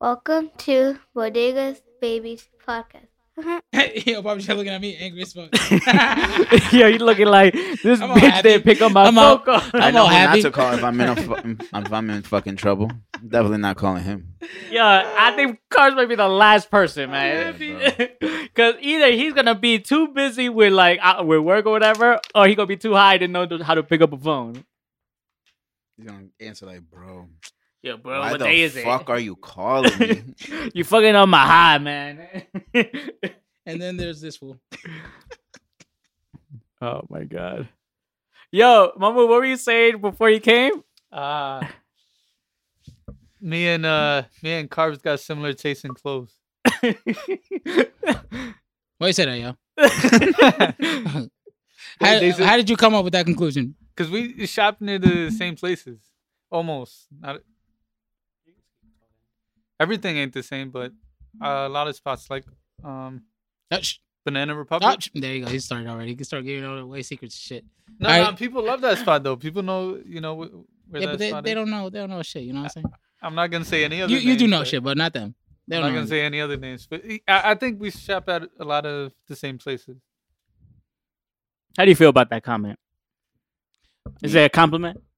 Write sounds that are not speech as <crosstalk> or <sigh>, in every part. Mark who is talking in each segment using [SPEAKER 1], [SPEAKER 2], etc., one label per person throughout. [SPEAKER 1] Welcome to Bodega's Babies podcast.
[SPEAKER 2] <laughs> Yo, Papa Joe looking at me angry as
[SPEAKER 3] <laughs>
[SPEAKER 2] fuck.
[SPEAKER 4] <laughs> Yo, you looking like this
[SPEAKER 2] I'm all
[SPEAKER 4] bitch
[SPEAKER 2] happy.
[SPEAKER 4] didn't pick up my
[SPEAKER 2] I'm all-
[SPEAKER 4] phone call.
[SPEAKER 2] I'm
[SPEAKER 4] <laughs>
[SPEAKER 5] I know
[SPEAKER 2] all
[SPEAKER 5] who
[SPEAKER 2] happy.
[SPEAKER 5] not to call if I'm in a fu- if I'm in fucking trouble. Definitely not calling him.
[SPEAKER 4] Yeah, I think Cars might be the last person, man.
[SPEAKER 5] Yeah,
[SPEAKER 4] <laughs> Because either he's gonna be too busy with like uh, with work or whatever, or he gonna be too high to know th- how to pick up a phone.
[SPEAKER 5] He's gonna answer like, bro.
[SPEAKER 4] Yeah, bro,
[SPEAKER 5] why
[SPEAKER 4] what
[SPEAKER 5] the
[SPEAKER 4] day is
[SPEAKER 5] fuck
[SPEAKER 4] it?
[SPEAKER 5] are you
[SPEAKER 4] <laughs>
[SPEAKER 5] calling me?
[SPEAKER 4] you fucking on my high, man. <laughs>
[SPEAKER 2] and then there's this fool.
[SPEAKER 4] oh my god. Yo, Mama, what were you saying before you
[SPEAKER 5] <laughs>
[SPEAKER 4] came?
[SPEAKER 3] Ah. <laughs> me and uh me and Carbs got similar taste in clothes.
[SPEAKER 2] Why you say that, yo?
[SPEAKER 3] Cause
[SPEAKER 2] How,
[SPEAKER 3] they said-
[SPEAKER 2] how did you come up with that conclusion?
[SPEAKER 3] we shop
[SPEAKER 2] <laughs>
[SPEAKER 3] near the same places. Almost. Not everything ain't the same, but uh, a lot of spots like um
[SPEAKER 2] Oh, sh-
[SPEAKER 3] Banana
[SPEAKER 2] oh,
[SPEAKER 3] Republic.
[SPEAKER 2] sh- there you go. He started already. He can start giving away secrets and shit.
[SPEAKER 3] No,
[SPEAKER 2] I-
[SPEAKER 3] no, people love that spot though. People know, you know, wh- where
[SPEAKER 2] Yeah,
[SPEAKER 3] that
[SPEAKER 2] but they,
[SPEAKER 3] spot
[SPEAKER 2] they
[SPEAKER 3] is.
[SPEAKER 2] don't know. They don't know shit. You know what I'm
[SPEAKER 3] I'm not gonna say any
[SPEAKER 2] saying?
[SPEAKER 3] other.
[SPEAKER 2] You, you do
[SPEAKER 3] names,
[SPEAKER 2] know
[SPEAKER 3] but-
[SPEAKER 2] shit, but not them. They
[SPEAKER 3] I'm
[SPEAKER 2] don't
[SPEAKER 3] not
[SPEAKER 2] know. anything.
[SPEAKER 3] gonna say any other names, but I, I think we shop at a lot of the same places.
[SPEAKER 4] How do you feel about that comment? Is that a compliment? <laughs>
[SPEAKER 2] <laughs>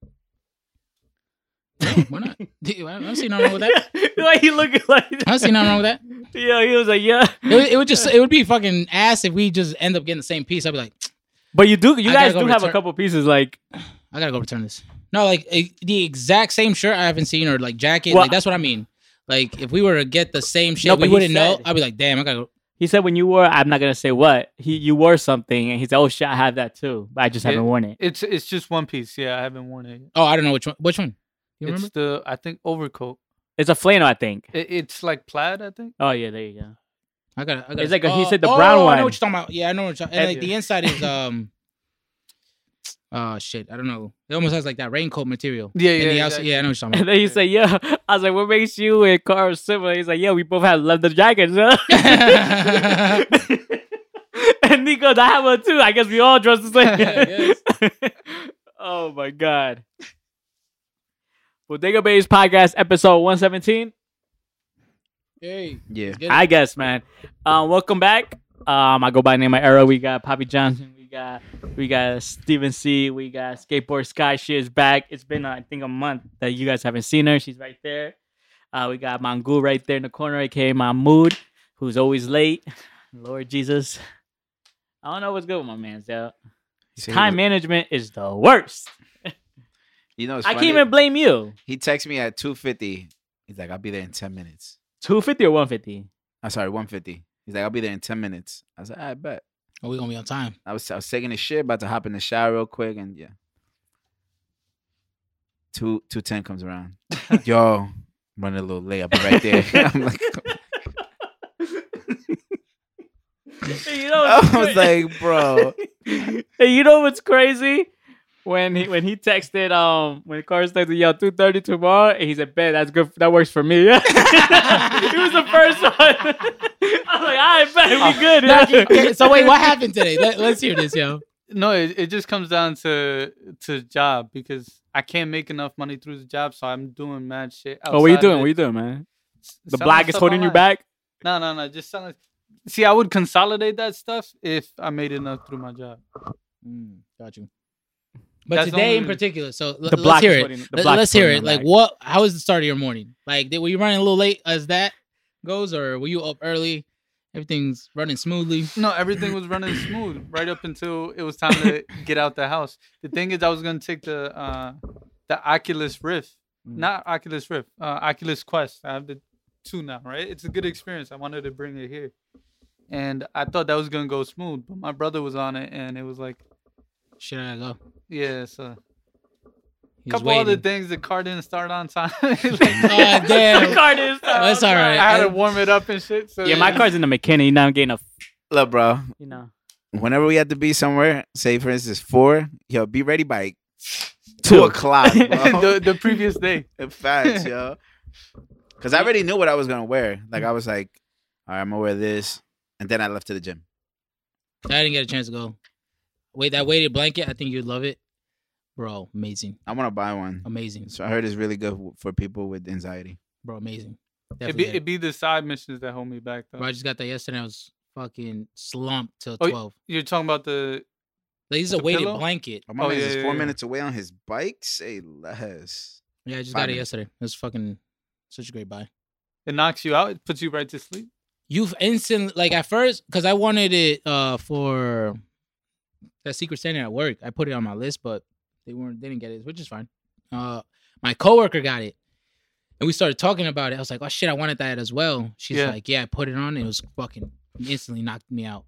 [SPEAKER 2] No, why
[SPEAKER 3] <laughs>
[SPEAKER 2] not? I don't see nothing wrong with that.
[SPEAKER 4] Why you looking like that?
[SPEAKER 2] I don't see nothing wrong with that.
[SPEAKER 4] Yeah, he was like, yeah.
[SPEAKER 2] It would, it would just it would be fucking ass if we just end up getting the same piece. I'd be like,
[SPEAKER 4] But you do, you
[SPEAKER 2] I
[SPEAKER 4] guys
[SPEAKER 2] gotta go
[SPEAKER 4] do have
[SPEAKER 2] return-
[SPEAKER 4] a couple pieces. Like,
[SPEAKER 2] I gotta go return this. No, like eh, the exact same shirt I haven't seen or like jacket.
[SPEAKER 4] Well-
[SPEAKER 2] like that's what I mean. Like if we were to get the same shit,
[SPEAKER 4] No, but
[SPEAKER 2] we
[SPEAKER 4] he
[SPEAKER 2] wouldn't know.
[SPEAKER 4] said-
[SPEAKER 2] I'd be like, damn, I gotta go.
[SPEAKER 4] he said, when you wore, I'm not gonna say what he, you wore something, and he said, oh shit, I have that too, but I just
[SPEAKER 3] Yeah.
[SPEAKER 4] haven't worn it.
[SPEAKER 3] It's it's just one piece. Yeah, I haven't worn it. Yet.
[SPEAKER 2] Oh, I don't know which one. Which one? You
[SPEAKER 3] it's
[SPEAKER 2] remember?
[SPEAKER 3] the I think overcoat.
[SPEAKER 4] It's a flannel, I think.
[SPEAKER 3] It, it's like plaid. I think.
[SPEAKER 4] Oh yeah, there you go.
[SPEAKER 2] I gotta. I gotta
[SPEAKER 4] It's like a- he
[SPEAKER 2] oh,
[SPEAKER 4] said the brown
[SPEAKER 2] oh, I
[SPEAKER 4] one.
[SPEAKER 2] know what you're talking about. Yeah, I know what you're talking. And
[SPEAKER 3] And-
[SPEAKER 2] like the inside
[SPEAKER 4] <laughs>
[SPEAKER 2] is um. Oh shit! I don't know. It almost has like that raincoat material.
[SPEAKER 3] Yeah,
[SPEAKER 2] And
[SPEAKER 3] yeah,
[SPEAKER 2] the outside-
[SPEAKER 3] exactly.
[SPEAKER 2] yeah. I know what you're talking
[SPEAKER 4] <laughs> <laughs> And then you say, yeah. I was like, what makes you and Carl similar? He's like, yeah, we both have leather jackets. <laughs> Huh? and he goes, I have one too. I guess we all dress <laughs> the same. <laughs> oh my god. Bodega Bays podcast episode 117.
[SPEAKER 2] Hey,
[SPEAKER 5] yeah.
[SPEAKER 4] I guess, man. Um, welcome back. Um, I go by the name of Arrow. We got Poppy Johnson. We got we got Steven C. We got Skateboard Sky. She is back. It's been uh, I think a month that you guys haven't seen her. She's right there. Uh, we got Mangoo right there in the corner, aka Mahmood, who's always late. <laughs> Lord Jesus. I don't know what's good with my man, yo. Time management is the worst.
[SPEAKER 5] You know, it's
[SPEAKER 4] I
[SPEAKER 5] funny.
[SPEAKER 4] can't even blame you.
[SPEAKER 5] He texts me at two fifty. He's like, I'll be there in ten minutes.
[SPEAKER 4] 250 or 150?
[SPEAKER 5] I'm sorry, one fifty. He's like, I'll be there in ten minutes. I was like, I bet.
[SPEAKER 2] are Oh, we gonna be on
[SPEAKER 4] <laughs>
[SPEAKER 2] time?
[SPEAKER 5] I was I was taking a shit, about to hop in the shower real quick, and yeah. Two two ten
[SPEAKER 4] <laughs>
[SPEAKER 5] comes around. Yo, I'm running a little late. I'll be right there. <laughs>
[SPEAKER 4] <laughs>
[SPEAKER 5] I'm like,
[SPEAKER 4] you know what's
[SPEAKER 5] <laughs> I was
[SPEAKER 4] great?
[SPEAKER 5] like, bro.
[SPEAKER 4] <laughs> and you know what's crazy? When he when he texted um when Carson texted y'all two thirty tomorrow, and he said, "Bet that's good. That works for me." <laughs> he was the first one. <laughs> I was like, "I <laughs> bet we good."
[SPEAKER 2] Nah, you- okay, so wait, what happened today? Let, let's hear this, yo.
[SPEAKER 3] No, it, it just comes down to to job because I can't make enough money through the job, so I'm doing mad shit.
[SPEAKER 4] Oh, what are you
[SPEAKER 3] outside of
[SPEAKER 4] doing? What are
[SPEAKER 3] it.
[SPEAKER 4] you doing, man?
[SPEAKER 3] S-
[SPEAKER 4] The
[SPEAKER 3] selling
[SPEAKER 4] black is
[SPEAKER 3] stuff
[SPEAKER 4] holding you
[SPEAKER 3] online.
[SPEAKER 4] back.
[SPEAKER 3] No, no, no. Just selling. See, I would consolidate that stuff if I made enough through my job.
[SPEAKER 2] got you. But
[SPEAKER 3] That's the
[SPEAKER 2] today
[SPEAKER 3] only
[SPEAKER 2] in
[SPEAKER 3] reason.
[SPEAKER 2] particular, so l-
[SPEAKER 4] The
[SPEAKER 2] let's
[SPEAKER 4] black
[SPEAKER 2] hear
[SPEAKER 4] is
[SPEAKER 2] it.
[SPEAKER 4] holding. The
[SPEAKER 2] Let,
[SPEAKER 4] black
[SPEAKER 2] us
[SPEAKER 4] is
[SPEAKER 2] hear
[SPEAKER 4] holding
[SPEAKER 2] it.
[SPEAKER 4] you
[SPEAKER 2] Like,
[SPEAKER 4] <laughs> back.
[SPEAKER 2] what? How was the start of your morning? Like, did, were you running a little late as that goes, or were you up early? Everything's running smoothly.
[SPEAKER 3] No, everything was running smooth right up until it was time
[SPEAKER 2] <laughs>
[SPEAKER 3] to get out the house. The thing is, I was gonna take the uh, the Oculus Rift,
[SPEAKER 2] Mm.
[SPEAKER 3] not Oculus Rift, uh, Oculus Quest. I have the two now, right? It's a good experience. I wanted to bring it here, and I thought that was gonna go smooth, but my brother was on it, and it was like,
[SPEAKER 2] Shit, I gotta go.
[SPEAKER 3] yeah, so
[SPEAKER 2] He
[SPEAKER 3] a
[SPEAKER 2] was
[SPEAKER 3] couple other
[SPEAKER 2] waiting.
[SPEAKER 3] things. The car didn't start on time. <laughs>
[SPEAKER 2] <laughs>
[SPEAKER 3] Like,
[SPEAKER 2] Oh
[SPEAKER 4] The
[SPEAKER 2] damn!
[SPEAKER 4] card is-
[SPEAKER 2] That's all
[SPEAKER 3] I
[SPEAKER 2] right.
[SPEAKER 3] had to
[SPEAKER 2] I-
[SPEAKER 3] warm it up and shit. So
[SPEAKER 4] Yeah, my car's in the McKinney. Now I'm getting a f-
[SPEAKER 5] Look, bro.
[SPEAKER 4] you know.
[SPEAKER 5] Whenever we have to be somewhere, say for instance four, yo, be ready by two,
[SPEAKER 4] Two.
[SPEAKER 5] o'clock, bro. <laughs>
[SPEAKER 3] <laughs> the, the previous day.
[SPEAKER 5] In fact, yo. Cause I already knew what I was gonna wear. Like I was like, all right, I'm gonna wear this. And then I left to the gym.
[SPEAKER 2] I didn't get a chance to go. Wait, that weighted blanket. I think you'd love it, bro. Amazing,
[SPEAKER 5] I wanna buy one.
[SPEAKER 2] amazing,
[SPEAKER 5] So I heard it's really good w- for people with anxiety.
[SPEAKER 2] bro. Amazing.
[SPEAKER 3] It'd
[SPEAKER 2] Definitely.
[SPEAKER 3] be, it be the side missions that hold me back though.
[SPEAKER 2] Bro, I just got that yesterday. I was fucking slumped till
[SPEAKER 3] Oh, y-
[SPEAKER 2] twelve.
[SPEAKER 3] You're talking about the
[SPEAKER 2] Like this is a
[SPEAKER 3] the
[SPEAKER 2] weighted
[SPEAKER 3] pillow?
[SPEAKER 2] blanket.
[SPEAKER 5] My
[SPEAKER 3] Oh,
[SPEAKER 5] man
[SPEAKER 3] yeah,
[SPEAKER 5] is
[SPEAKER 3] yeah,
[SPEAKER 5] four
[SPEAKER 3] yeah.
[SPEAKER 5] minutes away on his bike. Say less.
[SPEAKER 2] Yeah, I just
[SPEAKER 5] Five
[SPEAKER 2] got it
[SPEAKER 5] minutes.
[SPEAKER 2] yesterday. It was fucking such a great buy.
[SPEAKER 3] it knocks you out, it puts you right to sleep.
[SPEAKER 2] You've instant like at first because I wanted it uh for that secret Santa at work. I put it on my list, but they weren't they didn't get it, which is fine. Uh, my coworker got it, and we started talking about it. I was like, oh shit, I wanted that as well. She's
[SPEAKER 3] Yeah.
[SPEAKER 2] like, yeah, I put it on. It was fucking instantly knocked me out.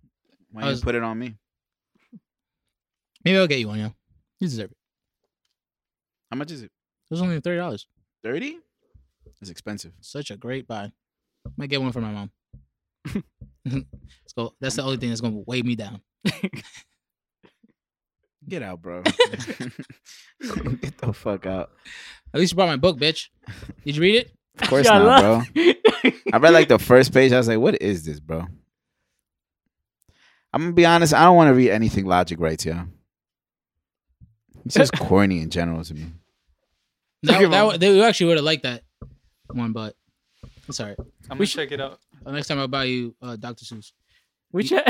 [SPEAKER 5] Why
[SPEAKER 2] I
[SPEAKER 5] don't you
[SPEAKER 2] was-
[SPEAKER 5] put it on me?
[SPEAKER 2] Maybe I'll get you one, yo. You deserve it.
[SPEAKER 5] How much is it?
[SPEAKER 2] It was only thirty dollars.
[SPEAKER 5] Thirty. It's expensive.
[SPEAKER 2] Such a great buy. Might get one for my mom. <laughs> Let's go. That's the only thing that's gonna weigh me down.
[SPEAKER 5] Get out, bro. <laughs> Get the fuck out.
[SPEAKER 2] At least you brought my book, bitch. Did you read
[SPEAKER 4] <laughs>
[SPEAKER 2] it?
[SPEAKER 5] Of course not, bro. I read like the first page. I was like, "What is this, bro?" I'm gonna be honest. I don't want to read anything Logic writes, yeah.
[SPEAKER 2] <laughs>
[SPEAKER 5] It's just corny in general to me.
[SPEAKER 2] That,
[SPEAKER 4] Okay,
[SPEAKER 2] that,
[SPEAKER 4] Mom.
[SPEAKER 2] wa- they actually would have liked that one, but it's all right.
[SPEAKER 3] I'm
[SPEAKER 4] We
[SPEAKER 3] gonna
[SPEAKER 4] should-
[SPEAKER 3] check
[SPEAKER 4] <laughs>
[SPEAKER 3] it out.
[SPEAKER 2] Uh, Next time I'll buy you uh, Dr. Seuss.
[SPEAKER 4] Which <laughs>
[SPEAKER 2] E-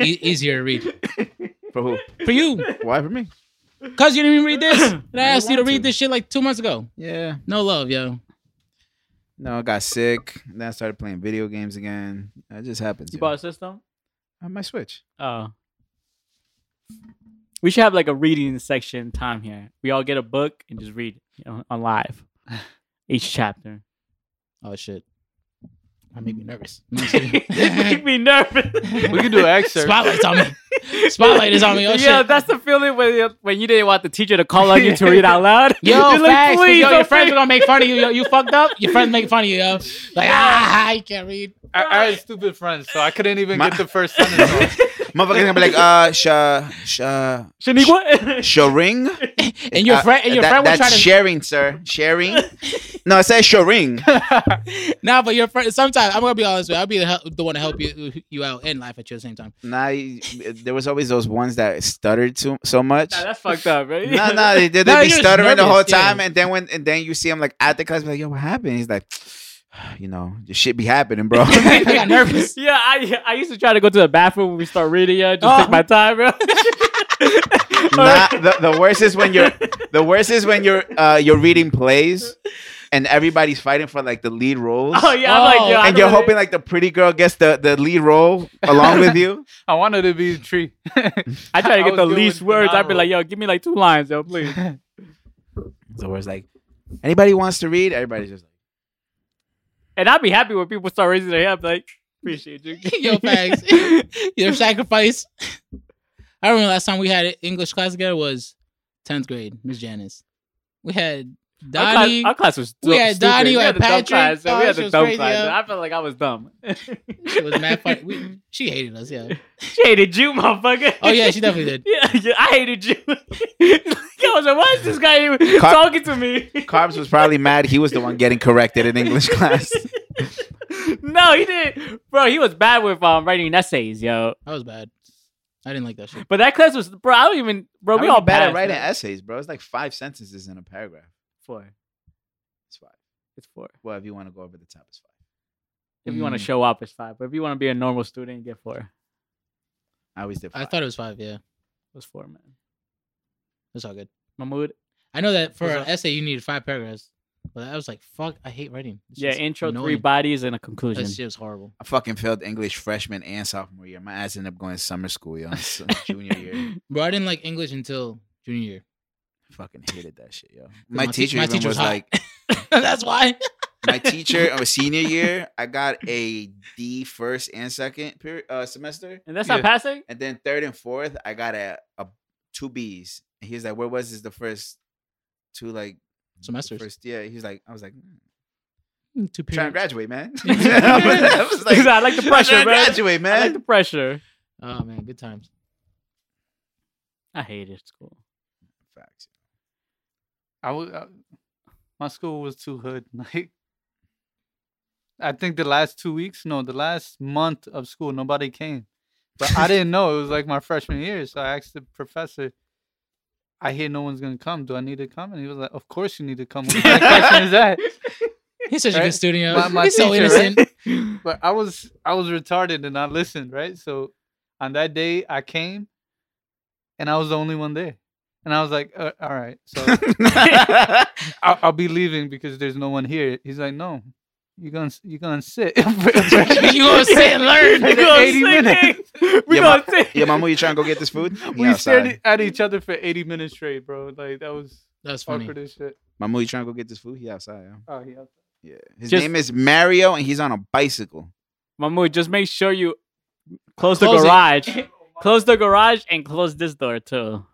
[SPEAKER 2] easier to read.
[SPEAKER 5] For who?
[SPEAKER 2] For you.
[SPEAKER 5] Why for me?
[SPEAKER 2] Because you didn't even read
[SPEAKER 4] <clears throat>
[SPEAKER 2] this. And I
[SPEAKER 5] I
[SPEAKER 2] asked you to
[SPEAKER 5] want
[SPEAKER 2] read
[SPEAKER 5] to.
[SPEAKER 2] this shit like two months ago.
[SPEAKER 5] Yeah.
[SPEAKER 2] No love, yo.
[SPEAKER 5] No, I got sick. and Then I started playing video games again. That just happens.
[SPEAKER 4] you
[SPEAKER 5] You
[SPEAKER 4] bought a system?
[SPEAKER 5] on my
[SPEAKER 2] <laughs>
[SPEAKER 5] Switch.
[SPEAKER 4] Oh. We should have like a reading section time here. We all get a book and just read it on, on live. Each
[SPEAKER 2] <laughs>
[SPEAKER 4] chapter. <laughs>
[SPEAKER 2] Oh, shit. That made me
[SPEAKER 4] Mm.
[SPEAKER 2] nervous. No, I'm
[SPEAKER 4] <laughs>
[SPEAKER 2] kidding.
[SPEAKER 4] it make me nervous.
[SPEAKER 3] We can do an excerpt.
[SPEAKER 2] Spotlight's on me. Spotlight is on me. Oh,
[SPEAKER 4] <laughs> yeah,
[SPEAKER 2] shit.
[SPEAKER 4] that's the feeling when you, when you didn't want the teacher to call on you to
[SPEAKER 2] <laughs>
[SPEAKER 4] read out loud.
[SPEAKER 2] Yo,
[SPEAKER 4] You're like,
[SPEAKER 2] facts, 'cause
[SPEAKER 4] "Please,
[SPEAKER 2] yo, your
[SPEAKER 4] don't
[SPEAKER 2] friends
[SPEAKER 4] read."
[SPEAKER 2] are gonna make fun of you. Yo, you fucked up. Your friends make fun of you, yo.
[SPEAKER 4] <laughs>
[SPEAKER 2] Like, ah, <laughs> I can't read.
[SPEAKER 3] I, I had stupid friends, so I couldn't even
[SPEAKER 5] My-
[SPEAKER 3] get the
[SPEAKER 4] <laughs>
[SPEAKER 3] first sentence. off.
[SPEAKER 5] Motherfucker's gonna be like, uh, sha, sha,
[SPEAKER 4] Shaniqua?
[SPEAKER 5] sharing.
[SPEAKER 2] <laughs> And your
[SPEAKER 5] Uh,
[SPEAKER 2] friend, and your
[SPEAKER 5] that-
[SPEAKER 2] friend will try
[SPEAKER 5] that's
[SPEAKER 2] to
[SPEAKER 5] sharing, sir.
[SPEAKER 2] <laughs>
[SPEAKER 5] Sharing. No, I said sharing.
[SPEAKER 2] Nah, but your friend. Sometimes I'm gonna be honest with you. I'll be the, hel- the one to help you you out and laugh at you at the same time. <laughs>
[SPEAKER 5] Nah, you- there was always those ones that stuttered too so
[SPEAKER 4] <laughs>
[SPEAKER 5] much.
[SPEAKER 4] Nah, that's fucked up, right?
[SPEAKER 5] <laughs> No, no, they, they, they
[SPEAKER 2] No,
[SPEAKER 5] be
[SPEAKER 2] you're just
[SPEAKER 5] stuttering the whole
[SPEAKER 2] nervous, yeah.
[SPEAKER 5] time, and then when and then you see him like at the class, be like, yo, what happened? He's like, you know, this shit be happening, bro.
[SPEAKER 2] <laughs>
[SPEAKER 5] <laughs>
[SPEAKER 2] I
[SPEAKER 4] <laughs>
[SPEAKER 2] got nervous.
[SPEAKER 4] Yeah, I I used to try to go to the bathroom when we start reading. Yeah, just
[SPEAKER 2] Oh.
[SPEAKER 4] take my time, bro. <laughs>
[SPEAKER 5] Nah, the, the worst is when you're the worst is when you're uh, you're reading plays, and everybody's fighting for like the lead roles,
[SPEAKER 4] Oh yeah, I'm like, yo,
[SPEAKER 2] Oh.
[SPEAKER 4] I don't
[SPEAKER 5] and you're
[SPEAKER 4] really-
[SPEAKER 5] hoping like the pretty girl gets the the lead role along with you.
[SPEAKER 2] <laughs>
[SPEAKER 3] I wanted to be the tree. <laughs>
[SPEAKER 4] I try to
[SPEAKER 3] I
[SPEAKER 4] get
[SPEAKER 3] was
[SPEAKER 4] the
[SPEAKER 3] good
[SPEAKER 4] least
[SPEAKER 3] with
[SPEAKER 4] words. I'd be
[SPEAKER 3] Phenomenal.
[SPEAKER 4] like, yo, give me like two lines, yo, please.
[SPEAKER 3] <laughs>
[SPEAKER 5] So it's like, anybody wants to read? Everybody's just like,
[SPEAKER 4] And I'd be happy when people start raising their hand, like, appreciate you.
[SPEAKER 2] Yo, facts. <laughs> your sacrifice. I remember last time we had an English class together was 10th grade. Miss Janice. We had
[SPEAKER 4] Our class,
[SPEAKER 2] Donnie.
[SPEAKER 4] our class was
[SPEAKER 2] we had
[SPEAKER 4] stupid.
[SPEAKER 2] Donnie, we had
[SPEAKER 4] the dumb
[SPEAKER 2] Patrick.
[SPEAKER 4] class, yo.
[SPEAKER 2] Oh,
[SPEAKER 4] we
[SPEAKER 2] that shit
[SPEAKER 4] had the
[SPEAKER 2] was
[SPEAKER 4] dumb
[SPEAKER 2] crazy,
[SPEAKER 4] class.
[SPEAKER 2] yo.
[SPEAKER 4] yo. I felt like I was dumb.
[SPEAKER 2] She was mad funny. We, she hated us. Yeah.
[SPEAKER 4] <laughs> she hated you, motherfucker.
[SPEAKER 2] Oh, yeah, she definitely did.
[SPEAKER 4] <laughs> yeah, yeah, I hated you. <laughs> I was like, why is this guy even
[SPEAKER 5] Car-
[SPEAKER 4] talking to me?
[SPEAKER 5] Carbs was probably mad. He was the one getting corrected in English <laughs> class.
[SPEAKER 4] <laughs> no, he didn't, bro. He was bad with um, writing essays, yo.
[SPEAKER 2] That was bad. I didn't like that shit.
[SPEAKER 4] But that class was, bro. I don't even, bro.
[SPEAKER 5] How
[SPEAKER 4] we
[SPEAKER 5] are
[SPEAKER 4] all
[SPEAKER 5] you bad
[SPEAKER 4] passed,
[SPEAKER 5] at writing
[SPEAKER 4] yo.
[SPEAKER 5] essays, bro. It's like five sentences in a paragraph.
[SPEAKER 4] Four.
[SPEAKER 5] It's five.
[SPEAKER 4] It's four.
[SPEAKER 5] Well, if you want to go over the top, it's fine.
[SPEAKER 4] If you want to
[SPEAKER 2] Mm.
[SPEAKER 4] show up, it's five. But if you want to be a normal student, you get four.
[SPEAKER 5] I always did. Five.
[SPEAKER 2] I thought it was five. Yeah.
[SPEAKER 4] It was four, man.
[SPEAKER 2] That's all good.
[SPEAKER 4] Mahmood.
[SPEAKER 2] I know that for
[SPEAKER 3] What's
[SPEAKER 2] an
[SPEAKER 3] up?
[SPEAKER 2] essay, you needed five paragraphs. But I was like, fuck, I hate writing. This
[SPEAKER 4] Yeah,
[SPEAKER 2] shit's
[SPEAKER 4] intro, three
[SPEAKER 2] annoying.
[SPEAKER 4] bodies, and a conclusion.
[SPEAKER 2] That shit was horrible.
[SPEAKER 5] I fucking failed English freshman and sophomore year. My ass ended up going to summer school, yo. s-
[SPEAKER 2] <laughs>
[SPEAKER 5] junior year,
[SPEAKER 2] Bro, I didn't like English until junior year.
[SPEAKER 5] fucking hated that shit, yo. My,
[SPEAKER 2] te-
[SPEAKER 5] teacher
[SPEAKER 2] my
[SPEAKER 5] even
[SPEAKER 2] teacher
[SPEAKER 5] was
[SPEAKER 2] was hot.
[SPEAKER 5] like,
[SPEAKER 2] <laughs> That's why.
[SPEAKER 5] my teacher of senior year, I got a D first and second period uh, semester,
[SPEAKER 4] and that's
[SPEAKER 3] Yeah.
[SPEAKER 4] not passing? <laughs>
[SPEAKER 5] and then third and fourth, I got a, a two Bs. And he was like, "Where was this the first two like
[SPEAKER 2] Semesters.
[SPEAKER 5] First, yeah. He was like, I was like, "Mm,
[SPEAKER 2] <laughs> Two
[SPEAKER 5] trying
[SPEAKER 2] periods.
[SPEAKER 5] to
[SPEAKER 2] <laughs>
[SPEAKER 5] graduate, man. <laughs> I was- I was like,
[SPEAKER 4] I like the
[SPEAKER 5] "I'm
[SPEAKER 4] pressure,
[SPEAKER 5] trying to
[SPEAKER 4] bro.
[SPEAKER 5] Graduate,
[SPEAKER 4] I like
[SPEAKER 5] man.
[SPEAKER 4] the pressure.
[SPEAKER 2] Oh man, good times.
[SPEAKER 4] I hated school.
[SPEAKER 5] Facts.
[SPEAKER 3] I was, I, my school was too hood. <laughs> Like, I think the last two weeks, no, the last month of school, nobody came. But I didn't know it was like my freshman year, so I asked the professor. I hear no one's gonna come. Do I need to come? And he was like, "Of course you need to come. What kind of question is that?"
[SPEAKER 2] He's such a
[SPEAKER 3] Right?
[SPEAKER 2] good studio.
[SPEAKER 3] My- my
[SPEAKER 2] He's so
[SPEAKER 3] teacher,
[SPEAKER 2] innocent.
[SPEAKER 3] but I was I was retarded and I listened, right? So on that day I came and I was the only one there. And I was like, uh, all right, so
[SPEAKER 2] <laughs>
[SPEAKER 3] I'll, I'll be leaving because there's no one here. He's like, no, you're going to you're going to
[SPEAKER 2] <laughs>
[SPEAKER 3] sit. <laughs>
[SPEAKER 2] you gonna sit and learn?
[SPEAKER 4] We
[SPEAKER 3] For
[SPEAKER 4] gonna
[SPEAKER 3] 80
[SPEAKER 4] sing
[SPEAKER 3] minutes.
[SPEAKER 4] it. <laughs> We
[SPEAKER 5] Yeah,
[SPEAKER 4] gonna sing.
[SPEAKER 5] yeah, Mamu, you trying to go get this
[SPEAKER 4] <laughs>
[SPEAKER 5] food?
[SPEAKER 3] we
[SPEAKER 5] Yeah,
[SPEAKER 3] stared
[SPEAKER 5] outside.
[SPEAKER 3] at each other for 80 minutes straight, bro. Like that was
[SPEAKER 2] That's funny.
[SPEAKER 3] awkward as shit.
[SPEAKER 5] Mamu, you trying to go get this food? He outside. yeah.
[SPEAKER 3] Oh, yeah. <laughs>
[SPEAKER 5] Yeah. His
[SPEAKER 4] Just-
[SPEAKER 5] name is Mario, and he's on a bicycle.
[SPEAKER 4] Mahmood, just make sure you close,
[SPEAKER 2] Close it.
[SPEAKER 4] the garage. close the garage and close this door too.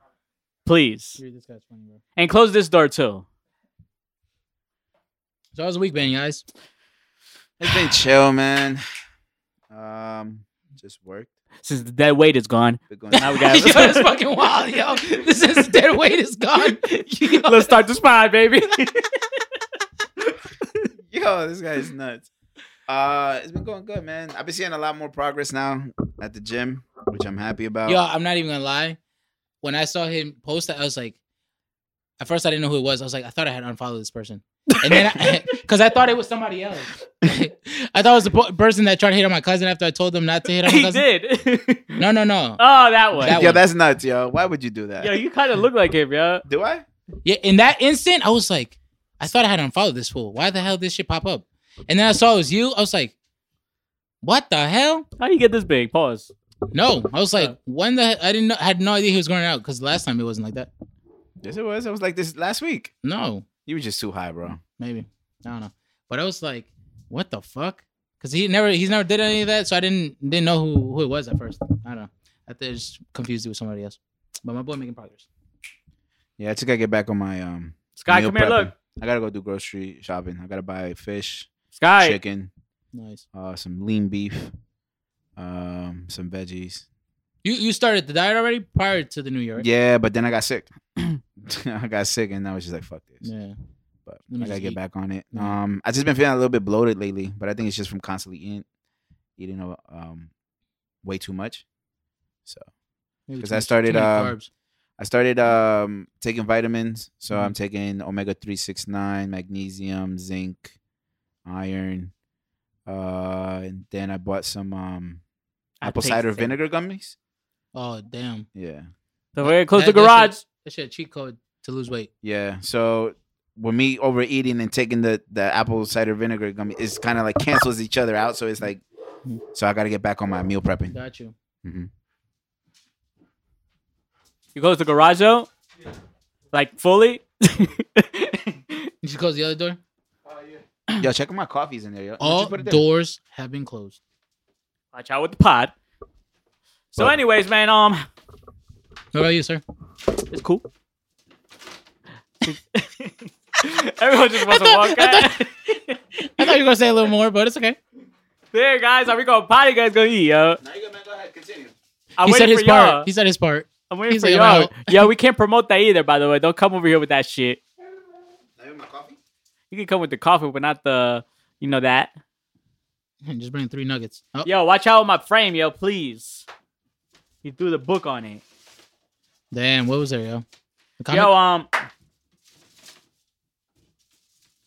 [SPEAKER 4] Please.
[SPEAKER 2] Dude, this guy's funny, bro.
[SPEAKER 4] And close this door too.
[SPEAKER 2] So I was a week, man, guys.
[SPEAKER 4] <sighs>
[SPEAKER 5] It's been chill, man. Um, just worked.
[SPEAKER 4] Since the dead weight is
[SPEAKER 5] <laughs>
[SPEAKER 4] gone.
[SPEAKER 5] Been going-
[SPEAKER 4] Now we
[SPEAKER 2] <laughs>
[SPEAKER 4] got-
[SPEAKER 2] yo, it's fucking wild, yo. This is their weight is gone. <laughs> Yo.
[SPEAKER 4] Let's start the pod, baby.
[SPEAKER 5] Yo, this guy is nuts. Uh, it's been going good, man. I've been seeing a lot more progress now at the gym, which I'm happy about. <laughs>
[SPEAKER 2] Yo, I'm not even gonna lie. When I saw him post that, I was like, at first I didn't know who it was. I was like, I thought I had unfollowed this person, and then because I, <laughs> thought it was somebody else. <laughs> I thought it was the po- person that tried to hit on my cousin after I told them not to hit on my
[SPEAKER 4] <laughs> he
[SPEAKER 2] cousin.
[SPEAKER 4] did. <laughs>
[SPEAKER 2] No, no, no.
[SPEAKER 4] oh, that one.
[SPEAKER 2] That
[SPEAKER 5] yo,
[SPEAKER 2] one.
[SPEAKER 5] that's nuts, yo. Why would you do that?
[SPEAKER 4] Yo, you kind of look like him, yo.
[SPEAKER 5] do I?
[SPEAKER 2] Yeah, in that instant, I was like, I thought I had unfollowed this fool. Why the hell did this shit pop up? And then I saw it was you. I was like, what the hell?
[SPEAKER 4] How you get this big? Pause.
[SPEAKER 2] No, I was like, when the I didn't know, I had no idea he was going out because last time it wasn't like that.
[SPEAKER 5] Yes, it was. I was like this last week.
[SPEAKER 2] No,
[SPEAKER 5] You were just too high, bro.
[SPEAKER 2] maybe I don't know. But I was like, what the fuck? Because he never he's never did any of that, so I didn't didn't know who who it was at first. I don't know. I think I just confused it with somebody else. But my boy making progress.
[SPEAKER 5] Yeah, I just gotta get back on my um.
[SPEAKER 4] Sky,
[SPEAKER 5] meal
[SPEAKER 4] come here.
[SPEAKER 5] prepping.
[SPEAKER 4] Look.
[SPEAKER 5] I gotta go do grocery shopping. I gotta buy fish,
[SPEAKER 4] Sky.
[SPEAKER 5] chicken,
[SPEAKER 2] Nice.
[SPEAKER 5] uh, some lean beef, um, some veggies.
[SPEAKER 2] You you started the diet already prior to the New Year. right?
[SPEAKER 5] Yeah, but then I got sick. <clears throat> I got sick, and I was just like, "Fuck this."
[SPEAKER 2] Yeah.
[SPEAKER 5] but
[SPEAKER 2] Let me
[SPEAKER 5] I gotta
[SPEAKER 2] just
[SPEAKER 5] get
[SPEAKER 2] eat.
[SPEAKER 5] back on it.
[SPEAKER 2] Yeah.
[SPEAKER 5] Um, I just been feeling a little bit bloated lately, but I think it's just from constantly eating, eating uh, um, way too much. So
[SPEAKER 2] Maybe
[SPEAKER 5] 'Cause
[SPEAKER 2] too
[SPEAKER 5] I
[SPEAKER 2] much-
[SPEAKER 5] started,
[SPEAKER 2] too many
[SPEAKER 5] um,
[SPEAKER 2] carbs.
[SPEAKER 5] I started um taking vitamins. So I'm taking omega three six nine, magnesium, zinc, iron, uh, and then I bought some um
[SPEAKER 4] I
[SPEAKER 5] apple
[SPEAKER 4] taste
[SPEAKER 5] cider
[SPEAKER 4] it.
[SPEAKER 5] vinegar gummies.
[SPEAKER 2] Oh damn.
[SPEAKER 5] Yeah,
[SPEAKER 4] So we're gonna close the
[SPEAKER 2] That- that
[SPEAKER 4] garage.
[SPEAKER 2] shit- That shit a cheat code to lose weight.
[SPEAKER 5] yeah. So with me overeating and taking the the apple cider vinegar gummy, it's kind of like cancels each other out. So it's like, so I gotta get back on my meal prepping.
[SPEAKER 2] Got you.
[SPEAKER 4] You close the garage though? Like fully? <laughs>
[SPEAKER 2] Did you close the other door?
[SPEAKER 5] Yo, check out my coffee's in there. Yo.
[SPEAKER 2] All
[SPEAKER 5] Just put it there.
[SPEAKER 2] doors have been closed.
[SPEAKER 4] Watch out with the pod. So,
[SPEAKER 5] But-
[SPEAKER 4] anyways, man, um,
[SPEAKER 2] What about you, sir?
[SPEAKER 4] it's cool. <laughs> Everyone just wants to walk out.
[SPEAKER 2] I
[SPEAKER 4] <laughs>
[SPEAKER 2] thought you were gonna say a little more, but it's okay.
[SPEAKER 4] there, guys, are we going potty? You guys gonna eat, yo?
[SPEAKER 5] Now you go, man. Go ahead. Continue.
[SPEAKER 4] I'm
[SPEAKER 2] he said
[SPEAKER 4] waiting
[SPEAKER 2] his
[SPEAKER 4] for
[SPEAKER 2] part.
[SPEAKER 4] y'all.
[SPEAKER 2] He said his part. <laughs>
[SPEAKER 4] I'm waiting
[SPEAKER 2] he's
[SPEAKER 4] for
[SPEAKER 2] like, I'm
[SPEAKER 4] y'all.
[SPEAKER 2] out.
[SPEAKER 4] Yo, we can't promote that either, by the way. Don't come over here with that shit.
[SPEAKER 5] Now you want my coffee?
[SPEAKER 4] You can come with the coffee, but not the, you know that.
[SPEAKER 2] Just bring three nuggets. Oh,
[SPEAKER 4] Yo, watch out with my frame, yo, please. You threw the book on it.
[SPEAKER 2] Damn, what was there, yo? A comic?
[SPEAKER 4] Yo, um,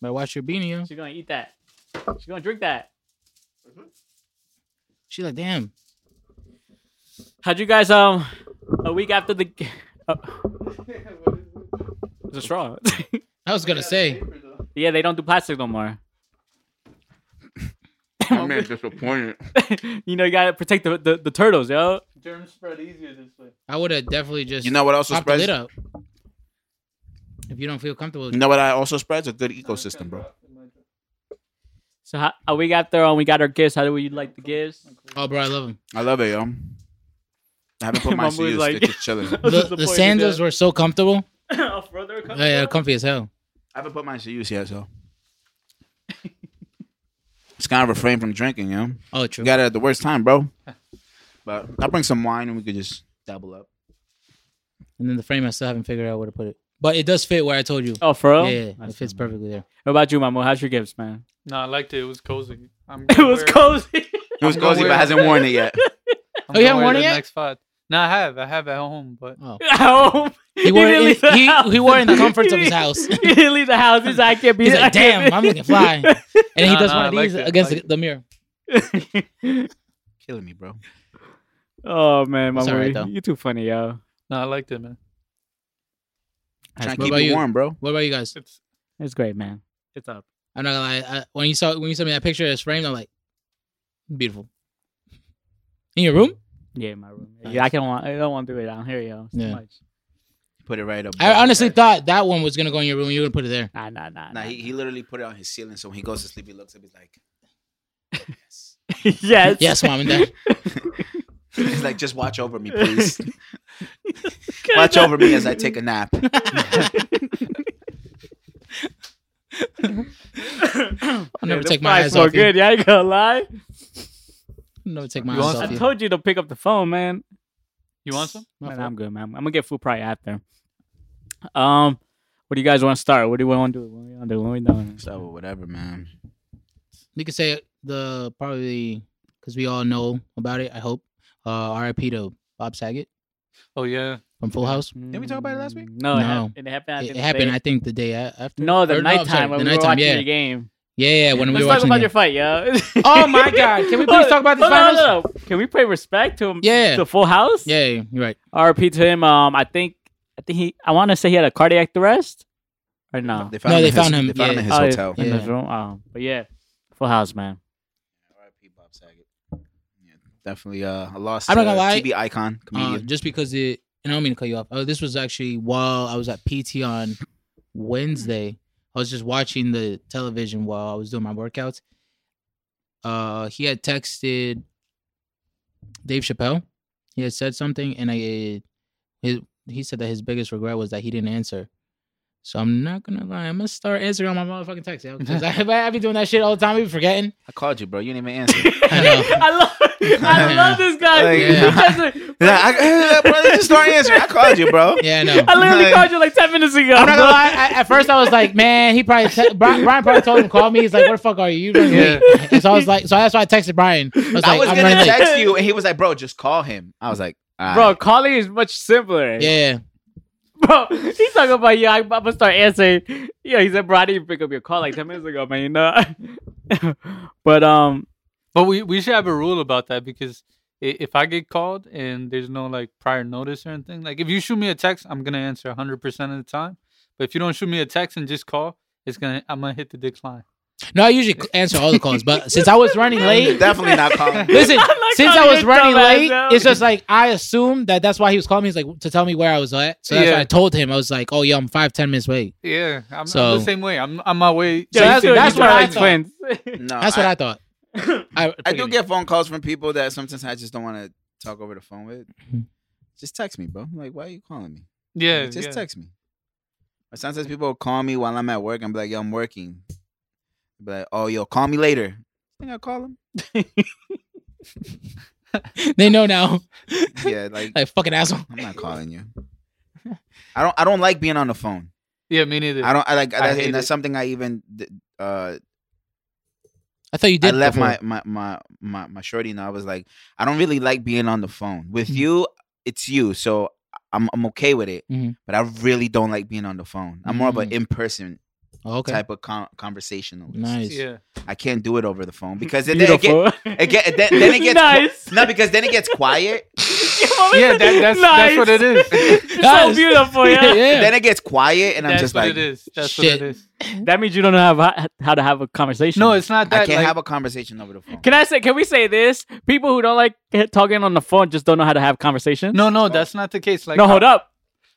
[SPEAKER 2] Better watch your beanie, yo.
[SPEAKER 4] she's gonna eat that. She's gonna drink that.
[SPEAKER 2] She like, damn.
[SPEAKER 4] How'd you guys um a week after the uh, it's a straw?
[SPEAKER 2] I was gonna say.
[SPEAKER 4] <laughs> yeah, they don't do plastic no <laughs> more.
[SPEAKER 5] My man disappointed.
[SPEAKER 4] <laughs> you know, you gotta protect the, the, the turtles, yo.
[SPEAKER 3] Germs spread easier this way.
[SPEAKER 2] I would have definitely just
[SPEAKER 5] You know what also
[SPEAKER 2] popped the
[SPEAKER 5] spreads?
[SPEAKER 2] lid up. If you don't feel comfortable,
[SPEAKER 5] You know what I also spreads? A good ecosystem, bro.
[SPEAKER 4] So how, a week after um, we got our gifts. How do we like the gifts?
[SPEAKER 2] oh, bro, I love him.
[SPEAKER 5] I love it, yo. I haven't put <laughs> my
[SPEAKER 4] Mamu's
[SPEAKER 5] shoes.
[SPEAKER 4] like-
[SPEAKER 5] They're just chilling.
[SPEAKER 4] was
[SPEAKER 5] I
[SPEAKER 2] The, the
[SPEAKER 4] disappointed,
[SPEAKER 2] sandals
[SPEAKER 4] yeah.
[SPEAKER 2] were so comfortable.
[SPEAKER 4] oh, further
[SPEAKER 2] Yeah, yeah, comfy as hell.
[SPEAKER 5] haven't put my shoes yet, <laughs> so. It's kind of refrain from drinking, yo.
[SPEAKER 2] Oh,
[SPEAKER 5] You
[SPEAKER 2] true.
[SPEAKER 5] got it at the worst time, bro. But I'll bring some wine and we could just double up.
[SPEAKER 2] and then the frame, I still haven't figured out where to put it, but it does fit where I told you.
[SPEAKER 4] Oh, for real?
[SPEAKER 2] yeah, yeah, yeah, it
[SPEAKER 4] That's
[SPEAKER 2] fits
[SPEAKER 4] fine.
[SPEAKER 2] perfectly there.
[SPEAKER 4] What about you, Mamo? How's your gifts, man? <laughs>
[SPEAKER 3] No, I liked it. It was cozy. I'm
[SPEAKER 2] <laughs>
[SPEAKER 4] it was cozy. <laughs>
[SPEAKER 5] It was
[SPEAKER 3] I'm gonna
[SPEAKER 5] cozy, but <laughs>
[SPEAKER 3] wear-
[SPEAKER 5] hasn't worn it yet. <laughs>
[SPEAKER 3] I'm
[SPEAKER 2] Oh, you
[SPEAKER 3] gonna
[SPEAKER 2] haven't
[SPEAKER 3] wear
[SPEAKER 2] worn it
[SPEAKER 3] the
[SPEAKER 2] yet?
[SPEAKER 3] Next pod. No, I have. I have at home, but <laughs>
[SPEAKER 2] Oh.
[SPEAKER 4] Oh,
[SPEAKER 2] He wore
[SPEAKER 4] didn't
[SPEAKER 2] he,
[SPEAKER 4] leave the
[SPEAKER 2] he,
[SPEAKER 4] house.
[SPEAKER 2] he wore in the comforts
[SPEAKER 4] <laughs>
[SPEAKER 3] <laughs>
[SPEAKER 2] of his house.
[SPEAKER 4] he didn't leave the house. He's like, I can't be.
[SPEAKER 2] He's like,
[SPEAKER 4] I can't
[SPEAKER 2] "Damn,
[SPEAKER 4] be-
[SPEAKER 2] I'm looking fly." And he
[SPEAKER 3] Nah,
[SPEAKER 2] does
[SPEAKER 3] nah,
[SPEAKER 2] one
[SPEAKER 3] I
[SPEAKER 2] of
[SPEAKER 3] like
[SPEAKER 2] these
[SPEAKER 3] it, I
[SPEAKER 2] against
[SPEAKER 3] like
[SPEAKER 2] the, the mirror.
[SPEAKER 5] Killing me, bro.
[SPEAKER 4] <laughs> oh man, my
[SPEAKER 2] It's all right,
[SPEAKER 4] boy,
[SPEAKER 2] though.
[SPEAKER 4] you too funny, yo.
[SPEAKER 3] no, I liked it, man.
[SPEAKER 5] Trying to
[SPEAKER 2] What
[SPEAKER 5] keep
[SPEAKER 2] about
[SPEAKER 5] you
[SPEAKER 2] you?
[SPEAKER 5] warm, bro.
[SPEAKER 2] What about you guys?
[SPEAKER 3] It's
[SPEAKER 4] It's great, man. It's up.
[SPEAKER 2] I'm not gonna lie. I, when you saw when you sent me that picture, it's framed. I'm like, beautiful. In your room?
[SPEAKER 4] Yeah, in my room.
[SPEAKER 2] Nice.
[SPEAKER 4] Yeah, I can want. I don't want to do it down here, yo. It's
[SPEAKER 2] Yeah.
[SPEAKER 4] too much.
[SPEAKER 5] Put it right up.
[SPEAKER 2] I honestly thought that one was gonna go in your room. You're gonna put it there.
[SPEAKER 4] Nah, nah, nah.
[SPEAKER 5] Nah, he, he literally put it on his ceiling, so when he goes to sleep, he looks up. He's like, yes.
[SPEAKER 4] he, <laughs> yes.
[SPEAKER 2] Yes, mom and
[SPEAKER 3] <laughs>
[SPEAKER 2] dad.
[SPEAKER 5] he's like, just watch over <laughs> me, please. Watch over me as I take a nap.
[SPEAKER 2] I'll never
[SPEAKER 4] Yeah,
[SPEAKER 2] take
[SPEAKER 4] the
[SPEAKER 2] my
[SPEAKER 4] fries
[SPEAKER 2] eyes
[SPEAKER 4] were
[SPEAKER 2] off you.
[SPEAKER 4] good. Yeah, I ain't gonna lie.
[SPEAKER 2] I'll never take my
[SPEAKER 3] You
[SPEAKER 2] eyes
[SPEAKER 3] want
[SPEAKER 2] off
[SPEAKER 4] I
[SPEAKER 2] you.
[SPEAKER 4] told you to pick up the phone, man.
[SPEAKER 3] you want some?
[SPEAKER 2] My
[SPEAKER 4] Man,
[SPEAKER 2] fault.
[SPEAKER 4] I'm good, man. I'm gonna get food probably after. Um, what do you guys want to start? What do you want to do? What do you want to do? What we doing?
[SPEAKER 5] So whatever, man.
[SPEAKER 2] We could say the probably because we all know about it. I hope. Uh, R.I.P. to Bob Saget
[SPEAKER 3] Oh yeah.
[SPEAKER 2] from Full House.
[SPEAKER 4] Didn't
[SPEAKER 5] we talk about it last week?
[SPEAKER 4] No, It,
[SPEAKER 2] No.
[SPEAKER 4] hap- it happened. I
[SPEAKER 2] It,
[SPEAKER 4] think,
[SPEAKER 2] it
[SPEAKER 4] the
[SPEAKER 2] happened,
[SPEAKER 4] day-
[SPEAKER 2] I think, the day a- after.
[SPEAKER 4] no,
[SPEAKER 2] or
[SPEAKER 4] the
[SPEAKER 2] I'm sorry,
[SPEAKER 4] nighttime when
[SPEAKER 2] the
[SPEAKER 4] we were
[SPEAKER 2] nighttime,
[SPEAKER 4] watching
[SPEAKER 2] yeah.
[SPEAKER 4] the game.
[SPEAKER 2] Yeah, yeah, when we
[SPEAKER 4] Let's
[SPEAKER 2] were watching.
[SPEAKER 4] talk about
[SPEAKER 2] the
[SPEAKER 4] your fight, yo.
[SPEAKER 2] <laughs> Oh my God. Can we please talk about this
[SPEAKER 4] Hold on,
[SPEAKER 2] finals?
[SPEAKER 4] hold on. Can we pay respect to him?
[SPEAKER 2] Yeah.
[SPEAKER 4] to Full House.
[SPEAKER 2] game. yeah, you're right.
[SPEAKER 4] RP to him. Um, I think, I think he. I want to say he had a cardiac arrest, or no?
[SPEAKER 5] They found
[SPEAKER 2] No,
[SPEAKER 5] him
[SPEAKER 2] they
[SPEAKER 5] in
[SPEAKER 2] found
[SPEAKER 5] his,
[SPEAKER 2] him,
[SPEAKER 5] They found him
[SPEAKER 2] yeah.
[SPEAKER 5] in his
[SPEAKER 4] Oh,
[SPEAKER 5] hotel.
[SPEAKER 4] in
[SPEAKER 2] Yeah.
[SPEAKER 4] his room. Um, but yeah, Full House, man.
[SPEAKER 5] R.I.P. Bob Saget. Yeah, definitely uh, a loss.
[SPEAKER 2] I'm
[SPEAKER 5] to
[SPEAKER 2] not gonna
[SPEAKER 5] a
[SPEAKER 2] lie.
[SPEAKER 5] TV icon
[SPEAKER 2] Uh,
[SPEAKER 5] comedian.
[SPEAKER 2] just because it, and I don't mean to cut you off. Oh, this was actually while I was at PT on Wednesday. I was just watching the television while I was doing my workouts. Uh, he had texted Dave Chappelle. He had said something, and I, his, he said that his biggest regret was that he didn't answer. So I'm not gonna lie. I'm gonna start answering all my motherfucking texts. yo,
[SPEAKER 4] <laughs>
[SPEAKER 2] 'cause I, I be doing that shit all the time. I be forgetting.
[SPEAKER 5] I called you, bro. You didn't even answer.
[SPEAKER 2] <laughs> I know.
[SPEAKER 4] <laughs> I
[SPEAKER 2] <laughs>
[SPEAKER 4] love, I love this guy. <laughs>
[SPEAKER 5] Like,
[SPEAKER 4] He
[SPEAKER 5] <laughs>
[SPEAKER 4] just-
[SPEAKER 5] yeah, I, bro, just don't answer. I called you, bro.
[SPEAKER 2] Yeah, I know.
[SPEAKER 4] I literally
[SPEAKER 5] Like-
[SPEAKER 4] called you like ten minutes ago.
[SPEAKER 2] <laughs> I'm not gonna lie. I, at first, I was like, "Man, he probably te- Brian, Brian probably told him call me." He's like, "Where the fuck are you?" You running
[SPEAKER 3] Yeah.
[SPEAKER 2] late." And so I was like, so that's why I texted Brian. I was like,
[SPEAKER 5] I was
[SPEAKER 2] "I'm
[SPEAKER 5] gonna
[SPEAKER 2] running late."
[SPEAKER 5] text you, and he was like, "Bro, just call him." I was like, "All
[SPEAKER 2] <laughs>
[SPEAKER 4] bro.
[SPEAKER 5] right."
[SPEAKER 4] Calling is much simpler.
[SPEAKER 2] Yeah,
[SPEAKER 4] bro. He's talking about yo. I- I'm gonna start answering. Yo, he said, "Bro, I didn't pick up your call like ten minutes ago, man." You know. <laughs> but um,
[SPEAKER 3] But we we should have a rule about that because i- if I get called and there's no like prior notice or anything, like if you shoot me a text, I'm gonna answer 100 percent of the time. But if you don't shoot me a text and just call, it's gonna I'm gonna hit the decline.
[SPEAKER 2] no, I usually c- answer all the calls, but since I was running late,
[SPEAKER 5] Definitely not
[SPEAKER 2] <laughs>
[SPEAKER 5] calling.
[SPEAKER 4] <laughs>
[SPEAKER 2] listen,
[SPEAKER 4] I like
[SPEAKER 2] since
[SPEAKER 4] how
[SPEAKER 2] I was
[SPEAKER 4] you
[SPEAKER 2] running
[SPEAKER 4] dumbass,
[SPEAKER 2] late,
[SPEAKER 4] yo.
[SPEAKER 2] it's just like I assumed that that's why he was calling me. He's like to tell me where I was at, so that's
[SPEAKER 3] Yeah.
[SPEAKER 2] why I told him. I was like, "Oh, yo, I'm five ten minutes late."
[SPEAKER 3] Yeah, I'm, I'm
[SPEAKER 2] So-
[SPEAKER 3] the same way. I'm on my way.
[SPEAKER 2] So that's-
[SPEAKER 3] to-
[SPEAKER 2] that's
[SPEAKER 3] to-
[SPEAKER 2] what I
[SPEAKER 4] like
[SPEAKER 3] <laughs>
[SPEAKER 4] twins.
[SPEAKER 5] No,
[SPEAKER 2] That's what I thought. I,
[SPEAKER 5] I do get phone calls from people that sometimes I just don't want to talk over the phone with.
[SPEAKER 2] Mhm.
[SPEAKER 5] Just text me, bro. I'm like, why are you calling me?
[SPEAKER 3] yeah,
[SPEAKER 5] Like, just
[SPEAKER 3] yeah.
[SPEAKER 5] text me. Or sometimes people will call me while I'm at work. I'm like, yo, I'm working. Be like, oh, yo, call me later. Think I call him?
[SPEAKER 2] They know now. <laughs>
[SPEAKER 3] <laughs>
[SPEAKER 5] Yeah, like
[SPEAKER 2] Like fucking asshole.
[SPEAKER 5] I'm not calling you. I don't. I don't like being on the phone.
[SPEAKER 3] yeah, me neither.
[SPEAKER 5] I don't. I like.
[SPEAKER 3] I
[SPEAKER 5] that,
[SPEAKER 3] hate
[SPEAKER 5] and that's
[SPEAKER 3] it.
[SPEAKER 5] something I even. d- Uh,
[SPEAKER 2] I thought you
[SPEAKER 5] I
[SPEAKER 2] did.
[SPEAKER 5] left
[SPEAKER 2] before.
[SPEAKER 5] my, my my my my shorty. And I was like, I don't really like being on the phone with
[SPEAKER 3] Mm-hmm.
[SPEAKER 5] you. It's you, so I'm I'm okay with it.
[SPEAKER 3] Mm-hmm.
[SPEAKER 2] Mhm.
[SPEAKER 5] But I really don't like being on the phone. I'm more of an
[SPEAKER 2] Mm.
[SPEAKER 5] in person
[SPEAKER 2] Oh, okay.
[SPEAKER 5] type of con- conversationalist.
[SPEAKER 2] Nice.
[SPEAKER 3] yeah,
[SPEAKER 5] I can't do it over the phone because then, then it get,
[SPEAKER 4] Beautiful.
[SPEAKER 5] it get, then,
[SPEAKER 4] <laughs>
[SPEAKER 5] then it gets
[SPEAKER 4] nice.
[SPEAKER 5] no because then it gets quiet.
[SPEAKER 3] yeah. That, that's that's what it is.
[SPEAKER 4] You're so
[SPEAKER 2] Nice.
[SPEAKER 4] beautiful,
[SPEAKER 2] <laughs> <laughs>
[SPEAKER 4] yeah.
[SPEAKER 2] Yeah.
[SPEAKER 5] Then it gets quiet, and I'm
[SPEAKER 3] that's
[SPEAKER 5] just
[SPEAKER 3] what
[SPEAKER 5] like,
[SPEAKER 3] it is. That's
[SPEAKER 2] shit.
[SPEAKER 3] what it is.
[SPEAKER 4] That means you don't know how, how to have a conversation.
[SPEAKER 3] No, it's not that.
[SPEAKER 5] I can't
[SPEAKER 3] like,
[SPEAKER 5] have a conversation over the phone.
[SPEAKER 4] Can I say? Can we say this? People who don't like talking on the phone just don't know how to have conversations.
[SPEAKER 3] no, no, that's not the case. Like,
[SPEAKER 4] no. Hold up.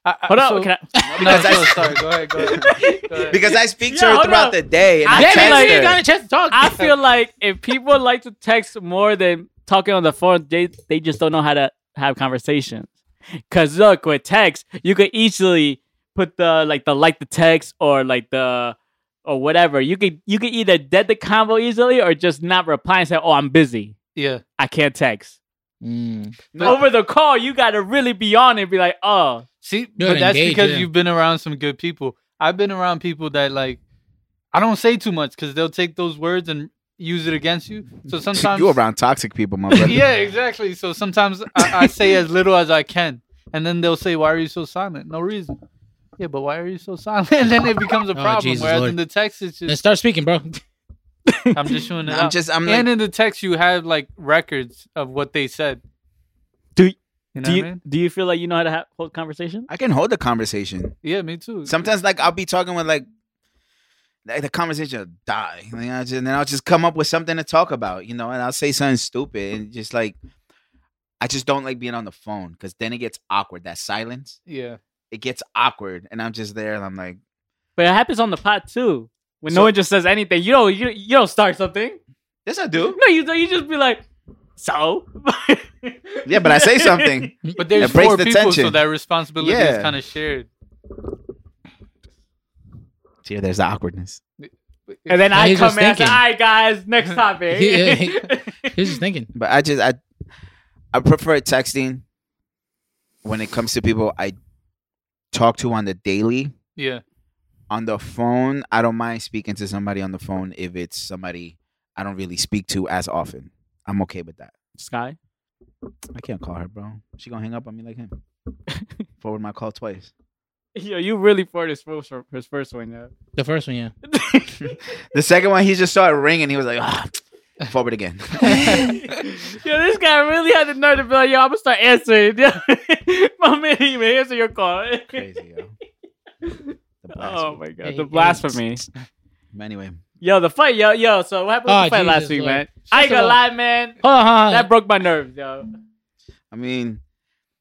[SPEAKER 3] I, I,
[SPEAKER 4] Hold up.
[SPEAKER 3] so-
[SPEAKER 4] Can I,
[SPEAKER 5] No,
[SPEAKER 3] No,
[SPEAKER 5] because
[SPEAKER 3] no,
[SPEAKER 5] I
[SPEAKER 3] sorry. Go ahead. Go ahead. Go ahead.
[SPEAKER 5] because I speak to
[SPEAKER 4] Yeah,
[SPEAKER 5] her
[SPEAKER 4] hold
[SPEAKER 5] throughout
[SPEAKER 4] up.
[SPEAKER 5] the day. And I,
[SPEAKER 4] I
[SPEAKER 2] Damn
[SPEAKER 5] text
[SPEAKER 2] it,
[SPEAKER 4] like-
[SPEAKER 2] you
[SPEAKER 5] her.
[SPEAKER 2] got a chance to talk.
[SPEAKER 4] I feel like if people like to text more than talking on the phone, they they just don't know how to have conversations. Cause look, with text, you could easily put the like the like the text or like the or whatever. You could you could either dead the convo easily or just not reply and say, "Oh, I'm busy.
[SPEAKER 3] yeah,
[SPEAKER 4] I can't text."
[SPEAKER 2] Mm.
[SPEAKER 5] No.
[SPEAKER 4] Over the call, you gotta really be on and be like, "Oh,
[SPEAKER 3] see,
[SPEAKER 2] You're
[SPEAKER 3] but that's
[SPEAKER 2] engaged,
[SPEAKER 3] because
[SPEAKER 2] yeah.
[SPEAKER 3] you've been around some good people. I've been around people that like I don't say too much because they'll take those words and use it against you.
[SPEAKER 5] <laughs>
[SPEAKER 3] So sometimes <laughs>
[SPEAKER 5] you around toxic people, my brother.
[SPEAKER 3] yeah, exactly. So sometimes I, I say as little as I can, and then they'll say, "Why are you so silent? No reason." Yeah, but why are you so silent? <laughs> And then it becomes a problem.
[SPEAKER 2] Oh, Jesus,
[SPEAKER 3] Whereas
[SPEAKER 2] Lord.
[SPEAKER 3] in the text, it's
[SPEAKER 2] Then
[SPEAKER 3] just
[SPEAKER 2] start speaking, bro.
[SPEAKER 3] I'm just shooting it
[SPEAKER 5] I'm
[SPEAKER 3] out.
[SPEAKER 5] just I'm like,
[SPEAKER 3] and in the text, you have like records of what they said.
[SPEAKER 4] Do-
[SPEAKER 3] you know
[SPEAKER 4] do
[SPEAKER 3] what
[SPEAKER 4] you
[SPEAKER 3] I mean?
[SPEAKER 4] do you feel like you know how to have, hold conversation?
[SPEAKER 5] I can hold a conversation.
[SPEAKER 3] Yeah, me too.
[SPEAKER 5] Sometimes like I'll be talking with like like the conversation will die. Like, I just, and then I'll just come up with something to talk about, you know, and I'll say something stupid and just like I just don't like being on the phone because then it gets awkward. That silence,
[SPEAKER 3] yeah,
[SPEAKER 5] it gets awkward, and I'm just there and I'm like,
[SPEAKER 4] But it happens on the pot too. When
[SPEAKER 5] So-
[SPEAKER 4] no one just says anything, you don't you, you don't start something.
[SPEAKER 5] "Yes, I do."
[SPEAKER 4] No, you don't. You just be like, so.
[SPEAKER 5] <laughs> Yeah, but I say something.
[SPEAKER 3] but there's
[SPEAKER 5] It breaks
[SPEAKER 3] four
[SPEAKER 5] the
[SPEAKER 3] people, so
[SPEAKER 5] tension.
[SPEAKER 3] that responsibility
[SPEAKER 5] Yeah.
[SPEAKER 3] is kind of shared.
[SPEAKER 5] Here, there's the awkwardness.
[SPEAKER 4] <laughs> And then
[SPEAKER 2] Now
[SPEAKER 4] I
[SPEAKER 2] he's
[SPEAKER 4] come
[SPEAKER 2] just
[SPEAKER 4] in. and I say,
[SPEAKER 2] thinking.
[SPEAKER 4] All right, guys,
[SPEAKER 2] <laughs>
[SPEAKER 4] next topic.
[SPEAKER 2] Yeah,
[SPEAKER 4] <laughs>
[SPEAKER 2] he- He's just thinking.
[SPEAKER 5] But I just I I prefer texting. When it comes to people I talk to on the daily,
[SPEAKER 3] yeah,
[SPEAKER 5] on the phone, I don't mind speaking to somebody on the phone if it's somebody I don't really speak to as often. I'm okay with that.
[SPEAKER 4] Sky.
[SPEAKER 5] I can't call her, bro. She gonna hang up on me
[SPEAKER 4] <laughs>
[SPEAKER 5] like him. Forward my call twice.
[SPEAKER 4] Yo, you really for this first his first one,
[SPEAKER 5] <laughs>
[SPEAKER 4] yo. <laughs>
[SPEAKER 2] The first one, yeah.
[SPEAKER 5] The second one, he just saw it ring and he was like, ah,
[SPEAKER 4] <laughs>
[SPEAKER 5] forward again.
[SPEAKER 4] yo, this guy really had the nerve to be like, yo, I'm gonna start answering. <laughs> my man, he may answer your call.
[SPEAKER 5] <laughs>
[SPEAKER 4] <laughs>
[SPEAKER 5] Crazy, yo. The
[SPEAKER 4] Oh
[SPEAKER 5] blast.
[SPEAKER 4] my god,
[SPEAKER 2] Hey,
[SPEAKER 4] the
[SPEAKER 2] hey.
[SPEAKER 4] blasphemy.
[SPEAKER 5] But anyway,
[SPEAKER 4] Yo, the fight, yo, yo. So what happened with
[SPEAKER 2] Oh,
[SPEAKER 4] the fight
[SPEAKER 2] Jesus
[SPEAKER 4] last week,
[SPEAKER 2] Lord.
[SPEAKER 4] man? I ain't
[SPEAKER 2] Shut
[SPEAKER 4] gonna
[SPEAKER 2] up.
[SPEAKER 4] lie, man.
[SPEAKER 2] Hold on, hold on.
[SPEAKER 4] That broke my nerves, yo.
[SPEAKER 5] I mean,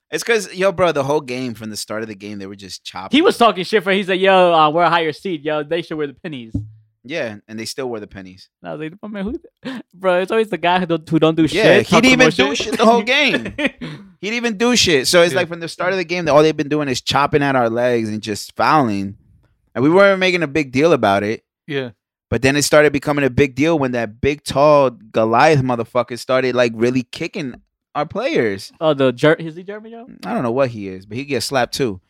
[SPEAKER 5] it's because yo, bro, the whole game from the start of the game, they were just chopping.
[SPEAKER 4] He was talking shit for. He's like, yo, uh, we're a higher seed, yo. They should wear the pennies. And
[SPEAKER 5] yeah, and they still wore the pennies.
[SPEAKER 4] I was like, my man, who? Bro, it's always the <laughs> guy who don't, who don't do shit.
[SPEAKER 5] Yeah, he
[SPEAKER 4] talk
[SPEAKER 5] didn't even
[SPEAKER 4] too
[SPEAKER 5] do
[SPEAKER 4] much
[SPEAKER 5] shit the whole game. He didn't even do shit. So it's
[SPEAKER 3] Yeah.
[SPEAKER 5] like from the start of the game, that all they've been doing is chopping at our legs and just fouling, and we weren't making a big deal about it.
[SPEAKER 3] yeah, <laughs>
[SPEAKER 5] But then it started becoming a big deal when that big tall Goliath motherfucker started like really kicking our players.
[SPEAKER 4] <laughs> oh, the Ger- is he German, yo?
[SPEAKER 5] I don't know what he is, but he gets slapped too.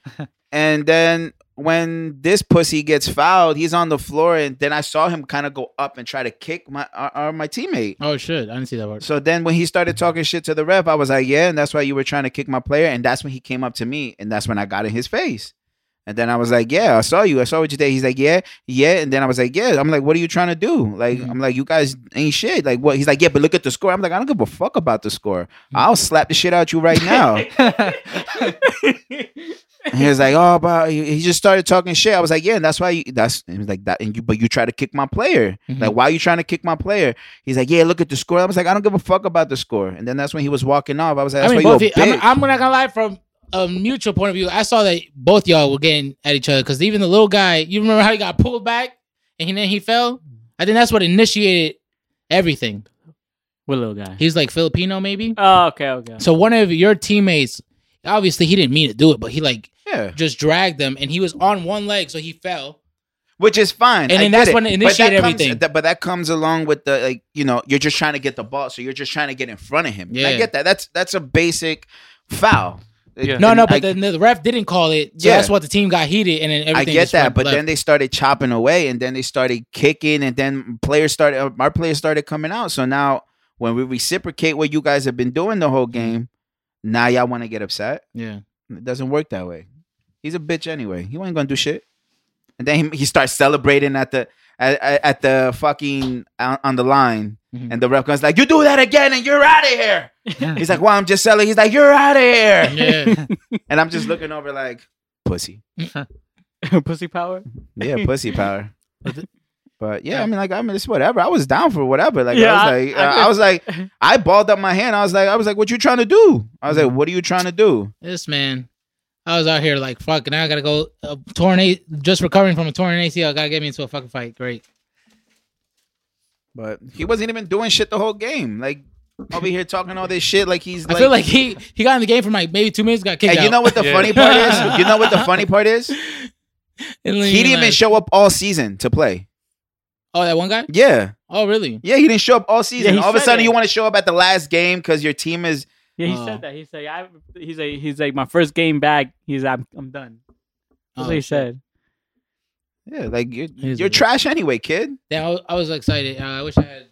[SPEAKER 5] and then when this pussy gets fouled, he's on the floor, and then I saw him kind of go up and try to kick my our, our- my teammate.
[SPEAKER 2] oh shit, I didn't see that part.
[SPEAKER 5] So then when he started talking shit to the ref, I was like, yeah, and that's why you were trying to kick my player. And that's when he came up to me, and that's when I got in his face. And then I was like, yeah, I saw you. I saw what you did. He's like, yeah, yeah. And then I was like, yeah. I'm like, what are you trying to do? Like, I'm like, you guys ain't shit. Like, what? He's like, yeah, but look at the score. I'm like, I don't give a fuck about the score. I'll slap the shit out you right now. And he was like, "Oh, but he he just started talking shit." I was like, "Yeah, and that's why you, that's." He was like that, and you, but you try to kick my player.
[SPEAKER 2] Mhm.
[SPEAKER 5] Like, why are you trying to kick my player? He's like, "Yeah, look at the score." I was like, "I don't give a fuck about the score." And then that's when he was walking off. I was
[SPEAKER 2] I
[SPEAKER 5] like, "That's
[SPEAKER 2] mean,
[SPEAKER 5] why
[SPEAKER 2] both.
[SPEAKER 5] you
[SPEAKER 2] y-
[SPEAKER 5] a bitch."
[SPEAKER 2] I'm, I'm not gonna lie. From a mutual point of view, I saw that both y'all were getting at each other because even the little guy, you remember how he got pulled back and he- then he fell. I think that's what initiated everything.
[SPEAKER 4] What little guy?
[SPEAKER 2] He's like Filipino, maybe.
[SPEAKER 4] Oh, okay,
[SPEAKER 5] <laughs>
[SPEAKER 4] okay.
[SPEAKER 2] So one of your teammates, obviously he didn't mean to do it, but he like
[SPEAKER 5] yeah,
[SPEAKER 2] just dragged them and he was on one leg, so he fell.
[SPEAKER 5] which is fine.
[SPEAKER 2] And then
[SPEAKER 5] I get
[SPEAKER 2] that's when it
[SPEAKER 5] But that
[SPEAKER 2] initiated
[SPEAKER 5] comes-
[SPEAKER 2] everything.
[SPEAKER 5] that- but that comes along with the like, you know, you're just trying to get the ball, so you're just trying to get in front of him. And I
[SPEAKER 2] Yeah.
[SPEAKER 5] get that. That's that's a basic foul.
[SPEAKER 3] Yeah.
[SPEAKER 2] No, no, but
[SPEAKER 5] I-
[SPEAKER 2] then the ref didn't call it, so
[SPEAKER 5] Yeah.
[SPEAKER 2] that's what the team got heated, and then everything.
[SPEAKER 5] I get
[SPEAKER 2] just
[SPEAKER 5] that,
[SPEAKER 2] went
[SPEAKER 5] but
[SPEAKER 2] left.
[SPEAKER 5] then they started chopping away, and then they started kicking, and then players started. uh, Our players started coming out. So now, when we reciprocate what you guys have been doing the whole game, now y'all want to get upset.
[SPEAKER 2] yeah,
[SPEAKER 5] It doesn't work that way. He's a bitch anyway. He ain't gonna do shit. And then he, he starts celebrating at the at, at at the fucking on, on the line,
[SPEAKER 2] Mhm.
[SPEAKER 5] and the ref goes like, "You do that again, and you're out of here." He's like, "Well, I'm just selling." He's like, "You're out of here,"
[SPEAKER 2] yeah.
[SPEAKER 5] and I'm just looking over like, "Pussy."
[SPEAKER 4] Pussy power.
[SPEAKER 5] <laughs> Yeah, pussy power. But yeah, I mean, like, I mean, it's whatever. I was down for whatever. Like,
[SPEAKER 4] Yeah,
[SPEAKER 5] I
[SPEAKER 4] I-
[SPEAKER 5] was like,
[SPEAKER 4] I
[SPEAKER 5] uh, I, was like, I balled up my hand. I was like, I was like, what you trying to do? I was like, what are you trying to do?
[SPEAKER 2] this man, I was out here like fuck, and I gotta go uh, torn a just recovering from a torn ACL. Gotta get me into a fucking fight. Great.
[SPEAKER 5] But he wasn't even doing shit the whole game. Like, over here talking all this shit. Like, he's like,
[SPEAKER 2] I feel like he he got in the game for like maybe two minutes, got kicked
[SPEAKER 5] and you know
[SPEAKER 2] out.
[SPEAKER 5] what the
[SPEAKER 3] Yeah.
[SPEAKER 5] funny part <laughs> is? You know what the funny part is?
[SPEAKER 2] And then
[SPEAKER 5] He
[SPEAKER 2] you're
[SPEAKER 5] didn't even
[SPEAKER 2] like,
[SPEAKER 5] show up all season to play.
[SPEAKER 2] Oh, that one guy.
[SPEAKER 5] Yeah,
[SPEAKER 2] Oh, really?
[SPEAKER 5] yeah, he didn't show up all season.
[SPEAKER 4] he
[SPEAKER 5] all of a
[SPEAKER 4] said
[SPEAKER 5] sudden,
[SPEAKER 4] it.
[SPEAKER 5] you want to show up at the last game because your team is.
[SPEAKER 4] Yeah, he
[SPEAKER 5] Uh.
[SPEAKER 2] Oh.
[SPEAKER 4] said that. He said, I, he's like, he's like, my first game back. He's, I'm, I'm done. That's
[SPEAKER 2] Oh,
[SPEAKER 4] what he
[SPEAKER 2] shit.
[SPEAKER 4] said.
[SPEAKER 5] Yeah, like you're,
[SPEAKER 2] He's
[SPEAKER 5] you're
[SPEAKER 2] a-
[SPEAKER 5] trash anyway, kid.
[SPEAKER 2] Damn, I was, I was excited. Uh, I wish I had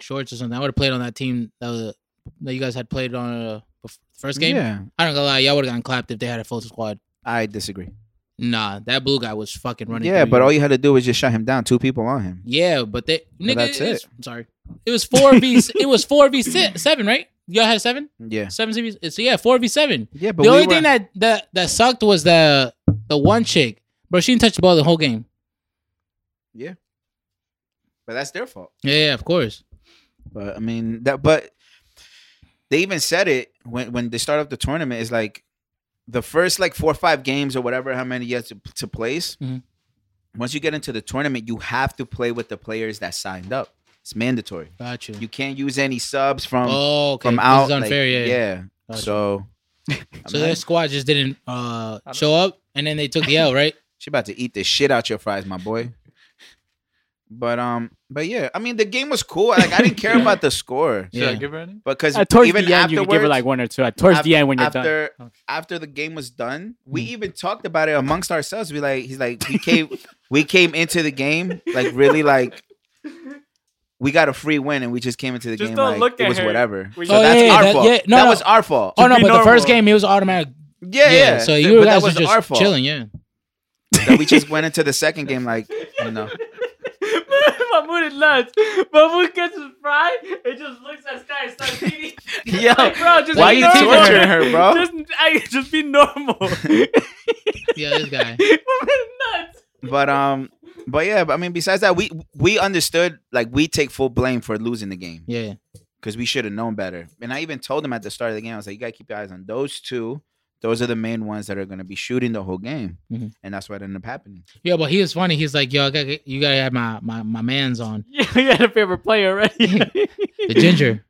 [SPEAKER 2] shorts or something, I would have played on that team that was that you guys had played on uh, bef- first game.
[SPEAKER 5] Yeah,
[SPEAKER 2] I don't gonna lie, y'all would have gotten clapped if they had a full squad.
[SPEAKER 5] I disagree.
[SPEAKER 2] Nah, that blue guy was fucking running.
[SPEAKER 5] Yeah,
[SPEAKER 2] through
[SPEAKER 5] but
[SPEAKER 2] you.
[SPEAKER 5] all you had to do was just shut him down. Two people on him.
[SPEAKER 2] yeah, but they nigga.
[SPEAKER 5] that's
[SPEAKER 2] it. is- Sorry, it was four
[SPEAKER 5] <laughs>
[SPEAKER 2] v. It was four v si- seven, right? Y'all had seven,
[SPEAKER 5] Yeah,
[SPEAKER 2] seven CVs. So yeah, four v seven.
[SPEAKER 5] yeah. But
[SPEAKER 2] The
[SPEAKER 5] we
[SPEAKER 2] only
[SPEAKER 5] were-
[SPEAKER 2] thing that, that that sucked was the the one chick, bro. She didn't touch the ball the whole game.
[SPEAKER 5] but that's their fault.
[SPEAKER 2] Yeah, yeah of course.
[SPEAKER 5] But I mean that. But they even said it when when they start up the tournament. Is like the first like four or five games or whatever, how many you have to, to place.
[SPEAKER 2] Mhm.
[SPEAKER 5] Once you get into the tournament, you have to play with the players that signed up. It's mandatory.
[SPEAKER 2] Got you.
[SPEAKER 5] You can't use any subs from
[SPEAKER 2] oh, okay.
[SPEAKER 5] from
[SPEAKER 2] this
[SPEAKER 5] out.
[SPEAKER 2] is unfair.
[SPEAKER 5] like,
[SPEAKER 2] yeah, yeah. Gotcha. <laughs>
[SPEAKER 5] So,
[SPEAKER 2] So
[SPEAKER 5] I mean,
[SPEAKER 2] their squad just didn't uh,
[SPEAKER 3] don't-
[SPEAKER 2] show up, and then they took the L,
[SPEAKER 4] <laughs>
[SPEAKER 2] right?
[SPEAKER 5] she about to eat the shit out your fries, my boy. But um, but yeah, I mean the game was cool. Like I
[SPEAKER 4] <laughs>
[SPEAKER 5] didn't care about the score
[SPEAKER 3] Should I
[SPEAKER 2] Yeah.
[SPEAKER 3] give her any?
[SPEAKER 5] because
[SPEAKER 4] Uh, towards
[SPEAKER 5] even
[SPEAKER 4] the end, you could
[SPEAKER 5] afterwards,
[SPEAKER 4] give her like one or two. Uh, Towards
[SPEAKER 5] af-
[SPEAKER 4] the end, when you're
[SPEAKER 5] <laughs>
[SPEAKER 4] done.
[SPEAKER 5] after
[SPEAKER 3] Okay.
[SPEAKER 5] after the game was done, we
[SPEAKER 2] Hmm.
[SPEAKER 5] even talked about it amongst ourselves. We like he's like we came we came into the game like really like we got a free win and we just came into the
[SPEAKER 4] Just
[SPEAKER 5] game
[SPEAKER 4] don't
[SPEAKER 5] like
[SPEAKER 4] look
[SPEAKER 5] it
[SPEAKER 4] at
[SPEAKER 5] was
[SPEAKER 4] her.
[SPEAKER 5] whatever.
[SPEAKER 4] We
[SPEAKER 5] So
[SPEAKER 2] Oh,
[SPEAKER 5] that's
[SPEAKER 2] yeah,
[SPEAKER 5] our
[SPEAKER 2] that-
[SPEAKER 5] fault.
[SPEAKER 2] yeah, no,
[SPEAKER 5] that
[SPEAKER 2] no.
[SPEAKER 5] was our fault.
[SPEAKER 2] Oh no,
[SPEAKER 4] be
[SPEAKER 2] but the first
[SPEAKER 4] normal.
[SPEAKER 2] game it was automatic.
[SPEAKER 5] Yeah,
[SPEAKER 2] Yeah.
[SPEAKER 5] yeah.
[SPEAKER 2] So
[SPEAKER 5] Th-
[SPEAKER 2] you
[SPEAKER 5] but
[SPEAKER 2] guys
[SPEAKER 5] that
[SPEAKER 2] were
[SPEAKER 5] was
[SPEAKER 2] just
[SPEAKER 5] our fault.
[SPEAKER 2] chilling. Yeah.
[SPEAKER 5] That we just went into the second game like
[SPEAKER 4] <laughs>
[SPEAKER 5] you know.
[SPEAKER 4] Mahmoud is nuts. Mahmoud gets his fry and just looks at Sky and starts eating.
[SPEAKER 5] Yo,
[SPEAKER 4] Like, bro, just
[SPEAKER 5] why
[SPEAKER 4] be
[SPEAKER 5] you
[SPEAKER 4] normal.
[SPEAKER 5] torturing her, bro?
[SPEAKER 4] <laughs> Just, I, just be
[SPEAKER 5] <laughs>
[SPEAKER 4] normal.
[SPEAKER 2] Yeah, this guy.
[SPEAKER 4] Mahmoud nuts.
[SPEAKER 5] but um but yeah but i mean besides that we we understood like we take full blame for losing the game
[SPEAKER 2] Yeah.
[SPEAKER 5] because we should have known better and i even told them at the start of the game i was like you gotta keep your eyes on those two those are the main ones that are going to be shooting the whole game
[SPEAKER 2] Mhm.
[SPEAKER 5] and that's what ended up happening
[SPEAKER 2] Yeah, but he was funny. He's like, yo, I gotta, get- you gotta have my, my my man's on
[SPEAKER 4] Yeah, you had a favorite player already.
[SPEAKER 2] the ginger.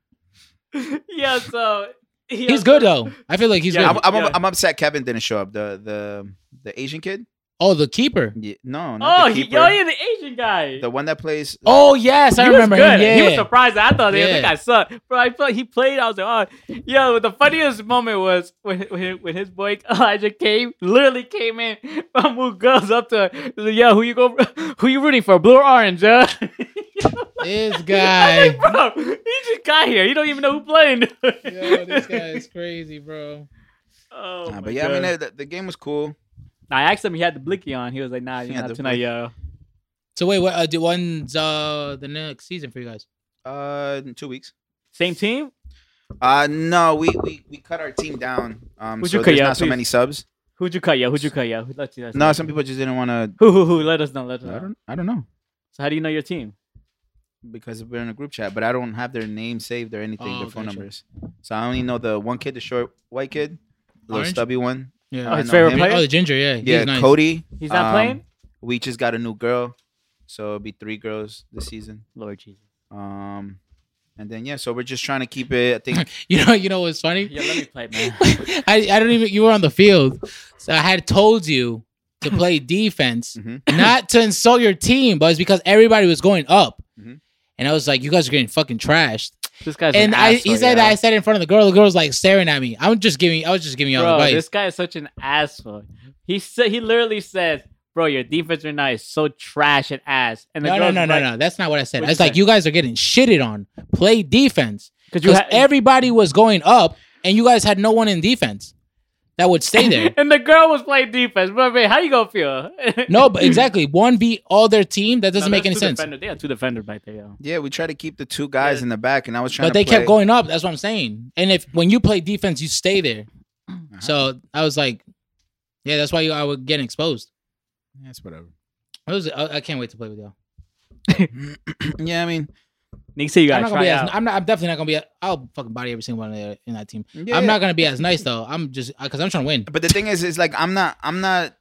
[SPEAKER 4] <laughs> yeah, so. yeah,
[SPEAKER 2] He's
[SPEAKER 4] so-
[SPEAKER 2] good though. I feel like he's
[SPEAKER 4] Yeah,
[SPEAKER 5] i'm,
[SPEAKER 2] good.
[SPEAKER 5] I'm,
[SPEAKER 4] yeah.
[SPEAKER 5] I'm upset kevin didn't show up the the the asian kid
[SPEAKER 2] Oh, the keeper.
[SPEAKER 5] yeah, no not
[SPEAKER 4] Oh,
[SPEAKER 5] the,
[SPEAKER 4] he,
[SPEAKER 5] keeper.
[SPEAKER 4] yo, yeah, the Asian guy.
[SPEAKER 5] the one that plays
[SPEAKER 2] Oh yes, I
[SPEAKER 4] he
[SPEAKER 2] remember
[SPEAKER 4] was good.
[SPEAKER 2] him. Yeah.
[SPEAKER 4] He was surprised. I thought yeah.
[SPEAKER 2] Yeah.
[SPEAKER 4] that guy sucked. Bro, I felt he played. I was like, oh, yo. The funniest moment was when when, when his boy Elijah came, literally came in. <laughs> Mamu goes up to, her, like, yo, who you go, <laughs> who you rooting for, blue or orange? Huh? <laughs>
[SPEAKER 2] <laughs> this
[SPEAKER 4] I was <laughs>
[SPEAKER 2] guy.
[SPEAKER 4] like, bro, he just got here. You don't even know who
[SPEAKER 2] <laughs>
[SPEAKER 4] playing.
[SPEAKER 2] Yo, this guy is crazy, bro.
[SPEAKER 4] <laughs> Oh,
[SPEAKER 5] Nah,
[SPEAKER 4] my
[SPEAKER 5] but yeah i
[SPEAKER 4] God.
[SPEAKER 5] mean the, the game was cool
[SPEAKER 4] I asked him. He had the blicky on. He was like, nah,
[SPEAKER 5] He
[SPEAKER 4] you're
[SPEAKER 5] had
[SPEAKER 4] not
[SPEAKER 5] the
[SPEAKER 4] tonight,
[SPEAKER 5] blicky.
[SPEAKER 4] yo.
[SPEAKER 2] So wait, what? Uh, do when's uh the next season for you guys?
[SPEAKER 5] uh in two weeks
[SPEAKER 4] Same team.
[SPEAKER 5] uh no we we, we cut our team down um
[SPEAKER 4] Would
[SPEAKER 5] so
[SPEAKER 4] you cut
[SPEAKER 5] there's
[SPEAKER 4] you out,
[SPEAKER 5] not so
[SPEAKER 4] please?
[SPEAKER 5] many subs
[SPEAKER 4] Who'd you cut, yo? Who'd you cut, yo? Let you let us
[SPEAKER 5] no
[SPEAKER 4] know.
[SPEAKER 5] some people just didn't want to
[SPEAKER 4] Who, who, who? Let us know. Let us
[SPEAKER 5] I
[SPEAKER 4] know.
[SPEAKER 5] don't, I don't know
[SPEAKER 4] So how do you know your team?
[SPEAKER 5] because we're in a group chat, but I don't have their name saved or anything,
[SPEAKER 2] Oh,
[SPEAKER 5] their phone
[SPEAKER 2] gotcha.
[SPEAKER 5] numbers. So I only know the one kid, the short white kid, little
[SPEAKER 2] Orange?
[SPEAKER 5] stubby one.
[SPEAKER 2] Yeah.
[SPEAKER 4] Oh,
[SPEAKER 5] I
[SPEAKER 4] his
[SPEAKER 5] know
[SPEAKER 4] favorite
[SPEAKER 5] him.
[SPEAKER 4] player.
[SPEAKER 2] Oh, the ginger. Yeah. he's
[SPEAKER 5] Yeah,
[SPEAKER 2] nice.
[SPEAKER 5] Cody.
[SPEAKER 4] He's not
[SPEAKER 5] Um,
[SPEAKER 4] playing.
[SPEAKER 5] We just got a new girl, so it'll be three girls this season.
[SPEAKER 4] Lord <laughs> Jesus.
[SPEAKER 5] Um, and then yeah, so we're just trying to keep it. I think
[SPEAKER 2] You know. You know what's funny?
[SPEAKER 4] Yeah, let me play,
[SPEAKER 5] <laughs>
[SPEAKER 4] man.
[SPEAKER 2] I, <laughs> I don't even. You were on the field, so I had told you
[SPEAKER 4] <laughs>
[SPEAKER 2] to play defense,
[SPEAKER 5] Mhm.
[SPEAKER 2] not to insult your team, but it's because everybody was going up,
[SPEAKER 4] Mm-hmm.
[SPEAKER 5] Mhm.
[SPEAKER 2] and I was like, "You guys are getting fucking trashed."
[SPEAKER 4] This guy's
[SPEAKER 2] and
[SPEAKER 4] an
[SPEAKER 2] I,
[SPEAKER 4] asshole,
[SPEAKER 2] he said,
[SPEAKER 4] yo.
[SPEAKER 2] that I said it in front of the girl. The girl was like staring at me. I'm just giving. I was just giving y'all
[SPEAKER 4] bro,
[SPEAKER 2] advice.
[SPEAKER 4] this guy is such an asshole. He said he literally says, "Bro, your defense right now is so trash and ass." And the
[SPEAKER 2] No, no, no, no, no. That's not what I said. I
[SPEAKER 4] What'd
[SPEAKER 2] was
[SPEAKER 4] you
[SPEAKER 2] like,
[SPEAKER 4] say?
[SPEAKER 2] "You guys are getting shitted on. Play defense."
[SPEAKER 4] because you
[SPEAKER 2] Because
[SPEAKER 4] ha-
[SPEAKER 2] everybody was going up, and you guys had no one in defense that would stay
[SPEAKER 4] <laughs>
[SPEAKER 2] there.
[SPEAKER 4] and the girl was playing defense. Bro, wait, how you gonna feel? <laughs>
[SPEAKER 2] no, but exactly one beat all their team. That doesn't
[SPEAKER 4] No,
[SPEAKER 2] make
[SPEAKER 4] there's
[SPEAKER 2] any
[SPEAKER 4] two
[SPEAKER 2] sense.
[SPEAKER 4] defenders. They had two defenders right there. Yo.
[SPEAKER 5] yeah, we try to keep the two guys in the back, and I was trying.
[SPEAKER 2] but
[SPEAKER 5] to
[SPEAKER 2] they
[SPEAKER 5] play-
[SPEAKER 2] kept going up. That's what I'm saying. And if when you play defense, you stay there. So I was like, yeah, that's why you, I would get exposed.
[SPEAKER 5] That's whatever.
[SPEAKER 2] It was, I, I can't wait to play with y'all.
[SPEAKER 5] yeah, I mean,
[SPEAKER 4] Nick said you
[SPEAKER 2] I'm
[SPEAKER 4] gotta
[SPEAKER 2] not gonna
[SPEAKER 4] try
[SPEAKER 2] be as,
[SPEAKER 4] out.
[SPEAKER 2] I'm not. I'm definitely not gonna be. I'll fucking body every single one in in that team.
[SPEAKER 5] yeah.
[SPEAKER 2] I'm not gonna be as nice though. I'm just because I'm trying to win.
[SPEAKER 5] But the thing is, it's like I'm not, I'm not,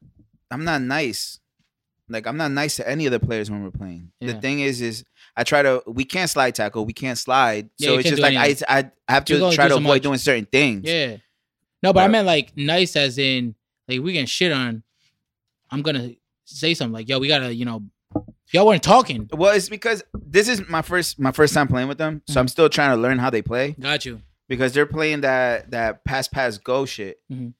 [SPEAKER 5] I'm not nice. Like I'm not nice to any of the players when we're playing.
[SPEAKER 2] Yeah.
[SPEAKER 5] The thing is, is I try to. We can't slide tackle. We can't slide.
[SPEAKER 2] Yeah,
[SPEAKER 5] so
[SPEAKER 2] you
[SPEAKER 5] it's
[SPEAKER 2] can't
[SPEAKER 5] just
[SPEAKER 2] do
[SPEAKER 5] like I, I, I have
[SPEAKER 2] You
[SPEAKER 5] to
[SPEAKER 2] gonna
[SPEAKER 5] try
[SPEAKER 2] do
[SPEAKER 5] to
[SPEAKER 2] so
[SPEAKER 5] avoid
[SPEAKER 2] much.
[SPEAKER 5] doing certain things.
[SPEAKER 2] Yeah. No, but I
[SPEAKER 5] But-
[SPEAKER 2] meant like nice as in like we can shit on. I'm gonna say something like, yo, we gotta, you know, y'all weren't talking.
[SPEAKER 5] Well, it's because this is my first, my first time playing with them.
[SPEAKER 2] Mm-hmm.
[SPEAKER 5] So I'm still trying to learn how they play
[SPEAKER 2] Got you.
[SPEAKER 5] because they're playing that that pass, pass, go shit.
[SPEAKER 2] Mhm.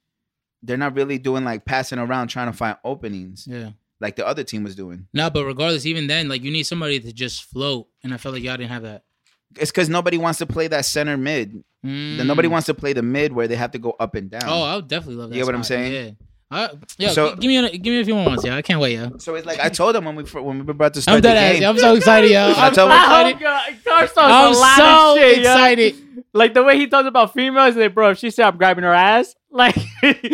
[SPEAKER 5] They're not really doing like passing around trying to find openings
[SPEAKER 2] Yeah.
[SPEAKER 5] like the other team was doing.
[SPEAKER 2] No, but regardless, even then, like you need somebody to just float, and I felt like y'all didn't have that.
[SPEAKER 5] It's because nobody wants to play that center mid. Then Nobody wants to play the mid where they have to go up and down.
[SPEAKER 2] Mm. Oh, I would definitely love that.
[SPEAKER 5] You get what I'm
[SPEAKER 2] spot.
[SPEAKER 5] saying?
[SPEAKER 2] Yeah. Uh, yo,
[SPEAKER 5] So-
[SPEAKER 2] gi- give me a, give me a few more ones, yeah. I can't wait, yo.
[SPEAKER 5] So it's like I told them when we fir- when we were about to start
[SPEAKER 2] I'm
[SPEAKER 5] the
[SPEAKER 2] dead ass.
[SPEAKER 5] game.
[SPEAKER 2] yo. I'm so excited,
[SPEAKER 4] <laughs>
[SPEAKER 2] yo.
[SPEAKER 5] <laughs>
[SPEAKER 2] I'm
[SPEAKER 5] That's
[SPEAKER 2] so
[SPEAKER 5] how we-
[SPEAKER 4] I hope
[SPEAKER 2] excited.
[SPEAKER 4] Oh, God, Carsto's
[SPEAKER 2] I'm
[SPEAKER 4] a lot
[SPEAKER 2] so
[SPEAKER 4] of shit, yo.
[SPEAKER 2] excited,
[SPEAKER 4] Like the way he talks about females, like, bro, if she said I'm grabbing her ass, <laughs> like,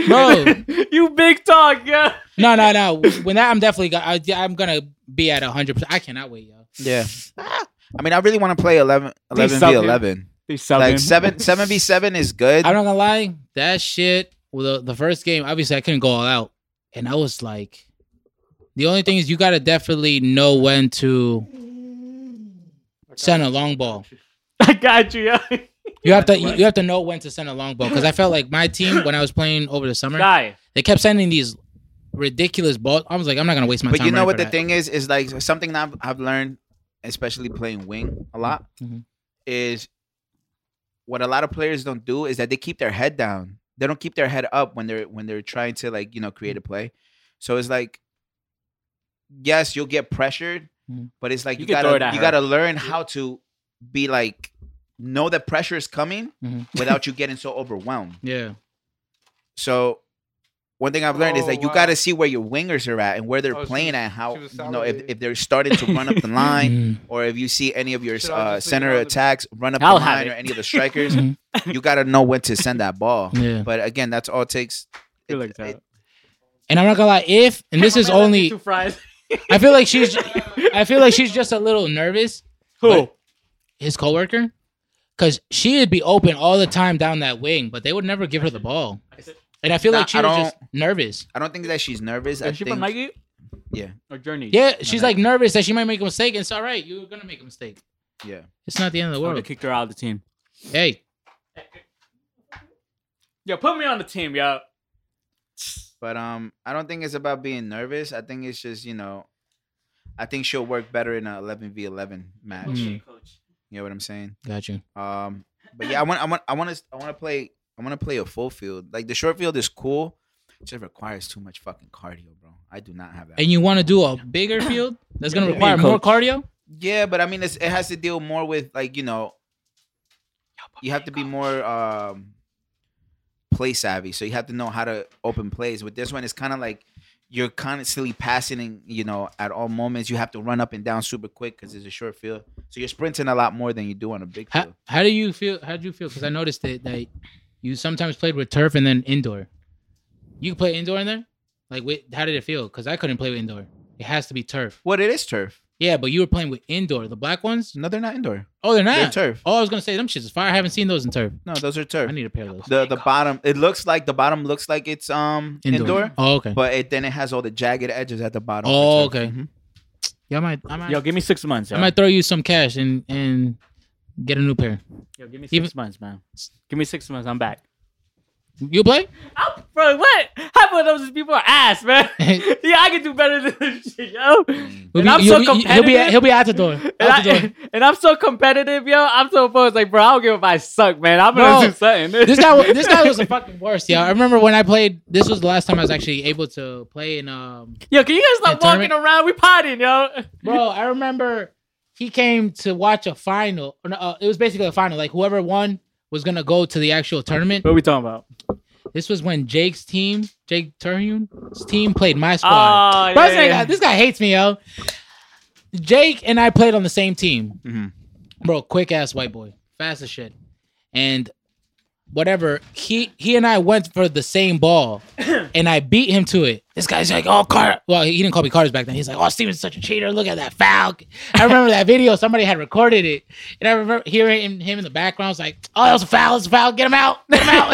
[SPEAKER 2] bro.
[SPEAKER 4] <laughs> you big talk, yo.
[SPEAKER 2] No, no, no. When that, I'm definitely. Go- I, I'm gonna be at 100. percent I cannot wait, yo.
[SPEAKER 5] Yeah. I mean, I really want to play 11, 11 v
[SPEAKER 4] suck it.
[SPEAKER 5] 11.
[SPEAKER 4] He's
[SPEAKER 5] Like
[SPEAKER 4] <laughs>
[SPEAKER 5] 7 7 v 7 is good.
[SPEAKER 2] I'm not gonna lie. That shit. Well, the, the first game, obviously, I couldn't go all out, and I was like, the only thing is you gotta definitely know when to send a long ball.
[SPEAKER 4] I got you, yo.
[SPEAKER 2] You have to you have to know when to send a long ball because I felt like my team when I was playing over the summer,
[SPEAKER 4] Guy.
[SPEAKER 2] they kept sending these ridiculous balls. I was like, I'm not gonna waste my
[SPEAKER 5] But
[SPEAKER 2] time.
[SPEAKER 5] you know
[SPEAKER 2] running
[SPEAKER 5] what
[SPEAKER 2] for
[SPEAKER 5] the
[SPEAKER 2] that.
[SPEAKER 5] thing is is like something that I've, I've learned, especially playing wing a lot,
[SPEAKER 4] Mm-hmm.
[SPEAKER 2] Mhm.
[SPEAKER 5] is what a lot of players don't do is that they keep their head down. They don't keep their head up when they're when they're trying to like you know create a
[SPEAKER 4] Mm-hmm.
[SPEAKER 5] play. So it's like, yes, you'll get pressured,
[SPEAKER 2] Mhm.
[SPEAKER 5] but it's like
[SPEAKER 4] Mm-hmm. You
[SPEAKER 5] you,
[SPEAKER 4] can throw it
[SPEAKER 5] gotta
[SPEAKER 4] at
[SPEAKER 5] you
[SPEAKER 4] her.
[SPEAKER 5] gotta learn how to be like know that pressure is coming
[SPEAKER 2] Mhm.
[SPEAKER 5] without you getting so overwhelmed.
[SPEAKER 2] Yeah,
[SPEAKER 5] So one thing I've learned is
[SPEAKER 3] Oh,
[SPEAKER 5] that you
[SPEAKER 3] wow.
[SPEAKER 5] got to see where your wingers are at and where they're
[SPEAKER 3] Oh, she
[SPEAKER 5] playing
[SPEAKER 3] was-
[SPEAKER 5] at, how
[SPEAKER 3] she was
[SPEAKER 5] you know if,
[SPEAKER 3] salivating.
[SPEAKER 5] if they're starting to run up the
[SPEAKER 4] <laughs>
[SPEAKER 5] line
[SPEAKER 2] Mm.
[SPEAKER 5] or if you see any of your
[SPEAKER 3] Should I
[SPEAKER 5] uh,
[SPEAKER 3] just leave it
[SPEAKER 5] center
[SPEAKER 3] on the-
[SPEAKER 5] attacks run up
[SPEAKER 4] I'll
[SPEAKER 5] the
[SPEAKER 4] have
[SPEAKER 5] line
[SPEAKER 4] it.
[SPEAKER 5] or any of the
[SPEAKER 4] <laughs>
[SPEAKER 5] strikers.
[SPEAKER 2] Mhm.
[SPEAKER 5] you got to know when to send that ball.
[SPEAKER 2] yeah.
[SPEAKER 5] But again, that's all it takes.
[SPEAKER 4] He
[SPEAKER 5] It-
[SPEAKER 4] looks
[SPEAKER 5] it-
[SPEAKER 4] out.
[SPEAKER 2] And I'm not gonna lie. If and this is
[SPEAKER 4] My man left me
[SPEAKER 2] only,
[SPEAKER 4] two
[SPEAKER 5] <laughs>
[SPEAKER 4] fries.
[SPEAKER 2] I feel like she's, I feel like she's just a little nervous.
[SPEAKER 4] <laughs> Who?
[SPEAKER 2] his coworker, because she would be open all the time down that wing, but they would never give her the ball. And I feel
[SPEAKER 5] Nah,
[SPEAKER 2] like she
[SPEAKER 5] I
[SPEAKER 2] was
[SPEAKER 5] don't-
[SPEAKER 2] just nervous.
[SPEAKER 5] I don't think that she's nervous. I
[SPEAKER 4] Is she
[SPEAKER 5] think
[SPEAKER 4] from Nike?
[SPEAKER 5] Yeah.
[SPEAKER 4] Or Journey?
[SPEAKER 2] Yeah, she's
[SPEAKER 5] that-
[SPEAKER 2] like nervous that she might make a mistake. And it's all right. You're gonna make a mistake.
[SPEAKER 5] yeah.
[SPEAKER 2] It's not the end of the
[SPEAKER 4] Or they
[SPEAKER 2] world.
[SPEAKER 4] kicked her out of the team.
[SPEAKER 2] Hey,
[SPEAKER 4] Yo, put me on the team, yo.
[SPEAKER 5] But um, I don't think it's about being nervous. I think it's just you know, I think she'll work better in a eleven v eleven match.
[SPEAKER 2] Mm.
[SPEAKER 5] You know what I'm saying?
[SPEAKER 2] got you.
[SPEAKER 5] Um, but yeah, I want, I want, I want to, I want to play, I want to play a full field. Like the short field is cool, it just requires too much fucking cardio, bro. I do not have that.
[SPEAKER 2] And you want to do a bigger field that's gonna
[SPEAKER 4] Yeah.
[SPEAKER 2] require more cardio.
[SPEAKER 5] yeah, but I mean, it's, it has to deal more with like you know, you have to be more um play savvy. So you have to know how to open plays. With this one, it's kind of like you're constantly passing, and you know, at all moments. You have to run up and down super quick because it's a short field. So you're sprinting a lot more than you do on a big
[SPEAKER 2] How,
[SPEAKER 5] field.
[SPEAKER 2] how do you feel? How do you feel? Because I noticed that, that you sometimes played with turf and then indoor. You could play indoor in there. Like, wait, how did it feel? Because I couldn't play with indoor. It has to be turf.
[SPEAKER 5] What it is turf?
[SPEAKER 2] Yeah, but you were playing with indoor. The black ones?
[SPEAKER 5] No, they're not indoor.
[SPEAKER 2] Oh, they're not.
[SPEAKER 5] They're turf.
[SPEAKER 2] Oh, I was gonna say them shits is fire. I haven't seen those in turf.
[SPEAKER 5] No, those are turf.
[SPEAKER 2] I need a pair of those.
[SPEAKER 5] the the bottom it looks like the bottom looks like it's um indoor,
[SPEAKER 2] Oh, okay.
[SPEAKER 5] but it then it has all the jagged edges at the bottom
[SPEAKER 2] Oh,
[SPEAKER 5] It's like-
[SPEAKER 2] okay.
[SPEAKER 5] Mhm.
[SPEAKER 2] yeah, I might, I might,
[SPEAKER 4] Yo, give me six months. Yo,
[SPEAKER 2] I might throw you some cash and and get a new pair.
[SPEAKER 4] yo give me six
[SPEAKER 2] Even-
[SPEAKER 4] months, man. Give me six months. I'm back.
[SPEAKER 2] You play?
[SPEAKER 4] I'm, bro, what? Half of those people are
[SPEAKER 2] <laughs>
[SPEAKER 4] ass, man. <laughs> yeah, I can do better than this shit, yo.
[SPEAKER 2] We'll
[SPEAKER 4] and I'm
[SPEAKER 2] Mm. you'll
[SPEAKER 4] so competitive.
[SPEAKER 2] he'll be he'll be out the door. Out the
[SPEAKER 4] and, <laughs>
[SPEAKER 2] door.
[SPEAKER 4] I, and I'm so competitive, yo. I'm so focused. Like, bro, I don't give if I suck, man. I'm
[SPEAKER 2] Bro,
[SPEAKER 4] gonna do something.
[SPEAKER 2] this guy, wa- this guy was the fucking worst, yeah. I remember when I played. This was the last time I was actually able to play in. Um,
[SPEAKER 4] <laughs> Yo, can you guys stop
[SPEAKER 2] Yeah,
[SPEAKER 4] walking
[SPEAKER 2] tournament-
[SPEAKER 4] around? We potting, yo.
[SPEAKER 2] bro, I remember he came to watch a final. or no, Uh, it was basically a final. Like whoever won was gonna go to the actual tournament.
[SPEAKER 4] What are we talking about?
[SPEAKER 3] <laughs>
[SPEAKER 2] This was when Jake's team, Jake Terhun's team, played my
[SPEAKER 4] Oh,
[SPEAKER 2] squad. Bro,
[SPEAKER 4] yeah,
[SPEAKER 2] this, nigga-
[SPEAKER 4] yeah.
[SPEAKER 2] this guy hates me, yo. Jake and I played on the same team.
[SPEAKER 4] Mm-hmm.
[SPEAKER 5] Mhm.
[SPEAKER 2] Bro, quick ass white boy, fast as shit, and whatever. He he and I went for the same
[SPEAKER 4] <coughs>
[SPEAKER 2] ball, and I beat him to it. This guy's like, "Oh, Car." Well, he didn't call me Carter's back then. He's like, "Oh, Steven's such a cheater. Look at that foul." I remember that video. Somebody had recorded it, and I remember hearing him in the background. I was like, "Oh, that was a foul. That's a foul. Get him out. <laughs> Get him
[SPEAKER 4] <laughs>
[SPEAKER 2] out."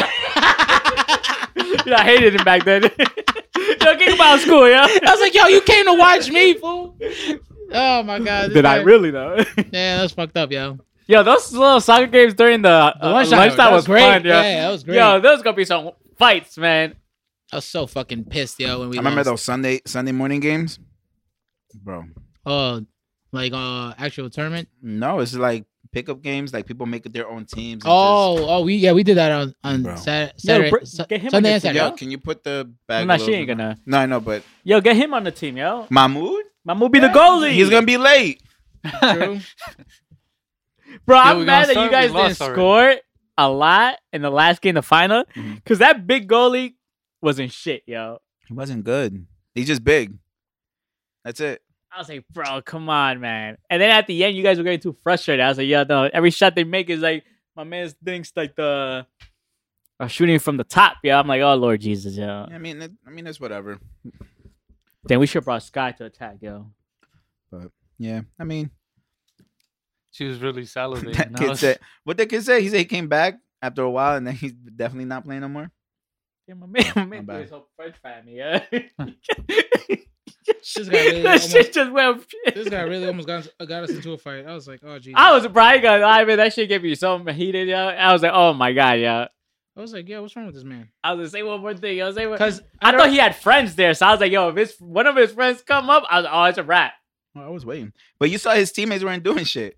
[SPEAKER 4] Dude, I hated him back then. <laughs> yo, kick him out of school, yo.
[SPEAKER 2] I was like, yo, you came to watch me, fool. Oh my god. this
[SPEAKER 4] Did I
[SPEAKER 2] guy-
[SPEAKER 4] really though?
[SPEAKER 2] Yeah, that's fucked up, yo.
[SPEAKER 4] yo, those little soccer games during the, uh,
[SPEAKER 2] The
[SPEAKER 4] lunchtime,
[SPEAKER 2] hour, that
[SPEAKER 4] was,
[SPEAKER 2] great.
[SPEAKER 4] fun, yo.
[SPEAKER 2] Yeah, that was great.
[SPEAKER 4] Yo, those gonna be some fights, man.
[SPEAKER 2] I was so fucking pissed, yo, when we
[SPEAKER 5] i remember
[SPEAKER 2] lost.
[SPEAKER 5] those sunday sunday morning games bro
[SPEAKER 2] uh like uh actual tournament.
[SPEAKER 5] no it's like pickup games like people make their own teams and
[SPEAKER 2] Oh, oh we yeah, we did that on
[SPEAKER 5] Bro.
[SPEAKER 2] on Saturday,
[SPEAKER 4] Yo,
[SPEAKER 2] Saturday
[SPEAKER 4] bro,
[SPEAKER 2] Su-
[SPEAKER 4] get him on
[SPEAKER 2] Sunday and
[SPEAKER 4] your
[SPEAKER 5] just,
[SPEAKER 2] Saturday.
[SPEAKER 5] yo
[SPEAKER 2] huh?
[SPEAKER 5] can you put the bag
[SPEAKER 4] Nah,
[SPEAKER 5] of
[SPEAKER 4] she
[SPEAKER 5] those-
[SPEAKER 4] ain't gonna.
[SPEAKER 5] no i know but
[SPEAKER 4] Yo, get him on the team, yo.
[SPEAKER 5] mahmoud
[SPEAKER 4] Mamu be the goalie.
[SPEAKER 5] <laughs> he's gonna be late
[SPEAKER 2] True.
[SPEAKER 4] Bro,
[SPEAKER 3] Yeah,
[SPEAKER 4] I'm mad
[SPEAKER 3] we're gonna
[SPEAKER 4] that
[SPEAKER 3] start.
[SPEAKER 4] you
[SPEAKER 3] We
[SPEAKER 4] guys didn't
[SPEAKER 3] lost already. Mm-hmm.
[SPEAKER 4] score a lot in the last game, the final,
[SPEAKER 5] Mhm.
[SPEAKER 4] because that big goalie wasn't shit, yo.
[SPEAKER 5] He wasn't good. He's just big. That's it.
[SPEAKER 4] I was like, bro, come on, man. And then at the end, you guys were getting too frustrated. I was like, yeah, no. Every shot they make is like my man thinks like the are shooting from the top. Yeah, I'm like, oh Lord Jesus, yo.
[SPEAKER 5] I mean, it- I mean, it's whatever.
[SPEAKER 4] Then we should have brought Sky to attack, yo.
[SPEAKER 5] Yeah, I mean, <laughs>
[SPEAKER 3] She was really salivating.
[SPEAKER 5] that
[SPEAKER 3] I
[SPEAKER 5] kid
[SPEAKER 3] was-
[SPEAKER 5] said what that kid said. He said he came back after a while, and then he's definitely not playing no more.
[SPEAKER 4] Yeah, my man, <laughs> my man
[SPEAKER 5] bad.
[SPEAKER 4] threw his whole French family, yeah.
[SPEAKER 2] <laughs> This guy really
[SPEAKER 4] <laughs> that shit
[SPEAKER 2] almost-
[SPEAKER 4] <laughs> just went.
[SPEAKER 2] This guy really almost got, got us into a fight. I was like, oh, geez.
[SPEAKER 4] I was probably gonna lie, man. That shit gave me so heated, yo. I was like, oh my god, yo.
[SPEAKER 2] I was like, yeah, what's wrong with this man?
[SPEAKER 4] I was gonna say one more thing. I was say one.
[SPEAKER 2] Because
[SPEAKER 4] I thought he had friends there, so I was like, yo, if his one of his friends come up, I was like, oh, it's a wrap.
[SPEAKER 5] Well, I was waiting, but you saw his teammates weren't doing shit.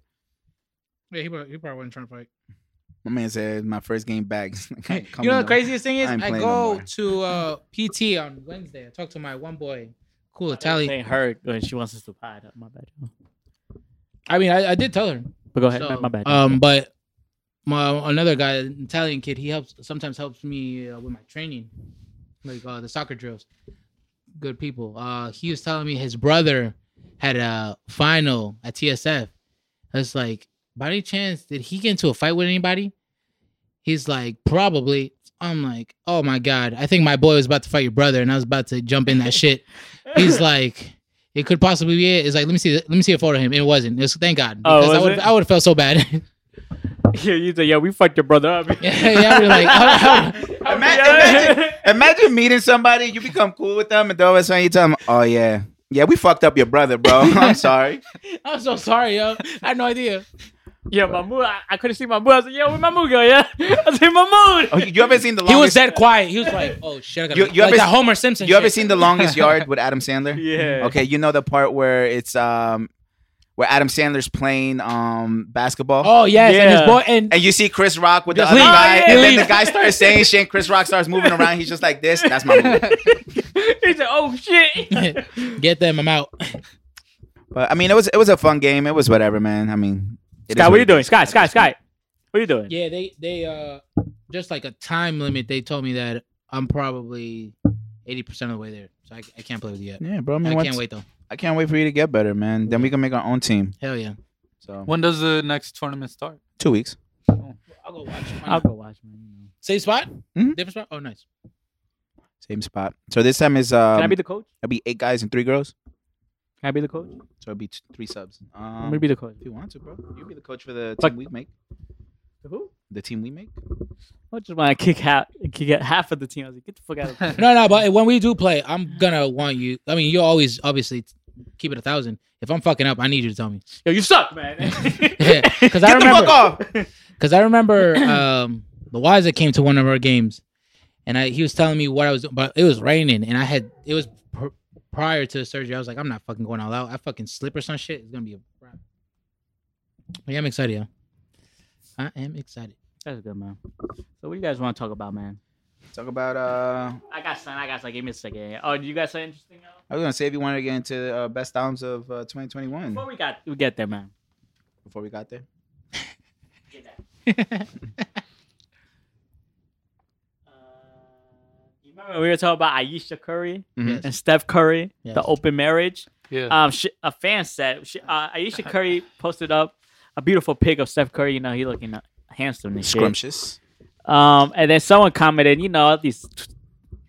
[SPEAKER 2] yeah, he probably, he probably wasn't trying to fight.
[SPEAKER 5] My man said my first game back. <laughs> I can't come
[SPEAKER 2] you know
[SPEAKER 5] no-
[SPEAKER 2] the craziest thing is
[SPEAKER 5] I ain't
[SPEAKER 2] I,
[SPEAKER 5] playing no
[SPEAKER 2] go
[SPEAKER 5] more.
[SPEAKER 2] to uh, PT on Wednesday. I talk to my one boy, cool Italian.
[SPEAKER 4] Saying her when she wants us to pie. That- My bad.
[SPEAKER 2] I mean, I, I did tell her.
[SPEAKER 4] But go ahead.
[SPEAKER 2] So,
[SPEAKER 4] my- my bad.
[SPEAKER 2] Um, but my another guy, an Italian kid, he helps sometimes helps me uh, with my training, like uh, the soccer drills. Good people. Uh, he was telling me his brother had a final at TSF. I was like, by any chance, did he get into a fight with anybody? He's like, probably. I'm like, oh my god, I think my boy was about to fight your brother, and I was about to jump in that shit.
[SPEAKER 4] <laughs>
[SPEAKER 2] He's like, it could possibly be it. It's like, let me see, let me see a photo of him. It wasn't. It was, thank God,
[SPEAKER 4] Oh,
[SPEAKER 2] because I
[SPEAKER 4] was
[SPEAKER 2] would,
[SPEAKER 4] it?
[SPEAKER 2] I would have felt so bad.
[SPEAKER 4] <laughs>
[SPEAKER 2] <laughs>
[SPEAKER 4] yeah, you say, yo, we fucked your brother up.
[SPEAKER 2] Yeah,
[SPEAKER 4] <laughs>
[SPEAKER 2] <laughs> yeah, I would've like- "Oh, I
[SPEAKER 5] Imagine- Imagine meeting somebody, you become cool with them, and all of a sudden you tell them, "Oh yeah, yeah, we fucked up your brother, bro. <laughs> I'm sorry."
[SPEAKER 2] oh, I'm so sorry, yo. I had no idea.
[SPEAKER 4] Yeah, Mahmood, I, I couldn't see Mahmood. I was like, yo, <laughs> where Mahmood go? Yeah, I was like, Mahmood.
[SPEAKER 5] Oh, you, you ever seen the
[SPEAKER 2] <laughs> He was
[SPEAKER 5] longest?
[SPEAKER 2] that quiet. He was
[SPEAKER 4] <laughs>
[SPEAKER 2] like, "Oh shit, I got
[SPEAKER 5] You-
[SPEAKER 2] like
[SPEAKER 5] you ever
[SPEAKER 2] that
[SPEAKER 5] s-
[SPEAKER 2] Homer Simpson."
[SPEAKER 5] you ever
[SPEAKER 2] shit.
[SPEAKER 5] seen
[SPEAKER 2] <laughs>
[SPEAKER 5] the longest yard with Adam Sandler?
[SPEAKER 4] Yeah.
[SPEAKER 5] Okay, you know the part where it's um where Adam Sandler's playing um basketball.
[SPEAKER 2] Oh yes, and his
[SPEAKER 4] Yeah.
[SPEAKER 2] boy and
[SPEAKER 5] And you see Chris Rock with the
[SPEAKER 2] Just
[SPEAKER 5] other
[SPEAKER 2] leave.
[SPEAKER 5] guy,
[SPEAKER 4] Oh, yeah,
[SPEAKER 5] and then
[SPEAKER 2] leave.
[SPEAKER 5] the guy starts saying shit. And Chris Rock starts moving around. He's just like this. That's my move.
[SPEAKER 4] he said, oh <laughs> shit.
[SPEAKER 2] get them. I'm out.
[SPEAKER 5] But I mean, it was it was a fun game. It was whatever, man. I mean, it
[SPEAKER 4] Sky,
[SPEAKER 5] is
[SPEAKER 4] what are you
[SPEAKER 5] it
[SPEAKER 4] doing?
[SPEAKER 5] is.
[SPEAKER 4] Sky, Sky, Sky. What are you doing?
[SPEAKER 2] Yeah, they they uh just like a time limit. They told me that I'm probably eighty percent of the way there, so I, I can't play with you yet.
[SPEAKER 5] Yeah, bro. I mean,
[SPEAKER 2] I
[SPEAKER 5] once-
[SPEAKER 2] can't wait though.
[SPEAKER 5] I can't wait for you to get better, man. Then we can make our own team.
[SPEAKER 2] Hell yeah,
[SPEAKER 5] So
[SPEAKER 3] When does the next tournament start?
[SPEAKER 5] two weeks.
[SPEAKER 2] I'll go watch.
[SPEAKER 4] I'll go watch, man.
[SPEAKER 2] Same spot,
[SPEAKER 5] Mhm.
[SPEAKER 2] different spot. Oh, nice.
[SPEAKER 5] Same spot. So this time is um,
[SPEAKER 4] Can I be the coach?
[SPEAKER 5] it'll be eight guys and three girls.
[SPEAKER 4] Can I be the coach?
[SPEAKER 5] So it'll be t- three subs. Um,
[SPEAKER 4] I'm gonna be the coach.
[SPEAKER 5] if you want to, bro, you be the coach for the
[SPEAKER 4] Fuck.
[SPEAKER 5] team we make.
[SPEAKER 4] Who?
[SPEAKER 5] The team we make.
[SPEAKER 4] I just want to kick half, kick out half of the team. I was like, get the fuck out <laughs> of here.
[SPEAKER 2] No, no, but when we do play, I'm gonna want you. I mean, you always obviously keep it a thousand. If I'm fucking up, I need you to tell me.
[SPEAKER 4] Yo, you suck, <laughs> man.
[SPEAKER 2] Because I
[SPEAKER 5] Get the
[SPEAKER 2] remember,
[SPEAKER 5] fuck off.
[SPEAKER 2] <laughs> Because I remember um, the Wiser came to one of our games, and I, he was telling me what I was, but it was raining, and I had it was pr- prior to the surgery. I was like, I'm not fucking going all out. I fucking slip or some shit. It's gonna be a wrap. But yeah, I'm excited. Yo. I am excited.
[SPEAKER 4] That's good, man. So, what do you guys want to talk about, man?
[SPEAKER 5] Talk about uh,
[SPEAKER 4] I got something. I got something. Give me a second. Oh, do you guys something interesting? Else?
[SPEAKER 5] I was gonna say if you wanted to get into uh, best times of uh, 2021
[SPEAKER 4] Before we got, we get there, man.
[SPEAKER 5] before we got there.
[SPEAKER 4] Get that. Uh, you remember we were talking about Aisha Curry
[SPEAKER 5] Mhm.
[SPEAKER 3] Mm-hmm.
[SPEAKER 4] and Steph Curry,
[SPEAKER 2] Yes.
[SPEAKER 4] the open marriage?
[SPEAKER 3] Yeah.
[SPEAKER 5] <laughs>
[SPEAKER 4] um, sh a fan said she, uh, Aisha Curry posted up a beautiful pic of Steph Curry. You know, he looking uh, handsome and shit.
[SPEAKER 5] Scrumptious.
[SPEAKER 4] Um, and then someone commented, you know, these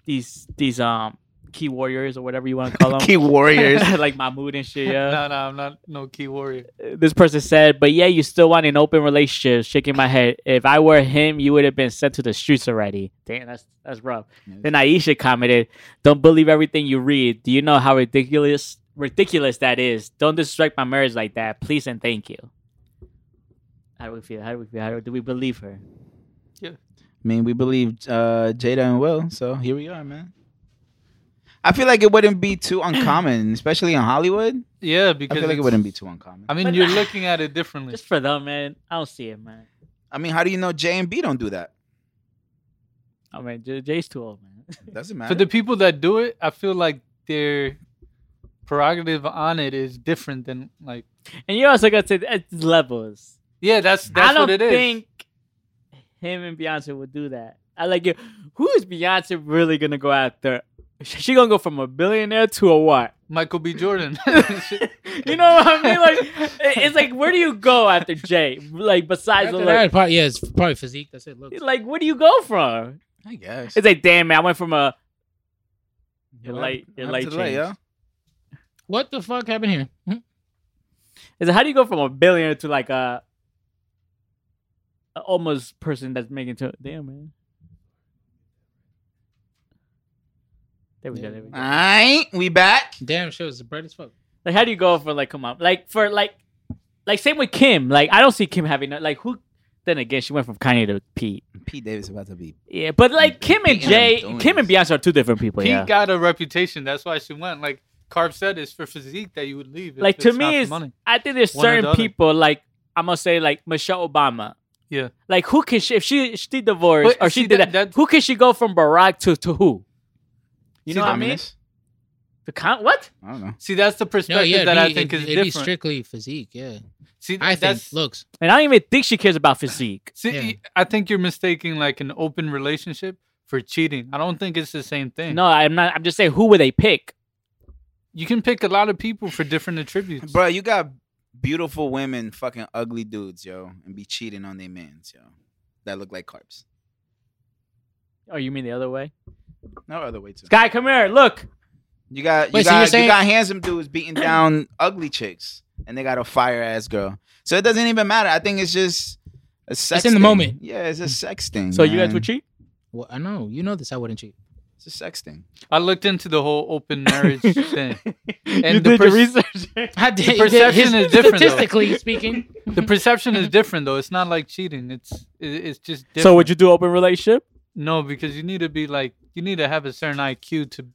[SPEAKER 4] these these um key warriors or whatever you want to call them,
[SPEAKER 5] <laughs> Key warriors.
[SPEAKER 4] <laughs> like Mahmoud and shit. Yeah.
[SPEAKER 3] no, no, I'm not no key warrior.
[SPEAKER 4] This person said, but yeah, you still want an open relationship. Shaking my head. If I were him, you would have been sent to the streets already. Damn, that's that's rough. Then Aisha commented, "Don't believe everything you read. Do you know how ridiculous ridiculous that is? Don't disrespect my marriage like that, please and thank you." How do we feel? How do we feel? How do, do we believe her?
[SPEAKER 5] I mean, we believed uh, Jada and Will, so here we are, man. I feel like it wouldn't be
[SPEAKER 3] <clears throat>
[SPEAKER 5] too uncommon, especially in Hollywood.
[SPEAKER 3] Yeah,
[SPEAKER 5] I
[SPEAKER 3] because
[SPEAKER 5] feel like it
[SPEAKER 3] it's-
[SPEAKER 5] wouldn't be too uncommon.
[SPEAKER 3] I mean,
[SPEAKER 4] But
[SPEAKER 3] you're
[SPEAKER 4] nah.
[SPEAKER 3] looking at it differently.
[SPEAKER 4] Just for them, man. I don't see it, man.
[SPEAKER 5] I mean, how do you know J and B don't do that?
[SPEAKER 4] I mean, J- Jay's too old, man. <laughs>
[SPEAKER 5] Doesn't
[SPEAKER 3] for
[SPEAKER 5] matter.
[SPEAKER 3] the people that do it, I feel like their prerogative on it is different than like
[SPEAKER 4] And you also got to it's uh, levels.
[SPEAKER 3] Yeah, that's that's
[SPEAKER 4] I don't
[SPEAKER 3] what it is.
[SPEAKER 4] think him and Beyonce would do that. I like it. Who is Beyonce really gonna go after? She gonna go from a billionaire to a what? <laughs>
[SPEAKER 3] Michael B. Jordan. <laughs>
[SPEAKER 4] you know what I mean? Like it- it's like where do you go after Jay? Like besides
[SPEAKER 2] After
[SPEAKER 4] the
[SPEAKER 2] that,
[SPEAKER 4] look.
[SPEAKER 2] probably, yeah, it's probably physique. That's it. Look,
[SPEAKER 4] Like where do you go from?
[SPEAKER 5] I guess.
[SPEAKER 4] It's like damn man, I went from a your
[SPEAKER 5] Well,
[SPEAKER 4] light your
[SPEAKER 5] up
[SPEAKER 4] light
[SPEAKER 5] to
[SPEAKER 4] change.
[SPEAKER 5] the light, yeah.
[SPEAKER 2] what the fuck happened here? Hmm?
[SPEAKER 4] It's like, how do you go from a billionaire to like a, a almost person that's making to damn man. There we go. There we go.
[SPEAKER 5] All right, we back.
[SPEAKER 2] Damn, shit was bright as fuck.
[SPEAKER 4] Like, how do you go for like come on? Like for like, like same with Kim. Like I don't see Kim having no- like who. Then again, she went from Kanye to Pete.
[SPEAKER 5] Pete Davis about to be.
[SPEAKER 4] Yeah, but like Kim and
[SPEAKER 5] Pete and
[SPEAKER 4] Jay,
[SPEAKER 5] Jonas.
[SPEAKER 4] Kim and Beyonce are two different people.
[SPEAKER 3] Pete
[SPEAKER 4] yeah.
[SPEAKER 3] got a reputation. That's why she went. Like Carb said, it's for physique that you would leave. if
[SPEAKER 4] like to
[SPEAKER 3] it's not
[SPEAKER 4] me,
[SPEAKER 3] for
[SPEAKER 4] is
[SPEAKER 3] money.
[SPEAKER 4] I think there's
[SPEAKER 3] One or
[SPEAKER 4] certain
[SPEAKER 3] the other.
[SPEAKER 4] people like I'm gonna say like Michelle Obama.
[SPEAKER 3] Yeah.
[SPEAKER 4] Like who can she if she she divorced
[SPEAKER 3] But
[SPEAKER 4] or she
[SPEAKER 3] see,
[SPEAKER 4] did
[SPEAKER 3] that-
[SPEAKER 4] that,
[SPEAKER 3] that's-
[SPEAKER 4] who can she go from Barack to to who? You
[SPEAKER 5] Is he
[SPEAKER 4] know what I
[SPEAKER 5] communist?
[SPEAKER 4] mean? The con- what?
[SPEAKER 5] I don't know.
[SPEAKER 3] See, that's the
[SPEAKER 2] No,
[SPEAKER 3] perspective
[SPEAKER 2] yeah,
[SPEAKER 3] that I
[SPEAKER 2] it'd be,
[SPEAKER 3] think
[SPEAKER 2] it'd,
[SPEAKER 3] is
[SPEAKER 2] it'd be
[SPEAKER 3] different.
[SPEAKER 2] strictly physique. Yeah,
[SPEAKER 3] See,
[SPEAKER 2] I think
[SPEAKER 3] that's
[SPEAKER 2] looks.
[SPEAKER 4] And I don't even think she cares about physique.
[SPEAKER 3] see,
[SPEAKER 2] yeah.
[SPEAKER 3] I think you're mistaking like an open relationship for cheating. I don't think it's the same thing.
[SPEAKER 4] No, I'm not. I'm just saying who would they pick?
[SPEAKER 3] you can pick a lot of people for different attributes.
[SPEAKER 5] Bro, you got beautiful women fucking ugly dudes, yo, and be cheating on their mans, yo. That look like carbs.
[SPEAKER 4] Oh, you mean the other way?
[SPEAKER 5] No other way to.
[SPEAKER 4] Guy, come here. Look.
[SPEAKER 5] You got you
[SPEAKER 2] Wait, so you're
[SPEAKER 5] got
[SPEAKER 2] saying-
[SPEAKER 5] you got handsome dudes beating
[SPEAKER 3] <clears throat>
[SPEAKER 5] down ugly chicks, and they got a fire ass girl. So it doesn't even matter. I think it's just a sex.
[SPEAKER 2] in the
[SPEAKER 5] thing.
[SPEAKER 2] moment.
[SPEAKER 5] Yeah, it's a sex thing.
[SPEAKER 4] So you guys
[SPEAKER 5] man.
[SPEAKER 4] would cheat?
[SPEAKER 2] Well, I know you know this. I wouldn't cheat.
[SPEAKER 5] It's a sex thing.
[SPEAKER 3] I looked into the whole open
[SPEAKER 4] <laughs>
[SPEAKER 3] marriage thing.
[SPEAKER 4] you
[SPEAKER 3] the
[SPEAKER 4] did your
[SPEAKER 3] pers-
[SPEAKER 4] research.
[SPEAKER 2] I did.
[SPEAKER 3] The perception is different, though.
[SPEAKER 2] Statistically speaking,
[SPEAKER 3] The perception is different, though. It's not like cheating. It's it, it's just different.
[SPEAKER 4] so would you do open relationship?
[SPEAKER 3] No, because you need to be like you need to have a certain IQ to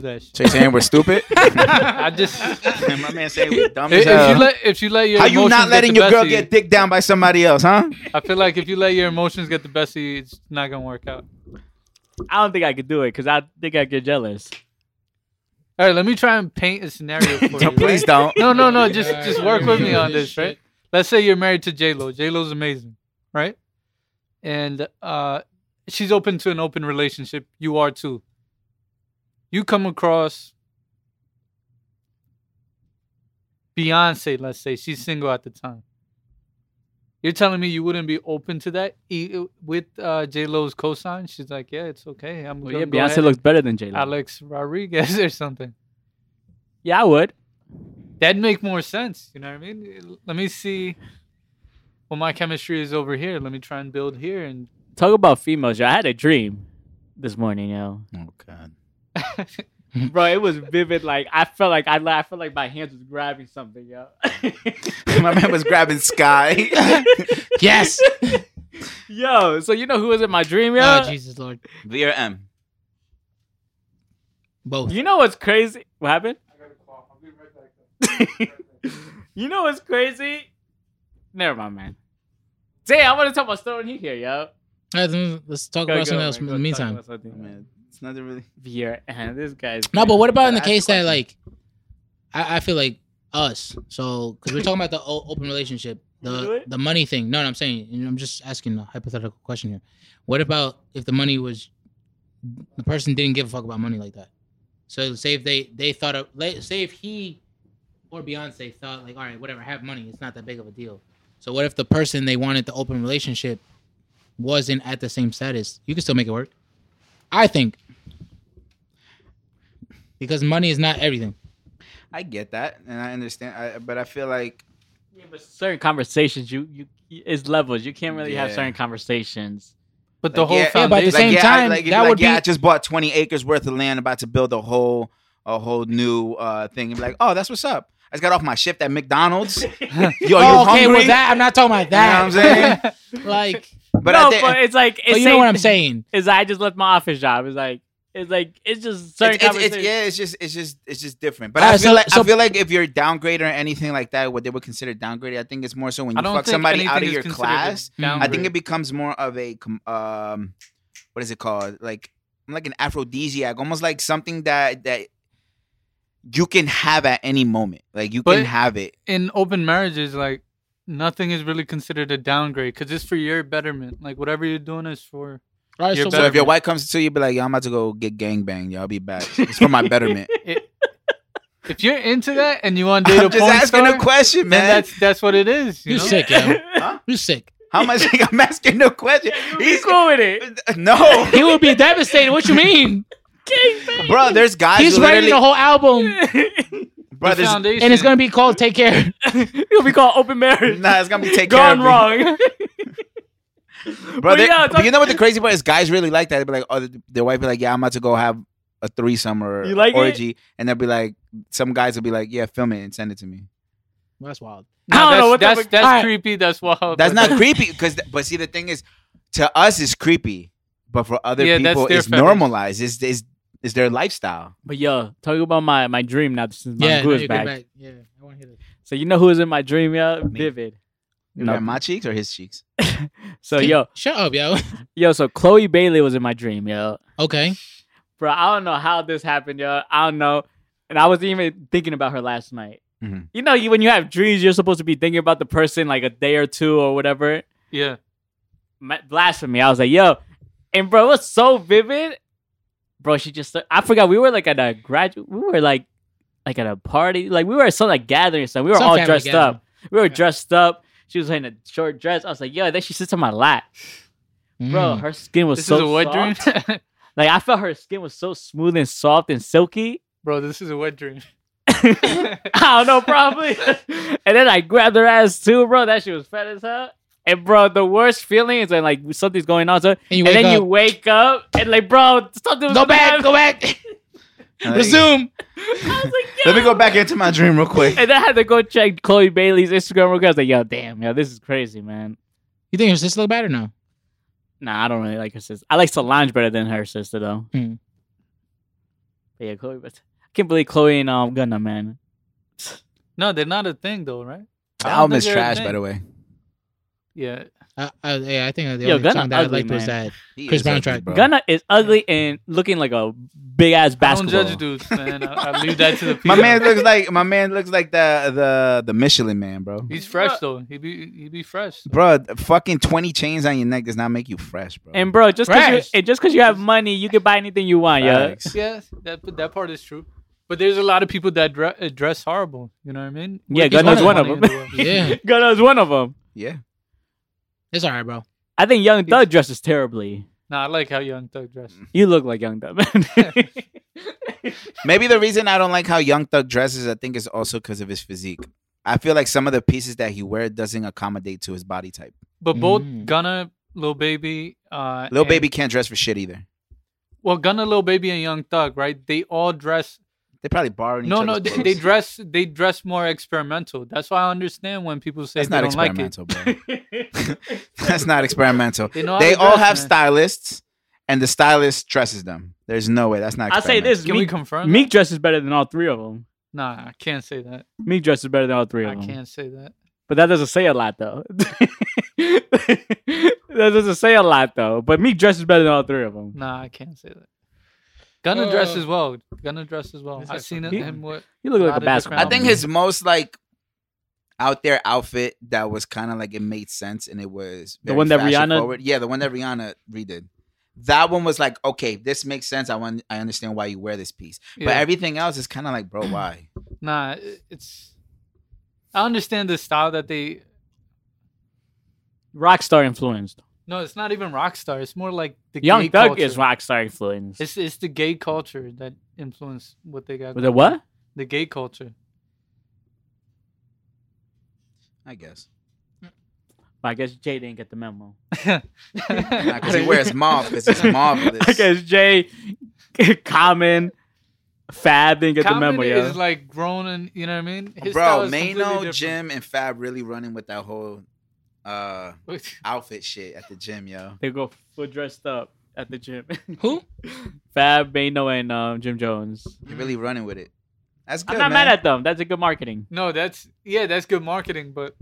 [SPEAKER 4] <laughs>
[SPEAKER 3] that. Shit.
[SPEAKER 5] So you saying we're
[SPEAKER 3] <laughs>
[SPEAKER 5] stupid? <laughs>
[SPEAKER 3] I just if,
[SPEAKER 5] My man saying we're dumb as
[SPEAKER 3] if you
[SPEAKER 5] hell.
[SPEAKER 3] let if you let your
[SPEAKER 5] How you
[SPEAKER 3] emotions
[SPEAKER 5] not
[SPEAKER 3] get
[SPEAKER 5] letting
[SPEAKER 3] the
[SPEAKER 5] your
[SPEAKER 3] best
[SPEAKER 5] girl
[SPEAKER 3] of you,
[SPEAKER 5] get dicked down by somebody else,
[SPEAKER 3] <laughs>
[SPEAKER 5] huh?
[SPEAKER 3] I feel like if you let your emotions get the best of you, it's not gonna work out.
[SPEAKER 4] I don't think I could do it because I think I get jealous.
[SPEAKER 3] All right, let me try and paint
[SPEAKER 5] <laughs>
[SPEAKER 3] a scenario for you.
[SPEAKER 5] Don't- Please
[SPEAKER 3] right? <laughs>
[SPEAKER 5] don't.
[SPEAKER 3] No, no, no. Just just work with me
[SPEAKER 2] Yeah,
[SPEAKER 3] on this,
[SPEAKER 2] shit.
[SPEAKER 3] right? Let's say you're married to J Lo. J Lo's amazing, right? And uh, she's open to an open relationship. You are too. You come across Beyonce. Let's say she's single at the time. You're telling me you wouldn't be open to that E- with uh, J Lo's cosign? She's like, yeah, it's okay. I'm
[SPEAKER 4] Well,
[SPEAKER 3] gonna
[SPEAKER 4] yeah,
[SPEAKER 3] go ahead
[SPEAKER 4] Beyonce looks better than J Lo.
[SPEAKER 3] Alex Rodriguez <laughs> or something.
[SPEAKER 4] Yeah, I would.
[SPEAKER 3] That'd make more sense. You know what I mean? Let me see. Well, my chemistry is over here. Let me try and build here. And
[SPEAKER 4] Talk about females, yo. I had a dream this morning, yo.
[SPEAKER 5] Oh god.
[SPEAKER 4] <laughs>
[SPEAKER 5] <laughs>
[SPEAKER 4] Bro, it was vivid. Like I felt like I, I felt like my hands was grabbing something, yo. <laughs>
[SPEAKER 5] My man was grabbing Sky.
[SPEAKER 2] <laughs>
[SPEAKER 3] <laughs>
[SPEAKER 5] <laughs>
[SPEAKER 2] yes.
[SPEAKER 4] yo, so you know who was in my dream, yo?
[SPEAKER 2] Oh Jesus Lord,
[SPEAKER 5] V or M?
[SPEAKER 2] both.
[SPEAKER 4] you know what's crazy? What happened? <laughs> you know what's crazy? Never mind, man. Damn, I want to tell my story when he here, yo.
[SPEAKER 2] Alright, then Let's talk
[SPEAKER 4] Go,
[SPEAKER 2] about
[SPEAKER 4] go,
[SPEAKER 2] something else
[SPEAKER 4] man,
[SPEAKER 2] in the
[SPEAKER 4] go, talk
[SPEAKER 2] meantime.
[SPEAKER 4] about something.
[SPEAKER 5] Man, it's not really.
[SPEAKER 4] Vier, and this guy's
[SPEAKER 2] No, but what about in the
[SPEAKER 5] Ask the
[SPEAKER 2] case that
[SPEAKER 5] question.
[SPEAKER 2] like, I, I feel like us. So because we're talking about the o- open relationship,
[SPEAKER 4] Do
[SPEAKER 2] the
[SPEAKER 4] it?
[SPEAKER 2] the money thing. No, no, I'm saying and I'm just asking a hypothetical question here. What about if the money was the person didn't give a fuck about money like that? So say if they they thought of like, say if he or Beyonce thought like all right whatever have money it's not that big of a deal. So what if the person they wanted the open relationship wasn't at the same status? You can still make it work. I think because money is not everything.
[SPEAKER 5] I get that, and I understand. I, but I feel like
[SPEAKER 4] Yeah, but certain conversations, you you it's levels. You can't really have
[SPEAKER 5] Yeah.
[SPEAKER 4] certain conversations.
[SPEAKER 3] but the
[SPEAKER 5] Like,
[SPEAKER 3] whole
[SPEAKER 5] yeah,
[SPEAKER 2] yeah, but at
[SPEAKER 3] foundation.
[SPEAKER 2] the same
[SPEAKER 5] yeah, I,
[SPEAKER 2] time,
[SPEAKER 5] like,
[SPEAKER 2] that
[SPEAKER 5] like,
[SPEAKER 2] would
[SPEAKER 5] yeah, I
[SPEAKER 2] be
[SPEAKER 5] just bought twenty acres worth of land, about to build a whole a whole new uh thing. And be like, oh, that's what's up. I just got off my shift at
[SPEAKER 3] <laughs>
[SPEAKER 5] McDonald's. <laughs> Yo, you
[SPEAKER 2] oh, okay.
[SPEAKER 5] hungry?
[SPEAKER 2] Well, that I'm not talking about that.
[SPEAKER 5] You know what I'm saying?
[SPEAKER 2] like,
[SPEAKER 5] But
[SPEAKER 4] no,
[SPEAKER 5] I think
[SPEAKER 4] but it's like it's
[SPEAKER 2] but you know what I'm saying.
[SPEAKER 4] Is I just left my office job. It's like it's like it's just certain
[SPEAKER 5] it's, it's, it's,
[SPEAKER 4] conversations.
[SPEAKER 5] yeah, it's just it's just it's just different. But
[SPEAKER 2] All
[SPEAKER 5] I
[SPEAKER 2] right,
[SPEAKER 5] feel
[SPEAKER 2] so-
[SPEAKER 5] like
[SPEAKER 2] so-
[SPEAKER 5] I feel like if you're a downgrader or anything like that, what they would consider downgraded, I think it's more so when <laughs>
[SPEAKER 3] I
[SPEAKER 5] you
[SPEAKER 3] don't
[SPEAKER 5] fuck
[SPEAKER 3] think
[SPEAKER 5] somebody
[SPEAKER 3] anything
[SPEAKER 5] out of
[SPEAKER 3] is
[SPEAKER 5] your
[SPEAKER 3] considered a
[SPEAKER 5] class. I think
[SPEAKER 3] downgrade.
[SPEAKER 5] it becomes more of a com- um, what is it called? Like like an aphrodisiac, almost like something that that you can have at any moment. Like you
[SPEAKER 3] But-
[SPEAKER 5] can have it.
[SPEAKER 3] in open marriages, like nothing is really considered a downgrade because it's for your betterment. Like whatever you're doing is for.
[SPEAKER 2] All right,
[SPEAKER 3] You're
[SPEAKER 2] so
[SPEAKER 3] better
[SPEAKER 5] So
[SPEAKER 2] what-
[SPEAKER 5] if your wife comes to you, be like, "Yo, I'm about to go get gangbanged. Yo, I'll be back. It's for my betterment."
[SPEAKER 3] If you're into that and you want to
[SPEAKER 5] <laughs>
[SPEAKER 3] date
[SPEAKER 5] I'm
[SPEAKER 3] a
[SPEAKER 5] just
[SPEAKER 3] porn
[SPEAKER 5] asking
[SPEAKER 3] star,
[SPEAKER 5] a question,
[SPEAKER 3] then
[SPEAKER 5] man.
[SPEAKER 3] that's that's what it is. You
[SPEAKER 2] You
[SPEAKER 3] know?
[SPEAKER 2] sick, yo. <laughs>
[SPEAKER 4] <laughs>
[SPEAKER 2] You sick.
[SPEAKER 5] How much? <laughs> I'm asking a question.
[SPEAKER 4] He's
[SPEAKER 5] He's
[SPEAKER 4] cool with it.
[SPEAKER 5] <laughs> no,
[SPEAKER 2] He would be devastated. What you <laughs> mean?
[SPEAKER 5] bro. There's guys.
[SPEAKER 2] He's
[SPEAKER 5] who
[SPEAKER 2] writing a
[SPEAKER 5] literally-
[SPEAKER 2] whole album,
[SPEAKER 5] bro,
[SPEAKER 3] the
[SPEAKER 5] there's-
[SPEAKER 3] foundation.
[SPEAKER 2] and it's gonna be called "Take Care."
[SPEAKER 4] <laughs> It'll be called open marriage.
[SPEAKER 5] Nah, it's gonna be taken
[SPEAKER 4] Gone
[SPEAKER 5] <laughs>
[SPEAKER 4] wrong.
[SPEAKER 5] Bro,
[SPEAKER 4] But
[SPEAKER 5] they-
[SPEAKER 4] yeah, it's
[SPEAKER 5] but
[SPEAKER 4] like-
[SPEAKER 5] you know what the crazy part is? Guys really like that. They'd be like, oh, th- their wife be like, yeah, I'm about to go have a threesome or
[SPEAKER 4] You like it?
[SPEAKER 5] orgy, and they'll be like, some guys will be like, yeah, film it and send it to me.
[SPEAKER 2] Well, that's wild.
[SPEAKER 3] No,
[SPEAKER 4] I don't
[SPEAKER 3] that's,
[SPEAKER 4] know what the
[SPEAKER 3] that's
[SPEAKER 4] fuck-
[SPEAKER 3] that's
[SPEAKER 2] Alright.
[SPEAKER 3] creepy. That's
[SPEAKER 4] Oh,
[SPEAKER 3] wild.
[SPEAKER 5] That's
[SPEAKER 3] but
[SPEAKER 5] not creepy, because but see the thing is, to us it's creepy, but for other
[SPEAKER 3] Yeah, that's
[SPEAKER 5] people
[SPEAKER 3] their
[SPEAKER 5] it's
[SPEAKER 3] fetish.
[SPEAKER 5] normalized. It's, it's it's their lifestyle.
[SPEAKER 4] But yo, talking about my, my dream now. This is my
[SPEAKER 2] yeah,
[SPEAKER 4] yeah,
[SPEAKER 2] no, you
[SPEAKER 4] is
[SPEAKER 2] go
[SPEAKER 4] back.
[SPEAKER 2] back. Yeah, I want to hear this.
[SPEAKER 4] So you know who was in my dream, yo?
[SPEAKER 5] Me.
[SPEAKER 4] Vivid.
[SPEAKER 5] You
[SPEAKER 4] No.
[SPEAKER 5] got my cheeks or his
[SPEAKER 4] <laughs>
[SPEAKER 5] cheeks?
[SPEAKER 4] So yo,
[SPEAKER 2] shut up, yo. <laughs>
[SPEAKER 4] yo, so Chloe Bailey was in my dream, yo.
[SPEAKER 2] Okay,
[SPEAKER 4] Bro, I don't know how this happened, yo. I don't know. And I was even thinking about her last night.
[SPEAKER 3] Mm-hmm.
[SPEAKER 5] Mhm.
[SPEAKER 4] You know, you, when you have dreams, you're supposed to be thinking about the person like a day or two or whatever.
[SPEAKER 3] Yeah.
[SPEAKER 4] Ma- blasphemy. I was like, yo, and bro, it was so vivid. Bro, she just I forgot we were like at a graduate we were like like at a party. Like we were at some like gathering or something. We were
[SPEAKER 2] Some
[SPEAKER 4] all
[SPEAKER 2] family
[SPEAKER 4] dressed
[SPEAKER 2] gathering.
[SPEAKER 4] up. We were
[SPEAKER 2] Yeah.
[SPEAKER 4] dressed up. She was wearing a short dress. I was like, yo, then she sits on my lap. Bro,
[SPEAKER 2] Mm.
[SPEAKER 4] her skin was
[SPEAKER 3] This
[SPEAKER 4] so
[SPEAKER 3] is a wet
[SPEAKER 4] soft.
[SPEAKER 3] <laughs> dream,
[SPEAKER 4] Like I felt her skin was so smooth and soft and silky.
[SPEAKER 3] bro. This is a wet dream.
[SPEAKER 4] <laughs> I don't know, probably. <laughs> and then I grabbed her ass too, bro. That shit was fat as hell. And bro, the worst feeling is when like something's going on. So
[SPEAKER 2] and you
[SPEAKER 4] and
[SPEAKER 2] wake
[SPEAKER 4] then you
[SPEAKER 2] up.
[SPEAKER 4] wake up and like, bro, something was
[SPEAKER 2] go
[SPEAKER 4] <laughs> gonna
[SPEAKER 2] back,
[SPEAKER 4] happen.
[SPEAKER 2] go <laughs> back.
[SPEAKER 5] And I-
[SPEAKER 2] Resume.
[SPEAKER 4] I was like,
[SPEAKER 5] Let me go back into my dream
[SPEAKER 4] <laughs>
[SPEAKER 5] real quick.
[SPEAKER 4] and then I had to go check Chloe Bailey's Instagram real quick. I was like, yo, damn, yo, this is crazy, man.
[SPEAKER 2] You think her sister look bad or no?
[SPEAKER 4] Nah, I don't really like her sister. I like Solange better than her sister though.
[SPEAKER 2] Hmm.
[SPEAKER 4] But yeah, Chloe. But I can't believe Chloe and um Gunna, man.
[SPEAKER 3] No, they're not a thing though, right?
[SPEAKER 5] The
[SPEAKER 3] I don't
[SPEAKER 5] album
[SPEAKER 3] think
[SPEAKER 5] is
[SPEAKER 3] they're a
[SPEAKER 5] trash,
[SPEAKER 3] thing.
[SPEAKER 5] by the way.
[SPEAKER 3] Yeah,
[SPEAKER 2] I, I, Uh, yeah, I think the
[SPEAKER 4] Yo,
[SPEAKER 2] only
[SPEAKER 4] Gunna
[SPEAKER 2] song that I
[SPEAKER 4] ugly,
[SPEAKER 2] liked was that.
[SPEAKER 5] He
[SPEAKER 2] Chris
[SPEAKER 5] is
[SPEAKER 2] Brown
[SPEAKER 5] ugly,
[SPEAKER 2] track.
[SPEAKER 5] bro.
[SPEAKER 4] Gunna is ugly and looking like a big ass basketball.
[SPEAKER 3] I don't judge dudes, man. I, I leave that to the people.
[SPEAKER 5] <laughs> My man looks like my man looks like the the the Michelin man, bro.
[SPEAKER 3] he's fresh though. He be he be fresh.
[SPEAKER 5] Bro, fucking twenty chains on your neck does not make you fresh, bro.
[SPEAKER 4] And bro, just cause you
[SPEAKER 2] Fresh.
[SPEAKER 4] and just cause you have money, you can buy anything you want, yeah.
[SPEAKER 5] Facts.
[SPEAKER 3] Yeah, that that part is true. But there's a lot of people that dre- uh, dress horrible. You know what I mean?
[SPEAKER 4] Yeah,
[SPEAKER 3] Wicky's
[SPEAKER 4] Gunna's
[SPEAKER 3] got
[SPEAKER 4] one
[SPEAKER 3] the
[SPEAKER 4] of
[SPEAKER 3] money
[SPEAKER 4] them.
[SPEAKER 3] in the world.
[SPEAKER 4] <laughs>
[SPEAKER 2] Yeah,
[SPEAKER 4] Gunna is one of them.
[SPEAKER 5] Yeah.
[SPEAKER 2] it's all right, bro.
[SPEAKER 4] I think Young Thug dresses terribly.
[SPEAKER 3] Nah, I like how Young Thug dresses.
[SPEAKER 5] Mm.
[SPEAKER 4] You look like Young Thug,
[SPEAKER 3] <laughs>
[SPEAKER 4] man. <laughs>
[SPEAKER 5] Maybe the reason I don't like how Young Thug dresses, I think, is also because of his physique. I feel like some of the pieces that he wears doesn't accommodate to his body type.
[SPEAKER 3] But both
[SPEAKER 2] Mm.
[SPEAKER 3] Gunna, Lil Baby, uh,
[SPEAKER 5] Lil
[SPEAKER 3] and-
[SPEAKER 5] Baby can't dress for shit either.
[SPEAKER 3] Well, Gunna, Lil Baby, and Young Thug, right? They all dress.
[SPEAKER 5] They probably borrowed. each
[SPEAKER 3] No, no,
[SPEAKER 5] other's
[SPEAKER 3] they,
[SPEAKER 5] clothes.
[SPEAKER 3] they dress. They dress more experimental. That's why I understand when people say
[SPEAKER 5] That's
[SPEAKER 3] they
[SPEAKER 5] not
[SPEAKER 3] don't like it.
[SPEAKER 5] experimental,
[SPEAKER 3] <laughs>
[SPEAKER 5] bro. <laughs> That's not experimental.
[SPEAKER 3] They
[SPEAKER 5] They,
[SPEAKER 3] know how to
[SPEAKER 5] all
[SPEAKER 3] dress,
[SPEAKER 5] have
[SPEAKER 3] man.
[SPEAKER 5] stylists, and the stylist dresses them. There's no way. That's not.
[SPEAKER 4] I'll say this:
[SPEAKER 3] Can we
[SPEAKER 4] Meek,
[SPEAKER 3] confirm?
[SPEAKER 4] Meek dresses better than all three of them.
[SPEAKER 3] that? Nah, I can't say that.
[SPEAKER 4] Meek dresses better than all three of
[SPEAKER 3] I
[SPEAKER 4] them.
[SPEAKER 3] can't say that.
[SPEAKER 4] But that doesn't say a lot, though. <laughs> that doesn't say a lot, though. But Meek dresses better than all three of them.
[SPEAKER 3] Nah, I can't say that. Gunna
[SPEAKER 2] Uh,
[SPEAKER 3] dress as well. Gunna dress as well.
[SPEAKER 2] Is
[SPEAKER 3] I've
[SPEAKER 2] that
[SPEAKER 3] seen it,
[SPEAKER 4] something?
[SPEAKER 3] him with.
[SPEAKER 4] He looked
[SPEAKER 3] A
[SPEAKER 4] like
[SPEAKER 3] lot
[SPEAKER 4] a
[SPEAKER 3] of
[SPEAKER 4] basketball.
[SPEAKER 3] different-
[SPEAKER 5] I think
[SPEAKER 4] man.
[SPEAKER 5] his most like out there outfit that was kind of like it made sense and it was
[SPEAKER 4] The
[SPEAKER 5] very
[SPEAKER 4] one that
[SPEAKER 5] fashion
[SPEAKER 4] Rihanna-
[SPEAKER 5] forward. Yeah, the one that Rihanna redid. That one was like, okay, this makes sense. I want, I understand why you wear this piece,
[SPEAKER 3] yeah.
[SPEAKER 5] but everything else is kind of like, bro, why?
[SPEAKER 3] nah, i- it's. I understand the style that they.
[SPEAKER 4] rock star influenced.
[SPEAKER 3] No, it's not even rock star. It's more like the gay
[SPEAKER 4] Young Thug
[SPEAKER 3] culture.
[SPEAKER 4] is rock star influenced.
[SPEAKER 3] It's it's the gay culture that influenced what they got.
[SPEAKER 4] With
[SPEAKER 3] going
[SPEAKER 4] the what?
[SPEAKER 3] on. The
[SPEAKER 5] <laughs>
[SPEAKER 3] gay culture.
[SPEAKER 4] <laughs>
[SPEAKER 5] I guess
[SPEAKER 4] Well, I guess Jay didn't get the memo.
[SPEAKER 5] because he wears mauve because it's mauve.
[SPEAKER 4] <laughs> I guess Jay, <laughs> Common, Fab didn't get the memo.
[SPEAKER 3] Common
[SPEAKER 4] Yeah.
[SPEAKER 3] is like grown and you know what I mean. His style
[SPEAKER 5] Bro,
[SPEAKER 3] is completely
[SPEAKER 5] Mano,
[SPEAKER 3] different.
[SPEAKER 5] Jim, and Fab really running with that whole uh outfit shit at the gym, yo.
[SPEAKER 4] they go full dressed up at the gym. <laughs>
[SPEAKER 2] Who?
[SPEAKER 4] Fab, Bano, and um, Jim Jones.
[SPEAKER 5] You're really running with it. That's good.
[SPEAKER 4] I'm not
[SPEAKER 5] man.
[SPEAKER 4] mad at them. That's a good marketing.
[SPEAKER 3] <laughs> No, that's yeah, that's good marketing, but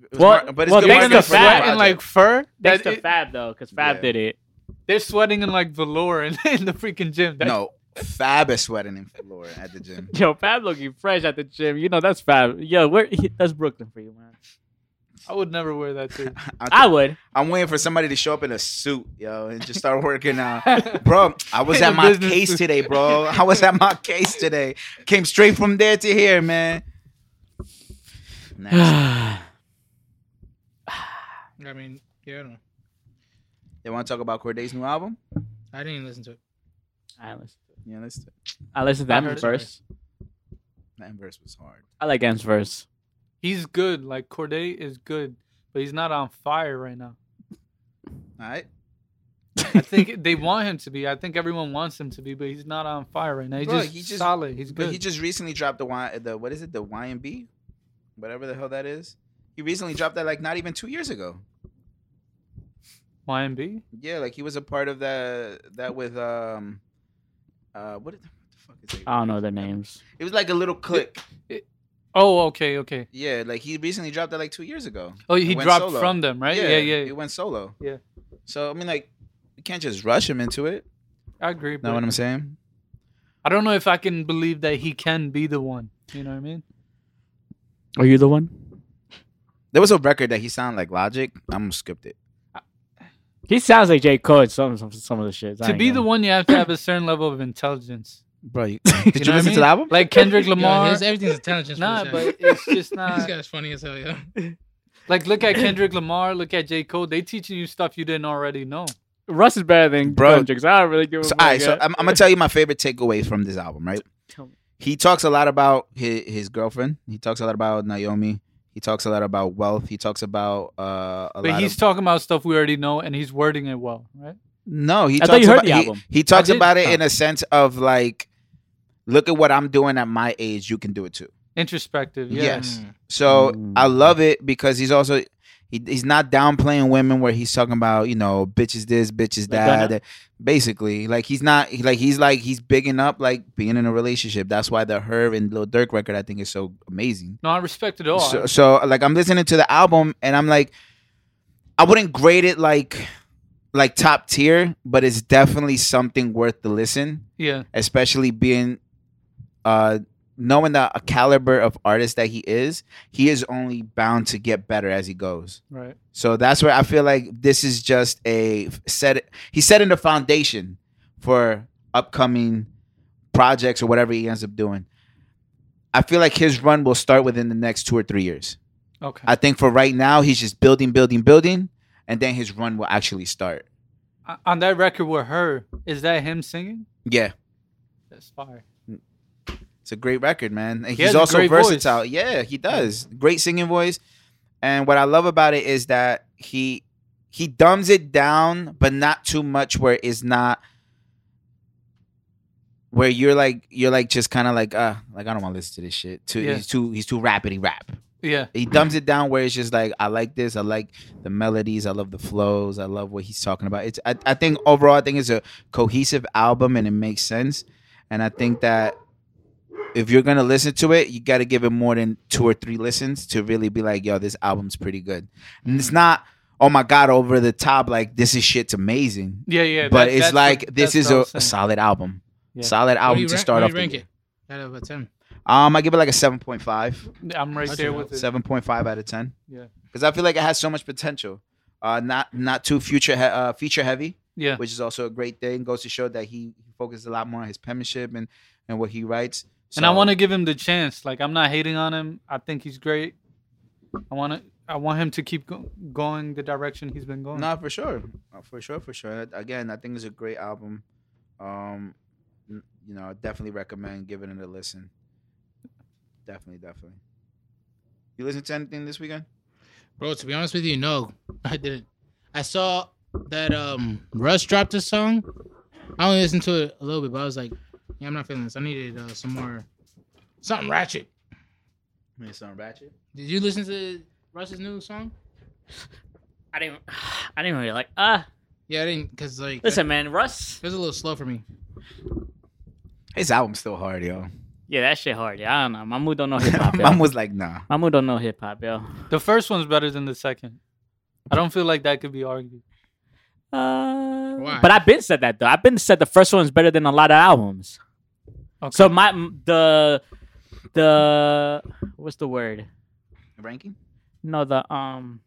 [SPEAKER 5] It was
[SPEAKER 4] Well-
[SPEAKER 5] mar- but it's
[SPEAKER 4] well,
[SPEAKER 5] good
[SPEAKER 4] thanks to
[SPEAKER 5] marketing for
[SPEAKER 3] they're gonna
[SPEAKER 5] the
[SPEAKER 4] Fab
[SPEAKER 3] sweat
[SPEAKER 4] and,
[SPEAKER 3] in
[SPEAKER 5] project.
[SPEAKER 3] like fur.
[SPEAKER 4] Thanks
[SPEAKER 3] That
[SPEAKER 4] to
[SPEAKER 3] it-
[SPEAKER 4] Fab though, because Fab
[SPEAKER 5] Yeah.
[SPEAKER 4] did it. <laughs>
[SPEAKER 3] They're sweating in like velour in, <laughs> in the freaking gym. That's,
[SPEAKER 5] No, Fab is sweating in floor at the
[SPEAKER 3] <laughs>
[SPEAKER 5] gym.
[SPEAKER 4] Yo, Fab looking fresh at the gym. You know that's Fab. Yo, where he, that's Brooklyn for you, man.
[SPEAKER 3] I would never wear that
[SPEAKER 4] <laughs>
[SPEAKER 3] too. <laughs>
[SPEAKER 4] I would.
[SPEAKER 5] I'm waiting for somebody to show up in a suit, yo, and just start working out. bro, I was at my
[SPEAKER 3] Business
[SPEAKER 5] case
[SPEAKER 3] suit.
[SPEAKER 5] today, bro. I was at my case today. Came straight from there to here, man.
[SPEAKER 3] <sighs>
[SPEAKER 5] Next.
[SPEAKER 2] I mean, yeah, I don't know.
[SPEAKER 5] They want to talk about Corday's new album?
[SPEAKER 2] I didn't even listen to it.
[SPEAKER 4] <sighs> I listen.
[SPEAKER 5] Yeah, let's.
[SPEAKER 4] I listen to
[SPEAKER 3] I
[SPEAKER 4] M's
[SPEAKER 3] heard it.
[SPEAKER 4] verse.
[SPEAKER 5] That verse was hard.
[SPEAKER 4] I like M's verse.
[SPEAKER 3] He's good. Like Corday is good, but he's not on fire right now.
[SPEAKER 5] All right.
[SPEAKER 4] <laughs>
[SPEAKER 3] I think they want him to be. I think everyone wants him to be, but he's not on fire right now. He's,
[SPEAKER 5] Bro,
[SPEAKER 3] just,
[SPEAKER 5] he just-
[SPEAKER 3] solid. He's good.
[SPEAKER 5] But he just recently dropped the Y, the what is it, the Y and B, whatever the hell that is. He recently dropped that like not even two years ago.
[SPEAKER 3] YMB.
[SPEAKER 5] Yeah, like he was a part of that that with um, uh, what, is- what the fuck is
[SPEAKER 3] Um,
[SPEAKER 5] it?
[SPEAKER 4] I don't know their names.
[SPEAKER 5] It was like a little click.
[SPEAKER 3] Oh, okay, okay.
[SPEAKER 5] Yeah, like he recently dropped that like two years ago.
[SPEAKER 3] Oh, he
[SPEAKER 5] went
[SPEAKER 3] dropped
[SPEAKER 5] solo.
[SPEAKER 3] from them, right? Oh, Yeah, yeah.
[SPEAKER 5] He went solo.
[SPEAKER 3] Yeah.
[SPEAKER 5] So I mean, like, you can't just rush him into it.
[SPEAKER 3] I agree.
[SPEAKER 5] Know
[SPEAKER 3] But
[SPEAKER 5] what I'm saying?
[SPEAKER 3] I don't know if I can believe that he can be the one. You know what I mean?
[SPEAKER 4] Are you the one?
[SPEAKER 5] There was a record that he sounded like Logic. I'm scripted.
[SPEAKER 4] He sounds like J. Cole. at Some some some of the shit.
[SPEAKER 3] to be the one, you have to have a certain level of intelligence.
[SPEAKER 5] Bro, you, <laughs> did you,
[SPEAKER 3] know what I
[SPEAKER 5] listen
[SPEAKER 3] mean?
[SPEAKER 5] to the album?
[SPEAKER 3] Like Kendrick
[SPEAKER 2] Yo,
[SPEAKER 3] Lamar.
[SPEAKER 2] his, everything's intelligence.
[SPEAKER 3] nah,
[SPEAKER 2] for <laughs> this guy.
[SPEAKER 3] but it's just
[SPEAKER 2] this
[SPEAKER 3] not.
[SPEAKER 2] guy's funny as hell, yo.
[SPEAKER 3] Like, look at Kendrick Lamar. Look at J. Cole. They teaching you stuff you didn't already know.
[SPEAKER 4] Russ is better than
[SPEAKER 5] Bro.
[SPEAKER 4] Bro. Kendrick. so I don't really give a
[SPEAKER 5] So,
[SPEAKER 4] fuck,
[SPEAKER 5] all right, so
[SPEAKER 4] yeah.
[SPEAKER 5] I'm, I'm gonna tell you my favorite takeaway from this album, right?
[SPEAKER 4] Tell me.
[SPEAKER 5] He talks a lot about his, his girlfriend. He talks a lot about Naomi. He talks a lot about wealth. He talks about uh, a
[SPEAKER 3] But
[SPEAKER 5] lot
[SPEAKER 3] he's
[SPEAKER 5] of
[SPEAKER 3] talking about stuff we already know, and he's wording it well, right?
[SPEAKER 5] no. He
[SPEAKER 4] I
[SPEAKER 5] talks
[SPEAKER 4] thought you heard
[SPEAKER 5] about
[SPEAKER 4] the
[SPEAKER 5] he-
[SPEAKER 4] album.
[SPEAKER 5] He, talks
[SPEAKER 3] did.
[SPEAKER 5] about it
[SPEAKER 3] Oh.
[SPEAKER 5] in a sense of like, look at what I'm doing at my age. You can do it too.
[SPEAKER 3] Introspective. Yeah.
[SPEAKER 5] Yes. So
[SPEAKER 4] Mm.
[SPEAKER 5] I love it because he's also he, he's not downplaying women where he's talking about you know bitches this bitches
[SPEAKER 4] Like uh-huh.
[SPEAKER 5] that,
[SPEAKER 4] Gunna?
[SPEAKER 5] that- basically like he's not he- like he's like he's bigging up like being in a relationship. That's why the her and Lil Durk record I think is so amazing.
[SPEAKER 3] No, I respect it all.
[SPEAKER 5] So, so like I'm listening to the album and I'm like I wouldn't grade it like like top tier, but it's definitely something worth the listen
[SPEAKER 3] yeah.
[SPEAKER 5] especially being uh knowing the caliber of artist that he is he is only bound to get better as he goes
[SPEAKER 3] Right.
[SPEAKER 5] so that's where i feel like this is just a set he's setting the foundation for upcoming projects or whatever he ends up doing i feel like his run will start within the next two or three years
[SPEAKER 3] Okay.
[SPEAKER 5] i think for right now he's just building building building and then his run will actually start
[SPEAKER 3] O- on that record with her, is that him singing?
[SPEAKER 5] yeah
[SPEAKER 3] That's fire.
[SPEAKER 5] It's a great record, man. And
[SPEAKER 3] He
[SPEAKER 5] he's
[SPEAKER 3] has a
[SPEAKER 5] also
[SPEAKER 3] great voice.
[SPEAKER 5] versatile. Yeah, he does. Great singing voice. And what I love about it is that he he dumbs it down, but not too much where it's not where you're like you're like just kind of like uh like I don't want to listen to this shit. Too
[SPEAKER 3] Yeah.
[SPEAKER 5] he's too he's too rapidy rap.
[SPEAKER 3] Yeah.
[SPEAKER 5] He dumbs it down where it's just like I like this. I like the melodies. I love the flows. I love what he's talking about. It's I, I think overall I think it's a cohesive album and it makes sense. And I think that if you're gonna listen to it, you got to give it more than two or three listens to really be like, yo, this album's pretty good. And
[SPEAKER 3] Mm.
[SPEAKER 5] it's not oh my god over the top like this is shit's amazing.
[SPEAKER 3] Yeah. Yeah. that-
[SPEAKER 5] but it's
[SPEAKER 3] that's
[SPEAKER 5] like
[SPEAKER 3] what-
[SPEAKER 5] this is
[SPEAKER 3] that's what I
[SPEAKER 5] a,
[SPEAKER 3] was
[SPEAKER 5] a
[SPEAKER 3] saying.
[SPEAKER 5] solid album.
[SPEAKER 3] Yeah.
[SPEAKER 5] Solid
[SPEAKER 2] What do
[SPEAKER 5] album
[SPEAKER 2] you
[SPEAKER 5] to
[SPEAKER 2] rank-
[SPEAKER 5] start
[SPEAKER 2] what
[SPEAKER 5] off.
[SPEAKER 2] do you rank
[SPEAKER 5] the year.
[SPEAKER 2] it out of a ten.
[SPEAKER 5] Um, I give it like a seven point five.
[SPEAKER 3] I'm right there with it.
[SPEAKER 5] Seven point five out of ten.
[SPEAKER 3] Yeah.
[SPEAKER 5] because I feel like it has so much potential. Uh, not not too future he- uh, feature heavy,
[SPEAKER 3] Yeah.
[SPEAKER 5] which is also a great thing. Goes to show that he focuses a lot more on his penmanship and and what he writes.
[SPEAKER 3] And I
[SPEAKER 5] So-
[SPEAKER 3] want to give him the chance. Like I'm not hating on him. I think he's great. I want to. I want him to keep go- going the direction he's been going.
[SPEAKER 5] No, for sure, Uh, for sure, for sure. Again, I think it's a great album. Um, n- you know, I definitely recommend giving it a listen. Definitely, definitely. You listen to anything this weekend?
[SPEAKER 2] Bro, to be honest with you, no, <laughs> I didn't. I saw that um Russ dropped a song. I only listened to it a little bit, but I was like, yeah, I'm not feeling this. I needed uh, some more, something ratchet.
[SPEAKER 5] I mean, something ratchet.
[SPEAKER 2] Did you listen to Russ's new song?
[SPEAKER 4] I didn't. <sighs> I didn't really like. Ah,
[SPEAKER 2] Yeah, I didn't, cause like
[SPEAKER 4] listen, man, Russ.
[SPEAKER 2] it was a little slow for me.
[SPEAKER 5] His album's still hard, yo.
[SPEAKER 4] Yeah, that shit hard. Yeah, I don't know. Mamu don't
[SPEAKER 5] <laughs>
[SPEAKER 4] know <laughs> hip hop.
[SPEAKER 5] Mom was like, nah.
[SPEAKER 4] Mamu don't know hip hop, yo.
[SPEAKER 3] The first one's better than the second. I don't feel like that could be argued.
[SPEAKER 4] Uh,
[SPEAKER 2] Why?
[SPEAKER 4] But I've been said that though. I've been said the first one's better than a lot of albums.
[SPEAKER 3] Okay.
[SPEAKER 4] So my m- the the what's the word?
[SPEAKER 5] Ranking?
[SPEAKER 4] no the um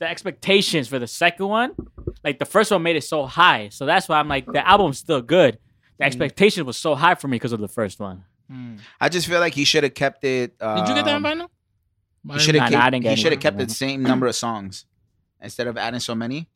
[SPEAKER 4] the expectations for the second one like the first one made it so high so that's why i'm like the album's still good the
[SPEAKER 2] Mhm.
[SPEAKER 3] Mm.
[SPEAKER 4] expectation was so high for me because of the first one
[SPEAKER 2] Mm.
[SPEAKER 5] I just feel like he should have kept it. Um,
[SPEAKER 2] Did you get that on vinyl?
[SPEAKER 5] He should have
[SPEAKER 4] Nah, nah, I didn't
[SPEAKER 5] kept,
[SPEAKER 4] get
[SPEAKER 5] he
[SPEAKER 4] any
[SPEAKER 5] should have
[SPEAKER 4] vinyl.
[SPEAKER 5] kept the same number of songs instead of adding so many.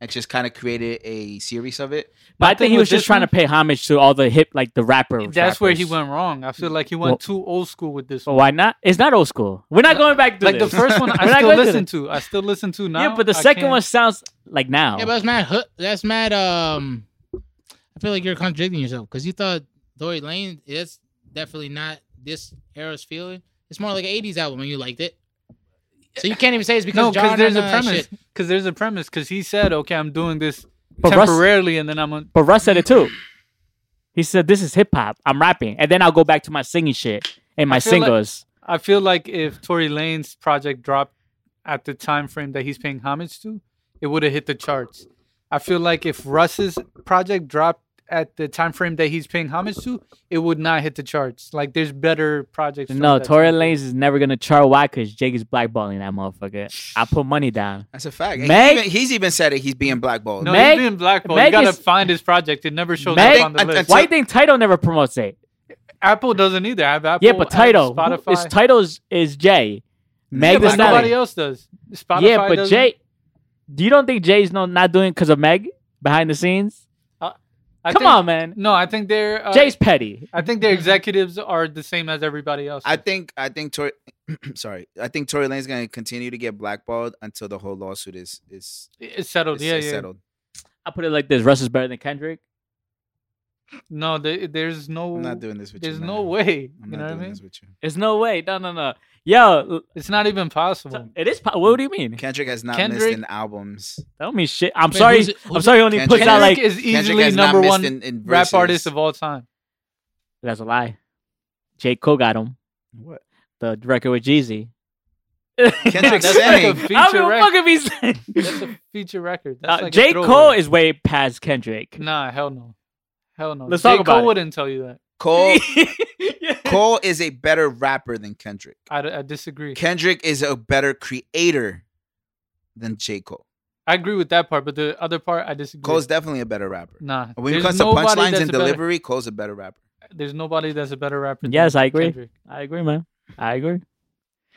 [SPEAKER 5] It just kind of created a series of it.
[SPEAKER 4] but
[SPEAKER 3] My
[SPEAKER 4] i think
[SPEAKER 3] thing
[SPEAKER 4] he
[SPEAKER 3] with
[SPEAKER 4] was just
[SPEAKER 3] this
[SPEAKER 4] trying
[SPEAKER 3] one-
[SPEAKER 4] to pay homage to all the hip like the rapper
[SPEAKER 3] That's where he
[SPEAKER 4] rappers.
[SPEAKER 3] went wrong. I feel like he went
[SPEAKER 4] Well-
[SPEAKER 3] too old school with this
[SPEAKER 4] so
[SPEAKER 3] one.
[SPEAKER 4] why not it's not old school we're not going back to
[SPEAKER 3] Like the
[SPEAKER 4] this. <laughs>
[SPEAKER 3] first one,
[SPEAKER 4] We're
[SPEAKER 3] I
[SPEAKER 4] not
[SPEAKER 3] still
[SPEAKER 4] going to
[SPEAKER 3] listen
[SPEAKER 4] this.
[SPEAKER 3] to. I still listen to now.
[SPEAKER 4] yeah but the
[SPEAKER 3] I
[SPEAKER 4] second
[SPEAKER 3] can't-
[SPEAKER 4] one sounds like now
[SPEAKER 2] Yeah, but it's mad. hu- That's mad. Um, I feel like you're contradicting yourself because you thought Dory Lane is definitely not this era's feeling. It's more like an '80s album, and you liked it. So you can't even say it's because
[SPEAKER 3] no,
[SPEAKER 2] John
[SPEAKER 3] because there's a
[SPEAKER 2] and, uh,
[SPEAKER 3] premise.
[SPEAKER 2] shit.
[SPEAKER 3] Because there's a premise. Because he said, "Okay, I'm doing this
[SPEAKER 4] But Russ-
[SPEAKER 3] temporarily, and then I'm on."
[SPEAKER 4] But Russ said it too. He said, "This is hip hop. I'm rapping, and then I'll go back to my singing shit and my
[SPEAKER 3] I feel like-
[SPEAKER 4] singles."
[SPEAKER 3] I feel like if Tory Lane's project dropped at the time frame that he's paying homage to, it would have hit the charts. I feel like if Russ's project dropped at the time frame that he's paying homage to, it would not hit the charts. Like there's better projects. from
[SPEAKER 4] no,
[SPEAKER 3] that
[SPEAKER 4] Tory
[SPEAKER 3] time.
[SPEAKER 4] Lanez is never gonna chart why because Jake is blackballing that motherfucker.
[SPEAKER 3] <sighs>
[SPEAKER 4] I put money down.
[SPEAKER 5] That's a fact. And
[SPEAKER 4] Meg-
[SPEAKER 5] he even, he's even said it. He's being blackballed.
[SPEAKER 3] No,
[SPEAKER 4] Meg-
[SPEAKER 3] he's being blackballed.
[SPEAKER 4] Meg
[SPEAKER 3] you gotta
[SPEAKER 4] is-
[SPEAKER 3] find his project. It never shows
[SPEAKER 4] Meg-
[SPEAKER 3] up on the
[SPEAKER 5] I- I-
[SPEAKER 3] list.
[SPEAKER 4] Why do you think Title never promotes it?
[SPEAKER 3] Apple doesn't either. I have Apple.
[SPEAKER 4] yeah, but
[SPEAKER 3] I have
[SPEAKER 4] Title, who-
[SPEAKER 3] Spotify.
[SPEAKER 4] it's Title's is Jay. Meg
[SPEAKER 3] yeah,
[SPEAKER 4] does
[SPEAKER 3] but
[SPEAKER 4] not.
[SPEAKER 3] nobody else does. Spotify
[SPEAKER 4] yeah, but
[SPEAKER 3] doesn't.
[SPEAKER 4] Jay, do you don't think Jay's no not doing because of Meg behind the scenes?
[SPEAKER 3] I
[SPEAKER 4] Come
[SPEAKER 3] think-
[SPEAKER 4] on, man.
[SPEAKER 3] No, I think they're. Uh,
[SPEAKER 4] Jay's petty.
[SPEAKER 3] I think their executives are the same as everybody else.
[SPEAKER 5] I think I think Tory. <clears throat> sorry, I think Tory Lane's gonna continue to get blackballed until the whole lawsuit is is,
[SPEAKER 3] it's settled.
[SPEAKER 5] is-
[SPEAKER 3] Oh, yeah,
[SPEAKER 5] is
[SPEAKER 3] yeah.
[SPEAKER 5] settled.
[SPEAKER 4] I put it like this: Russ is better than Kendrick.
[SPEAKER 3] No, there, there's no.
[SPEAKER 5] I'm not doing this with
[SPEAKER 3] There's
[SPEAKER 5] you.
[SPEAKER 3] no
[SPEAKER 5] man.
[SPEAKER 3] way.
[SPEAKER 5] I'm not
[SPEAKER 3] you know what I
[SPEAKER 5] doing
[SPEAKER 3] mean?
[SPEAKER 5] this with you.
[SPEAKER 4] There's no way. No, no, no. Yo,
[SPEAKER 3] It's not even possible.
[SPEAKER 4] It is. Po- what do you mean?
[SPEAKER 5] Kendrick has not
[SPEAKER 3] Kendrick-
[SPEAKER 5] missed in albums.
[SPEAKER 4] That don't mean shit. I'm
[SPEAKER 2] Wait,
[SPEAKER 4] sorry.
[SPEAKER 2] who's it-
[SPEAKER 4] I'm
[SPEAKER 2] who's
[SPEAKER 4] sorry. He only
[SPEAKER 5] Kendrick-
[SPEAKER 4] puts out like
[SPEAKER 3] Kendrick is
[SPEAKER 5] Kendrick
[SPEAKER 3] easily
[SPEAKER 5] has
[SPEAKER 3] number
[SPEAKER 5] not
[SPEAKER 3] one
[SPEAKER 5] missed in, in
[SPEAKER 3] rap artist
[SPEAKER 5] artists
[SPEAKER 3] of
[SPEAKER 4] <laughs>
[SPEAKER 3] all time.
[SPEAKER 4] that's a lie. J Cole got him
[SPEAKER 5] what
[SPEAKER 4] the record with Jeezy. <laughs>
[SPEAKER 5] Kendrick
[SPEAKER 3] That's like a
[SPEAKER 5] sang.
[SPEAKER 4] I don't give
[SPEAKER 3] feature
[SPEAKER 4] a
[SPEAKER 3] record.
[SPEAKER 4] fuck if he's.
[SPEAKER 5] <laughs>
[SPEAKER 3] That's a feature record. That's
[SPEAKER 4] Uh,
[SPEAKER 3] like a
[SPEAKER 4] J Cole
[SPEAKER 3] throwaway.
[SPEAKER 4] is way past Kendrick.
[SPEAKER 3] Nah, hell no, hell no.
[SPEAKER 4] Let's
[SPEAKER 3] J.
[SPEAKER 4] talk about
[SPEAKER 3] Cole
[SPEAKER 4] it.
[SPEAKER 3] wouldn't tell you that.
[SPEAKER 5] Cole
[SPEAKER 4] <laughs>
[SPEAKER 3] <laughs>
[SPEAKER 4] Yeah.
[SPEAKER 5] Cole is a better rapper than Kendrick.
[SPEAKER 3] I, I disagree.
[SPEAKER 5] Kendrick is a better creator than J. Cole.
[SPEAKER 3] I agree with that part, but the other part I disagree.
[SPEAKER 5] Cole's definitely a better rapper.
[SPEAKER 3] nah.
[SPEAKER 5] When it
[SPEAKER 3] there's
[SPEAKER 5] comes to
[SPEAKER 3] nobody
[SPEAKER 5] punchlines
[SPEAKER 3] that's
[SPEAKER 5] and
[SPEAKER 3] a better-
[SPEAKER 5] delivery, Cole's a better rapper.
[SPEAKER 3] there's nobody that's a better rapper. than
[SPEAKER 4] Yes, I agree.
[SPEAKER 3] Kendrick.
[SPEAKER 4] I agree, man. I agree.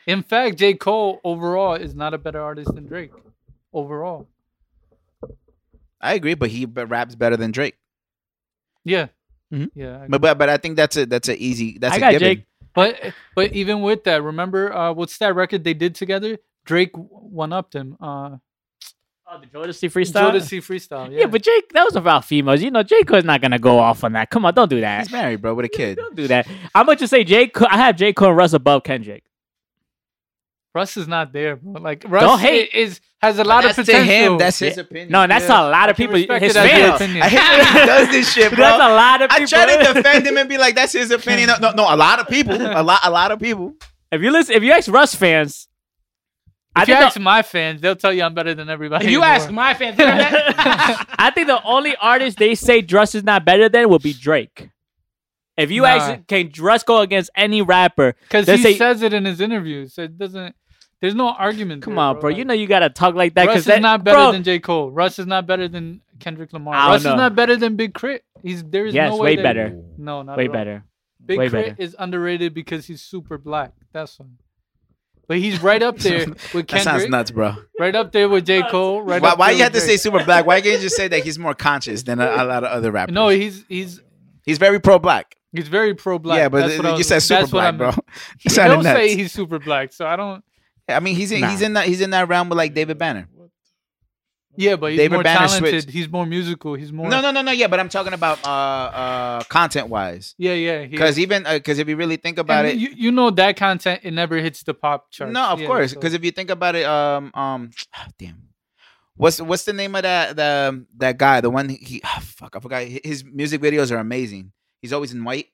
[SPEAKER 3] In fact, J. Cole overall is not a better artist than Drake. Overall,
[SPEAKER 5] I agree, but he be- raps better than Drake.
[SPEAKER 3] yeah,
[SPEAKER 5] Mhm.
[SPEAKER 4] Mm-hmm.
[SPEAKER 3] yeah. I
[SPEAKER 5] But, but but I think that's a that's a easy that's
[SPEAKER 4] I
[SPEAKER 5] a
[SPEAKER 4] got
[SPEAKER 5] given.
[SPEAKER 4] Jake.
[SPEAKER 3] But but even with that, remember uh, what's that record they did together? Drake one upped him. Uh,
[SPEAKER 4] Oh, the Jodeci freestyle.
[SPEAKER 3] Jodeci freestyle.
[SPEAKER 4] Yeah. but Jake, that was about females. You know, J Cole's not gonna go off on that. Come on, don't do that.
[SPEAKER 5] He's married, bro, with a kid.
[SPEAKER 4] Don't do that. I'm gonna just say J Cole. I have J Cole and Russ above Kendrick.
[SPEAKER 3] Russ is not there, bro. Like Russ
[SPEAKER 4] Don't hate.
[SPEAKER 3] i- is has a lot
[SPEAKER 5] that's <laughs>
[SPEAKER 3] of
[SPEAKER 5] to
[SPEAKER 3] potential.
[SPEAKER 5] him. That's his opinion.
[SPEAKER 4] No, and that's
[SPEAKER 3] Yeah.
[SPEAKER 4] a lot
[SPEAKER 3] I
[SPEAKER 4] of
[SPEAKER 3] can
[SPEAKER 4] people.
[SPEAKER 3] respect
[SPEAKER 4] His
[SPEAKER 3] it as your
[SPEAKER 4] fans.
[SPEAKER 3] opinion.
[SPEAKER 5] I hate when <laughs> he does
[SPEAKER 4] <laughs>
[SPEAKER 5] this shit, bro.
[SPEAKER 4] That's a lot of
[SPEAKER 5] I
[SPEAKER 4] people.
[SPEAKER 5] try to defend him and be like, that's his opinion. No, no, no, a lot of people, a lot, a lot of people.
[SPEAKER 4] If you listen, if you ask Russ fans, I
[SPEAKER 3] If you
[SPEAKER 4] think,
[SPEAKER 3] ask
[SPEAKER 4] the,
[SPEAKER 3] my fans, they'll tell you I'm better than everybody.
[SPEAKER 2] If you
[SPEAKER 3] in the
[SPEAKER 2] ask
[SPEAKER 3] world.
[SPEAKER 2] my fans, they're not-
[SPEAKER 3] <laughs>
[SPEAKER 4] <laughs> I think the only artist they say Russ is not better than would be Drake. If you
[SPEAKER 3] Nah.
[SPEAKER 4] ask, can Russ go against any rapper?
[SPEAKER 3] because
[SPEAKER 4] they
[SPEAKER 3] he
[SPEAKER 4] say-
[SPEAKER 3] says it in his interviews, so it doesn't. There's no argument.
[SPEAKER 4] Come
[SPEAKER 3] there,
[SPEAKER 4] on, bro.
[SPEAKER 3] Like,
[SPEAKER 4] You know you gotta talk like that
[SPEAKER 3] Russ
[SPEAKER 4] because
[SPEAKER 3] is
[SPEAKER 4] that's
[SPEAKER 3] not better than J. Cole. Russ is not better than Kendrick Lamar.
[SPEAKER 4] I don't
[SPEAKER 3] Russ
[SPEAKER 4] know.
[SPEAKER 3] is not better than Big Crit. He's there is
[SPEAKER 4] Yes,
[SPEAKER 3] no
[SPEAKER 4] way
[SPEAKER 3] that-
[SPEAKER 4] better.
[SPEAKER 3] No, not
[SPEAKER 4] way
[SPEAKER 3] at all.
[SPEAKER 4] better.
[SPEAKER 3] Big
[SPEAKER 4] Way
[SPEAKER 3] Crit
[SPEAKER 4] better.
[SPEAKER 3] is underrated because he's super black. That's why. But he's right up there with
[SPEAKER 5] <laughs> That sounds
[SPEAKER 3] Kendrick.
[SPEAKER 5] nuts, bro.
[SPEAKER 3] Right up there with J. Cole. Right
[SPEAKER 5] why
[SPEAKER 3] up
[SPEAKER 5] why
[SPEAKER 3] there
[SPEAKER 5] you have
[SPEAKER 3] with
[SPEAKER 5] to say
[SPEAKER 3] Drake.
[SPEAKER 5] super black? Why can't you just say that he's more conscious than a, a lot of other rappers?
[SPEAKER 3] No, he's he's
[SPEAKER 5] he's very pro black.
[SPEAKER 3] he's very pro black.
[SPEAKER 5] Yeah, but
[SPEAKER 3] that's
[SPEAKER 5] th-
[SPEAKER 3] what I
[SPEAKER 5] you
[SPEAKER 3] was-
[SPEAKER 5] said super
[SPEAKER 3] that's what I
[SPEAKER 5] black, bro. <laughs>
[SPEAKER 3] <laughs> meant.
[SPEAKER 5] You
[SPEAKER 3] They
[SPEAKER 5] sounded
[SPEAKER 3] Don't
[SPEAKER 5] nuts.
[SPEAKER 3] say he's super black, so I don't.
[SPEAKER 5] I mean, he's in, he's
[SPEAKER 4] Nah.
[SPEAKER 5] in that he's in that realm with like David Banner.
[SPEAKER 3] Yeah, but he's
[SPEAKER 5] David
[SPEAKER 3] more
[SPEAKER 5] Banner
[SPEAKER 3] talented.
[SPEAKER 5] switched.
[SPEAKER 3] He's more musical. He's more.
[SPEAKER 5] No, no, no, no. Yeah, but I'm talking about uh uh content wise.
[SPEAKER 3] Yeah, yeah. he-
[SPEAKER 5] Because even because if you really think about
[SPEAKER 3] and
[SPEAKER 5] it,
[SPEAKER 3] You, you know that content it never hits the pop chart.
[SPEAKER 5] no, of course. Because if you think about it, um um, damn. What's what's the name of that the um, that guy? The one he ah, fuck I forgot. Hi- His music videos are amazing. He's always in white.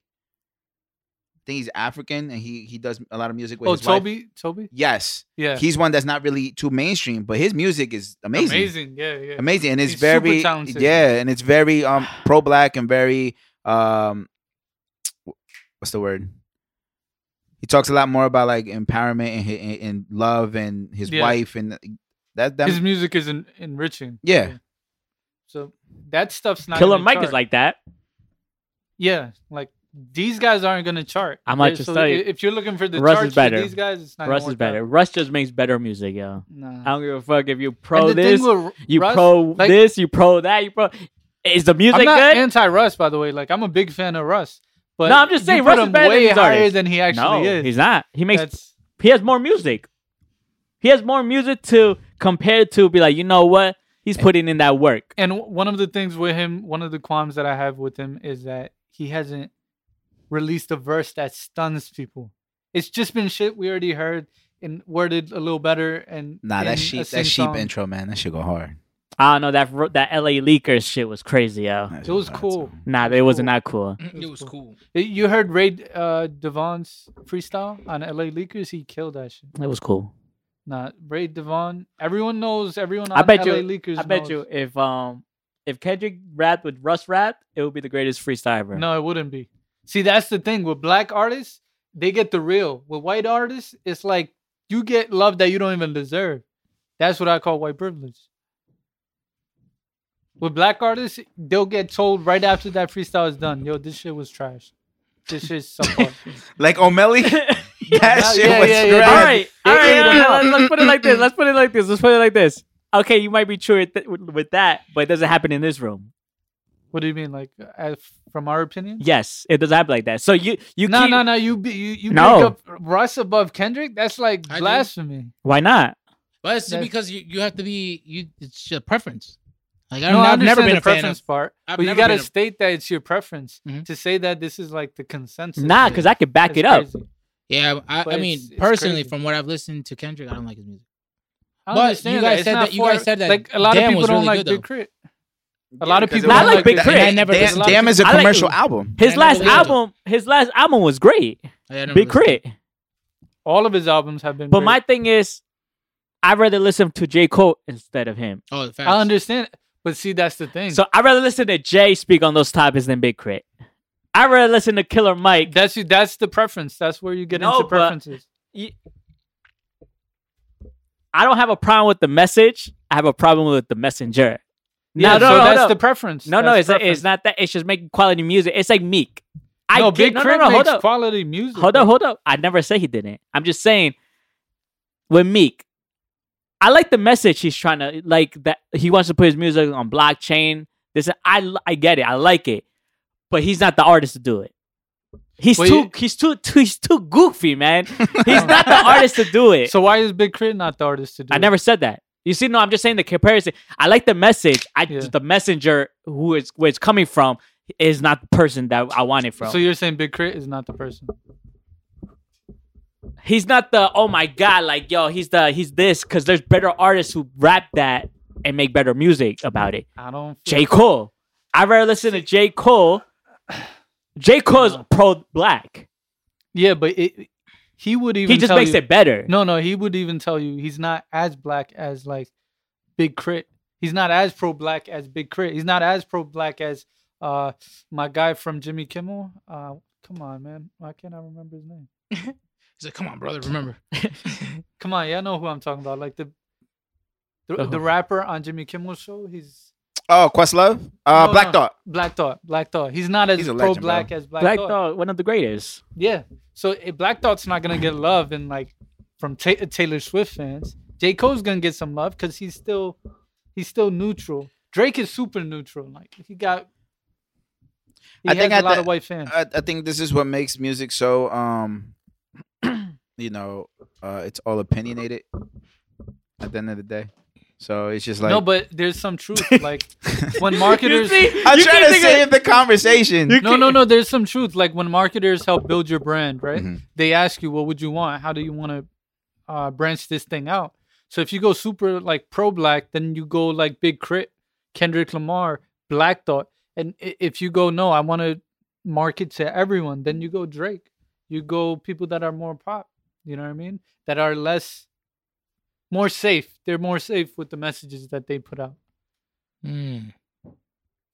[SPEAKER 5] I think he's African and he he does a lot of music with
[SPEAKER 3] oh
[SPEAKER 5] his wife.
[SPEAKER 3] Toby, Toby,
[SPEAKER 5] Yes,
[SPEAKER 3] yeah,
[SPEAKER 5] he's one that's not really too mainstream, but his music is amazing.
[SPEAKER 3] amazing, yeah, yeah.
[SPEAKER 5] amazing and it's
[SPEAKER 3] He's super
[SPEAKER 5] very
[SPEAKER 3] talented.
[SPEAKER 5] yeah and it's very um pro black and very um what's the word he talks a lot more about like empowerment and hi- and, and love and his
[SPEAKER 3] Yeah.
[SPEAKER 5] wife and that that
[SPEAKER 3] His music is en- enriching.
[SPEAKER 5] yeah.
[SPEAKER 3] So that stuff's not.
[SPEAKER 4] Killer
[SPEAKER 3] gonna
[SPEAKER 4] Mike is
[SPEAKER 3] chart.
[SPEAKER 4] like that.
[SPEAKER 3] yeah, like these guys aren't gonna chart.
[SPEAKER 4] I might
[SPEAKER 3] They-
[SPEAKER 4] just
[SPEAKER 3] so
[SPEAKER 4] tell you,
[SPEAKER 3] i- if you're looking for the
[SPEAKER 4] Russ
[SPEAKER 3] charts
[SPEAKER 4] is better.
[SPEAKER 3] for these guys, it's not.
[SPEAKER 4] Russ
[SPEAKER 3] gonna
[SPEAKER 4] is
[SPEAKER 3] work
[SPEAKER 4] better.
[SPEAKER 3] Out.
[SPEAKER 4] Russ just makes better music, yo. I
[SPEAKER 3] Nah.
[SPEAKER 4] don't give a fuck if you
[SPEAKER 3] And
[SPEAKER 4] pro
[SPEAKER 3] the
[SPEAKER 4] this,
[SPEAKER 3] thing with
[SPEAKER 4] you
[SPEAKER 3] Russ,
[SPEAKER 4] pro
[SPEAKER 3] like-
[SPEAKER 4] this, you pro that, you pro. Is the music
[SPEAKER 3] I'm not
[SPEAKER 4] good?
[SPEAKER 3] anti Russ, by the way. Like I'm a big fan of Russ. But
[SPEAKER 4] No, I'm just
[SPEAKER 3] you
[SPEAKER 4] saying
[SPEAKER 3] put
[SPEAKER 4] Russ is
[SPEAKER 3] him
[SPEAKER 4] better than
[SPEAKER 3] way
[SPEAKER 4] these
[SPEAKER 3] higher
[SPEAKER 4] artists.
[SPEAKER 3] than he actually
[SPEAKER 4] no,
[SPEAKER 3] is.
[SPEAKER 4] he's not. He makes
[SPEAKER 3] That's,
[SPEAKER 4] he has more music. He has more music to compare to be like, you know what? He's putting in that work.
[SPEAKER 3] and w- one of the things with him, one of the qualms that I have with him is that he hasn't released a verse that stuns people. It's just been shit we already heard and worded a little better. And
[SPEAKER 5] Nah,
[SPEAKER 3] in a
[SPEAKER 5] that sheep that sheep
[SPEAKER 3] sing-song.
[SPEAKER 5] intro man, that should go hard.
[SPEAKER 4] I don't know that ro- that LA leakers shit was crazy, yo.
[SPEAKER 5] That
[SPEAKER 3] It
[SPEAKER 5] should
[SPEAKER 3] was
[SPEAKER 5] go hard,
[SPEAKER 3] cool.
[SPEAKER 5] so.
[SPEAKER 4] Nah, it wasn't that cool.
[SPEAKER 2] <laughs> It was cool.
[SPEAKER 3] You heard Ray uh, Devon's freestyle on LA Leakers? He killed that shit.
[SPEAKER 4] It was cool.
[SPEAKER 3] Nah, Ray Devon. Everyone knows. Everyone on
[SPEAKER 4] I bet
[SPEAKER 3] LA
[SPEAKER 4] you-
[SPEAKER 3] Leakers.
[SPEAKER 4] I bet
[SPEAKER 3] knows.
[SPEAKER 4] you if um if Kendrick rapped with Russ rap, it would be the greatest freestyle ever.
[SPEAKER 3] No, it wouldn't be. See, that's the thing with black artists, they get the real. With white artists, it's like you get love that you don't even deserve. That's what I call white privilege. With black artists, they'll get told right after that freestyle is done, yo, this shit was trash. This
[SPEAKER 4] <laughs>
[SPEAKER 3] shit's subpar.
[SPEAKER 5] Like
[SPEAKER 3] <laughs>
[SPEAKER 5] O'Malley, <laughs> that shit
[SPEAKER 3] yeah,
[SPEAKER 5] was
[SPEAKER 4] <laughs>
[SPEAKER 5] yeah,
[SPEAKER 3] yeah, yeah.
[SPEAKER 4] all
[SPEAKER 3] Yeah.
[SPEAKER 4] right, all right.
[SPEAKER 3] Yeah,
[SPEAKER 4] no,
[SPEAKER 3] yeah,
[SPEAKER 4] no, let's, let's put it like this. Let's put it like this. Let's put it like this. Okay, you might be true with, th- with- with that, but it doesn't happen in this room.
[SPEAKER 3] what do you mean? Like, as, from our opinion?
[SPEAKER 4] Yes, it doesn't happen like that. So you you
[SPEAKER 3] no,
[SPEAKER 4] keep,
[SPEAKER 3] no, no. You be- you you
[SPEAKER 4] No.
[SPEAKER 3] pick up Russ above Kendrick. That's like
[SPEAKER 2] I do.
[SPEAKER 3] blasphemy.
[SPEAKER 4] Why not?
[SPEAKER 2] But it's
[SPEAKER 3] That's-
[SPEAKER 2] because you, you have to be you. It's your preference. Like I've,
[SPEAKER 3] No, I
[SPEAKER 2] I've never
[SPEAKER 3] understand
[SPEAKER 2] been
[SPEAKER 3] the
[SPEAKER 2] a fan
[SPEAKER 3] preference
[SPEAKER 2] of.
[SPEAKER 3] part,
[SPEAKER 2] I've
[SPEAKER 3] but you
[SPEAKER 2] never
[SPEAKER 3] gotta
[SPEAKER 2] been a-
[SPEAKER 3] state that it's your preference.
[SPEAKER 2] Mhm.
[SPEAKER 3] To say that this is like the consensus.
[SPEAKER 4] Nah, because I could back it up.
[SPEAKER 2] Yeah, I,
[SPEAKER 3] But
[SPEAKER 2] I mean
[SPEAKER 3] it's- it's
[SPEAKER 2] personally,
[SPEAKER 3] crazy.
[SPEAKER 2] from what I've listened to Kendrick, I don't like his music.
[SPEAKER 3] I
[SPEAKER 2] But you
[SPEAKER 3] understand
[SPEAKER 2] guys
[SPEAKER 3] It's
[SPEAKER 2] said
[SPEAKER 3] not
[SPEAKER 2] that- you guys
[SPEAKER 3] for-
[SPEAKER 2] said that
[SPEAKER 3] Like a lot of
[SPEAKER 2] Damn
[SPEAKER 3] people
[SPEAKER 2] was
[SPEAKER 3] don't
[SPEAKER 2] really
[SPEAKER 3] like
[SPEAKER 2] good,
[SPEAKER 3] Big
[SPEAKER 2] though.
[SPEAKER 3] Crit. A lot of
[SPEAKER 5] because it
[SPEAKER 3] people
[SPEAKER 5] was
[SPEAKER 4] don't like Big
[SPEAKER 5] that-
[SPEAKER 4] Crit.
[SPEAKER 5] and I
[SPEAKER 2] Damn-
[SPEAKER 5] never
[SPEAKER 2] Damn-
[SPEAKER 5] listened to
[SPEAKER 3] Damn
[SPEAKER 5] Damn is a
[SPEAKER 4] I like-
[SPEAKER 5] commercial album.
[SPEAKER 4] His
[SPEAKER 2] I
[SPEAKER 4] last
[SPEAKER 2] never listened.
[SPEAKER 4] album, his last album was great.
[SPEAKER 2] Like, I never
[SPEAKER 4] Big
[SPEAKER 2] listened to it.
[SPEAKER 4] Crit.
[SPEAKER 3] All of his albums have been.
[SPEAKER 4] But
[SPEAKER 3] great.
[SPEAKER 4] my thing is, I'd rather listen to J. Cole instead of him.
[SPEAKER 2] Oh, facts.
[SPEAKER 3] I understand, but see, that's the thing.
[SPEAKER 4] So I'd rather listen to Jay speak on those topics than Big Crit. I'd rather listen to Killer Mike.
[SPEAKER 3] that's you. That's the preference. That's where you get
[SPEAKER 4] No,
[SPEAKER 3] into
[SPEAKER 4] but-
[SPEAKER 3] preferences.
[SPEAKER 4] I don't have a problem with the message. I have a problem with the messenger. no,
[SPEAKER 3] Yeah,
[SPEAKER 4] no,
[SPEAKER 3] so
[SPEAKER 4] no,
[SPEAKER 3] that's
[SPEAKER 4] no.
[SPEAKER 3] the preference.
[SPEAKER 4] No, no, it's,
[SPEAKER 3] That's
[SPEAKER 4] it's
[SPEAKER 3] preference.
[SPEAKER 4] not that. It's just making quality music. It's like Meek. I
[SPEAKER 3] no,
[SPEAKER 4] get-
[SPEAKER 3] Big
[SPEAKER 4] no, no,
[SPEAKER 3] Crit
[SPEAKER 4] no, hold
[SPEAKER 3] makes
[SPEAKER 4] up.
[SPEAKER 3] quality music.
[SPEAKER 4] Hold up, hold up. I never said he didn't. I'm just saying with Meek, I like the message he's trying to like that he wants to put his music on blockchain. This I I get it. I like it. But he's not the artist to do it. He's
[SPEAKER 3] Well,
[SPEAKER 4] too
[SPEAKER 3] you-
[SPEAKER 4] he's too, <laughs> too he's too goofy,
[SPEAKER 3] <laughs>
[SPEAKER 4] man. He's not the artist to do it.
[SPEAKER 3] So why is Big Crit not the artist to do?
[SPEAKER 4] Eh, I
[SPEAKER 3] it?
[SPEAKER 4] never said that. You see, no, I'm just saying the comparison. I like the message. I
[SPEAKER 3] Yeah.
[SPEAKER 4] the messenger who is where it's coming from is not the person that I want it from.
[SPEAKER 3] So you're saying Big Crit is not the person?
[SPEAKER 4] he's not the oh my god like yo he's the he's this because there's better artists who rap that and make better music about it
[SPEAKER 3] I don't. feel-
[SPEAKER 4] j cole i'd rather listen to j cole j cole's pro-black
[SPEAKER 3] Yeah, but it, he would even.
[SPEAKER 4] he just
[SPEAKER 3] tell
[SPEAKER 4] makes
[SPEAKER 3] you,
[SPEAKER 4] it better
[SPEAKER 3] No, no, he would even tell you he's not as black as like Big Crit. He's not as pro black as Big Crit. He's not as pro black as uh my guy from Jimmy Kimmel. Uh come on, man. Why can't I remember his name?
[SPEAKER 2] He's like, come on, brother,
[SPEAKER 3] <laughs>
[SPEAKER 2] remember.
[SPEAKER 3] Come on, yeah, I know who I'm talking about. Like the the,
[SPEAKER 4] The
[SPEAKER 3] the
[SPEAKER 4] who?
[SPEAKER 3] rapper on Jimmy Kimmel's show, he's
[SPEAKER 5] Oh, Questlove, uh,
[SPEAKER 3] No,
[SPEAKER 5] Black
[SPEAKER 3] no.
[SPEAKER 5] Thought.
[SPEAKER 3] Black Thought. Black Thought. He's not as
[SPEAKER 5] He's a
[SPEAKER 3] pro
[SPEAKER 5] legend, bro.
[SPEAKER 3] black as Black,
[SPEAKER 4] black
[SPEAKER 3] Thought.
[SPEAKER 4] thought one of the greatest
[SPEAKER 3] Yeah. So eh, Black Thought's not gonna get love and like from Ta uh, Taylor Swift fans. J Cole's gonna get some love because he's still he's still neutral. Drake is super neutral. Like he got. He
[SPEAKER 5] I
[SPEAKER 3] has
[SPEAKER 5] think
[SPEAKER 3] a
[SPEAKER 5] at
[SPEAKER 3] lot
[SPEAKER 5] the- uh,
[SPEAKER 3] of white fans.
[SPEAKER 5] I, I think this is what makes music so um <clears throat> you know uh it's all opinionated at the end of the day so it's just like <laughs>
[SPEAKER 3] no, but there's some truth. Like when marketers.
[SPEAKER 5] i'm trying to save the conversation
[SPEAKER 3] No, no, no. There's some truth. Like when marketers help build your brand, right?
[SPEAKER 5] Mhm.
[SPEAKER 3] They ask you, "What would you want? How do you want to uh, branch this thing out?" So if you go super like pro black, then you go like Big Crit, Kendrick Lamar, Black Thought, and i- if you go no, I want to market to everyone, then you go Drake. You go people that are more pop. You know what I mean? That are less, more safe. They're more safe with the messages that they put out.
[SPEAKER 2] Mm.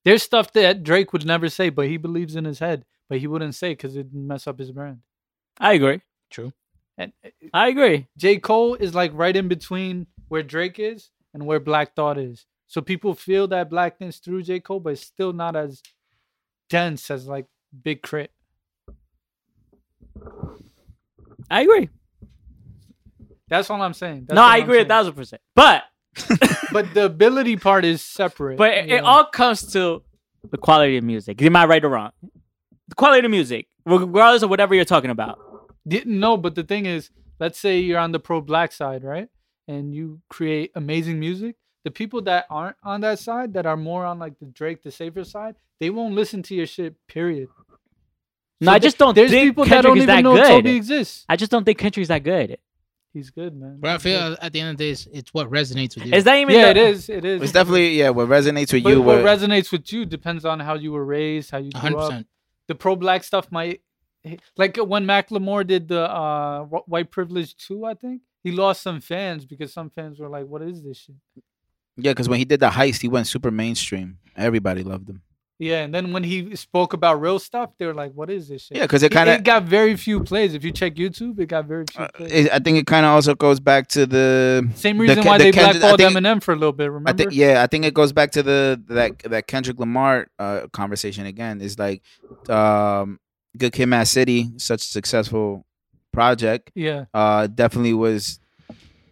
[SPEAKER 3] There's stuff that Drake would never say, but he believes in his head, but he wouldn't say because it'd mess up his brand.
[SPEAKER 4] i agree
[SPEAKER 2] True.
[SPEAKER 3] And uh,
[SPEAKER 4] I agree.
[SPEAKER 3] J. Cole is like right in between where Drake is and where Black Thought is. So people feel that blackness through J. Cole, but it's still not as dense as like Big Crit.
[SPEAKER 4] I agree.
[SPEAKER 3] That's all I'm saying. That's
[SPEAKER 4] no,
[SPEAKER 3] all
[SPEAKER 4] I
[SPEAKER 3] I'm
[SPEAKER 4] agree a
[SPEAKER 3] saying.
[SPEAKER 4] thousand percent. But
[SPEAKER 3] But the ability part is separate.
[SPEAKER 4] but it,
[SPEAKER 3] you
[SPEAKER 4] it
[SPEAKER 3] know?
[SPEAKER 4] all comes to the quality of music. Am I right or wrong? The quality of music, regardless of whatever you're talking about.
[SPEAKER 3] Di- no, but the thing is, let's say you're on the pro black side, right? And you create amazing music. The people that aren't on that side, that are more on like the Drake, the safer side, they won't listen to your shit. Period.
[SPEAKER 4] No,
[SPEAKER 3] So
[SPEAKER 4] I
[SPEAKER 3] there-
[SPEAKER 4] just don't
[SPEAKER 3] There's
[SPEAKER 4] think
[SPEAKER 3] people
[SPEAKER 4] Kendrick
[SPEAKER 3] that don't
[SPEAKER 4] is
[SPEAKER 3] even
[SPEAKER 4] that
[SPEAKER 3] know
[SPEAKER 4] good.
[SPEAKER 3] Toby exists.
[SPEAKER 4] I just don't think country's that good.
[SPEAKER 3] He's good, man.
[SPEAKER 2] But I
[SPEAKER 3] He's
[SPEAKER 2] feel
[SPEAKER 3] good.
[SPEAKER 2] at the end of the day, it's, it's what resonates with you.
[SPEAKER 4] Is that even?
[SPEAKER 3] yeah,
[SPEAKER 4] the-
[SPEAKER 3] it is. It is.
[SPEAKER 5] It's definitely yeah. What resonates with
[SPEAKER 3] But
[SPEAKER 5] you? uh,
[SPEAKER 3] what
[SPEAKER 5] What,
[SPEAKER 3] resonates with you depends on how you were raised, how you grew up.
[SPEAKER 2] 100%.
[SPEAKER 3] the pro black stuff might like uh, when Macklemore did the uh Wh- White Privilege 2, I think he lost some fans because some fans were like, "What is this shit?"
[SPEAKER 5] yeah, because when he did the heist, he went super mainstream. Everybody loved him.
[SPEAKER 3] Yeah, and then when he spoke about real stuff, they were like, "What is this shit?"
[SPEAKER 5] Yeah, because it
[SPEAKER 3] It-
[SPEAKER 5] kind
[SPEAKER 3] it
[SPEAKER 5] of.
[SPEAKER 3] got very few plays. If you check YouTube, it got very few plays.
[SPEAKER 5] I think Uh, it kind of also goes back to the.
[SPEAKER 3] Same
[SPEAKER 5] the
[SPEAKER 3] reason
[SPEAKER 5] Ken-
[SPEAKER 3] why
[SPEAKER 5] the
[SPEAKER 3] they
[SPEAKER 5] Kendrick- I
[SPEAKER 3] blackballed
[SPEAKER 5] think-
[SPEAKER 3] Eminem for a little bit. Remember?
[SPEAKER 5] I think yeah, I think it goes back to the that that Kendrick Lamar uh, conversation again. Is like, um, Good Kid, Mad City, such a successful project.
[SPEAKER 3] yeah,
[SPEAKER 5] uh, definitely was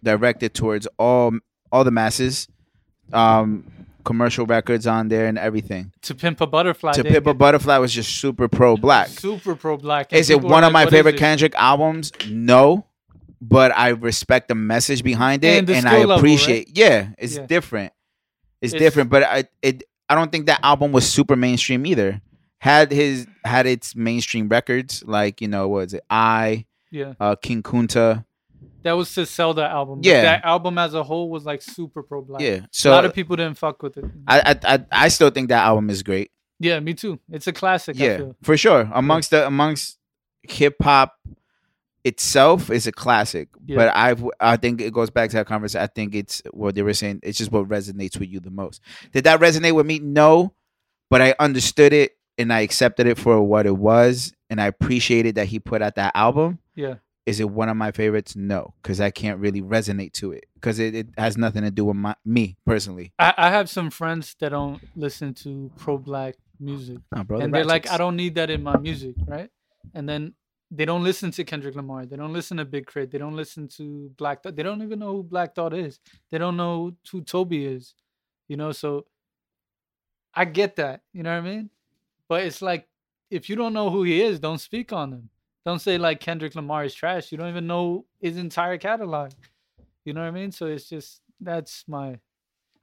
[SPEAKER 5] directed towards all all the masses. Um, commercial records on there and everything.
[SPEAKER 3] to pimp a butterfly.
[SPEAKER 5] to
[SPEAKER 3] didn't
[SPEAKER 5] Pimp a
[SPEAKER 3] get-
[SPEAKER 5] Butterfly was just super pro black.
[SPEAKER 3] Super pro black. and
[SPEAKER 5] Is it
[SPEAKER 3] people were
[SPEAKER 5] one of
[SPEAKER 3] like,
[SPEAKER 5] my
[SPEAKER 3] "What is
[SPEAKER 5] favorite
[SPEAKER 3] this?"
[SPEAKER 5] Kendrick albums? No, but I respect the message behind it
[SPEAKER 3] And
[SPEAKER 5] and,
[SPEAKER 3] the
[SPEAKER 5] I
[SPEAKER 3] skill level,
[SPEAKER 5] appreciate. Yeah, it's
[SPEAKER 3] Yeah.
[SPEAKER 5] different. It's,
[SPEAKER 3] It's-
[SPEAKER 5] different, but I it I don't think that album was super mainstream either. Had his had its mainstream records like you know what is it I
[SPEAKER 3] Yeah,
[SPEAKER 5] uh, King Kunta
[SPEAKER 3] that was to sell that album. but
[SPEAKER 5] Yeah.
[SPEAKER 3] that album as a whole was like super pro black.
[SPEAKER 5] yeah
[SPEAKER 3] a
[SPEAKER 5] so
[SPEAKER 3] lot of people didn't fuck with it.
[SPEAKER 5] I, I I I still think that album is great.
[SPEAKER 3] Yeah, me too. It's a classic. I
[SPEAKER 5] yeah,
[SPEAKER 3] feel.
[SPEAKER 5] for sure. Amongst the amongst hip hop itself is a classic,
[SPEAKER 3] Yeah.
[SPEAKER 5] but I've I think it goes back to that conversation. I think it's what they were saying. It's just what resonates with you the most. Did that resonate with me? No, but I understood it and I accepted it for what it was, and I appreciated that he put out that album.
[SPEAKER 3] Yeah.
[SPEAKER 5] Is it one of my favorites? No, because I can't really resonate to it because it, it has nothing to do with my me personally.
[SPEAKER 3] I, I have some friends that don't listen to pro black music.
[SPEAKER 5] No, bro,
[SPEAKER 3] and they're like, I don't need that in my music, right? And then they don't listen to Kendrick Lamar. They don't listen to Big Crit. They don't listen to Black Thought. They don't even know who Black Thought is. They don't know who Toby is. You know, so I get that. You know what I mean? But it's like if you don't know who he is, don't speak on him. Don't say like Kendrick Lamar is trash. You don't even know his entire catalog. You know what I mean? So it's just that's my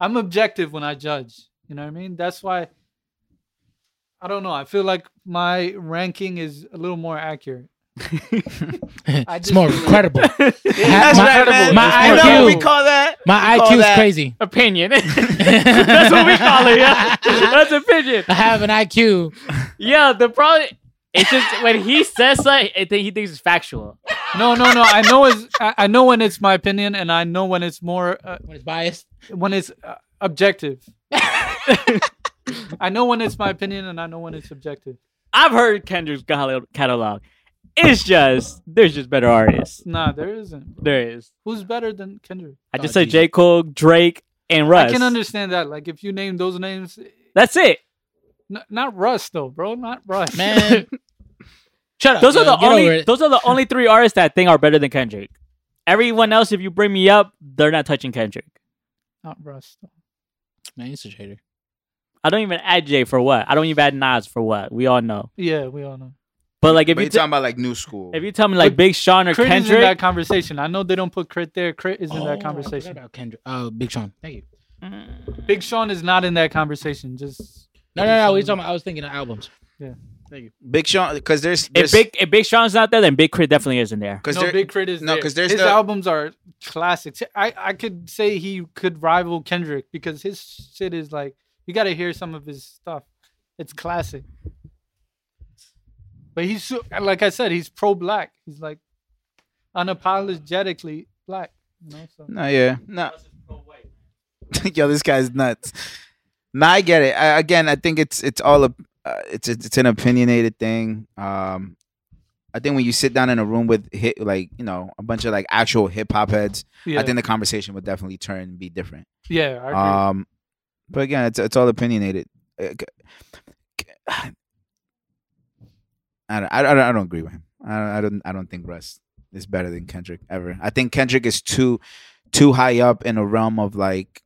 [SPEAKER 3] I'm objective when I judge. You know what I mean? That's why I don't know. I feel like my ranking is a little more accurate. I
[SPEAKER 2] <laughs> it's
[SPEAKER 3] just
[SPEAKER 2] more
[SPEAKER 3] feel like-
[SPEAKER 5] <laughs>
[SPEAKER 2] credible.
[SPEAKER 5] That's
[SPEAKER 2] my,
[SPEAKER 5] right, man.
[SPEAKER 2] my
[SPEAKER 5] You know what we
[SPEAKER 2] IQ
[SPEAKER 5] call that?
[SPEAKER 2] my
[SPEAKER 5] we call
[SPEAKER 2] IQ is
[SPEAKER 5] that-
[SPEAKER 2] crazy.
[SPEAKER 4] <laughs> Opinion. That's what we call it. Yeah. <laughs> That's opinion.
[SPEAKER 2] I have an IQ.
[SPEAKER 4] Yeah, the problem. It's just when he says something, I think he thinks it's factual.
[SPEAKER 3] No, no, no. I know is I I know when it's my opinion, and I know when it's more uh,
[SPEAKER 2] When it's biased,
[SPEAKER 3] when it's uh, objective. I know when it's my opinion, and I know when it's objective.
[SPEAKER 4] <laughs> I've heard Kendrick's gal- catalog. It's just there's just better artists.
[SPEAKER 3] Nah, there isn't.
[SPEAKER 4] There is.
[SPEAKER 3] Who's better than Kendrick?
[SPEAKER 4] I just
[SPEAKER 2] Oh,
[SPEAKER 4] said
[SPEAKER 2] geez.
[SPEAKER 4] J. Cole, Drake, and Russ.
[SPEAKER 3] I can understand that. Like if you name those names,
[SPEAKER 4] That's it.
[SPEAKER 3] n- not Russ though, bro. Not Russ.
[SPEAKER 5] <laughs>
[SPEAKER 2] man. Shut up.
[SPEAKER 4] Those are
[SPEAKER 2] yo,
[SPEAKER 4] the
[SPEAKER 2] get over
[SPEAKER 4] only.
[SPEAKER 2] it.
[SPEAKER 4] Those are the only three artists that I think are better than Kendrick. Everyone else, if you bring me up, they're not touching Kendrick.
[SPEAKER 3] <laughs> not Russ. Though.
[SPEAKER 2] man, you're such a hater.
[SPEAKER 4] I don't even add Jay for what. I don't even add Nas for what. We all know.
[SPEAKER 3] Yeah, we all know.
[SPEAKER 4] But like, if
[SPEAKER 5] But
[SPEAKER 4] you
[SPEAKER 5] you're
[SPEAKER 4] t-
[SPEAKER 5] talking about like new school.
[SPEAKER 4] if you tell me like
[SPEAKER 3] But
[SPEAKER 4] Big Sean or
[SPEAKER 3] Crit is in that
[SPEAKER 4] Kendrick,
[SPEAKER 3] conversation. I know they don't put Crit there. Crit is in
[SPEAKER 2] Oh, I
[SPEAKER 3] that
[SPEAKER 2] forgot
[SPEAKER 3] conversation.
[SPEAKER 2] about Kendrick. Oh, Big Sean. Thank you.
[SPEAKER 3] Big Sean is not in that conversation. Just
[SPEAKER 2] No, no, no. We talking. About, I was thinking of albums.
[SPEAKER 5] Big Sean, because there's,
[SPEAKER 4] if
[SPEAKER 5] there's
[SPEAKER 4] Big if Big Sean's not there, then Big Crit definitely is in there.
[SPEAKER 5] cause
[SPEAKER 3] no
[SPEAKER 5] there,
[SPEAKER 3] big crit is
[SPEAKER 5] no,
[SPEAKER 3] there.
[SPEAKER 5] 'cause there's
[SPEAKER 3] his
[SPEAKER 5] no-
[SPEAKER 3] albums are classics. I I could say he could rival Kendrick because his shit is like you got to hear some of his stuff. It's classic. But he's so- like I said, he's pro black. He's like unapologetically black. You know, so
[SPEAKER 5] no, yeah, no. <laughs> Yo, this guy's nuts. No, I get it. I, again, I think it's it's all a, uh, it's it's an opinionated thing. Um, I think when you sit down in a room with hit, like you know a bunch of like actual hip hop heads,
[SPEAKER 3] Yeah,
[SPEAKER 5] I think the conversation would definitely turn and be different.
[SPEAKER 3] yeah, I agree.
[SPEAKER 5] Um, but again, it's it's all opinionated. Uh, c- <sighs> I don't, I don't, I don't agree with him. I don't, I don't, I don't think Russ is better than Kendrick ever. I think Kendrick is too, too high up in a realm of like,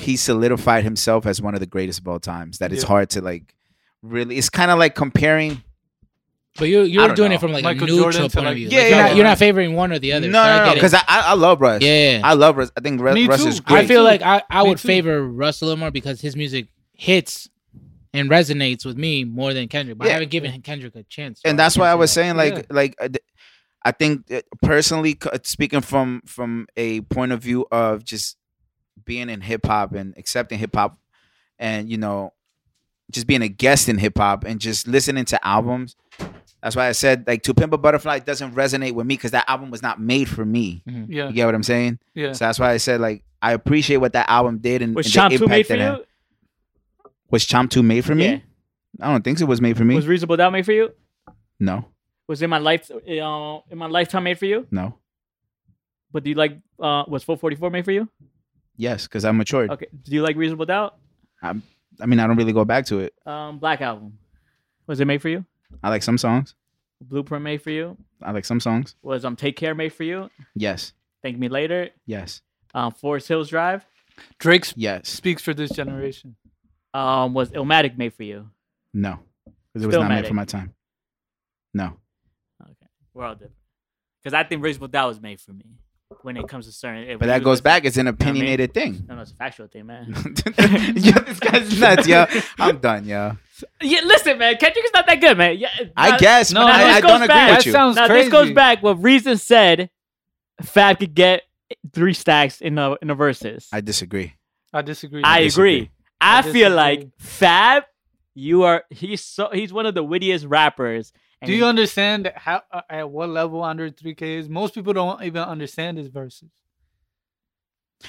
[SPEAKER 5] he solidified himself as one of the greatest of all times. That it's
[SPEAKER 3] Yeah.
[SPEAKER 5] hard to like, really. It's kind of like comparing.
[SPEAKER 2] But you
[SPEAKER 5] I
[SPEAKER 2] you're
[SPEAKER 5] don't
[SPEAKER 2] doing
[SPEAKER 5] know.
[SPEAKER 2] it from like
[SPEAKER 3] Michael
[SPEAKER 2] a neutral
[SPEAKER 3] Jordan to,
[SPEAKER 2] point of
[SPEAKER 3] like-
[SPEAKER 2] view.
[SPEAKER 5] Yeah,
[SPEAKER 2] Like, you're,
[SPEAKER 5] yeah,
[SPEAKER 2] not,
[SPEAKER 5] no.
[SPEAKER 2] you're not favoring one or the other.
[SPEAKER 5] No,
[SPEAKER 2] so I
[SPEAKER 5] no, no,
[SPEAKER 2] get it.
[SPEAKER 5] because I, I, I love Russ.
[SPEAKER 2] yeah,
[SPEAKER 5] I love Russ. I think Russ,
[SPEAKER 3] Me
[SPEAKER 5] Russ
[SPEAKER 3] too.
[SPEAKER 5] is
[SPEAKER 3] I
[SPEAKER 2] I
[SPEAKER 5] great.
[SPEAKER 2] feel
[SPEAKER 3] too.
[SPEAKER 2] like I, I
[SPEAKER 3] Me
[SPEAKER 2] would
[SPEAKER 3] too.
[SPEAKER 2] favor Russ a little more because his music hits and resonates with me more than Kendrick. But
[SPEAKER 5] Yeah.
[SPEAKER 2] I haven't given Kendrick a chance. so
[SPEAKER 5] and that's
[SPEAKER 2] can't
[SPEAKER 5] why I
[SPEAKER 2] say
[SPEAKER 5] was
[SPEAKER 2] that.
[SPEAKER 5] saying like
[SPEAKER 3] Yeah.
[SPEAKER 5] like uh, th- I think uh, personally c- speaking from from a point of view of just being in hip hop and accepting hip hop and you know just being a guest in hip hop and just listening to albums. That's why I said like To Pimp a Butterfly doesn't resonate with me because that album was not made for me.
[SPEAKER 3] yeah,
[SPEAKER 5] You get what I'm saying?
[SPEAKER 3] yeah.
[SPEAKER 5] So that's why I said like I appreciate what that album did and,
[SPEAKER 4] Was
[SPEAKER 5] and the
[SPEAKER 4] Chomp
[SPEAKER 5] impact
[SPEAKER 4] Two made for
[SPEAKER 5] that it had.
[SPEAKER 4] you?
[SPEAKER 5] Was Chomp Two made for me?
[SPEAKER 4] Yeah.
[SPEAKER 5] I don't think it was made for me.
[SPEAKER 4] Was Reasonable Doubt made for you?
[SPEAKER 5] no,
[SPEAKER 4] Was in my life uh, in my lifetime made for you?
[SPEAKER 5] no.
[SPEAKER 4] But do you like uh was 444 made for you?
[SPEAKER 5] Yes, because I'm matured.
[SPEAKER 4] Okay. Do you like Reasonable Doubt?
[SPEAKER 5] I mean, I don't really go back to it.
[SPEAKER 4] Um Black Album. Was it made for you?
[SPEAKER 5] I like some songs.
[SPEAKER 4] Blueprint made for you?
[SPEAKER 5] I like some songs.
[SPEAKER 4] Was um Take Care made for you?
[SPEAKER 5] Yes,
[SPEAKER 4] Thank Me Later.
[SPEAKER 5] yes,
[SPEAKER 4] Um Forest Hills Drive.
[SPEAKER 3] Drake sp-
[SPEAKER 5] yes.
[SPEAKER 3] speaks for this generation.
[SPEAKER 4] Um was Illmatic made for you?
[SPEAKER 5] No, because it was not made for my time. No,
[SPEAKER 4] Okay. We're all different. Because I think Reasonable Doubt was made for me when it comes to certain
[SPEAKER 5] but that goes back. It's an opinionated thing. <laughs>
[SPEAKER 4] No, no, it's a factual thing, man.
[SPEAKER 5] yeah, this guy's nuts, yo. I'm done, yo.
[SPEAKER 4] yeah, listen, man. Kendrick is not that good, man. Yeah,
[SPEAKER 5] I
[SPEAKER 4] not-
[SPEAKER 5] guess,
[SPEAKER 3] no,
[SPEAKER 5] but
[SPEAKER 3] no,
[SPEAKER 5] I,
[SPEAKER 3] this
[SPEAKER 5] I
[SPEAKER 4] goes
[SPEAKER 5] don't agree
[SPEAKER 4] back.
[SPEAKER 5] with
[SPEAKER 3] That
[SPEAKER 5] you.
[SPEAKER 3] sounds
[SPEAKER 4] Now
[SPEAKER 3] crazy.
[SPEAKER 4] this goes back what Reason said. Fab could get three stacks in the in the verses.
[SPEAKER 5] I disagree.
[SPEAKER 3] I disagree.
[SPEAKER 4] I agree.
[SPEAKER 5] disagree.
[SPEAKER 4] I,
[SPEAKER 3] I
[SPEAKER 4] feel
[SPEAKER 3] disagree.
[SPEAKER 4] like Fab, you are he's so he's one of the wittiest rappers. and
[SPEAKER 3] Do you understand how uh, at what level under 3K is? Most people don't even understand his verses.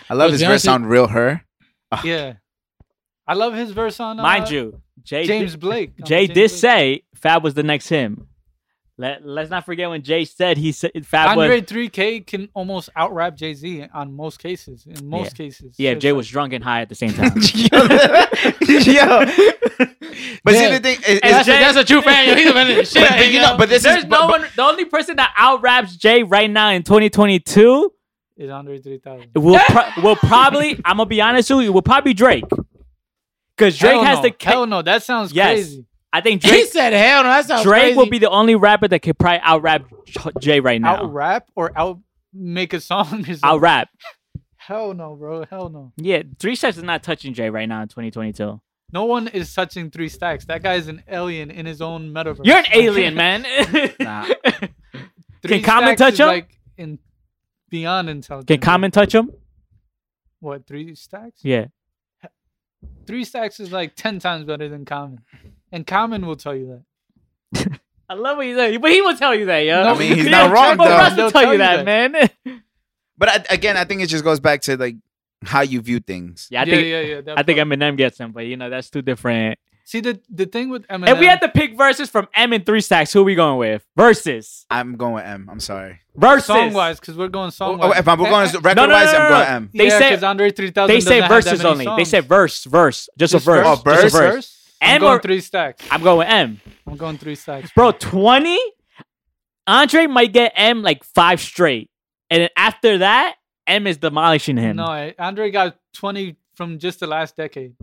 [SPEAKER 5] I love
[SPEAKER 2] Let's
[SPEAKER 5] his
[SPEAKER 2] be
[SPEAKER 5] verse
[SPEAKER 2] honest,
[SPEAKER 5] on "Real Her." <laughs>
[SPEAKER 3] Yeah, I love his verse on. Uh,
[SPEAKER 4] Ah. mind you, Jay
[SPEAKER 3] James
[SPEAKER 4] did,
[SPEAKER 3] Blake. on
[SPEAKER 4] Jay
[SPEAKER 3] James
[SPEAKER 4] did
[SPEAKER 3] Blake.
[SPEAKER 4] say Fab was the next him. Let Let's not forget when Jay said he said Fab
[SPEAKER 3] Andre
[SPEAKER 4] was.
[SPEAKER 3] 3K can almost out rap Jay Z on most cases. In most cases,
[SPEAKER 4] Yeah,
[SPEAKER 3] So
[SPEAKER 4] if Jay
[SPEAKER 3] it's
[SPEAKER 4] was drunk and high at the <laughs> same time.
[SPEAKER 5] yo, but see the
[SPEAKER 2] Yeah.
[SPEAKER 5] thing is,
[SPEAKER 2] That's,
[SPEAKER 5] is
[SPEAKER 2] a, that's a true fan. yo. He's a fan
[SPEAKER 4] <laughs>
[SPEAKER 2] of the shit.
[SPEAKER 5] But- but you know- but this is-
[SPEAKER 4] There's no
[SPEAKER 5] but-
[SPEAKER 4] one. The only person that out raps Jay right now in 2022
[SPEAKER 3] like, is Andre 3000.
[SPEAKER 2] <laughs>
[SPEAKER 4] will pro- will probably. I'm gonna be honest with you. Will probably Drake, because Drake
[SPEAKER 3] Hell
[SPEAKER 4] has
[SPEAKER 3] no.
[SPEAKER 4] the. ca-
[SPEAKER 3] hell no. That sounds
[SPEAKER 4] Yes.
[SPEAKER 3] crazy.
[SPEAKER 4] I
[SPEAKER 2] <laughs>
[SPEAKER 4] think
[SPEAKER 2] he
[SPEAKER 4] Drake.
[SPEAKER 2] said, "Hell no, that sounds
[SPEAKER 4] Drake
[SPEAKER 2] crazy."
[SPEAKER 4] will be the only rapper that could probably out rap Jay right
[SPEAKER 3] Out
[SPEAKER 4] now.
[SPEAKER 3] rap or out make a song? Or something.
[SPEAKER 4] Out rap.
[SPEAKER 3] Hell no, bro. Hell no.
[SPEAKER 4] Yeah, three sets is not touching Jay right now in 2022.
[SPEAKER 3] No one is touching three stacks. That guy is an alien in his own metaverse.
[SPEAKER 4] You're an
[SPEAKER 3] <laughs>
[SPEAKER 2] <laughs>
[SPEAKER 4] alien, man.
[SPEAKER 5] Nah.
[SPEAKER 3] Three
[SPEAKER 4] Can Common
[SPEAKER 3] Stacks
[SPEAKER 4] touch
[SPEAKER 3] is,
[SPEAKER 4] him?
[SPEAKER 3] Like in beyond intelligent.
[SPEAKER 4] Can Common touch him?
[SPEAKER 3] What three stacks?
[SPEAKER 4] Yeah.
[SPEAKER 3] Three stacks is like ten times better than Common, and Common will tell you that.
[SPEAKER 4] I love what you said, but he will tell you that, yo.
[SPEAKER 3] No, I mean,
[SPEAKER 4] <laughs>
[SPEAKER 3] he's
[SPEAKER 4] Yeah,
[SPEAKER 5] not wrong,
[SPEAKER 4] Triple
[SPEAKER 5] though.
[SPEAKER 4] Russ will
[SPEAKER 3] They'll
[SPEAKER 4] tell you that, man.
[SPEAKER 5] but I, again, I think it just goes back to like how you view things.
[SPEAKER 4] <laughs> Yeah, I think
[SPEAKER 3] yeah, yeah. that
[SPEAKER 4] I think
[SPEAKER 3] part.
[SPEAKER 4] Eminem gets him, but you know that's two different.
[SPEAKER 3] See the the thing with Eminem.
[SPEAKER 4] If we had to pick verses from M and Three Stacks, who are we going with? Verses.
[SPEAKER 5] I'm going with M. I'm sorry.
[SPEAKER 4] Verses.
[SPEAKER 3] song wise, because we're going song
[SPEAKER 5] Oh,
[SPEAKER 3] wise.
[SPEAKER 5] if I'm we're going record
[SPEAKER 4] no, no,
[SPEAKER 5] wise,
[SPEAKER 4] no,
[SPEAKER 5] I'm
[SPEAKER 4] no.
[SPEAKER 5] going M.
[SPEAKER 4] They
[SPEAKER 3] yeah,
[SPEAKER 4] say-
[SPEAKER 3] 'cause Andre three thousand.
[SPEAKER 4] they say verses only. They say verse, verse, just, a verse.
[SPEAKER 5] verse. Oh,
[SPEAKER 4] just a
[SPEAKER 5] verse?
[SPEAKER 4] verse.
[SPEAKER 3] I'm
[SPEAKER 4] And
[SPEAKER 3] going
[SPEAKER 4] we're-
[SPEAKER 3] three stacks.
[SPEAKER 4] I'm going with M,
[SPEAKER 3] I'm going three stacks,
[SPEAKER 4] bro. Twenty. Andre might get M like five straight, and then after that, M is demolishing him.
[SPEAKER 3] No, I- Andre got twenty from just the last decade.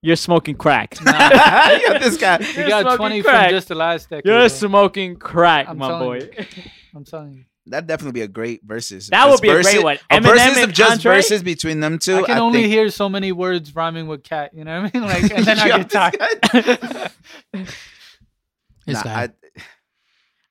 [SPEAKER 4] You're smoking crack. <laughs>
[SPEAKER 5] Yo, this guy.
[SPEAKER 3] He
[SPEAKER 4] You're
[SPEAKER 3] got
[SPEAKER 4] smoking
[SPEAKER 3] twenty
[SPEAKER 4] crack.
[SPEAKER 3] from just the last decade.
[SPEAKER 4] You're
[SPEAKER 3] bro.
[SPEAKER 4] smoking crack,
[SPEAKER 3] I'm
[SPEAKER 4] my boy.
[SPEAKER 3] telling I'm telling you.
[SPEAKER 5] That'd definitely be a great versus.
[SPEAKER 4] That
[SPEAKER 5] Just
[SPEAKER 4] would be a great
[SPEAKER 5] versus-
[SPEAKER 4] one.
[SPEAKER 5] A
[SPEAKER 4] Eminem
[SPEAKER 5] versus
[SPEAKER 4] and
[SPEAKER 5] of just
[SPEAKER 4] Andre?
[SPEAKER 5] versus between them two.
[SPEAKER 3] I can
[SPEAKER 5] I
[SPEAKER 3] only
[SPEAKER 5] think-
[SPEAKER 3] hear so many words rhyming with cat. You know what I mean? Like,
[SPEAKER 4] <laughs>
[SPEAKER 3] and then I
[SPEAKER 5] Yo,
[SPEAKER 3] get
[SPEAKER 5] this
[SPEAKER 3] tired. <laughs>
[SPEAKER 5] guy-
[SPEAKER 2] This
[SPEAKER 5] Nah,
[SPEAKER 2] guy.
[SPEAKER 5] I-
[SPEAKER 4] <laughs>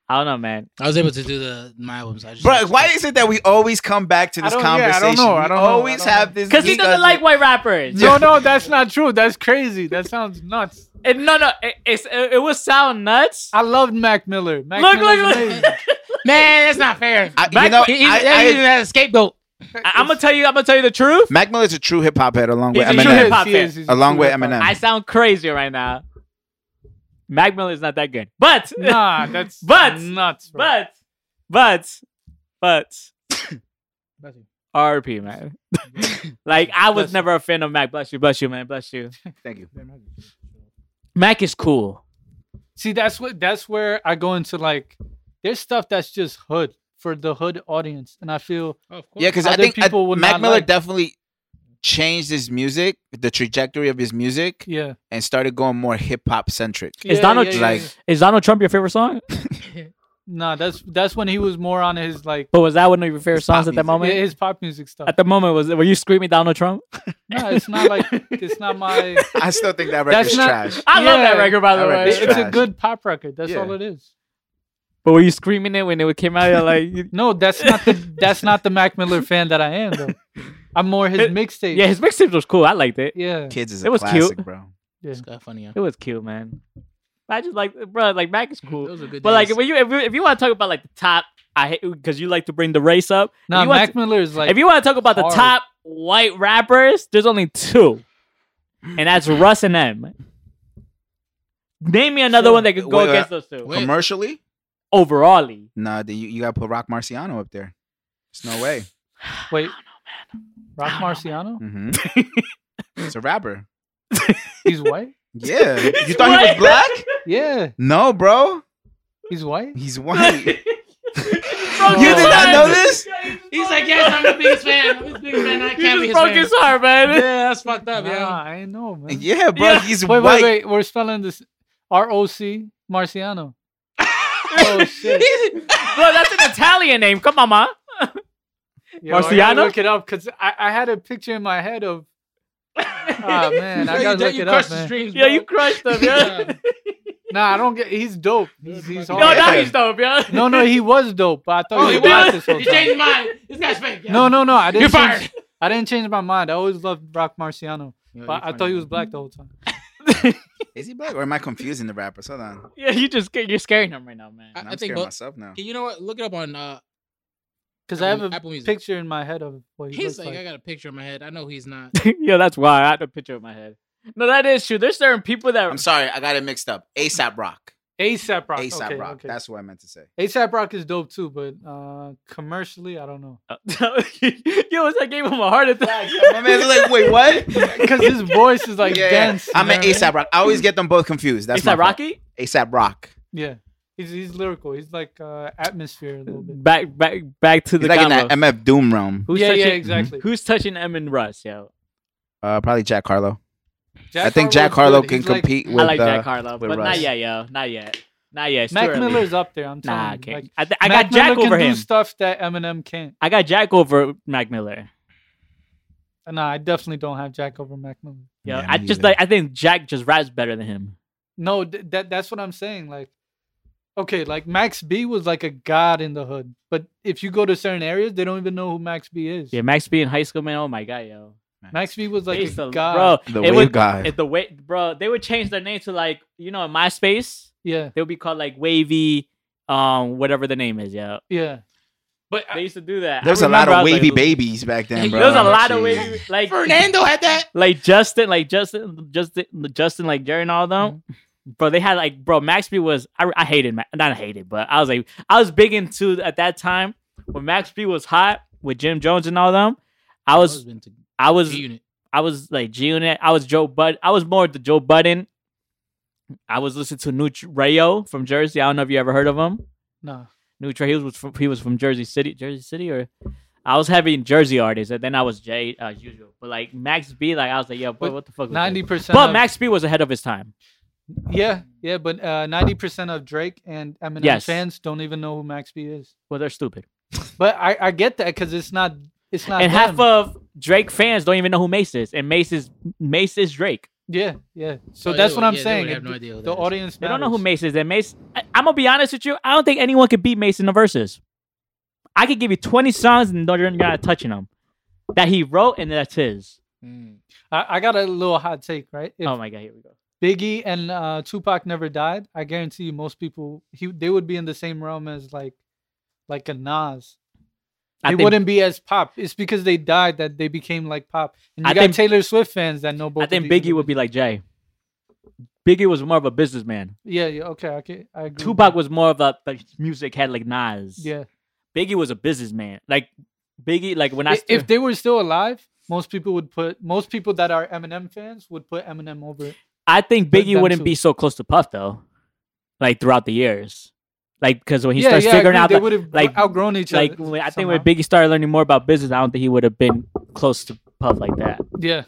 [SPEAKER 4] I don't know, man.
[SPEAKER 2] I was able to do the my albums. I just
[SPEAKER 5] bro, why is it that we always come back to
[SPEAKER 3] I
[SPEAKER 5] this
[SPEAKER 3] don't- yeah, I don't
[SPEAKER 5] conversation?
[SPEAKER 3] know, I
[SPEAKER 5] We
[SPEAKER 3] don't know, I
[SPEAKER 5] always
[SPEAKER 3] don't
[SPEAKER 5] have
[SPEAKER 3] know.
[SPEAKER 5] this.
[SPEAKER 4] Because he doesn't like white rappers.
[SPEAKER 3] No, no, that's not true. That's crazy. That sounds nuts.
[SPEAKER 4] And no, no, it, it's, it, it will sound nuts.
[SPEAKER 3] I loved Mac Miller. Mac
[SPEAKER 4] Look,
[SPEAKER 3] Miller's
[SPEAKER 4] look,
[SPEAKER 3] amazing.
[SPEAKER 4] look.
[SPEAKER 2] man, that's not fair.
[SPEAKER 5] I- you
[SPEAKER 2] Back-
[SPEAKER 5] know,
[SPEAKER 2] he, he's-
[SPEAKER 5] I-
[SPEAKER 2] he's
[SPEAKER 5] I-
[SPEAKER 2] using that as a scapegoat.
[SPEAKER 4] I, I'm gonna tell you. I'm gonna tell you the truth.
[SPEAKER 5] Mac Miller's a true hip hop head along
[SPEAKER 4] <laughs>
[SPEAKER 5] with
[SPEAKER 4] He's a
[SPEAKER 3] He
[SPEAKER 4] true
[SPEAKER 3] is,
[SPEAKER 4] hip
[SPEAKER 5] Eminem.
[SPEAKER 4] hop
[SPEAKER 3] he is,
[SPEAKER 4] fan.
[SPEAKER 3] he's a
[SPEAKER 5] Along
[SPEAKER 3] true
[SPEAKER 5] with
[SPEAKER 3] hip hop
[SPEAKER 5] Eminem.
[SPEAKER 4] I sound crazy right now. Mac Miller is not that good. But
[SPEAKER 3] <laughs>
[SPEAKER 4] <laughs>
[SPEAKER 3] nah, that's
[SPEAKER 4] But-
[SPEAKER 3] nuts. Bro.
[SPEAKER 4] but but but
[SPEAKER 2] Bless you.
[SPEAKER 4] RP man.
[SPEAKER 3] <laughs>
[SPEAKER 4] <laughs> like I was
[SPEAKER 3] Bless you.
[SPEAKER 4] never a fan of Mac. Bless you, bless you, man, bless you.
[SPEAKER 5] Thank you.
[SPEAKER 4] Mac is cool.
[SPEAKER 3] see, that's what that's where I go into like there's stuff that's just hood for the hood audience, and I feel
[SPEAKER 2] Oh, of course. <laughs>
[SPEAKER 5] Yeah, because I
[SPEAKER 3] Other
[SPEAKER 5] think I,
[SPEAKER 3] people would
[SPEAKER 5] Mac
[SPEAKER 3] not
[SPEAKER 5] Miller
[SPEAKER 3] like-
[SPEAKER 5] definitely changed his music, the trajectory of his music,
[SPEAKER 3] yeah.
[SPEAKER 5] and started going more hip hop centric.
[SPEAKER 4] Is
[SPEAKER 3] Yeah,
[SPEAKER 4] Donald
[SPEAKER 3] yeah,
[SPEAKER 5] Trump-
[SPEAKER 3] yeah,
[SPEAKER 5] like-
[SPEAKER 3] yeah.
[SPEAKER 4] Is Donald Trump your favorite song?
[SPEAKER 3] Nah, that's that's when he was more on his like
[SPEAKER 4] But was that one of your favorite
[SPEAKER 5] It's pop
[SPEAKER 4] songs at that
[SPEAKER 5] music.
[SPEAKER 4] moment?
[SPEAKER 3] his pop music stuff.
[SPEAKER 4] At the moment, was were you screaming Donald Trump?
[SPEAKER 3] No, it's not
[SPEAKER 4] <laughs>
[SPEAKER 3] like it's not my.
[SPEAKER 5] I still think that
[SPEAKER 3] That's
[SPEAKER 5] record's
[SPEAKER 3] not-
[SPEAKER 5] trash.
[SPEAKER 4] I love that
[SPEAKER 3] Yeah.
[SPEAKER 4] record, by the
[SPEAKER 5] That
[SPEAKER 4] way.
[SPEAKER 5] record's
[SPEAKER 3] It's,
[SPEAKER 5] trash.
[SPEAKER 3] a good pop record. That's
[SPEAKER 5] Yeah.
[SPEAKER 3] all it is.
[SPEAKER 4] But were you screaming it when it came out? You're like,
[SPEAKER 3] <laughs>
[SPEAKER 4] you-
[SPEAKER 3] No, that's not the that's not the Mac Miller fan that I
[SPEAKER 4] <laughs>
[SPEAKER 3] am though. I'm more his
[SPEAKER 4] It-
[SPEAKER 3] mixtape.
[SPEAKER 4] yeah, his mixtape was cool. I liked it.
[SPEAKER 3] yeah.
[SPEAKER 5] Kids is
[SPEAKER 4] It
[SPEAKER 5] a
[SPEAKER 4] was
[SPEAKER 5] classic,
[SPEAKER 4] cute.
[SPEAKER 5] bro.
[SPEAKER 2] It's got funny.
[SPEAKER 4] <laughs>
[SPEAKER 2] Yeah.
[SPEAKER 4] It was cute, man. I just like, bro, like Mac is cool.
[SPEAKER 2] Those are good
[SPEAKER 4] But like,
[SPEAKER 2] days.
[SPEAKER 4] when you if, you if you want to talk about like the top, I hate because you like to bring the race up.
[SPEAKER 3] No,
[SPEAKER 4] if you
[SPEAKER 3] Mac
[SPEAKER 4] want
[SPEAKER 3] Miller is
[SPEAKER 4] to,
[SPEAKER 3] like
[SPEAKER 4] if you want to talk about the
[SPEAKER 3] hard.
[SPEAKER 4] top white rappers, there's only two, and that's Russ and M. Name me another
[SPEAKER 3] Sure.
[SPEAKER 4] one that could go
[SPEAKER 5] Wait,
[SPEAKER 4] against those two
[SPEAKER 2] Wait.
[SPEAKER 5] Commercially,
[SPEAKER 4] overall.
[SPEAKER 5] nah, then you, you gotta put Rock Marciano up there. There's no way.
[SPEAKER 3] wait. Rock Marciano?
[SPEAKER 5] hmm
[SPEAKER 2] <laughs>
[SPEAKER 5] it's a rapper.
[SPEAKER 4] <laughs>
[SPEAKER 3] He's white?
[SPEAKER 2] <laughs>
[SPEAKER 5] Yeah, you thought he was
[SPEAKER 4] What?
[SPEAKER 5] black?
[SPEAKER 3] Yeah,
[SPEAKER 5] No, bro,
[SPEAKER 3] he's
[SPEAKER 2] <laughs>
[SPEAKER 3] white.
[SPEAKER 5] he's white.
[SPEAKER 4] Broke
[SPEAKER 5] You
[SPEAKER 4] his
[SPEAKER 5] did not
[SPEAKER 4] heart.
[SPEAKER 5] know this?
[SPEAKER 2] He's like, yes, <laughs> I'm the biggest fan. I'm the biggest fan. I
[SPEAKER 4] You
[SPEAKER 2] can't be
[SPEAKER 4] just
[SPEAKER 2] his
[SPEAKER 4] broke
[SPEAKER 2] fan.
[SPEAKER 4] his heart, man.
[SPEAKER 2] Yeah, that's fucked up,
[SPEAKER 3] Nah,
[SPEAKER 2] yeah.
[SPEAKER 3] I ain't know, man.
[SPEAKER 5] yeah, bro,
[SPEAKER 4] Yeah.
[SPEAKER 5] he's
[SPEAKER 3] Wait,
[SPEAKER 5] white.
[SPEAKER 3] wait, wait. We're spelling this R O C
[SPEAKER 4] <laughs>
[SPEAKER 3] Marciano. oh shit.
[SPEAKER 4] Bro, that's an Italian name. Come on, ma.
[SPEAKER 3] Yo, I gotta
[SPEAKER 4] Marciano?
[SPEAKER 3] Look it up because I, I had a picture in my head of
[SPEAKER 4] <laughs>
[SPEAKER 3] Ah man, I
[SPEAKER 2] you
[SPEAKER 3] gotta
[SPEAKER 2] did-
[SPEAKER 3] look
[SPEAKER 2] you
[SPEAKER 3] it
[SPEAKER 2] crushed
[SPEAKER 3] up,
[SPEAKER 2] his
[SPEAKER 3] man.
[SPEAKER 2] dreams,
[SPEAKER 4] Yeah,
[SPEAKER 2] bro.
[SPEAKER 4] you crushed them, yeah. <laughs>
[SPEAKER 3] Nah, I don't get he's dope. He's, he's
[SPEAKER 2] No,
[SPEAKER 4] no,
[SPEAKER 3] hard.
[SPEAKER 4] now he's dope, yeah. <laughs>
[SPEAKER 3] No, no, he was dope, but I thought
[SPEAKER 2] Oh,
[SPEAKER 3] <laughs> he
[SPEAKER 2] he
[SPEAKER 3] was black
[SPEAKER 2] was.
[SPEAKER 3] this whole
[SPEAKER 2] You changed
[SPEAKER 3] time.
[SPEAKER 2] his mind. This guy's fake. yeah.
[SPEAKER 3] No, no, no. I didn't.
[SPEAKER 2] You're
[SPEAKER 3] change-
[SPEAKER 2] fired.
[SPEAKER 3] I didn't change my mind. I always loved Rock Marciano,
[SPEAKER 2] Yeah,
[SPEAKER 3] but I
[SPEAKER 2] you're
[SPEAKER 3] thought
[SPEAKER 2] funny.
[SPEAKER 3] he was black the whole time.
[SPEAKER 5] Is he black or am I confusing the rappers? Hold on,
[SPEAKER 4] Yeah, you just you're scaring him right now, man. <laughs>
[SPEAKER 2] I-
[SPEAKER 5] I'm
[SPEAKER 2] I think
[SPEAKER 5] scaring
[SPEAKER 2] both-
[SPEAKER 5] myself now.
[SPEAKER 2] You know what? Look it up on uh,
[SPEAKER 3] Because I have a
[SPEAKER 2] Apple Music.
[SPEAKER 3] picture in my head of what he
[SPEAKER 2] He's
[SPEAKER 3] looks
[SPEAKER 2] like,
[SPEAKER 3] like.
[SPEAKER 2] I got a picture in my head. I know he's
[SPEAKER 4] <laughs>
[SPEAKER 2] not.
[SPEAKER 4] yeah, that's why I had a picture in my head. No, that is true. There's certain people
[SPEAKER 2] uh,
[SPEAKER 4] that
[SPEAKER 5] I'm sorry, I got it mixed up. ASAP Rock.
[SPEAKER 3] ASAP Rock.
[SPEAKER 5] ASAP
[SPEAKER 3] okay,
[SPEAKER 5] Rock.
[SPEAKER 3] okay.
[SPEAKER 5] That's what I meant to say.
[SPEAKER 3] ASAP Rock is dope too, but uh, commercially, I don't
[SPEAKER 2] <laughs>
[SPEAKER 3] know.
[SPEAKER 4] <laughs> yo, it's like gave him a heart attack.
[SPEAKER 5] My man's like,
[SPEAKER 4] <laughs>
[SPEAKER 5] wait, what?
[SPEAKER 3] Because his voice is like
[SPEAKER 5] Yeah, yeah.
[SPEAKER 3] dense. you
[SPEAKER 5] I'm
[SPEAKER 3] know
[SPEAKER 5] an
[SPEAKER 3] what I mean?
[SPEAKER 5] ASAP Rock. I always get them both confused. That's
[SPEAKER 4] Is that Rocky?
[SPEAKER 5] ASAP Rock.
[SPEAKER 3] Yeah, he's he's lyrical. He's like uh, atmosphere a little bit.
[SPEAKER 4] Back, back, back to
[SPEAKER 5] He's
[SPEAKER 4] the
[SPEAKER 5] like in
[SPEAKER 4] combo.
[SPEAKER 5] that MF Doom realm.
[SPEAKER 4] <laughs> who's
[SPEAKER 3] yeah,
[SPEAKER 4] touching,
[SPEAKER 3] yeah, exactly.
[SPEAKER 4] Who's touching M and Russ, yo?
[SPEAKER 5] Uh, probably Jack Harlow.
[SPEAKER 3] Jack
[SPEAKER 5] I think Jack
[SPEAKER 3] Harlow's
[SPEAKER 5] Harlow
[SPEAKER 3] good.
[SPEAKER 5] can
[SPEAKER 3] He's like-
[SPEAKER 5] compete with.
[SPEAKER 4] I like
[SPEAKER 5] uh,
[SPEAKER 4] Jack Harlow,
[SPEAKER 5] with
[SPEAKER 4] but not
[SPEAKER 5] Russ.
[SPEAKER 4] yet, yo. Not yet. Not yet. It's too
[SPEAKER 3] Mac
[SPEAKER 4] early.
[SPEAKER 3] Miller's up there. I'm telling
[SPEAKER 4] Nah,
[SPEAKER 3] you.
[SPEAKER 4] okay.
[SPEAKER 3] Like,
[SPEAKER 4] I, th- I
[SPEAKER 3] Mac
[SPEAKER 4] got Jack
[SPEAKER 3] Miller
[SPEAKER 4] over
[SPEAKER 3] can
[SPEAKER 4] him.
[SPEAKER 3] do stuff that Eminem can't.
[SPEAKER 4] I got Jack over Mac Miller.
[SPEAKER 3] Nah, I definitely don't have Jack over Mac Miller.
[SPEAKER 4] Yo,
[SPEAKER 5] Yeah,
[SPEAKER 4] I
[SPEAKER 5] me
[SPEAKER 4] just
[SPEAKER 5] either.
[SPEAKER 4] like I think Jack just raps better than him.
[SPEAKER 3] No, th- that that's what I'm saying. Like, okay, like Max B was like a god in the hood, but if you go to certain areas, they don't even know who Max B is.
[SPEAKER 4] Yeah, Max B in high school, man. Oh my god, yo.
[SPEAKER 3] Max B was like
[SPEAKER 4] They
[SPEAKER 3] a
[SPEAKER 4] used to-
[SPEAKER 3] god.
[SPEAKER 4] bro.
[SPEAKER 5] The
[SPEAKER 4] it
[SPEAKER 5] wave
[SPEAKER 4] would,
[SPEAKER 5] guy.
[SPEAKER 4] It, the way, bro. They would change their name to like you know in MySpace.
[SPEAKER 3] Yeah,
[SPEAKER 4] They would be called like Wavy, um, whatever the name is. Yeah,
[SPEAKER 3] yeah. But
[SPEAKER 4] they
[SPEAKER 3] I,
[SPEAKER 4] used to do that.
[SPEAKER 5] There was
[SPEAKER 4] a
[SPEAKER 5] a lot of wavy babies back then, bro.
[SPEAKER 4] There was a lot of
[SPEAKER 5] Jeez.
[SPEAKER 4] wavy like
[SPEAKER 2] Fernando had that.
[SPEAKER 4] like Justin, like Justin, Justin, Justin, like Jerry and all them. Bro, they had like bro. Max B was I, I hated Ma- not hated, but I was like I was big into at that time when Max B was hot with Jim Jones and all them. I was
[SPEAKER 2] Husband to
[SPEAKER 4] I was
[SPEAKER 2] G-Unit.
[SPEAKER 4] I was like G Unit. I was Joe Bud. I was more the Joe Budden. I was listening to Nut Rayo from Jersey. I don't know if you ever heard of him.
[SPEAKER 3] nah,
[SPEAKER 4] Nut Rayo was from he was from Jersey City, Jersey City, or I was having Jersey artists, and then I was Jay uh, as usual. But like Max B, like I was like, yo, boy,
[SPEAKER 3] But
[SPEAKER 4] what the fuck? was
[SPEAKER 3] ninety
[SPEAKER 4] this?
[SPEAKER 3] percent.
[SPEAKER 4] But Max B was ahead of his time.
[SPEAKER 3] Yeah, yeah. But uh, ninety percent of Drake and Eminem
[SPEAKER 4] Yes.
[SPEAKER 3] fans don't even know who Max B is.
[SPEAKER 4] Well, they're stupid,
[SPEAKER 3] But I, I get that because it's not it's not
[SPEAKER 4] and
[SPEAKER 3] them.
[SPEAKER 4] half of Drake fans don't even know who Mace is, and Mace is Mace is Drake.
[SPEAKER 3] yeah yeah. So
[SPEAKER 2] Oh, they
[SPEAKER 3] that's
[SPEAKER 2] would-
[SPEAKER 3] what I'm
[SPEAKER 2] yeah, they
[SPEAKER 3] saying.
[SPEAKER 2] would have
[SPEAKER 3] It-
[SPEAKER 2] no idea who that
[SPEAKER 3] the
[SPEAKER 2] is.
[SPEAKER 3] audience.
[SPEAKER 4] They don't know who
[SPEAKER 3] matters.
[SPEAKER 4] Mace is, and Mace. I, I'm gonna be honest with you. I don't think anyone could beat Mace in the verses. I could give you 20 songs and you're not touching them that he wrote, and that's his.
[SPEAKER 2] Mm.
[SPEAKER 3] I, I got a little hot take, right? If
[SPEAKER 4] oh my god, here we go.
[SPEAKER 3] Biggie and uh, Tupac never died, I guarantee you most people he they would be in the same realm as like like a Nas.
[SPEAKER 4] I
[SPEAKER 3] They
[SPEAKER 4] think,
[SPEAKER 3] wouldn't be as pop. It's because they died that they became like pop. And you
[SPEAKER 4] I
[SPEAKER 3] got
[SPEAKER 4] think-
[SPEAKER 3] Taylor Swift fans that know both.
[SPEAKER 4] I
[SPEAKER 3] of
[SPEAKER 4] think
[SPEAKER 3] these
[SPEAKER 4] Biggie would be
[SPEAKER 3] individuals.
[SPEAKER 4] like Jay. Biggie was more of a businessman.
[SPEAKER 3] Yeah, yeah, okay, okay. I agree.
[SPEAKER 4] Tupac was more of a the music head like Nas.
[SPEAKER 3] Yeah.
[SPEAKER 4] Biggie was a businessman. Like Biggie, like when I
[SPEAKER 3] I-
[SPEAKER 4] st-
[SPEAKER 3] If they were still alive, most people would put most people that are Eminem fans would put Eminem over it.
[SPEAKER 4] I think
[SPEAKER 3] Put
[SPEAKER 4] Biggie
[SPEAKER 3] them
[SPEAKER 4] wouldn't
[SPEAKER 3] to-
[SPEAKER 4] be so close to Puff though, like throughout the years, like because when he
[SPEAKER 3] yeah,
[SPEAKER 4] starts
[SPEAKER 3] yeah, I
[SPEAKER 4] figuring
[SPEAKER 3] agree.
[SPEAKER 4] out
[SPEAKER 3] they
[SPEAKER 4] the-
[SPEAKER 3] would have
[SPEAKER 4] like-
[SPEAKER 3] outgrown each other.
[SPEAKER 4] like when, I think when
[SPEAKER 3] somehow.
[SPEAKER 4] Biggie started learning more about business, I don't think he would have been close to Puff like that. <clears throat>
[SPEAKER 3] yeah,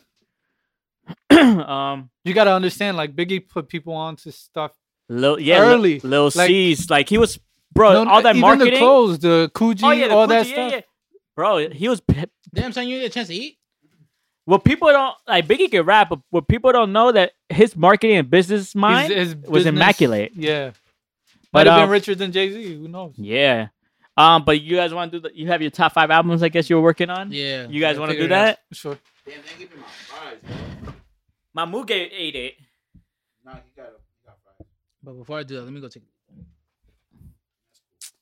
[SPEAKER 4] um,
[SPEAKER 3] you got to understand. Like Biggie put people on to stuff.
[SPEAKER 4] Lil, yeah,
[SPEAKER 3] Early,
[SPEAKER 4] Lil, Lil
[SPEAKER 3] like-
[SPEAKER 4] C's, like he was, bro,
[SPEAKER 3] No,
[SPEAKER 4] all that
[SPEAKER 3] even
[SPEAKER 4] marketing,
[SPEAKER 3] the clothes, the Coogee,
[SPEAKER 4] oh yeah, the
[SPEAKER 3] all
[SPEAKER 4] Gucci,
[SPEAKER 3] that
[SPEAKER 4] yeah,
[SPEAKER 3] stuff.
[SPEAKER 4] yeah. bro, he was. p-
[SPEAKER 2] Damn, son, you didn't get a chance to eat.
[SPEAKER 4] What people don't like, Biggie could rap, but what people don't know that his marketing and business mind,
[SPEAKER 3] His- his
[SPEAKER 4] was
[SPEAKER 3] business-
[SPEAKER 4] immaculate.
[SPEAKER 3] Yeah,
[SPEAKER 4] But,
[SPEAKER 3] might have
[SPEAKER 4] um,
[SPEAKER 3] been richer than Jay Z. Who knows?
[SPEAKER 4] yeah. Um, but you guys want to do the, you have your top five albums, I guess you were working on.
[SPEAKER 2] Yeah.
[SPEAKER 4] You guys
[SPEAKER 2] I
[SPEAKER 4] want to do
[SPEAKER 2] figured it out.
[SPEAKER 4] that?
[SPEAKER 3] Sure.
[SPEAKER 5] Damn, they give me my fries, bro.
[SPEAKER 4] Mamuge ate it.
[SPEAKER 5] Nah, he got, he got fries.
[SPEAKER 2] But before I do that, let me go take.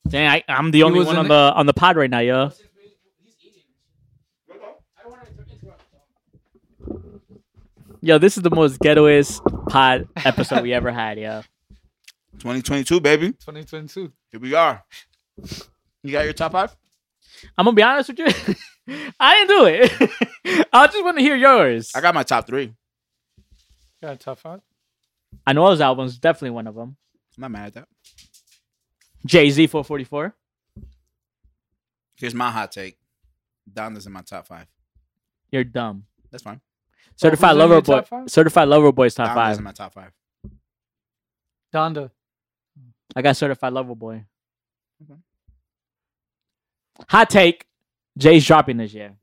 [SPEAKER 4] Dang, I, I'm the only
[SPEAKER 3] was
[SPEAKER 4] one
[SPEAKER 3] in
[SPEAKER 4] on
[SPEAKER 3] it?
[SPEAKER 4] the on the pod right now, yo. Yo, this is the most ghettoest pod episode we ever had, yo.
[SPEAKER 5] 2022, baby.
[SPEAKER 3] 2022.
[SPEAKER 5] Here we are. You got your top five?
[SPEAKER 4] I'm gonna be honest with you. <laughs> I didn't do it. <laughs> I just want to hear yours.
[SPEAKER 5] I got my top three. I'm
[SPEAKER 3] Got a top five.
[SPEAKER 4] I know his albums, definitely one of them.
[SPEAKER 5] not mad at that.
[SPEAKER 4] Jay Z 444.
[SPEAKER 5] Here's my hot take. Donda's in my top five.
[SPEAKER 4] You're dumb.
[SPEAKER 5] That's fine.
[SPEAKER 4] Certified
[SPEAKER 3] who's in
[SPEAKER 4] Lover
[SPEAKER 3] your
[SPEAKER 4] Boy.
[SPEAKER 3] top five?
[SPEAKER 4] Certified Lover Boy's top
[SPEAKER 5] Donda's
[SPEAKER 4] five.
[SPEAKER 5] in my top five.
[SPEAKER 3] Donda.
[SPEAKER 4] I got Certified Lover Boy.
[SPEAKER 5] Okay.
[SPEAKER 4] Hot take. Jay's dropping this year.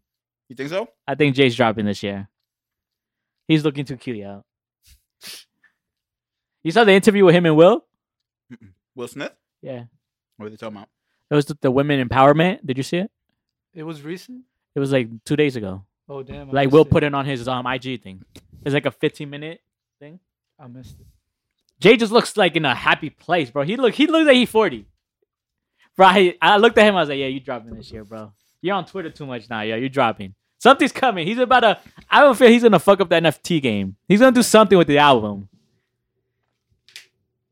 [SPEAKER 5] You think so?
[SPEAKER 4] I think Jay's dropping this year. He's looking too cute, yo. You saw the interview with him and Will?
[SPEAKER 5] Will Smith?
[SPEAKER 4] Yeah.
[SPEAKER 5] What are they talking about?
[SPEAKER 4] It was the, the women empowerment. Did you see it?
[SPEAKER 3] It was recent.
[SPEAKER 4] It was like two days ago.
[SPEAKER 3] Oh damn! I
[SPEAKER 4] Like
[SPEAKER 3] missed
[SPEAKER 4] Will
[SPEAKER 3] it.
[SPEAKER 4] put it on his um IG thing. It's like a 15 minute thing.
[SPEAKER 3] I missed it.
[SPEAKER 4] Jay just looks like in a happy place, bro. He look he looks like he 40. Bro, I, I looked at him, I was like, yeah, you dropping this year, bro. You're on Twitter too much now, yo. You're dropping. Something's coming. He's about to I don't feel he's gonna fuck up the NFT game. He's gonna do something with the album. <clears throat>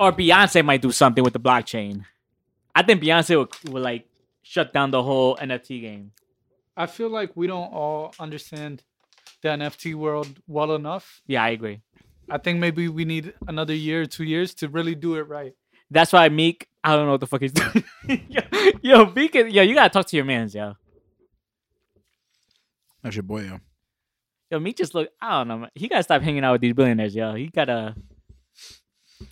[SPEAKER 4] Or Beyonce might do something with the blockchain. I think Beyonce will, will like shut down the whole NFT game.
[SPEAKER 3] I feel like we don't all understand the NFT world well enough.
[SPEAKER 4] Yeah, I agree.
[SPEAKER 3] I think maybe we need another year, two years to really do it right.
[SPEAKER 4] That's why Meek, I don't know what the fuck he's <laughs> doing. yo, yo, Meek, is- yo, you gotta talk to your mans, yo.
[SPEAKER 5] That's your boy, yo.
[SPEAKER 4] Yo, Meek just look. I don't know. Man. He gotta stop hanging out with these billionaires, yo. He gotta.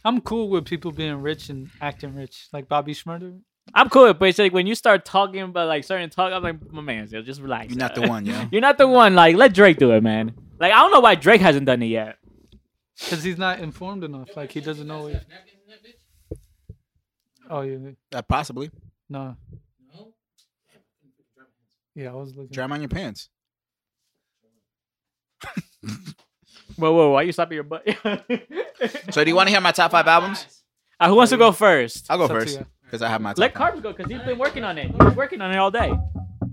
[SPEAKER 3] I'm cool with people being rich and acting rich, like Bobby Schmurder.
[SPEAKER 4] I'm cool, but it's like when you start talking about like certain talk, I'm like, my man, yo, just relax.
[SPEAKER 5] You're not
[SPEAKER 4] yo.
[SPEAKER 5] the one, yo.
[SPEAKER 4] <laughs> You're not the one. Like, let Drake do it, man. Like, I don't know why Drake hasn't done it yet.
[SPEAKER 3] Because he's not informed enough. Like he doesn't know. What... Oh yeah,
[SPEAKER 5] Uh, possibly.
[SPEAKER 3] no. Yeah, I was looking.
[SPEAKER 5] Dry 'em on your pants.
[SPEAKER 4] Whoa, whoa, why you stopping your butt? <laughs>
[SPEAKER 5] So do you want to hear my top five albums?
[SPEAKER 4] Uh, who wants to go first?
[SPEAKER 5] I'll go
[SPEAKER 3] It's up to
[SPEAKER 5] first
[SPEAKER 3] you.
[SPEAKER 5] because I have my top.
[SPEAKER 4] Let
[SPEAKER 5] five.
[SPEAKER 4] Carbs go because he's been working on it. He's working on it all day.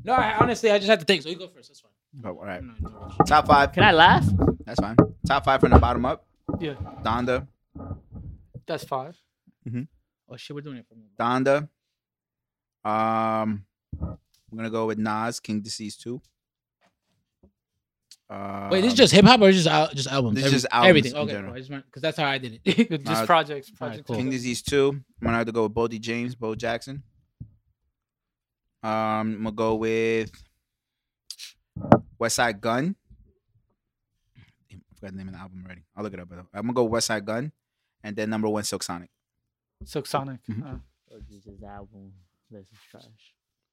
[SPEAKER 2] No, I, honestly, I just had to think. So you go first. That's fine.
[SPEAKER 5] Oh, all right.
[SPEAKER 2] I'm not in no rush.
[SPEAKER 5] Top five.
[SPEAKER 4] Can I laugh?
[SPEAKER 5] That's fine. Top five from the bottom up.
[SPEAKER 3] Yeah,
[SPEAKER 5] Donda,
[SPEAKER 3] that's five.
[SPEAKER 2] <laughs> Oh shit, we're doing it for me.
[SPEAKER 5] Donda. Um, I'm gonna go with Nas, King Deceased Two. Um,
[SPEAKER 2] Wait, this is just hip hop or is just al- just albums?
[SPEAKER 5] this is
[SPEAKER 2] Every-
[SPEAKER 5] just albums
[SPEAKER 2] Everything.
[SPEAKER 5] in
[SPEAKER 2] Okay,
[SPEAKER 5] general.
[SPEAKER 2] cool. I just because that's how I did it. <laughs>
[SPEAKER 3] It's Just
[SPEAKER 5] Uh,
[SPEAKER 3] projects,
[SPEAKER 2] alright,
[SPEAKER 3] projects.
[SPEAKER 2] cool.
[SPEAKER 5] King Disease Two. I'm gonna have to go with Bodie James, Bo Jackson. Um, I'm gonna go with West Side Gun. Damn, I forgot the name of the album already. I'll look it up. but I'm gonna go West Side Gun, and then number one Silk Sonic.
[SPEAKER 3] Silksonic.
[SPEAKER 5] Mhm.
[SPEAKER 3] Uh,
[SPEAKER 4] Oh, this is album. This is trash.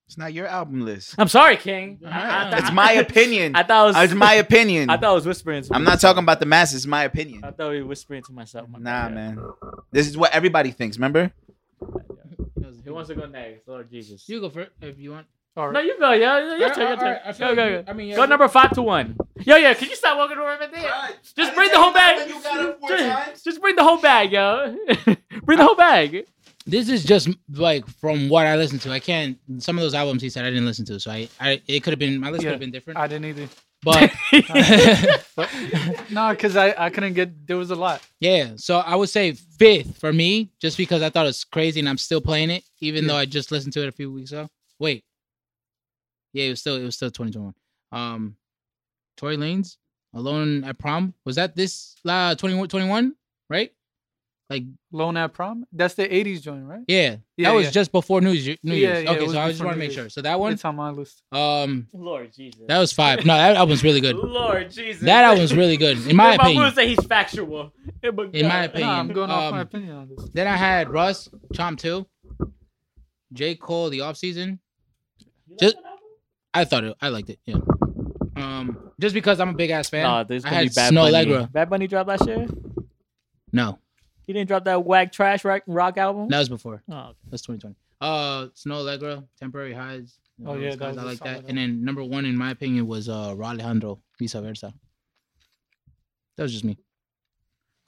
[SPEAKER 5] It's not your album list.
[SPEAKER 4] I'm sorry, King. <laughs> I- <laughs> I-
[SPEAKER 5] It's my
[SPEAKER 4] <laughs>
[SPEAKER 5] opinion.
[SPEAKER 4] I thought it was.
[SPEAKER 5] It's my opinion.
[SPEAKER 4] I thought I was whispering. To
[SPEAKER 5] I'm not talking about the masses. It's my opinion.
[SPEAKER 4] I thought we were whispering to myself. My
[SPEAKER 5] Nah,
[SPEAKER 4] bad.
[SPEAKER 5] man. This is what everybody thinks. Remember?
[SPEAKER 4] Who wants to go next? Lord Jesus.
[SPEAKER 2] You go first if you want.
[SPEAKER 3] all
[SPEAKER 4] no,
[SPEAKER 3] right.
[SPEAKER 4] you go. Yeah, yeah, your
[SPEAKER 2] Alright,
[SPEAKER 4] turn, your turn.
[SPEAKER 2] alright, I feel
[SPEAKER 4] Go,
[SPEAKER 2] like
[SPEAKER 4] go,
[SPEAKER 2] you-
[SPEAKER 4] go.
[SPEAKER 2] I mean, yeah,
[SPEAKER 4] Go
[SPEAKER 2] you-
[SPEAKER 4] number five to one. Yo, yeah. Can you stop walking around right there? Just bring the whole bag. Just, just bring the whole bag, yo. <laughs> bring the whole bag.
[SPEAKER 2] This is just like from what I listened to. I can't. Some of those albums he said I didn't listen to, so I, I it could have been my list
[SPEAKER 3] Yeah.
[SPEAKER 2] could have been different.
[SPEAKER 3] I didn't either. <laughs>
[SPEAKER 2] But
[SPEAKER 3] No, because I, I couldn't get. There was a lot.
[SPEAKER 2] yeah, so I would say fifth for me, just because I thought it was crazy and I'm still playing it, even
[SPEAKER 3] Yeah.
[SPEAKER 2] though I just listened to it a few weeks ago. Wait, yeah, it was still it was still 2021. Um, Tory Lanez, Alone at Prom, was that this uh 21 21, right? Like
[SPEAKER 3] Lone at prom. That's the '80s joint, right?
[SPEAKER 2] yeah,
[SPEAKER 3] Yeah,
[SPEAKER 2] that was
[SPEAKER 3] yeah.
[SPEAKER 2] just before New Year's. New
[SPEAKER 3] Yeah,
[SPEAKER 2] Year's.
[SPEAKER 3] yeah, it
[SPEAKER 2] okay,
[SPEAKER 3] was
[SPEAKER 2] so I just
[SPEAKER 3] before
[SPEAKER 2] want to
[SPEAKER 3] New
[SPEAKER 2] make
[SPEAKER 3] Year's.
[SPEAKER 2] sure. So that one,
[SPEAKER 3] It's on my list.
[SPEAKER 2] um,
[SPEAKER 4] Lord Jesus.
[SPEAKER 2] that was five. No, that album's really
[SPEAKER 3] <laughs>
[SPEAKER 2] good.
[SPEAKER 4] Lord Jesus.
[SPEAKER 2] That album's really good, in my
[SPEAKER 4] If I'm gonna
[SPEAKER 2] opinion.
[SPEAKER 4] say he's factual. <laughs> In my
[SPEAKER 2] In my
[SPEAKER 3] Nah, I'm
[SPEAKER 2] opinion.
[SPEAKER 3] going off my
[SPEAKER 2] Um,
[SPEAKER 3] opinion on this.
[SPEAKER 2] Then I had Russ, Chomp 2, J. Cole, The Offseason. Just, I thought it, I liked it. Yeah. Um, just because I'm a big ass fan.
[SPEAKER 4] No, this is
[SPEAKER 2] I
[SPEAKER 4] gonna be
[SPEAKER 2] had
[SPEAKER 4] Bad
[SPEAKER 2] Snow
[SPEAKER 4] Bunny.
[SPEAKER 2] Allegra.
[SPEAKER 4] Bad Bunny dropped last year.
[SPEAKER 2] no,
[SPEAKER 4] He didn't drop that whack trash rock, rock album.
[SPEAKER 2] that was before.
[SPEAKER 4] Oh,
[SPEAKER 2] That's 2020. Uh, Snow Allegra, Temporary Highs. you know,
[SPEAKER 3] Oh, yeah,
[SPEAKER 2] those
[SPEAKER 3] that
[SPEAKER 2] guys,
[SPEAKER 3] was
[SPEAKER 2] I
[SPEAKER 3] a
[SPEAKER 2] like
[SPEAKER 3] solid
[SPEAKER 2] that.
[SPEAKER 3] album.
[SPEAKER 2] And then number one, in my opinion, was uh Ra Alejandro, Visa Versa. That was just me.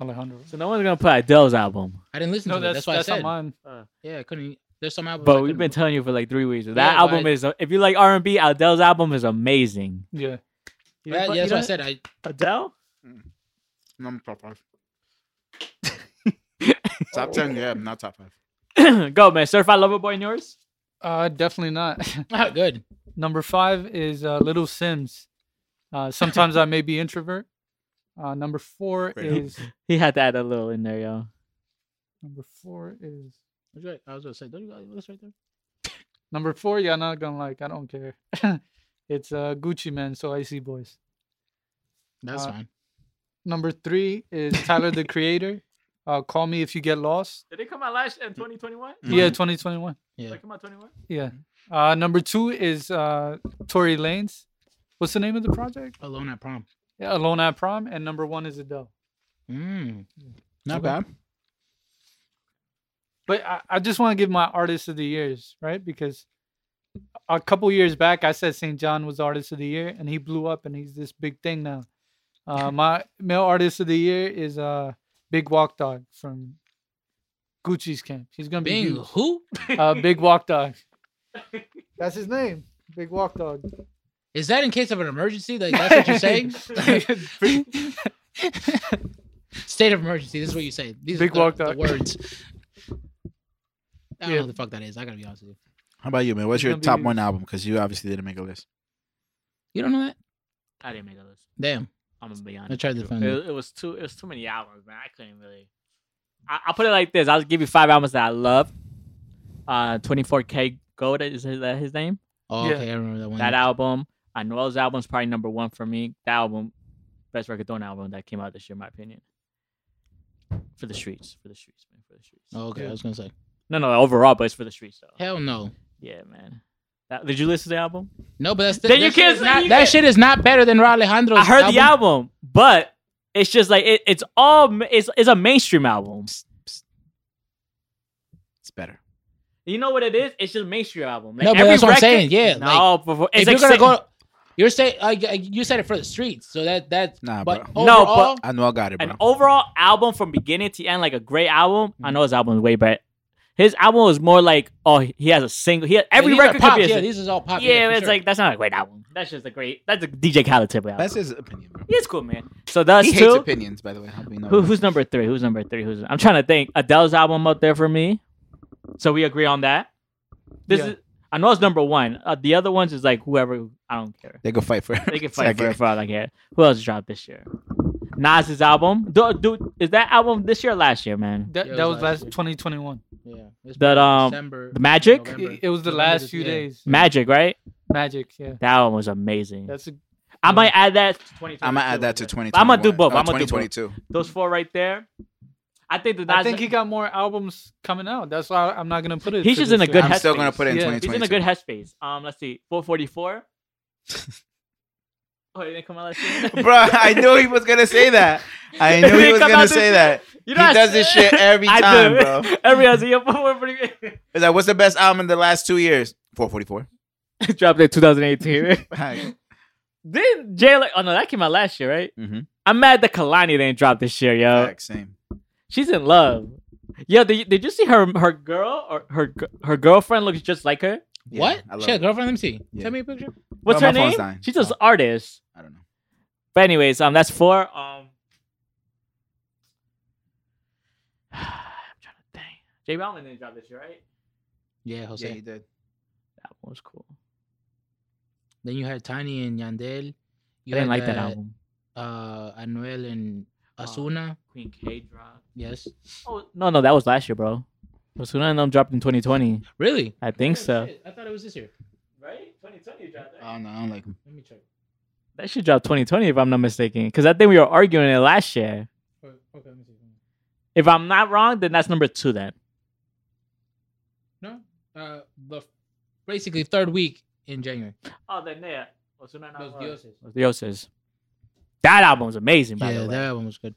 [SPEAKER 3] Alejandro.
[SPEAKER 4] so no one's gonna put Adele's album.
[SPEAKER 2] I didn't listen
[SPEAKER 3] No,
[SPEAKER 2] to it.
[SPEAKER 3] that's
[SPEAKER 2] That's
[SPEAKER 3] that's,
[SPEAKER 2] why I
[SPEAKER 3] on
[SPEAKER 2] said.
[SPEAKER 3] mine.
[SPEAKER 2] Yeah, I couldn't. There's some albums. I
[SPEAKER 4] But we've
[SPEAKER 2] couldn't-
[SPEAKER 4] been telling you for like three weeks. That
[SPEAKER 2] Yeah,
[SPEAKER 4] album
[SPEAKER 2] but-
[SPEAKER 4] is. uh, If you like R and B, Adele's album is amazing.
[SPEAKER 3] Yeah.
[SPEAKER 4] You
[SPEAKER 2] That-
[SPEAKER 4] don't-
[SPEAKER 2] yeah,
[SPEAKER 4] you
[SPEAKER 2] that's what I
[SPEAKER 4] don't-
[SPEAKER 2] said. I
[SPEAKER 4] Adele.
[SPEAKER 5] I'm
[SPEAKER 4] <laughs>
[SPEAKER 5] top five. top ten, yeah, not top
[SPEAKER 4] <coughs>
[SPEAKER 5] five.
[SPEAKER 4] Go man, certified lover boy and yours.
[SPEAKER 3] Uh, definitely not. <laughs>
[SPEAKER 2] not <laughs> good.
[SPEAKER 3] Number five is uh, Little Sims. Uh, sometimes I may be introvert. Uh, number four
[SPEAKER 5] Fair enough.
[SPEAKER 3] is
[SPEAKER 4] He had to add a little in there, yo.
[SPEAKER 3] number four is
[SPEAKER 2] That's right. I was gonna say, don't you uh, got this right there?
[SPEAKER 3] number four. Y'all not gonna like. I don't care. <laughs> it's uh, Gucci Man. So I see boys.
[SPEAKER 2] That's
[SPEAKER 3] Uh,
[SPEAKER 2] fine.
[SPEAKER 3] Number three is Tyler the Creator. Uh, call me if you get lost.
[SPEAKER 4] Did it come out last in 2021?
[SPEAKER 5] Mm-hmm.
[SPEAKER 3] Yeah, 2021.
[SPEAKER 2] Yeah.
[SPEAKER 4] come out 21?
[SPEAKER 3] Yeah. Uh, number two is uh, Tory Lanez. What's the name of the project?
[SPEAKER 2] Alone at prom.
[SPEAKER 3] Yeah, Alone at Prom. And number one is Adele.
[SPEAKER 2] Mm. Not
[SPEAKER 5] Not
[SPEAKER 2] bad.
[SPEAKER 5] bad.
[SPEAKER 3] But I, I just want to give my artist of the years, right? Because a couple years back, I said St. John was artist of the year, and he blew up, and he's this big thing now.
[SPEAKER 4] <laughs>
[SPEAKER 3] Uh, my male artist of the year is uh, Big Walk Dog from Gucci's camp. He's gonna be
[SPEAKER 2] Being
[SPEAKER 3] huge.
[SPEAKER 2] who?
[SPEAKER 3] Uh, Big Walk Dog. That's his name. Big Walk Dog.
[SPEAKER 2] Is that in case of an emergency? Like that's what you're
[SPEAKER 5] <laughs>
[SPEAKER 2] saying?
[SPEAKER 3] Big-
[SPEAKER 2] State of emergency. This is what you say. These
[SPEAKER 3] Big
[SPEAKER 2] are the,
[SPEAKER 3] walk
[SPEAKER 2] the
[SPEAKER 3] dog.
[SPEAKER 2] words. I don't
[SPEAKER 3] Yeah.
[SPEAKER 2] know what the fuck that is. I gotta be honest with you.
[SPEAKER 5] How about you, man? What's
[SPEAKER 3] It's
[SPEAKER 5] your
[SPEAKER 3] gonna be
[SPEAKER 5] top
[SPEAKER 3] huge.
[SPEAKER 5] one album? Because you obviously didn't make a list.
[SPEAKER 2] You don't know that?
[SPEAKER 4] I didn't make a list.
[SPEAKER 2] Damn.
[SPEAKER 4] I'm gonna be honest.
[SPEAKER 2] I tried to
[SPEAKER 4] with
[SPEAKER 2] find
[SPEAKER 4] you.
[SPEAKER 2] it.
[SPEAKER 4] it. It was too. It was too many albums, man. I couldn't really. I, I'll put it like this. I'll give you five albums that I love. Uh, 24K Gold is his, that his name.
[SPEAKER 2] Oh,
[SPEAKER 3] Yeah.
[SPEAKER 2] okay. I remember that one.
[SPEAKER 4] That album. I know Noel's album's probably number one for me. That album, best reggaeton album that came out this year, in my opinion. For the streets, for the streets, man, for the streets.
[SPEAKER 2] Oh, okay. I
[SPEAKER 3] Yeah.
[SPEAKER 2] was gonna say.
[SPEAKER 4] No, no, overall, but it's for the streets though.
[SPEAKER 2] Hell no.
[SPEAKER 4] Yeah, man. That, did you listen to the album?
[SPEAKER 2] No, but that's
[SPEAKER 4] Then you
[SPEAKER 2] that shit
[SPEAKER 4] can't
[SPEAKER 2] is
[SPEAKER 4] say-
[SPEAKER 2] not,
[SPEAKER 4] you
[SPEAKER 2] that
[SPEAKER 4] can't-
[SPEAKER 2] shit is not better than Ra Alejandro's.
[SPEAKER 4] I heard the album, but it's just like it, it's all ma- it's it's a mainstream album.
[SPEAKER 5] It's better.
[SPEAKER 4] You know what it is? It's just mainstream album. Like,
[SPEAKER 2] No, but
[SPEAKER 4] every
[SPEAKER 2] that's what I'm
[SPEAKER 4] record-
[SPEAKER 2] saying, yeah,
[SPEAKER 4] No, but for-
[SPEAKER 2] If
[SPEAKER 4] it's
[SPEAKER 2] you're
[SPEAKER 4] like
[SPEAKER 2] gonna
[SPEAKER 4] saying-
[SPEAKER 2] go, you're saying like uh, you said it for the streets, so that that.
[SPEAKER 5] Nah,
[SPEAKER 2] but
[SPEAKER 5] bro.
[SPEAKER 2] overall,
[SPEAKER 4] No,
[SPEAKER 5] I know I got it, bro.
[SPEAKER 4] an overall album from beginning to end, like a great album. I know his album is way better. His album was more like, oh, he has a single. He has, every
[SPEAKER 2] these are
[SPEAKER 4] record
[SPEAKER 2] pop,
[SPEAKER 4] could be a
[SPEAKER 2] yeah.
[SPEAKER 4] single.
[SPEAKER 2] These is all pop.
[SPEAKER 4] yeah,
[SPEAKER 2] for
[SPEAKER 4] it's
[SPEAKER 2] sure.
[SPEAKER 4] like that's not a great album. That's just a great. That's a DJ Khaled type of album.
[SPEAKER 5] That's his opinion, bro.
[SPEAKER 4] yeah, it's cool, man. So that's
[SPEAKER 5] He
[SPEAKER 4] two.
[SPEAKER 5] hates opinions, by the way. How do we know
[SPEAKER 4] Who,
[SPEAKER 5] that?
[SPEAKER 4] who's number three? Who's number three? Who's I'm trying to think. Adele's album up there for me. So we agree on that. This
[SPEAKER 3] Yeah.
[SPEAKER 4] is I know it's number one. Uh, the other ones is like whoever I don't care.
[SPEAKER 5] They go fight for.
[SPEAKER 4] They can
[SPEAKER 5] <laughs>
[SPEAKER 4] fight for it for all I care. Who else dropped this year? Nas's album. Do, do, is that album this year or last year, man?
[SPEAKER 3] <laughs> That,
[SPEAKER 2] Yeah, it
[SPEAKER 3] that
[SPEAKER 2] was
[SPEAKER 3] was
[SPEAKER 2] last
[SPEAKER 3] last
[SPEAKER 2] year.
[SPEAKER 3] 2021.
[SPEAKER 2] yeah. it's
[SPEAKER 4] That,
[SPEAKER 2] probably
[SPEAKER 4] um,
[SPEAKER 2] December,
[SPEAKER 4] The Magic?
[SPEAKER 3] It-
[SPEAKER 2] November.
[SPEAKER 3] It, was the
[SPEAKER 2] November
[SPEAKER 3] last
[SPEAKER 2] this-
[SPEAKER 3] few
[SPEAKER 2] yeah.
[SPEAKER 3] days.
[SPEAKER 4] Magic, right?
[SPEAKER 3] Magic. Yeah.
[SPEAKER 4] That one was amazing.
[SPEAKER 3] That's a,
[SPEAKER 4] I might add that to 2022.
[SPEAKER 5] I'm gonna add that to Uh, Oh, 20.
[SPEAKER 4] I'm gonna do both. I'm gonna do both.
[SPEAKER 5] 2022.
[SPEAKER 4] Those four right there. I think the Nas
[SPEAKER 3] I think he got more albums coming out. That's why I'm not gonna put it.
[SPEAKER 4] He's
[SPEAKER 3] for
[SPEAKER 4] just in
[SPEAKER 3] this
[SPEAKER 4] a
[SPEAKER 3] year.
[SPEAKER 4] Good
[SPEAKER 5] I'm still gonna
[SPEAKER 4] headspace.
[SPEAKER 5] put it in
[SPEAKER 3] Yeah.
[SPEAKER 4] He's in a
[SPEAKER 5] 2022.
[SPEAKER 4] good headspace. Um, let's see,
[SPEAKER 5] <laughs>
[SPEAKER 4] 444. oh, it didn't come out last year.
[SPEAKER 5] <laughs> Bro,
[SPEAKER 4] <laughs>
[SPEAKER 5] I knew he was gonna say that. I knew
[SPEAKER 4] Did
[SPEAKER 5] he
[SPEAKER 4] it
[SPEAKER 5] was
[SPEAKER 4] come
[SPEAKER 5] gonna
[SPEAKER 4] out this
[SPEAKER 5] say
[SPEAKER 4] year?
[SPEAKER 5] that.
[SPEAKER 4] You
[SPEAKER 5] He
[SPEAKER 4] I
[SPEAKER 5] does this shit every
[SPEAKER 4] I
[SPEAKER 5] time,
[SPEAKER 4] do.
[SPEAKER 5] bro.
[SPEAKER 4] <laughs> every other year, 444.
[SPEAKER 5] It's like, what's the best album in the last two years? <laughs> 444.
[SPEAKER 4] <laughs> Dropped in 2018.
[SPEAKER 5] Hi.
[SPEAKER 4] Didn't Jay like? Oh no, that came out last year, right?
[SPEAKER 5] Mhm.
[SPEAKER 4] I'm mad that Kalani didn't drop this year, yo.
[SPEAKER 5] Facts, Same.
[SPEAKER 4] She's in love. Yo, did you, did you see her her girl or her g- her girlfriend looks just like her?
[SPEAKER 5] Yeah,
[SPEAKER 2] what?
[SPEAKER 5] I love
[SPEAKER 2] She had a
[SPEAKER 5] it.
[SPEAKER 2] girlfriend. Let me see.
[SPEAKER 5] Yeah.
[SPEAKER 2] Send me a picture.
[SPEAKER 4] What's
[SPEAKER 5] Bro,
[SPEAKER 4] her
[SPEAKER 5] my phone's
[SPEAKER 4] name?
[SPEAKER 5] dying.
[SPEAKER 4] She's an
[SPEAKER 5] Oh.
[SPEAKER 4] artist.
[SPEAKER 5] I don't know.
[SPEAKER 4] But anyways, um, that's four. Um, <sighs> I'm trying to think. J Balvin didn't drop this year, right?
[SPEAKER 2] Yeah, Jose.
[SPEAKER 5] Yeah, he did.
[SPEAKER 4] That one was cool.
[SPEAKER 2] Then you had Tiny and Yandel. You
[SPEAKER 4] I
[SPEAKER 2] had,
[SPEAKER 4] didn't like that
[SPEAKER 2] uh,
[SPEAKER 4] album.
[SPEAKER 2] Uh, Anuel and
[SPEAKER 4] Oh.
[SPEAKER 2] Asuna.
[SPEAKER 4] Queen K dropped.
[SPEAKER 2] Yes.
[SPEAKER 4] Oh no, no, that was last year, bro. Osuna and them dropped in 2020.
[SPEAKER 2] Really?
[SPEAKER 4] I think
[SPEAKER 2] Oh,
[SPEAKER 4] so.
[SPEAKER 2] shit, I thought it was this year.
[SPEAKER 4] Right? 2020 dropped.
[SPEAKER 5] I don't know. I don't like him.
[SPEAKER 2] Let me check.
[SPEAKER 4] That should drop 2020 if I'm not mistaken, because I think we were arguing it last year.
[SPEAKER 2] Okay, let me see.
[SPEAKER 4] If I'm not wrong, then that's number two. Then
[SPEAKER 2] No. Uh, the basically third week in January.
[SPEAKER 4] oh, then yeah, Osuna
[SPEAKER 2] Los Dioses.
[SPEAKER 4] Dioses. That album's amazing, by
[SPEAKER 2] Yeah,
[SPEAKER 4] the way.
[SPEAKER 2] that one was good.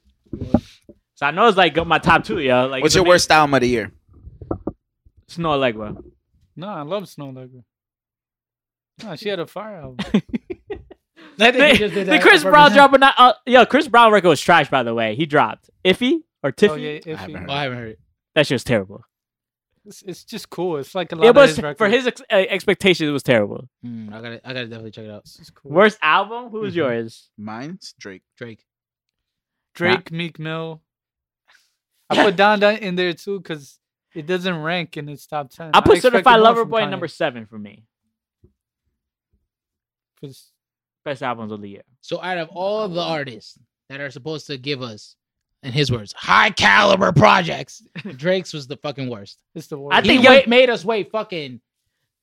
[SPEAKER 4] So I know it's like my top two, yo. Like
[SPEAKER 5] What's
[SPEAKER 4] it's
[SPEAKER 5] your
[SPEAKER 4] amazing.
[SPEAKER 5] worst album of the year?
[SPEAKER 4] Snow Allegra.
[SPEAKER 3] No, I love Snow Allegra. No, she had a fire album.
[SPEAKER 2] I think
[SPEAKER 4] The,
[SPEAKER 2] he
[SPEAKER 4] <laughs>
[SPEAKER 2] just did
[SPEAKER 4] the
[SPEAKER 2] that
[SPEAKER 4] Chris
[SPEAKER 2] on
[SPEAKER 4] Brown
[SPEAKER 2] purpose.
[SPEAKER 4] drop, or not, uh, yo, Chris Brown record was trash, by the way. He dropped Iffy or Tiffy.
[SPEAKER 3] oh, yeah,
[SPEAKER 5] I haven't
[SPEAKER 3] iffy.
[SPEAKER 2] Oh, I haven't heard it.
[SPEAKER 4] That shit was terrible.
[SPEAKER 3] It's, it's just cool. It's like a lot
[SPEAKER 4] It
[SPEAKER 3] of
[SPEAKER 4] was
[SPEAKER 3] his records.
[SPEAKER 4] for his ex- uh, expectations. It was terrible.
[SPEAKER 2] Mm, I gotta, I gotta definitely check it out.
[SPEAKER 3] It's just cool.
[SPEAKER 4] Worst album? Who was
[SPEAKER 2] Mhm.
[SPEAKER 4] yours?
[SPEAKER 5] Mine's Drake.
[SPEAKER 2] Drake.
[SPEAKER 3] Drake, Meek Mill. I put Don Don in there too because it doesn't rank in its top ten.
[SPEAKER 4] I put
[SPEAKER 3] expected
[SPEAKER 4] Certified
[SPEAKER 3] more
[SPEAKER 4] Lover
[SPEAKER 3] from
[SPEAKER 4] Boy at
[SPEAKER 3] Kanye,
[SPEAKER 4] number seven for me.
[SPEAKER 3] 'cause
[SPEAKER 4] Best albums of the year.
[SPEAKER 2] So out of all the artists that are supposed to give us, in his words, high caliber
[SPEAKER 3] <laughs>
[SPEAKER 2] projects, Drake's was the fucking worst.
[SPEAKER 3] It's the worst.
[SPEAKER 4] I
[SPEAKER 2] I
[SPEAKER 4] think
[SPEAKER 2] think
[SPEAKER 4] yo-
[SPEAKER 2] wait, made us wait fucking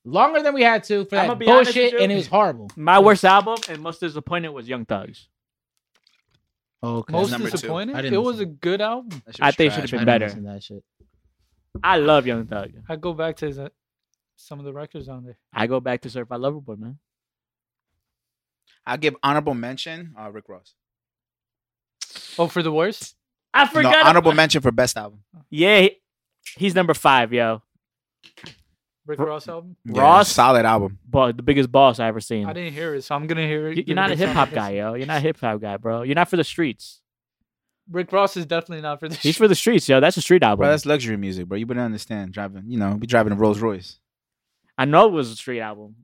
[SPEAKER 2] longer than we had to for
[SPEAKER 4] I'ma
[SPEAKER 2] that
[SPEAKER 4] be honest
[SPEAKER 2] bullshit,
[SPEAKER 4] with you.
[SPEAKER 2] and it was horrible.
[SPEAKER 4] My worst album and most disappointed was Young Thugs.
[SPEAKER 2] Okay,
[SPEAKER 3] most
[SPEAKER 5] number two.
[SPEAKER 3] disappointed.
[SPEAKER 2] I
[SPEAKER 3] It
[SPEAKER 2] didn't
[SPEAKER 3] was a
[SPEAKER 2] listen.
[SPEAKER 3] good album.
[SPEAKER 5] That shit
[SPEAKER 4] I
[SPEAKER 5] was
[SPEAKER 4] think it
[SPEAKER 5] trash.
[SPEAKER 4] should've
[SPEAKER 2] I
[SPEAKER 4] been
[SPEAKER 2] didn't
[SPEAKER 4] better.
[SPEAKER 2] listen to That shit.
[SPEAKER 4] I love Young Thug.
[SPEAKER 3] I go back to his, uh, some of the records on there.
[SPEAKER 4] I go back to Certified Lover Boy, man.
[SPEAKER 5] I'll give honorable mention. Uh, Rick Ross.
[SPEAKER 3] Oh, for the worst.
[SPEAKER 4] I
[SPEAKER 5] No,
[SPEAKER 4] forgot.
[SPEAKER 5] honorable
[SPEAKER 4] about-
[SPEAKER 5] mention for best album.
[SPEAKER 4] Yeah, he- he's number five, yo.
[SPEAKER 3] Rick
[SPEAKER 4] R-
[SPEAKER 3] Ross album.
[SPEAKER 4] Ross?
[SPEAKER 5] solid album.
[SPEAKER 4] But the biggest boss I ever seen.
[SPEAKER 3] I didn't hear it, so I'm gonna hear
[SPEAKER 4] You-
[SPEAKER 3] it.
[SPEAKER 4] You're
[SPEAKER 3] Give
[SPEAKER 4] not
[SPEAKER 3] it
[SPEAKER 4] a
[SPEAKER 3] some
[SPEAKER 4] hip hop
[SPEAKER 3] listen.
[SPEAKER 4] guy, yo. You're not a hip hop guy, bro. You're not for the streets.
[SPEAKER 3] Rick Ross is definitely not for this.
[SPEAKER 4] He's for the streets, yo. That's a street album.
[SPEAKER 5] Bro, that's luxury music, bro. You better understand. Driving, you know, we driving a Rolls Royce.
[SPEAKER 4] I know it was a street album.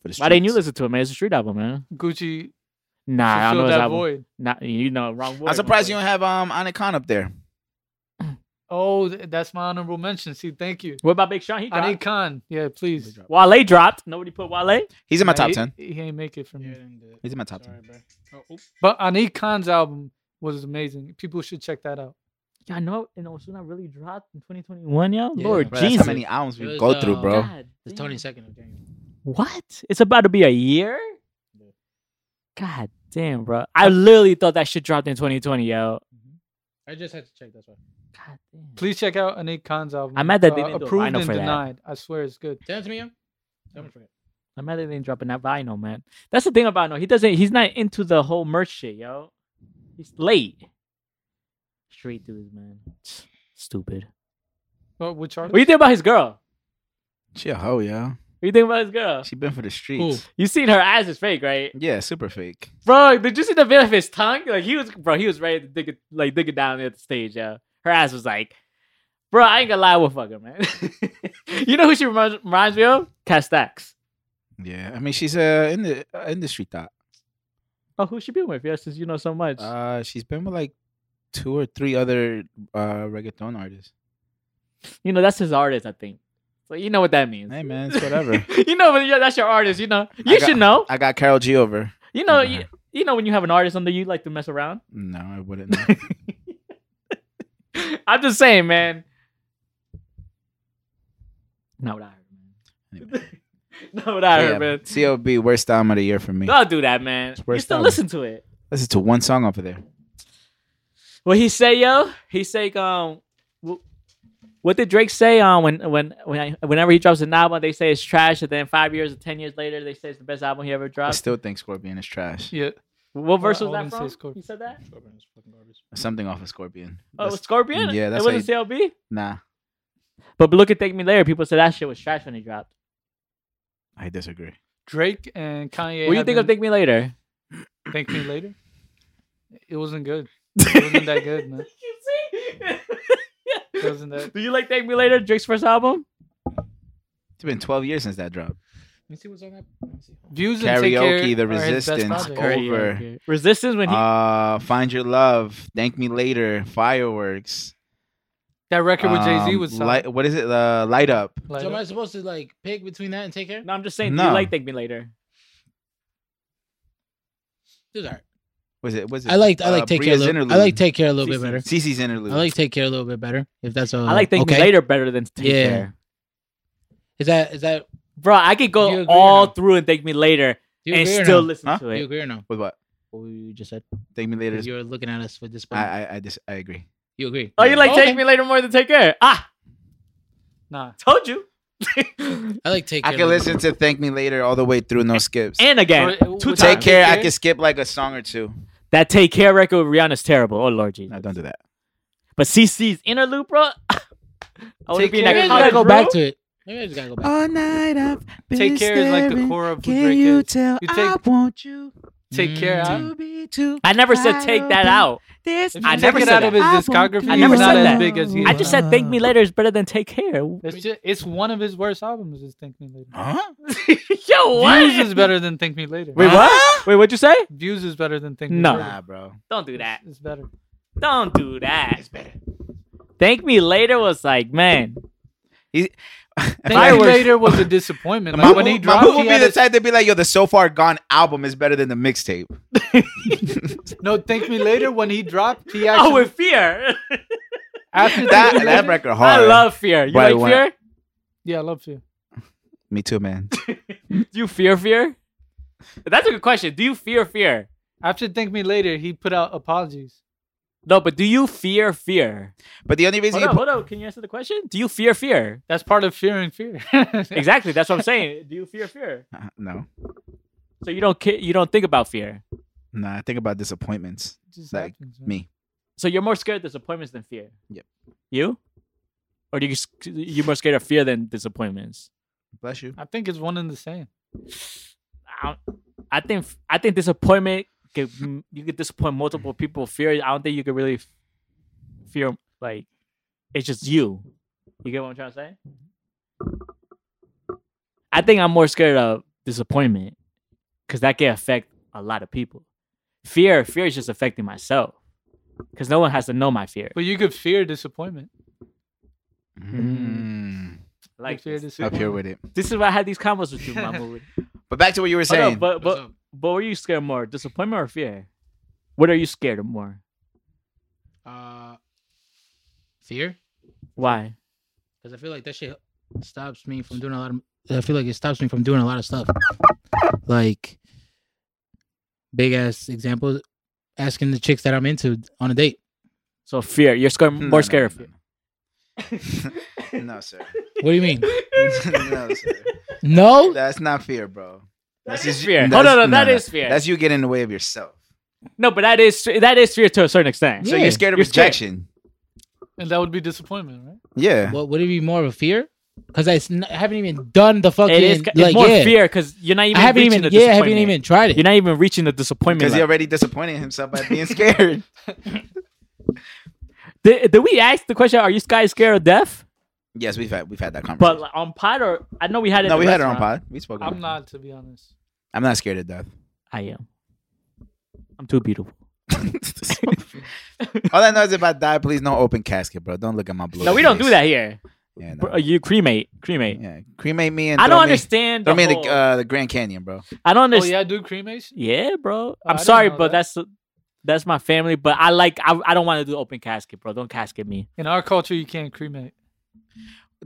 [SPEAKER 5] For the
[SPEAKER 4] Why didn't you
[SPEAKER 5] streets.
[SPEAKER 4] listen to it, man? It's a street album, man.
[SPEAKER 3] <laughs> Gucci
[SPEAKER 4] Nah, I don't know
[SPEAKER 3] fulfilled
[SPEAKER 4] his
[SPEAKER 3] that
[SPEAKER 4] album.
[SPEAKER 3] void.
[SPEAKER 4] Nah, you know, wrong word.
[SPEAKER 5] I'm surprised you don't have um Onyx Khan up there.
[SPEAKER 3] Oh, th- that's my honorable mention. See, thank you.
[SPEAKER 4] What about Big Sean? He
[SPEAKER 3] I
[SPEAKER 4] dropped.
[SPEAKER 3] need Khan. Yeah, please.
[SPEAKER 4] Wale dropped. Nobody put Wale.
[SPEAKER 5] He's in my top
[SPEAKER 3] He-
[SPEAKER 5] ten.
[SPEAKER 3] He, ain't make it for me.
[SPEAKER 5] He's in my top ten.
[SPEAKER 2] Oh,
[SPEAKER 3] But Anik Khan's album was amazing. People should check that out.
[SPEAKER 4] Yeah, I know. And Osuna really dropped in 2021, yo.
[SPEAKER 2] Yeah,
[SPEAKER 4] Lord
[SPEAKER 5] Bro, that's how
[SPEAKER 4] Jesus.
[SPEAKER 5] many albums we
[SPEAKER 2] It was,
[SPEAKER 5] go through,
[SPEAKER 2] uh,
[SPEAKER 5] bro.
[SPEAKER 4] God
[SPEAKER 2] It's
[SPEAKER 4] damn.
[SPEAKER 2] twenty second of January.
[SPEAKER 4] What? It's about to be a year?
[SPEAKER 2] Yeah.
[SPEAKER 4] God damn, bro. I literally thought that shit dropped in 2020, yo.
[SPEAKER 2] I just had to check. That's why.
[SPEAKER 4] God damn.
[SPEAKER 3] Please check out Anik Khan's album. Uh,
[SPEAKER 4] I'm mad that they didn't do a
[SPEAKER 3] approved
[SPEAKER 4] vinyl
[SPEAKER 3] and
[SPEAKER 4] for that.
[SPEAKER 3] denied. I swear it's good.
[SPEAKER 2] Send it to me. yo. Don't forget.
[SPEAKER 4] I'm mad they didn't drop in that vinyl, man. That's the thing about no. He doesn't. He's not into the whole merch shit, yo. He's late. Straight dudes, man. Stupid.
[SPEAKER 3] Oh, which
[SPEAKER 4] What do
[SPEAKER 3] artist?
[SPEAKER 4] you think about his girl?
[SPEAKER 5] She a hoe, yo.
[SPEAKER 4] What do you think about his girl?
[SPEAKER 5] She been for the
[SPEAKER 2] Cool.
[SPEAKER 5] streets.
[SPEAKER 4] You seen her ass is fake, right?
[SPEAKER 5] Yeah, super fake.
[SPEAKER 4] Bro, did you see the bit of his tongue? Like he was, bro, he was ready to dig it, like dig it down at the stage. Yeah, her ass was like, bro, I ain't gonna lie, we'll fuck her, man. <laughs> you know who she reminds, reminds me of? Castax.
[SPEAKER 5] Yeah, I mean she's a in the uh, industry thought.
[SPEAKER 4] Oh, who she been with? Yeah, since you know so much.
[SPEAKER 5] Uh, she's been with like two or three other uh reggaeton artists.
[SPEAKER 4] you know that's his artist, I think. So you know what that means.
[SPEAKER 5] Hey man, it's whatever.
[SPEAKER 4] <laughs> you know, when- yeah, that's your artist. You know, you
[SPEAKER 5] got-
[SPEAKER 4] should know.
[SPEAKER 5] I got Carol G over.
[SPEAKER 4] You know,
[SPEAKER 5] Uh-huh.
[SPEAKER 4] you, you know when you have an artist under you, like to mess around. <laughs>
[SPEAKER 5] No, I wouldn't. know.
[SPEAKER 4] I'm just saying, man. Not what I heard, man. <laughs> Not what I
[SPEAKER 5] Yeah,
[SPEAKER 4] heard, man.
[SPEAKER 5] CLB worst album of the year for me.
[SPEAKER 4] Don't do that, man.
[SPEAKER 5] It's
[SPEAKER 4] You
[SPEAKER 5] worst
[SPEAKER 4] still
[SPEAKER 5] album.
[SPEAKER 4] listen to it.
[SPEAKER 5] Listen to one song off of there.
[SPEAKER 4] What he say, yo? He say, um, wh- what did Drake say? Um, when when when I, whenever he drops an album, they say it's trash, and then five years or ten years later, they say it's the best album he ever
[SPEAKER 5] I
[SPEAKER 4] dropped.
[SPEAKER 5] still think Scorpion is trash.
[SPEAKER 3] Yeah.
[SPEAKER 4] what verse
[SPEAKER 3] I
[SPEAKER 4] was that
[SPEAKER 3] wouldn't say
[SPEAKER 4] from?
[SPEAKER 3] Scorp-
[SPEAKER 4] He said that.
[SPEAKER 5] Something off of Scorpion.
[SPEAKER 4] Oh, it was
[SPEAKER 5] That's-
[SPEAKER 4] Scorpion.
[SPEAKER 5] yeah, that's
[SPEAKER 4] it
[SPEAKER 5] how
[SPEAKER 4] wasn't CLB.
[SPEAKER 5] nah,
[SPEAKER 4] But look at Take Me Later. People said that shit was trash when he dropped.
[SPEAKER 5] I disagree.
[SPEAKER 3] Drake and Kanye.
[SPEAKER 4] what do you think of
[SPEAKER 3] Think,
[SPEAKER 4] Take Me Later?
[SPEAKER 3] Thank Me Later? It wasn't good. It wasn't that good, man.
[SPEAKER 4] <laughs>
[SPEAKER 3] It wasn't that.
[SPEAKER 4] Do you like Thank Me Later, Drake's first album?
[SPEAKER 5] It's been 12 years since that dropped.
[SPEAKER 2] me see what's on that. Let me see.
[SPEAKER 3] Views and Take Care
[SPEAKER 5] Karaoke, The
[SPEAKER 3] are his best
[SPEAKER 5] Resistance,
[SPEAKER 3] projects.
[SPEAKER 4] Curry,
[SPEAKER 5] Over.
[SPEAKER 4] yeah, yeah. Resistance when he
[SPEAKER 5] Uh, Find Your Love, Thank Me Later, Fireworks.
[SPEAKER 3] That record with Jay Z
[SPEAKER 5] um,
[SPEAKER 3] was
[SPEAKER 5] light,
[SPEAKER 3] solid.
[SPEAKER 5] What is it? Uh, light Up.
[SPEAKER 3] Light
[SPEAKER 2] So am I
[SPEAKER 3] Up.
[SPEAKER 2] supposed to like pick between that and take care?
[SPEAKER 4] No, I'm just saying. Do
[SPEAKER 5] No.
[SPEAKER 4] you like Thank Me Later?
[SPEAKER 2] It's alright.
[SPEAKER 5] Was it? Was it?
[SPEAKER 2] I like I like
[SPEAKER 5] uh,
[SPEAKER 2] take care. A
[SPEAKER 5] Bria's
[SPEAKER 2] little,
[SPEAKER 5] Interlude.
[SPEAKER 2] I like take care a little bit better.
[SPEAKER 5] CeCe's interlude.
[SPEAKER 2] I like take care a little bit better. If that's all.
[SPEAKER 4] I like Thank
[SPEAKER 2] Uh, okay.
[SPEAKER 4] Me Later better than Take
[SPEAKER 2] Yeah.
[SPEAKER 4] Care.
[SPEAKER 2] Is that is that?
[SPEAKER 4] Bro, I could
[SPEAKER 2] Do you
[SPEAKER 4] go
[SPEAKER 2] agree or
[SPEAKER 4] all
[SPEAKER 2] not?
[SPEAKER 4] through and Thank Me Later
[SPEAKER 2] Do you
[SPEAKER 4] and
[SPEAKER 2] agree or
[SPEAKER 4] still
[SPEAKER 2] no?
[SPEAKER 4] listen
[SPEAKER 5] Huh?
[SPEAKER 4] to
[SPEAKER 2] Do you
[SPEAKER 4] it.
[SPEAKER 2] agree or no?
[SPEAKER 5] With what?
[SPEAKER 2] What you just said.
[SPEAKER 5] Thank Me Later.
[SPEAKER 2] 'Cause You were looking at us with this.
[SPEAKER 5] I I I, dis- I agree.
[SPEAKER 2] you agree?
[SPEAKER 4] Oh, you like
[SPEAKER 2] Okay.
[SPEAKER 4] Take Me Later more than Take Care? Ah,
[SPEAKER 3] Nah.
[SPEAKER 4] told you.
[SPEAKER 2] I like take care.
[SPEAKER 5] I
[SPEAKER 2] a little
[SPEAKER 5] can listen to Thank Me Later all the way through, no skips.
[SPEAKER 4] and again,
[SPEAKER 3] So, uh,
[SPEAKER 4] two
[SPEAKER 3] would
[SPEAKER 4] times.
[SPEAKER 5] Take
[SPEAKER 3] Take
[SPEAKER 5] care. I
[SPEAKER 3] Care?
[SPEAKER 5] can skip like a song or two.
[SPEAKER 4] That Take Care record with Rihanna's terrible. Oh Lord Jesus.
[SPEAKER 5] No, don't do that.
[SPEAKER 4] But CC's interlude, bro. <laughs> I want to
[SPEAKER 3] Take
[SPEAKER 4] be in
[SPEAKER 3] care.
[SPEAKER 2] Maybe I just
[SPEAKER 4] that
[SPEAKER 3] Maybe
[SPEAKER 2] gotta
[SPEAKER 4] college,
[SPEAKER 2] go
[SPEAKER 4] bro.
[SPEAKER 2] back to it. Maybe I just gotta go back.
[SPEAKER 5] All night I've been
[SPEAKER 3] Take care is like the
[SPEAKER 5] staring.
[SPEAKER 3] core of who
[SPEAKER 5] Can
[SPEAKER 3] Drake
[SPEAKER 5] you
[SPEAKER 3] is.
[SPEAKER 5] tell
[SPEAKER 3] You take-
[SPEAKER 5] I want you
[SPEAKER 3] Take care.
[SPEAKER 2] Mm.
[SPEAKER 3] huh?
[SPEAKER 5] to be too?
[SPEAKER 4] I never said
[SPEAKER 5] wide
[SPEAKER 4] take that
[SPEAKER 5] open.
[SPEAKER 4] out.
[SPEAKER 5] This
[SPEAKER 3] If you
[SPEAKER 4] I
[SPEAKER 3] take
[SPEAKER 4] never
[SPEAKER 3] it
[SPEAKER 4] said
[SPEAKER 3] out of
[SPEAKER 4] that.
[SPEAKER 3] his
[SPEAKER 5] I won't
[SPEAKER 3] discography,
[SPEAKER 4] I
[SPEAKER 3] he's
[SPEAKER 4] never
[SPEAKER 3] not
[SPEAKER 4] said
[SPEAKER 3] as
[SPEAKER 4] that.
[SPEAKER 3] big as he
[SPEAKER 4] I
[SPEAKER 3] was.
[SPEAKER 4] just said thank me later is better than take care. <laughs> Yo,
[SPEAKER 3] It's, just, it's one of his worst albums. Is Think Me Later.
[SPEAKER 5] Huh?
[SPEAKER 3] Views is
[SPEAKER 4] what?
[SPEAKER 3] better than Think Me Later.
[SPEAKER 4] Wait, what? Wait, what'd you say?
[SPEAKER 3] Views is better than Think Me
[SPEAKER 4] No.
[SPEAKER 3] Later.
[SPEAKER 5] Nah, bro.
[SPEAKER 4] Don't do that.
[SPEAKER 3] It's better.
[SPEAKER 4] Don't do that. It's better. Thank me later was like, man.
[SPEAKER 3] Think Me
[SPEAKER 4] Fireworks.
[SPEAKER 3] Later was
[SPEAKER 5] <laughs>
[SPEAKER 3] a disappointment. Like,
[SPEAKER 5] Mamu,
[SPEAKER 3] when he
[SPEAKER 5] Mamu
[SPEAKER 3] dropped,
[SPEAKER 5] would
[SPEAKER 3] he
[SPEAKER 5] be
[SPEAKER 3] had
[SPEAKER 5] the
[SPEAKER 3] a,
[SPEAKER 5] type to be like, "Yo, the so far gone album is better than the mixtape."
[SPEAKER 3] no. Think Me Later when he dropped,
[SPEAKER 5] <laughs>
[SPEAKER 3] he actually
[SPEAKER 4] Oh, with fear.
[SPEAKER 3] after
[SPEAKER 5] That
[SPEAKER 3] Think
[SPEAKER 5] that
[SPEAKER 3] Me Later-
[SPEAKER 5] record
[SPEAKER 4] I
[SPEAKER 5] hard.
[SPEAKER 4] love fear. You
[SPEAKER 5] But
[SPEAKER 4] like
[SPEAKER 5] when-
[SPEAKER 4] fear?
[SPEAKER 3] Yeah, I love you.
[SPEAKER 5] Me too, man.
[SPEAKER 4] Do you fear fear? That's a good question. Do you fear fear?
[SPEAKER 3] After Think Me Later, he put out Apologies.
[SPEAKER 4] No, but do you fear fear?
[SPEAKER 5] But the only reason
[SPEAKER 4] Hold
[SPEAKER 5] you
[SPEAKER 4] on,
[SPEAKER 5] put,
[SPEAKER 4] hold on. Can you answer the question? Do you fear fear?
[SPEAKER 3] That's part of Fear and Fear. <laughs>
[SPEAKER 4] Exactly. That's what I'm saying. Do you fear fear?
[SPEAKER 5] Uh, no,
[SPEAKER 4] So you don't ca- you don't think about fear.
[SPEAKER 5] nah. I think about disappointments.
[SPEAKER 3] Just
[SPEAKER 5] Like,
[SPEAKER 3] happens, man.
[SPEAKER 5] Me,
[SPEAKER 4] So you're more scared of disappointments than fear.
[SPEAKER 5] Yep.
[SPEAKER 4] You? Or do you s- you're more scared of fear than disappointments?
[SPEAKER 5] bless you.
[SPEAKER 3] I think it's one and the same.
[SPEAKER 4] I, don't- I think I think disappointment could, m- you could disappoint multiple people. Fear, I don't think you could really f- fear like it's just you. You get what I'm trying to say? I think I'm more scared of disappointment because that can affect a lot of people. Fear, fear is just affecting myself because no one has to know my fear.
[SPEAKER 3] But you could fear disappointment.
[SPEAKER 5] Mm.
[SPEAKER 3] Like
[SPEAKER 4] Like
[SPEAKER 3] fear
[SPEAKER 4] this.
[SPEAKER 5] Up here
[SPEAKER 3] disappointment.
[SPEAKER 5] with it.
[SPEAKER 4] this is why I had these combos with
[SPEAKER 2] <laughs>
[SPEAKER 4] you, my movie.
[SPEAKER 5] But back to what you were
[SPEAKER 4] Hold on,
[SPEAKER 5] saying.
[SPEAKER 4] but
[SPEAKER 2] What's
[SPEAKER 4] but
[SPEAKER 2] up?
[SPEAKER 4] but were you scared more, disappointment or fear? What are you scared of more?
[SPEAKER 2] Uh, fear,
[SPEAKER 4] Why?
[SPEAKER 2] because I feel like that shit stops me from doing a lot of. I feel like it stops me from doing a lot of stuff. Like big ass examples, asking the chicks that I'm into on a date.
[SPEAKER 4] So fear. You're scared,
[SPEAKER 5] Mm, No,
[SPEAKER 4] more
[SPEAKER 5] no,
[SPEAKER 4] scared of
[SPEAKER 5] no,
[SPEAKER 4] fear.
[SPEAKER 5] no, no, <laughs> sir.
[SPEAKER 2] What do you mean?
[SPEAKER 5] <laughs> no, sir.
[SPEAKER 2] no,
[SPEAKER 5] That's not fear, bro.
[SPEAKER 4] Oh. That
[SPEAKER 5] just
[SPEAKER 4] is fear.
[SPEAKER 5] that's-
[SPEAKER 4] Hold on, no, that is fear.
[SPEAKER 5] That's you getting in the way of yourself.
[SPEAKER 4] No, but that is that is fear to a certain extent.
[SPEAKER 5] So
[SPEAKER 2] Yeah.
[SPEAKER 5] you're scared of
[SPEAKER 4] You're scared.
[SPEAKER 5] rejection.
[SPEAKER 3] And that would be disappointment, right?
[SPEAKER 5] Yeah.
[SPEAKER 2] what would it be more of a fear? Because I, s- n- I haven't even done the fucking.
[SPEAKER 4] it is. It's
[SPEAKER 2] like,
[SPEAKER 4] more
[SPEAKER 2] yeah.
[SPEAKER 4] fear because you're not even.
[SPEAKER 2] I haven't
[SPEAKER 4] reaching
[SPEAKER 2] even. Yeah,
[SPEAKER 4] The
[SPEAKER 2] I haven't
[SPEAKER 4] disappointment.
[SPEAKER 2] even tried it.
[SPEAKER 4] You're not even reaching the disappointment.
[SPEAKER 5] Because he
[SPEAKER 4] level.
[SPEAKER 5] already disappointed himself by being scared. <laughs>
[SPEAKER 4] Did, did we ask the question? Are you guys scared of death?
[SPEAKER 5] yes, we've had we've had that
[SPEAKER 4] But
[SPEAKER 5] conversation.
[SPEAKER 4] like, on pod or I know we had it.
[SPEAKER 5] no,
[SPEAKER 4] at
[SPEAKER 5] we
[SPEAKER 4] the
[SPEAKER 5] had it on
[SPEAKER 4] restaurant.
[SPEAKER 5] pod. We spoke. about
[SPEAKER 3] I'm
[SPEAKER 5] it.
[SPEAKER 3] not, to be honest.
[SPEAKER 5] I'm not scared of
[SPEAKER 4] <laughs>
[SPEAKER 5] death.
[SPEAKER 4] I am. I'm too beautiful.
[SPEAKER 5] All I know is if I die, please no open casket, bro. Don't look at my blood.
[SPEAKER 4] No, we don't do that here.
[SPEAKER 5] Yeah, no.
[SPEAKER 4] Bro, you cremate, cremate.
[SPEAKER 5] yeah. cremate me and
[SPEAKER 4] I
[SPEAKER 5] throw
[SPEAKER 4] don't
[SPEAKER 5] me-
[SPEAKER 4] understand.
[SPEAKER 5] Throw me in
[SPEAKER 4] the
[SPEAKER 5] the
[SPEAKER 4] whole-
[SPEAKER 5] uh, the Grand Canyon, bro.
[SPEAKER 4] I don't
[SPEAKER 3] Oh
[SPEAKER 4] understand.
[SPEAKER 3] yeah, dude, cremation.
[SPEAKER 4] yeah. bro.
[SPEAKER 3] I
[SPEAKER 4] I'm
[SPEAKER 3] didn't
[SPEAKER 4] sorry,
[SPEAKER 3] know
[SPEAKER 4] but
[SPEAKER 3] that.
[SPEAKER 4] that's that's my family. But I like. I, I don't want to do open casket, bro. Don't casket me.
[SPEAKER 3] In our culture, you can't cremate.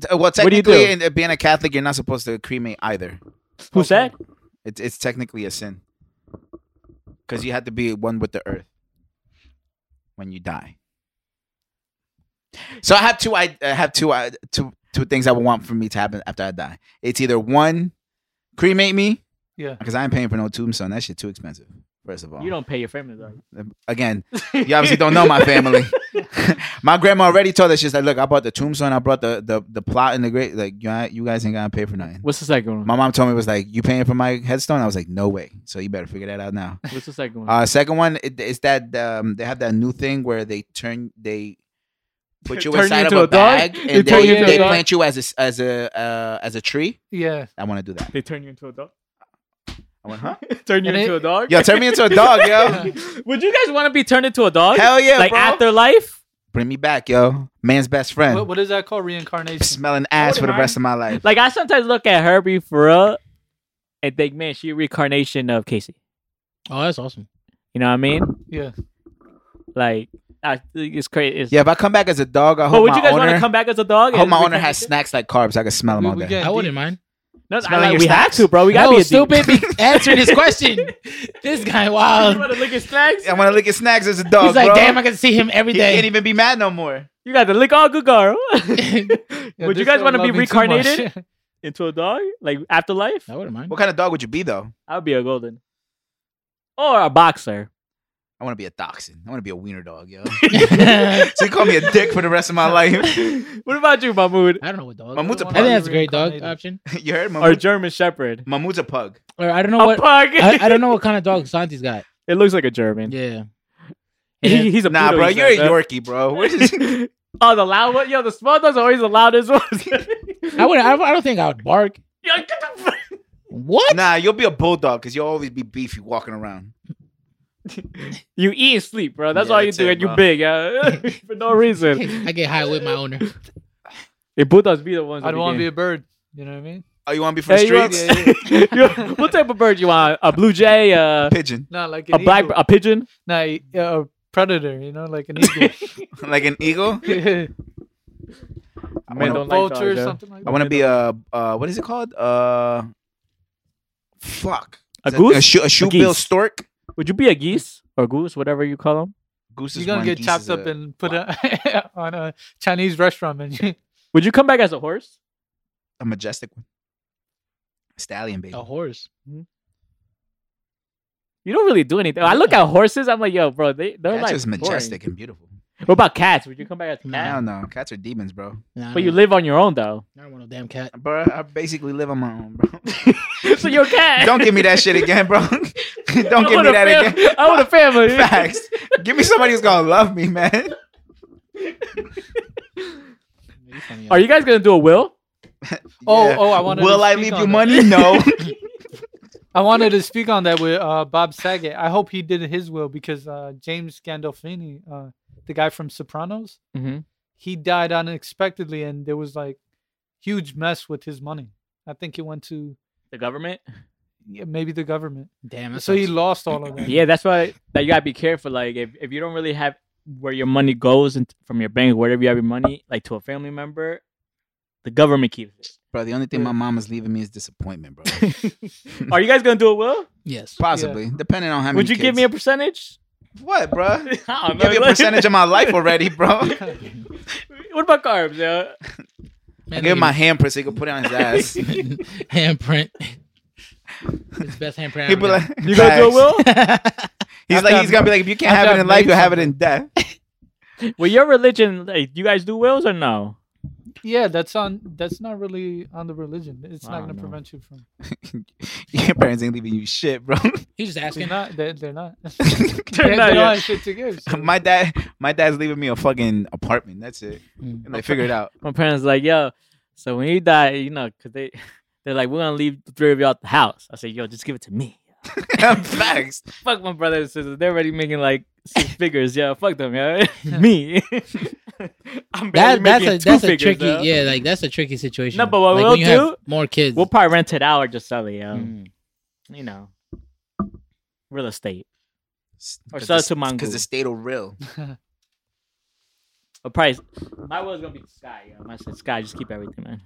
[SPEAKER 5] T- Well,
[SPEAKER 4] do you
[SPEAKER 5] technically,
[SPEAKER 4] do?
[SPEAKER 5] in- uh, being a Catholic, you're not supposed to cremate either.
[SPEAKER 4] Who
[SPEAKER 3] Okay.
[SPEAKER 4] said?
[SPEAKER 5] It's it's technically a sin because you have to be one with the earth when you die. So I have two. I I have two. I two two things I would want for me to happen after I die. It's either one, cremate me
[SPEAKER 3] Yeah.
[SPEAKER 5] because I ain't paying for no tombstone. That shit too expensive. First of all,
[SPEAKER 4] You don't pay your family though.
[SPEAKER 5] again,
[SPEAKER 4] <laughs>
[SPEAKER 5] you obviously don't know my family. <laughs> my grandma already told us she's like, look, I bought the tombstone, I brought the the, the plot and the great like you ain't- you guys ain't gonna pay for nothing.
[SPEAKER 4] What's the second one?
[SPEAKER 5] My mom told me was like, you paying for my headstone? I was like, no way. So you better figure that out now.
[SPEAKER 4] What's the second one?
[SPEAKER 5] Uh, second one it- is that um, they have that new thing where they turn they put you
[SPEAKER 3] Turn you
[SPEAKER 5] inside of
[SPEAKER 3] into
[SPEAKER 5] a,
[SPEAKER 3] a dog?
[SPEAKER 5] bag,
[SPEAKER 3] They
[SPEAKER 5] and
[SPEAKER 3] turn
[SPEAKER 5] they,
[SPEAKER 3] you into a
[SPEAKER 5] they
[SPEAKER 3] dog?
[SPEAKER 5] plant you as a s- as a uh, as a tree.
[SPEAKER 3] Yeah.
[SPEAKER 5] I want to do that.
[SPEAKER 4] They turn you into a dog.
[SPEAKER 5] I went, huh?
[SPEAKER 4] <laughs> turn you
[SPEAKER 3] And
[SPEAKER 4] into
[SPEAKER 3] it-
[SPEAKER 4] a dog.
[SPEAKER 5] <laughs> Yo, turn me
[SPEAKER 4] <laughs>
[SPEAKER 5] into a dog, yo.
[SPEAKER 4] Would you guys want to be turned into a dog?
[SPEAKER 5] Hell yeah,
[SPEAKER 4] like
[SPEAKER 5] bro.
[SPEAKER 4] afterlife.
[SPEAKER 5] Bring me back, yo. Man's best friend.
[SPEAKER 3] What, what is that called? Reincarnation.
[SPEAKER 5] Smelling ass for the
[SPEAKER 4] Hold on.
[SPEAKER 5] rest of my life.
[SPEAKER 4] Like I sometimes look at Herbie for real and think, man, she reincarnation of Casey.
[SPEAKER 2] Oh, that's awesome.
[SPEAKER 4] You know what I mean?
[SPEAKER 3] Yeah.
[SPEAKER 4] Like I, it's crazy. It's,
[SPEAKER 5] Yeah, if I come back as a dog, I
[SPEAKER 4] But
[SPEAKER 5] hope
[SPEAKER 4] would
[SPEAKER 5] my
[SPEAKER 4] you guys want
[SPEAKER 5] owner.
[SPEAKER 4] to come back as a dog?
[SPEAKER 5] I hope
[SPEAKER 4] as
[SPEAKER 5] my owner has
[SPEAKER 4] reincarnation?
[SPEAKER 5] snacks like carbs. I can smell them
[SPEAKER 3] We-
[SPEAKER 5] all
[SPEAKER 3] we
[SPEAKER 5] day.
[SPEAKER 3] get-
[SPEAKER 2] I wouldn't mind.
[SPEAKER 4] No, I,
[SPEAKER 5] Smelling
[SPEAKER 4] like,
[SPEAKER 5] your
[SPEAKER 4] we have
[SPEAKER 5] snacks?
[SPEAKER 4] to, bro. We gotta
[SPEAKER 2] no,
[SPEAKER 4] be a
[SPEAKER 2] stupid. Be
[SPEAKER 4] <laughs>
[SPEAKER 2] answering his question. this guy,
[SPEAKER 4] Dude. <laughs> You
[SPEAKER 2] wow.
[SPEAKER 4] want to lick his snacks?
[SPEAKER 5] I want to lick his snacks as a dog.
[SPEAKER 2] He's like,
[SPEAKER 5] bro.
[SPEAKER 2] damn, I can see him every
[SPEAKER 5] he can't
[SPEAKER 2] day.
[SPEAKER 5] even be mad no more.
[SPEAKER 4] You got to lick all good girl
[SPEAKER 3] Yeah,
[SPEAKER 4] Would you
[SPEAKER 3] this
[SPEAKER 4] guys
[SPEAKER 3] don't
[SPEAKER 4] wanna be
[SPEAKER 3] love me too much.
[SPEAKER 4] reincarnated? <laughs>
[SPEAKER 3] <laughs>
[SPEAKER 4] into a dog, like
[SPEAKER 2] <laughs>
[SPEAKER 4] afterlife.
[SPEAKER 2] I wouldn't
[SPEAKER 5] <laughs>
[SPEAKER 2] mind.
[SPEAKER 5] What kind of dog would you be though?
[SPEAKER 4] I'll be a golden or a boxer. <laughs>
[SPEAKER 5] I want to be a dachshund. I want to be a wiener dog, <laughs> yo. so you call me a dick for the rest of my life. <laughs>
[SPEAKER 4] what about you, Mahmood?
[SPEAKER 2] I don't know what dog.
[SPEAKER 5] Mahmoud's a
[SPEAKER 2] I think
[SPEAKER 5] pug.
[SPEAKER 2] that's a great dog
[SPEAKER 3] Reincarnated.
[SPEAKER 2] option.
[SPEAKER 5] you
[SPEAKER 4] Or
[SPEAKER 5] heard
[SPEAKER 4] a
[SPEAKER 5] Mahmoud?
[SPEAKER 4] German Shepherd?
[SPEAKER 5] Mahmoud's a pug.
[SPEAKER 2] Or I don't
[SPEAKER 4] A
[SPEAKER 2] know what.
[SPEAKER 4] pug.
[SPEAKER 2] I, I don't
[SPEAKER 4] <laughs>
[SPEAKER 2] know what kind of dog Santi's got.
[SPEAKER 4] It looks like a German.
[SPEAKER 2] Yeah.
[SPEAKER 4] He-
[SPEAKER 2] Yeah.
[SPEAKER 4] <laughs> He's a
[SPEAKER 5] Nah,
[SPEAKER 4] poodle,
[SPEAKER 5] bro,
[SPEAKER 4] he
[SPEAKER 5] you're a
[SPEAKER 4] said, huh? <laughs>
[SPEAKER 5] Yorkie, bro. <laughs> Where's his-
[SPEAKER 4] oh, the loud one. Yo, the small dogs are always the loudest <laughs> ones.
[SPEAKER 2] I would. I don't I don't think I would bark.
[SPEAKER 4] Yo, get the fuck-
[SPEAKER 2] What?
[SPEAKER 5] nah, you'll be a bulldog because you'll always be beefy walking around.
[SPEAKER 4] you eat and sleep, bro. That's
[SPEAKER 5] Yeah,
[SPEAKER 4] all you
[SPEAKER 5] that's
[SPEAKER 4] do,
[SPEAKER 5] it,
[SPEAKER 4] and you
[SPEAKER 5] bro.
[SPEAKER 4] big, yeah, <laughs> for no reason.
[SPEAKER 2] I get high with my owner.
[SPEAKER 4] Hey, bulldogs be the ones.
[SPEAKER 3] I'd want to be a bird. You know what I mean?
[SPEAKER 5] Oh, you want to be from
[SPEAKER 4] Hey,
[SPEAKER 5] the
[SPEAKER 4] you want- <laughs>
[SPEAKER 5] streets?
[SPEAKER 4] Yo, what type of bird you want? A blue jay,
[SPEAKER 5] <laughs>
[SPEAKER 4] uh,
[SPEAKER 5] Pigeon,
[SPEAKER 3] Not like an
[SPEAKER 4] a black,
[SPEAKER 3] eagle.
[SPEAKER 4] a pigeon.
[SPEAKER 3] Nah, e- uh, a predator. You know, like
[SPEAKER 5] <laughs>
[SPEAKER 3] an eagle. <laughs>
[SPEAKER 5] like an
[SPEAKER 4] <laughs>
[SPEAKER 5] eagle.
[SPEAKER 3] Yeah.
[SPEAKER 5] I
[SPEAKER 4] Man,
[SPEAKER 3] Or a
[SPEAKER 5] wanna-
[SPEAKER 4] don't like
[SPEAKER 3] vulture
[SPEAKER 4] dogs,
[SPEAKER 3] or
[SPEAKER 4] yeah.
[SPEAKER 3] something
[SPEAKER 5] I
[SPEAKER 3] like that.
[SPEAKER 5] want to be a uh, what is it called? Uh, fuck.
[SPEAKER 4] A
[SPEAKER 5] Is that-
[SPEAKER 4] goose?
[SPEAKER 5] A, shoe, a shoe-bill
[SPEAKER 4] geese.
[SPEAKER 5] stork.
[SPEAKER 4] Would you be a geese or goose, whatever you call them?
[SPEAKER 5] Goose is
[SPEAKER 3] You're gonna
[SPEAKER 5] one,
[SPEAKER 3] get
[SPEAKER 5] geese
[SPEAKER 3] chopped
[SPEAKER 5] is
[SPEAKER 3] up
[SPEAKER 5] a-
[SPEAKER 3] and put a, <laughs> on a Chinese restaurant menu.
[SPEAKER 5] <laughs>
[SPEAKER 4] Would you come back as a horse?
[SPEAKER 5] a majestic one. Stallion baby.
[SPEAKER 2] A horse.
[SPEAKER 4] You don't really do anything. I look at horses. I'm like, yo, bro, they they're
[SPEAKER 5] Cats
[SPEAKER 4] like
[SPEAKER 5] is majestic and beautiful.
[SPEAKER 4] boring. What about cats? Would you come back as a
[SPEAKER 2] Nah.
[SPEAKER 5] I
[SPEAKER 4] cat?
[SPEAKER 5] don't know. Cats are demons, bro.
[SPEAKER 2] Nah, I
[SPEAKER 4] But
[SPEAKER 2] don't
[SPEAKER 4] you
[SPEAKER 2] know.
[SPEAKER 4] live on your own though.
[SPEAKER 5] <laughs>
[SPEAKER 4] <laughs>
[SPEAKER 2] I don't want no damn cat.
[SPEAKER 5] Bro, I basically live on my own, bro.
[SPEAKER 4] so you're a cat.
[SPEAKER 5] Don't give
[SPEAKER 4] <laughs>
[SPEAKER 5] me that shit again, bro. Don't give
[SPEAKER 4] I want
[SPEAKER 5] me
[SPEAKER 4] a
[SPEAKER 5] that
[SPEAKER 4] fam- I want a family.
[SPEAKER 5] again. <laughs> Facts. Give me somebody who's gonna love me, man.
[SPEAKER 2] You funny,
[SPEAKER 4] <laughs> Are you guys gonna do a will?
[SPEAKER 3] <laughs> Oh,
[SPEAKER 5] Yeah.
[SPEAKER 3] oh, I wanted.
[SPEAKER 5] Will
[SPEAKER 3] to
[SPEAKER 5] I
[SPEAKER 3] speak
[SPEAKER 5] leave
[SPEAKER 3] on
[SPEAKER 5] you
[SPEAKER 3] that.
[SPEAKER 5] money?
[SPEAKER 3] <laughs>
[SPEAKER 5] No.
[SPEAKER 3] I wanted to speak on that with uh, Bob Saget. I hope he did his will because uh, James Gandolfini, uh, the guy from Sopranos,
[SPEAKER 4] Mm-hmm.
[SPEAKER 3] he died unexpectedly, and there was like huge mess with his money. I think it went to
[SPEAKER 4] The government.
[SPEAKER 3] yeah, maybe the government.
[SPEAKER 2] Damn. that
[SPEAKER 3] so he
[SPEAKER 2] sucks.
[SPEAKER 3] lost
[SPEAKER 5] <laughs>
[SPEAKER 3] all of that.
[SPEAKER 4] Yeah, that's why that you gotta be careful. Like, if, if you don't really have where your money goes and from your bank, wherever you have your money, like to a family member, the government keeps it. <laughs>
[SPEAKER 5] Bro, the only thing my mom is leaving me is disappointment, bro.
[SPEAKER 4] Are you guys gonna do a will?
[SPEAKER 2] yes.
[SPEAKER 5] Possibly, depending on how many.
[SPEAKER 4] Would you give me a
[SPEAKER 5] kids.
[SPEAKER 4] percentage? <laughs>
[SPEAKER 5] what, bro?
[SPEAKER 4] I don't
[SPEAKER 5] Give me a
[SPEAKER 4] like-
[SPEAKER 5] percentage of my life already, bro.
[SPEAKER 4] <laughs> What about carbs? Yeah.
[SPEAKER 5] I
[SPEAKER 2] Man,
[SPEAKER 5] give him my
[SPEAKER 2] look
[SPEAKER 5] handprint so he can put it on his ass.
[SPEAKER 2] at <laughs> his handprint. His best handprint.
[SPEAKER 5] He be like,
[SPEAKER 4] You gonna do a
[SPEAKER 5] Facts.
[SPEAKER 4] will?
[SPEAKER 5] <laughs> He's like,
[SPEAKER 3] After I've-
[SPEAKER 5] he's gonna be like, if you can't have
[SPEAKER 3] after
[SPEAKER 5] it
[SPEAKER 3] I've
[SPEAKER 5] in life,
[SPEAKER 3] made
[SPEAKER 5] you'll have it in death.
[SPEAKER 4] Well, your religion, like, you guys do wills or no?
[SPEAKER 3] Yeah, that's on. That's not really on the religion. It's
[SPEAKER 4] I
[SPEAKER 3] not
[SPEAKER 4] don't
[SPEAKER 3] going to
[SPEAKER 4] know.
[SPEAKER 3] prevent you from.
[SPEAKER 5] <laughs> Your parents ain't leaving you shit, bro. <laughs>
[SPEAKER 2] He's just
[SPEAKER 3] They're
[SPEAKER 2] asking.
[SPEAKER 3] not. They're, they're not. <laughs>
[SPEAKER 4] They're
[SPEAKER 3] They-
[SPEAKER 4] not,
[SPEAKER 3] they don't
[SPEAKER 4] yeah.
[SPEAKER 3] have shit to give.
[SPEAKER 5] <laughs>
[SPEAKER 3] so-
[SPEAKER 5] my dad, my dad's leaving me a fucking apartment. That's it.
[SPEAKER 2] Mm.
[SPEAKER 5] And they figure
[SPEAKER 4] <laughs>
[SPEAKER 5] it out. <laughs>
[SPEAKER 4] My parents like, yo, so when you die, you know, cause they <laughs> they're like, we're gonna leave the three of y'all at the house. I said, yo, just give it to me.
[SPEAKER 5] Facts.
[SPEAKER 4] Fuck my brother and sister. They're already making like six <laughs> figures. Yeah, fuck them. <laughs> Yeah, me. <laughs> I'm barely
[SPEAKER 2] That, that's
[SPEAKER 4] making
[SPEAKER 2] a
[SPEAKER 4] two
[SPEAKER 2] that's a
[SPEAKER 4] figures,
[SPEAKER 2] tricky
[SPEAKER 4] though.
[SPEAKER 2] yeah like that's a tricky situation.
[SPEAKER 4] No, but what
[SPEAKER 2] like,
[SPEAKER 4] we'll
[SPEAKER 2] when you have
[SPEAKER 4] do-
[SPEAKER 2] more kids.
[SPEAKER 4] We'll probably rent it out or just sell it. Yeah,
[SPEAKER 2] Mm.
[SPEAKER 4] you know, real estate. Or sell it to Mongoose.
[SPEAKER 5] Because the state will real.
[SPEAKER 4] But probably my will's gonna be to Sky. Yeah, my said Sky, just keep everything, man.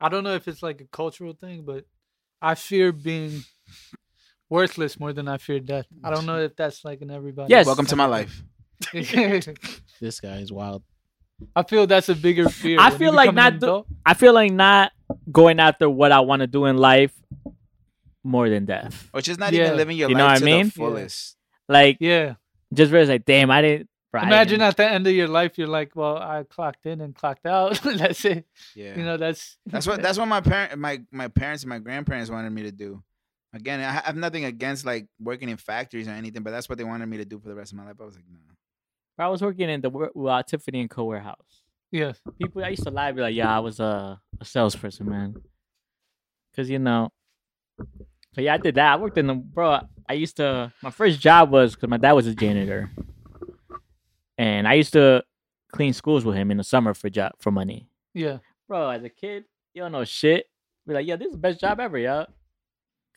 [SPEAKER 3] I don't know if it's like a cultural thing, but I fear being worthless more than I fear death. I don't know
[SPEAKER 4] <laughs>
[SPEAKER 3] if that's like in everybody.
[SPEAKER 4] Yes.
[SPEAKER 5] Welcome to my life.
[SPEAKER 2] This guy is wild.
[SPEAKER 3] <laughs> I feel that's a bigger fear.
[SPEAKER 4] I
[SPEAKER 3] When you
[SPEAKER 4] feel like
[SPEAKER 3] become an
[SPEAKER 4] not do-
[SPEAKER 3] adult,
[SPEAKER 4] I feel like not going after what I want to do in life more than death.
[SPEAKER 5] Which is not
[SPEAKER 3] Yeah.
[SPEAKER 5] even living your
[SPEAKER 4] You know
[SPEAKER 5] life
[SPEAKER 4] what I
[SPEAKER 5] to
[SPEAKER 4] mean?
[SPEAKER 5] the fullest.
[SPEAKER 4] Like
[SPEAKER 3] yeah.
[SPEAKER 4] just realize like, damn, I didn't. bro, I
[SPEAKER 3] Imagine
[SPEAKER 4] didn't-
[SPEAKER 3] at the end of your life, you're like, well, I clocked in and clocked out. <laughs> that's it.
[SPEAKER 5] Yeah.
[SPEAKER 3] You know, that's
[SPEAKER 5] That's what that's what my parent my my parents and my grandparents wanted me to do. Again, I have nothing against like working in factories or anything, but that's what they wanted me to do for the rest of my life. I was like, no.
[SPEAKER 4] I was working in the wor- uh, Tiffany and Co warehouse.
[SPEAKER 3] Yes.
[SPEAKER 4] People, I used to lie, be like, "Yeah, I was a, a salesperson, man," because you know. But yeah, I did that. I worked in the bro. I used to. My first job was because my dad was a janitor, and I used to clean schools with him in the summer for job for money.
[SPEAKER 3] Yeah.
[SPEAKER 4] Bro, as a kid, you don't know shit. Be like, yeah, this is the best job ever, yeah.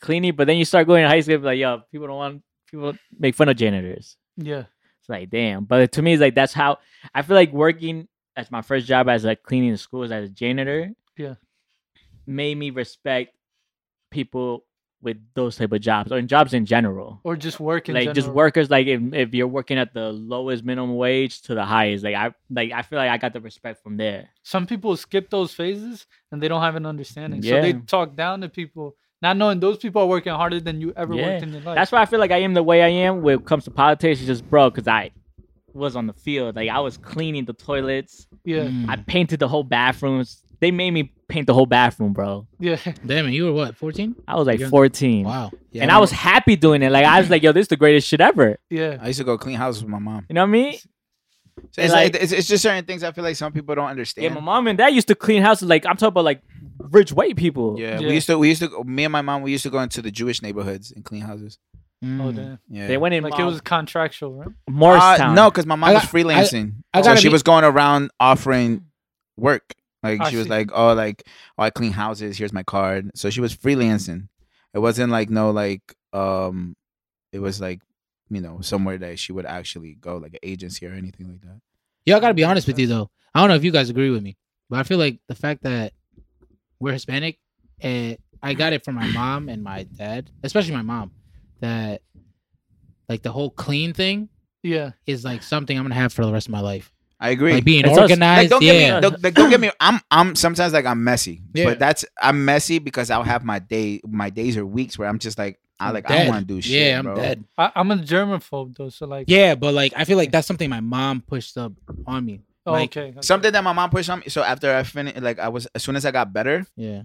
[SPEAKER 4] Cleaning, but then you start going to high school, be like, yo, people don't want people make fun of janitors.
[SPEAKER 3] Yeah.
[SPEAKER 4] It's like, damn. But to me, it's like that's how I feel like working as my first job as like cleaning the schools as a janitor.
[SPEAKER 3] Yeah.
[SPEAKER 4] Made me respect people with those type of jobs or in jobs in general.
[SPEAKER 3] Or just work in
[SPEAKER 4] like just
[SPEAKER 3] general.
[SPEAKER 4] workers, like if, if you're working at the lowest minimum wage to the highest, like I like I feel like I got the respect from there.
[SPEAKER 3] Some people skip those phases and they don't have an understanding. So they
[SPEAKER 4] Yeah.
[SPEAKER 3] talk down to people, not knowing those people are working harder than you ever
[SPEAKER 4] Yeah.
[SPEAKER 3] worked in your life.
[SPEAKER 4] That's why I feel like I am the way I am when it comes to politics. It's just bro, because I was on the field, like I was cleaning the toilets,
[SPEAKER 3] yeah.
[SPEAKER 2] Mm.
[SPEAKER 4] I painted the whole bathrooms. They made me paint the whole bathroom, bro.
[SPEAKER 3] Yeah. <laughs>
[SPEAKER 2] Damn it, you were what, 14?
[SPEAKER 4] I was like
[SPEAKER 2] Yeah.
[SPEAKER 4] 14,
[SPEAKER 2] Wow. Yeah,
[SPEAKER 4] and I was happy doing it. Like I was like, yo, this is the greatest shit ever.
[SPEAKER 3] Yeah.
[SPEAKER 5] I used to go clean houses with my mom.
[SPEAKER 4] You know what I mean?
[SPEAKER 5] So it's,
[SPEAKER 4] like-
[SPEAKER 5] like, it's, it's just certain things I feel like some people don't
[SPEAKER 4] Yeah,
[SPEAKER 5] understand.
[SPEAKER 4] my mom and dad used to clean houses. Like I'm talking about like rich white people.
[SPEAKER 5] Yeah,
[SPEAKER 3] Yeah.
[SPEAKER 5] we used to we used to go- me and my mom we used to go into the Jewish neighborhoods and clean houses.
[SPEAKER 3] Oh
[SPEAKER 2] Mm.
[SPEAKER 3] damn.
[SPEAKER 5] Yeah,
[SPEAKER 4] They went in um,
[SPEAKER 3] Like it was contractual, right?
[SPEAKER 4] Morristown.
[SPEAKER 5] Uh, no, because my mom
[SPEAKER 2] I
[SPEAKER 5] was
[SPEAKER 2] got-
[SPEAKER 5] freelancing,
[SPEAKER 2] I- I
[SPEAKER 5] so
[SPEAKER 2] gotta
[SPEAKER 5] she
[SPEAKER 2] be-
[SPEAKER 5] was going around offering work. Like
[SPEAKER 3] I
[SPEAKER 5] she was
[SPEAKER 3] see.
[SPEAKER 5] like, "Oh, like oh, I clean houses. Here's my card." So she was freelancing. It wasn't like no like um, it was like you know somewhere that she would actually go like an agency or anything like that.
[SPEAKER 2] Yo, I gotta be honest with you though. I don't know if you guys agree with me, but I feel like the fact that we're Hispanic, and I got it from my mom and my dad, especially my mom, that like the whole clean thing
[SPEAKER 3] Yeah.
[SPEAKER 2] is like something I'm gonna have for the rest of my life.
[SPEAKER 5] I agree.
[SPEAKER 2] Like being
[SPEAKER 4] It's us.
[SPEAKER 5] Like
[SPEAKER 2] organized.
[SPEAKER 5] don't
[SPEAKER 2] yeah.
[SPEAKER 5] get me don't, like, don't get me I'm I'm sometimes like I'm messy.
[SPEAKER 2] Yeah.
[SPEAKER 5] But that's I'm messy because I'll have my day my days or weeks where I'm just like I like I
[SPEAKER 2] Dead.
[SPEAKER 5] don't want to do shit.
[SPEAKER 2] Yeah, I'm
[SPEAKER 5] bro.
[SPEAKER 2] dead.
[SPEAKER 3] I, I'm a germaphobe though, so like
[SPEAKER 2] Yeah, but like I feel like that's something my mom pushed up on me.
[SPEAKER 3] oh,
[SPEAKER 2] like,
[SPEAKER 3] okay. okay.
[SPEAKER 5] Something that my mom pushed on me. So after I finished like I was as soon as I got better,
[SPEAKER 2] Yeah.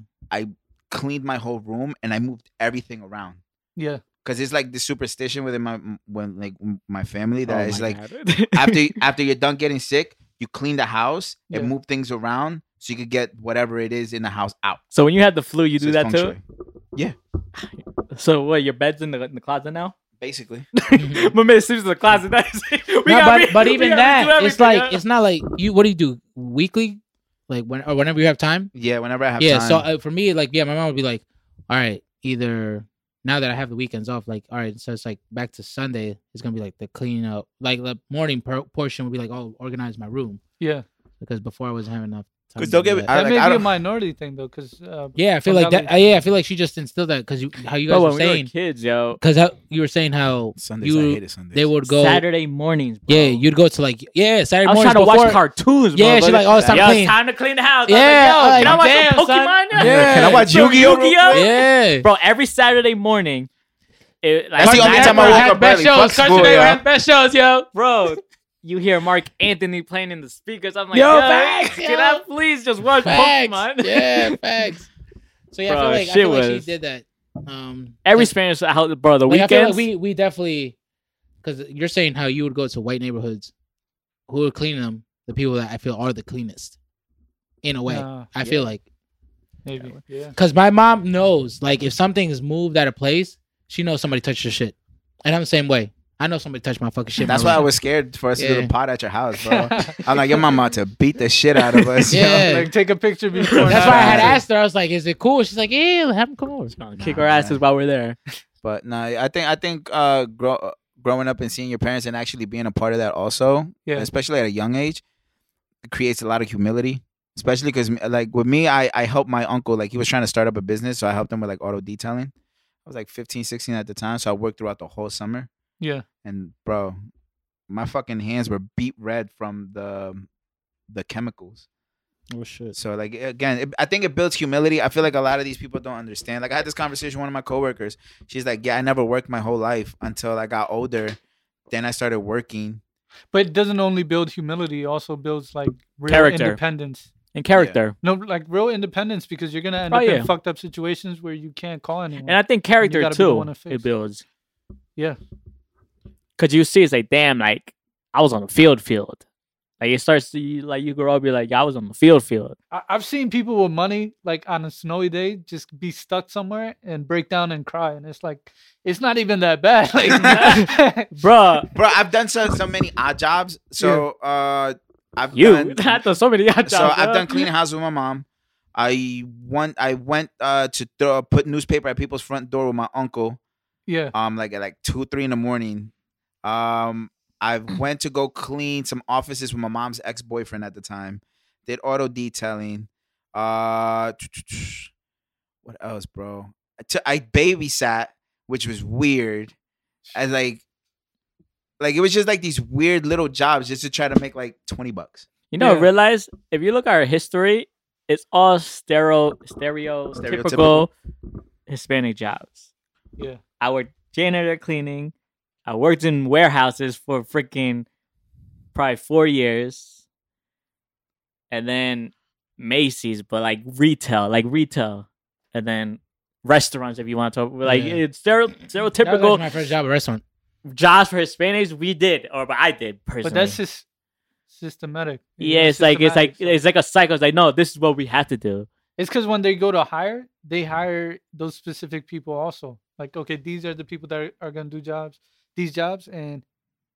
[SPEAKER 5] cleaned my whole room and I moved everything around.
[SPEAKER 3] yeah.
[SPEAKER 5] Cause it's like the superstition within my when like my family
[SPEAKER 4] Oh
[SPEAKER 5] that it's
[SPEAKER 4] my <laughs>
[SPEAKER 5] like
[SPEAKER 4] God.
[SPEAKER 5] <laughs> after after you're done getting sick, you clean the house
[SPEAKER 3] Yeah.
[SPEAKER 5] and move things around so you could get whatever it is in the house out.
[SPEAKER 4] so when you had the flu, you
[SPEAKER 5] So
[SPEAKER 4] do that
[SPEAKER 5] it's feng
[SPEAKER 4] too.
[SPEAKER 5] shui,
[SPEAKER 4] So what? Your bed's in the in the closet now. <laughs>
[SPEAKER 5] Basically.
[SPEAKER 4] My man sleeps in the closet. <laughs> That's we
[SPEAKER 2] No,
[SPEAKER 4] got
[SPEAKER 2] but,
[SPEAKER 4] re-
[SPEAKER 2] but
[SPEAKER 4] <laughs> we
[SPEAKER 2] even
[SPEAKER 4] got
[SPEAKER 2] that,
[SPEAKER 4] redo
[SPEAKER 2] it's
[SPEAKER 4] everything,
[SPEAKER 2] like
[SPEAKER 4] huh?
[SPEAKER 2] it's not like you. What do you do weekly, like when or whenever you have time?
[SPEAKER 5] Yeah, whenever I have
[SPEAKER 2] yeah.
[SPEAKER 5] time.
[SPEAKER 2] So uh, for me, like yeah, my mom would be like, "All right, either now that I have the weekends off, like all right, so it's like back to Sunday. It's gonna be like the clean up, like the morning per- portion would be like, oh, organize my room
[SPEAKER 3] Yeah.
[SPEAKER 2] because before I wasn't having enough." time
[SPEAKER 5] 'Cause
[SPEAKER 2] to
[SPEAKER 5] don't
[SPEAKER 2] do
[SPEAKER 5] get me-
[SPEAKER 2] that.
[SPEAKER 5] I-
[SPEAKER 3] That
[SPEAKER 5] like,
[SPEAKER 3] may be a
[SPEAKER 5] don't-
[SPEAKER 3] minority thing though, because uh,
[SPEAKER 2] yeah, I feel like that. uh, yeah, I feel like she just instilled that because you, how you guys
[SPEAKER 4] Bro,
[SPEAKER 2] were
[SPEAKER 4] when we were
[SPEAKER 2] saying,
[SPEAKER 4] kids, yo,
[SPEAKER 2] because you were saying how
[SPEAKER 5] Sundays, I
[SPEAKER 2] you-
[SPEAKER 5] hated Sundays.
[SPEAKER 2] they would go.
[SPEAKER 4] Saturday mornings. Bro.
[SPEAKER 2] Yeah, you'd go to like yeah Saturday
[SPEAKER 4] I was
[SPEAKER 2] mornings
[SPEAKER 4] trying to
[SPEAKER 2] before,
[SPEAKER 4] watch cartoons.
[SPEAKER 2] Yeah,
[SPEAKER 4] bro,
[SPEAKER 2] she's like, oh, it's time
[SPEAKER 4] yo,
[SPEAKER 2] to
[SPEAKER 4] it's
[SPEAKER 2] clean.
[SPEAKER 4] time to clean the house.
[SPEAKER 2] Yeah,
[SPEAKER 4] I was like, yo,
[SPEAKER 2] I'm like,
[SPEAKER 4] can I watch
[SPEAKER 2] damn,
[SPEAKER 4] some Pokemon?
[SPEAKER 2] son. Yeah.
[SPEAKER 5] Can I watch
[SPEAKER 4] Some
[SPEAKER 5] Yu-Gi-Oh? real
[SPEAKER 4] Yu-Gi-Oh?
[SPEAKER 5] quick?
[SPEAKER 2] Yeah,
[SPEAKER 4] Bro, every Saturday morning. It, like,
[SPEAKER 5] That's the only
[SPEAKER 4] Saturday
[SPEAKER 5] time I
[SPEAKER 4] morning-
[SPEAKER 5] woke up early. Fuck school, yo.
[SPEAKER 4] best shows, yo. Bro, you hear Mark Anthony playing in the speakers. I'm like,
[SPEAKER 2] Yo,
[SPEAKER 4] yo,
[SPEAKER 2] facts,
[SPEAKER 4] can
[SPEAKER 2] yo.
[SPEAKER 4] I please just
[SPEAKER 2] <laughs>
[SPEAKER 4] watch
[SPEAKER 2] facts. <laughs>
[SPEAKER 4] Pokemon?
[SPEAKER 2] yeah, facts. So yeah,
[SPEAKER 4] Bro,
[SPEAKER 2] I feel like, I
[SPEAKER 4] shit
[SPEAKER 2] feel like
[SPEAKER 4] was-
[SPEAKER 2] she did that. Um,
[SPEAKER 4] <laughs> Every
[SPEAKER 2] like,
[SPEAKER 4] Spanish house, bro, the
[SPEAKER 2] like, I feel like
[SPEAKER 4] weekends.
[SPEAKER 2] we we definitely because you're saying how you would go to white neighborhoods, who are cleaning them? The people that I feel are the cleanest, in a way.
[SPEAKER 3] nah,
[SPEAKER 2] I feel like
[SPEAKER 3] maybe. <laughs> Yeah.
[SPEAKER 2] because my mom knows like if something is moved out of place, she knows somebody touched her shit, and I'm the same way. I know somebody touched my fucking shit. in my
[SPEAKER 5] That's why I
[SPEAKER 2] room.
[SPEAKER 5] was scared for us to do
[SPEAKER 2] Yeah.
[SPEAKER 5] the pot at your house, bro.
[SPEAKER 2] <laughs>
[SPEAKER 5] I'm like, your mama about to beat the shit out of us. yo.
[SPEAKER 2] Yeah.
[SPEAKER 3] Like take a picture before. and
[SPEAKER 2] That's why I had
[SPEAKER 4] <laughs>
[SPEAKER 3] after.
[SPEAKER 2] asked her. I was like, "Is it cool?" She's like, "Yeah, have them come over."
[SPEAKER 4] Kick our asses while we're there.
[SPEAKER 5] But no, I think I think uh, grow, uh, growing up and seeing your parents and actually being a part of that also,
[SPEAKER 3] Yeah.
[SPEAKER 5] especially at a young age, it creates a lot of humility. Especially because like with me, I I helped my uncle like he was trying to start up a business, so I helped him with like auto detailing. I was like 15, 16 at the time, so I worked throughout the whole summer.
[SPEAKER 3] Yeah.
[SPEAKER 5] and bro, my fucking hands were beat red from the the chemicals.
[SPEAKER 2] Oh shit.
[SPEAKER 5] So like again, it, I think it builds humility. I feel like a lot of these people don't understand. Like I had this conversation with one of my coworkers. She's like, "Yeah, I never worked my whole life until I got older. Then I started working."
[SPEAKER 3] But it doesn't only build humility; it also builds like real
[SPEAKER 4] Character.
[SPEAKER 3] independence.
[SPEAKER 4] In character.
[SPEAKER 3] No, like real independence because you're gonna end
[SPEAKER 4] Oh,
[SPEAKER 3] up
[SPEAKER 4] yeah.
[SPEAKER 3] in fucked up situations where you can't call anyone.
[SPEAKER 4] And I think character,
[SPEAKER 3] gotta be the
[SPEAKER 4] too,
[SPEAKER 3] one to fix.
[SPEAKER 4] it builds.
[SPEAKER 3] Yeah.
[SPEAKER 4] Because you see, it's like, damn, like, I was on the field field. Like it starts to you, like you grow up, you're like, I was on the field field.
[SPEAKER 3] I- I've seen people with money, like on a snowy day, just be stuck somewhere and break down and cry, and it's like it's not even that bad. <laughs>
[SPEAKER 4] <laughs>
[SPEAKER 3] Like, <laughs>
[SPEAKER 4] Bruh,
[SPEAKER 5] Bro, I've done so so many odd jobs. So uh, I've
[SPEAKER 4] you <laughs>
[SPEAKER 5] done,
[SPEAKER 4] had done so many jobs.
[SPEAKER 5] so I've
[SPEAKER 4] bruh.
[SPEAKER 5] done cleaning house with my mom. I went I went uh, to throw, put newspaper at people's front door with my uncle.
[SPEAKER 3] yeah,
[SPEAKER 5] um like at like two three in the morning um i went to go clean some offices with my mom's ex-boyfriend at the time did auto detailing uh what else bro I t- I babysat which was weird as like like it was just like these weird little jobs just to try to make like 20 bucks
[SPEAKER 4] You know,
[SPEAKER 3] Yeah.
[SPEAKER 4] realize if you look at our history, it's all stereo, stereotypical
[SPEAKER 5] Stereotypical.
[SPEAKER 4] Hispanic jobs.
[SPEAKER 3] yeah.
[SPEAKER 4] I worked janitor cleaning. I worked in warehouses for freaking probably four years, and then Macy's, but like retail, like retail, and then restaurants. If you want to talk, like
[SPEAKER 2] Yeah.
[SPEAKER 4] it's stereo,
[SPEAKER 2] That was
[SPEAKER 4] stereotypical
[SPEAKER 2] my first job at a restaurant.
[SPEAKER 4] jobs for Hispanics. We did, or but I did personally.
[SPEAKER 3] But that's just systematic. you know,
[SPEAKER 4] yeah, it's like it's like
[SPEAKER 3] systematic, so-
[SPEAKER 4] it's like a cycle. It's like no, this is what we have to do.
[SPEAKER 3] It's because when they go to hire, they hire those specific people also. Like, okay, these are the people that are, are gonna do jobs, these jobs, and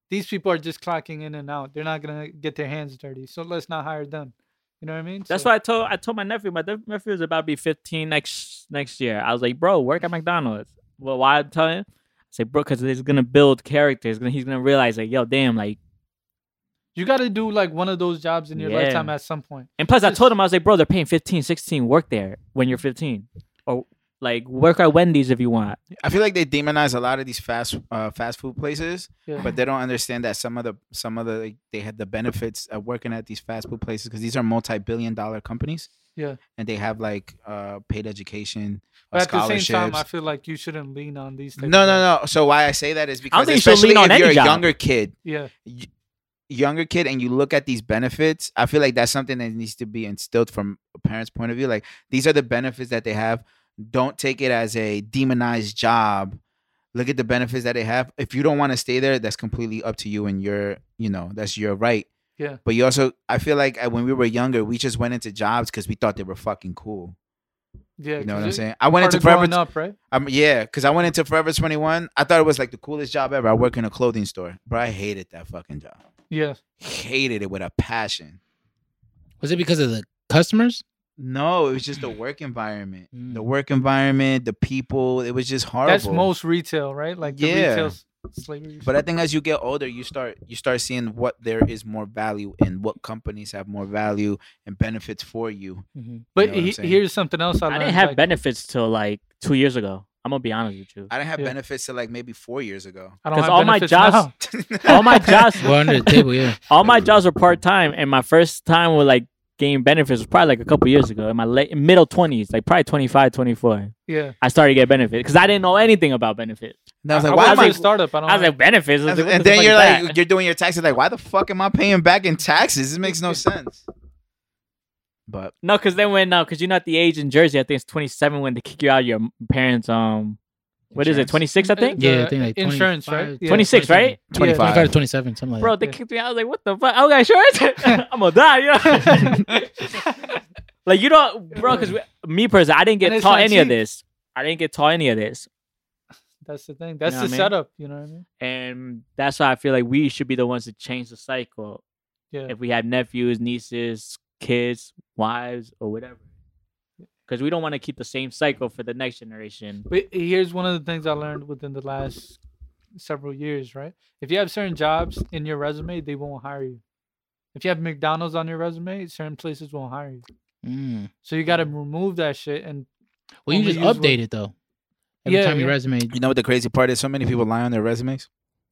[SPEAKER 3] these people are just clocking in and out. They're not gonna get their hands dirty, so let's not hire them. You know what I mean?
[SPEAKER 4] That's
[SPEAKER 3] So-
[SPEAKER 4] why I told I told my nephew. My def- nephew is about to be 15 next next year. I was like, bro, work at McDonald's. Well, why I tell him? I say, bro, because it's gonna build character. It's gonna he's gonna realize like, yo, damn, like.
[SPEAKER 3] you got to do like one of those jobs in your
[SPEAKER 4] Yeah.
[SPEAKER 3] lifetime at some point.
[SPEAKER 4] And plus, I
[SPEAKER 3] Just-
[SPEAKER 4] told him I was like, bro, they're paying 15, 16. Work there when you're 15, or like work at Wendy's if you want.
[SPEAKER 5] i feel like they demonize a lot of these fast uh, fast food places
[SPEAKER 3] Yeah.
[SPEAKER 5] but they don't understand that some of the some of the like, they had the benefits of working at these fast food places because these are multi-billion dollar companies
[SPEAKER 3] Yeah.
[SPEAKER 5] and they have like uh paid education uh,
[SPEAKER 3] But at the same
[SPEAKER 5] scholarships
[SPEAKER 3] time, I feel like you shouldn't lean on these. type of
[SPEAKER 5] no
[SPEAKER 3] jobs.
[SPEAKER 5] no no so why i say that is because
[SPEAKER 4] think you should
[SPEAKER 5] especially
[SPEAKER 4] lean on
[SPEAKER 5] if
[SPEAKER 4] any
[SPEAKER 5] you're a
[SPEAKER 4] job.
[SPEAKER 5] younger kid
[SPEAKER 3] Yeah,
[SPEAKER 5] y- younger kid and you look at these benefits i feel like that's something that needs to be instilled from a parent's point of view like these are the benefits that they have don't take it as a demonized job look at the benefits that they have if you don't want to stay there that's completely up to you and your you know that's your right
[SPEAKER 3] Yeah.
[SPEAKER 5] but you also i feel like uh, when we were younger we just went into jobs because we thought they were fucking cool
[SPEAKER 3] yeah.
[SPEAKER 5] you know
[SPEAKER 3] 'cause
[SPEAKER 5] what i'm
[SPEAKER 3] it-
[SPEAKER 5] saying i went
[SPEAKER 3] part
[SPEAKER 5] into
[SPEAKER 3] of growing
[SPEAKER 5] forever
[SPEAKER 3] up, right?
[SPEAKER 5] um, yeah, because I went into Forever 21. I thought it was like the coolest job ever. I work in a clothing store. Bro, I hated that fucking job.
[SPEAKER 3] Yeah,
[SPEAKER 5] Hated it with a passion.
[SPEAKER 2] Was it because of the customers?
[SPEAKER 5] No, it was just the work environment.
[SPEAKER 2] Mm.
[SPEAKER 5] The work environment, the people, it was just horrible.
[SPEAKER 3] that's most retail, right? Like the
[SPEAKER 5] Yeah.
[SPEAKER 3] retail s- slavery.
[SPEAKER 5] but I think as you get older, you start you start seeing what there is more value and what companies have more value and benefits for you.
[SPEAKER 2] Mm-hmm.
[SPEAKER 3] But
[SPEAKER 5] know what I'm
[SPEAKER 3] he-
[SPEAKER 5] saying?
[SPEAKER 3] here's something else I
[SPEAKER 4] I
[SPEAKER 3] learned.
[SPEAKER 4] didn't have
[SPEAKER 3] like-
[SPEAKER 4] benefits till like two years ago. I'm gonna be honest with you.
[SPEAKER 5] I didn't have
[SPEAKER 3] Yeah.
[SPEAKER 5] benefits till like maybe four years ago. <laughs>
[SPEAKER 3] I don't
[SPEAKER 4] 'Cause
[SPEAKER 3] have
[SPEAKER 4] all my
[SPEAKER 3] benefits
[SPEAKER 4] jobs-
[SPEAKER 3] now.
[SPEAKER 4] All my jobs,
[SPEAKER 2] Well, under the table, yeah.
[SPEAKER 4] all my jobs were part time, and my first time with like getting benefits was probably like a couple years ago in my late middle 20s, like probably 25, 24.
[SPEAKER 3] <laughs> Yeah,
[SPEAKER 4] I started to get benefits because I didn't know anything about benefits.
[SPEAKER 5] And I was like,
[SPEAKER 3] I
[SPEAKER 5] why am
[SPEAKER 3] work for
[SPEAKER 5] <laughs> I?
[SPEAKER 3] a startup. I don't.
[SPEAKER 4] I was like, benefits? What the- what
[SPEAKER 5] And
[SPEAKER 4] the
[SPEAKER 5] then
[SPEAKER 4] fuck
[SPEAKER 5] you're
[SPEAKER 4] is
[SPEAKER 5] like,
[SPEAKER 4] that?
[SPEAKER 5] you're doing your taxes. Like, why the fuck am I paying back in taxes? This makes no sense. But
[SPEAKER 4] no, because then when, no, because you're not the age in Jersey, I think it's 27 when they kick you out of your parents. Um, <laughs> what is it,
[SPEAKER 5] Insurance?
[SPEAKER 4] 26, I
[SPEAKER 3] <laughs>
[SPEAKER 4] think?
[SPEAKER 3] Uh,
[SPEAKER 2] Yeah, I think like
[SPEAKER 3] Insurance, right?
[SPEAKER 2] 25,
[SPEAKER 3] Yeah.
[SPEAKER 4] 26, right?
[SPEAKER 5] 25.
[SPEAKER 2] 25 to 27, something like
[SPEAKER 4] Bro,
[SPEAKER 2] that.
[SPEAKER 4] they kicked me out. I was like, what the fuck? I got insurance? <laughs> I'm gonna die,
[SPEAKER 3] <laughs>
[SPEAKER 5] <laughs>
[SPEAKER 4] you know? like, you don't, bro, because me personally, I didn't
[SPEAKER 3] And
[SPEAKER 4] get
[SPEAKER 3] it's
[SPEAKER 4] taught
[SPEAKER 3] not
[SPEAKER 4] any of
[SPEAKER 3] cheap.
[SPEAKER 4] this. I didn't get taught any of this.
[SPEAKER 3] that's the thing. That's
[SPEAKER 4] know what
[SPEAKER 3] the
[SPEAKER 4] I mean?
[SPEAKER 3] setup. You know what I mean?
[SPEAKER 4] And that's why I feel like we should be the ones to change the cycle.
[SPEAKER 3] Yeah.
[SPEAKER 4] if we have nephews, nieces, kids, wives, or whatever. Because we don't want to keep the same cycle for the next generation.
[SPEAKER 3] But here's one of the things I learned within the last several years, right? If you have certain jobs in your resume, they won't hire you. If you have McDonald's on your resume, certain places won't hire you.
[SPEAKER 2] Mm.
[SPEAKER 3] So you got to remove that shit. And
[SPEAKER 2] Well, you
[SPEAKER 3] Only
[SPEAKER 2] just
[SPEAKER 3] use
[SPEAKER 2] update it, though. Every
[SPEAKER 3] Yeah,
[SPEAKER 2] time your
[SPEAKER 3] yeah.
[SPEAKER 2] resume.
[SPEAKER 5] you know what the crazy part is? So many people lie on their resumes.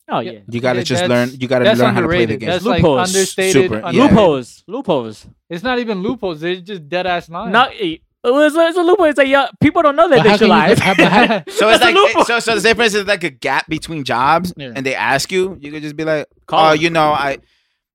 [SPEAKER 4] Oh
[SPEAKER 3] Yeah.
[SPEAKER 4] yeah,
[SPEAKER 5] You gotta
[SPEAKER 3] Yeah,
[SPEAKER 5] just
[SPEAKER 3] that's-
[SPEAKER 5] learn. You gotta
[SPEAKER 3] that's
[SPEAKER 5] learn how to play the
[SPEAKER 3] underrated.
[SPEAKER 5] game.
[SPEAKER 3] That's like
[SPEAKER 4] Loophole.
[SPEAKER 3] understated.
[SPEAKER 5] Super, yeah.
[SPEAKER 3] underrated.
[SPEAKER 4] loopholes, loopholes.
[SPEAKER 3] It's not even loopholes. They're just dead ass lines. <laughs>
[SPEAKER 4] No, it- it's, a- it's a loophole. It's like yeah, people don't know that
[SPEAKER 2] Oh, But how
[SPEAKER 4] they
[SPEAKER 2] can
[SPEAKER 4] should lie.
[SPEAKER 2] you- how- but
[SPEAKER 4] <laughs>
[SPEAKER 2] how-
[SPEAKER 5] so it's
[SPEAKER 4] That's a
[SPEAKER 5] like eh,
[SPEAKER 4] loophole.
[SPEAKER 5] so so say for instance like a gap between jobs,
[SPEAKER 2] Yeah.
[SPEAKER 5] and they ask you, you could just be like,
[SPEAKER 4] <laughs> Call
[SPEAKER 5] oh,
[SPEAKER 4] it.
[SPEAKER 5] you know, I.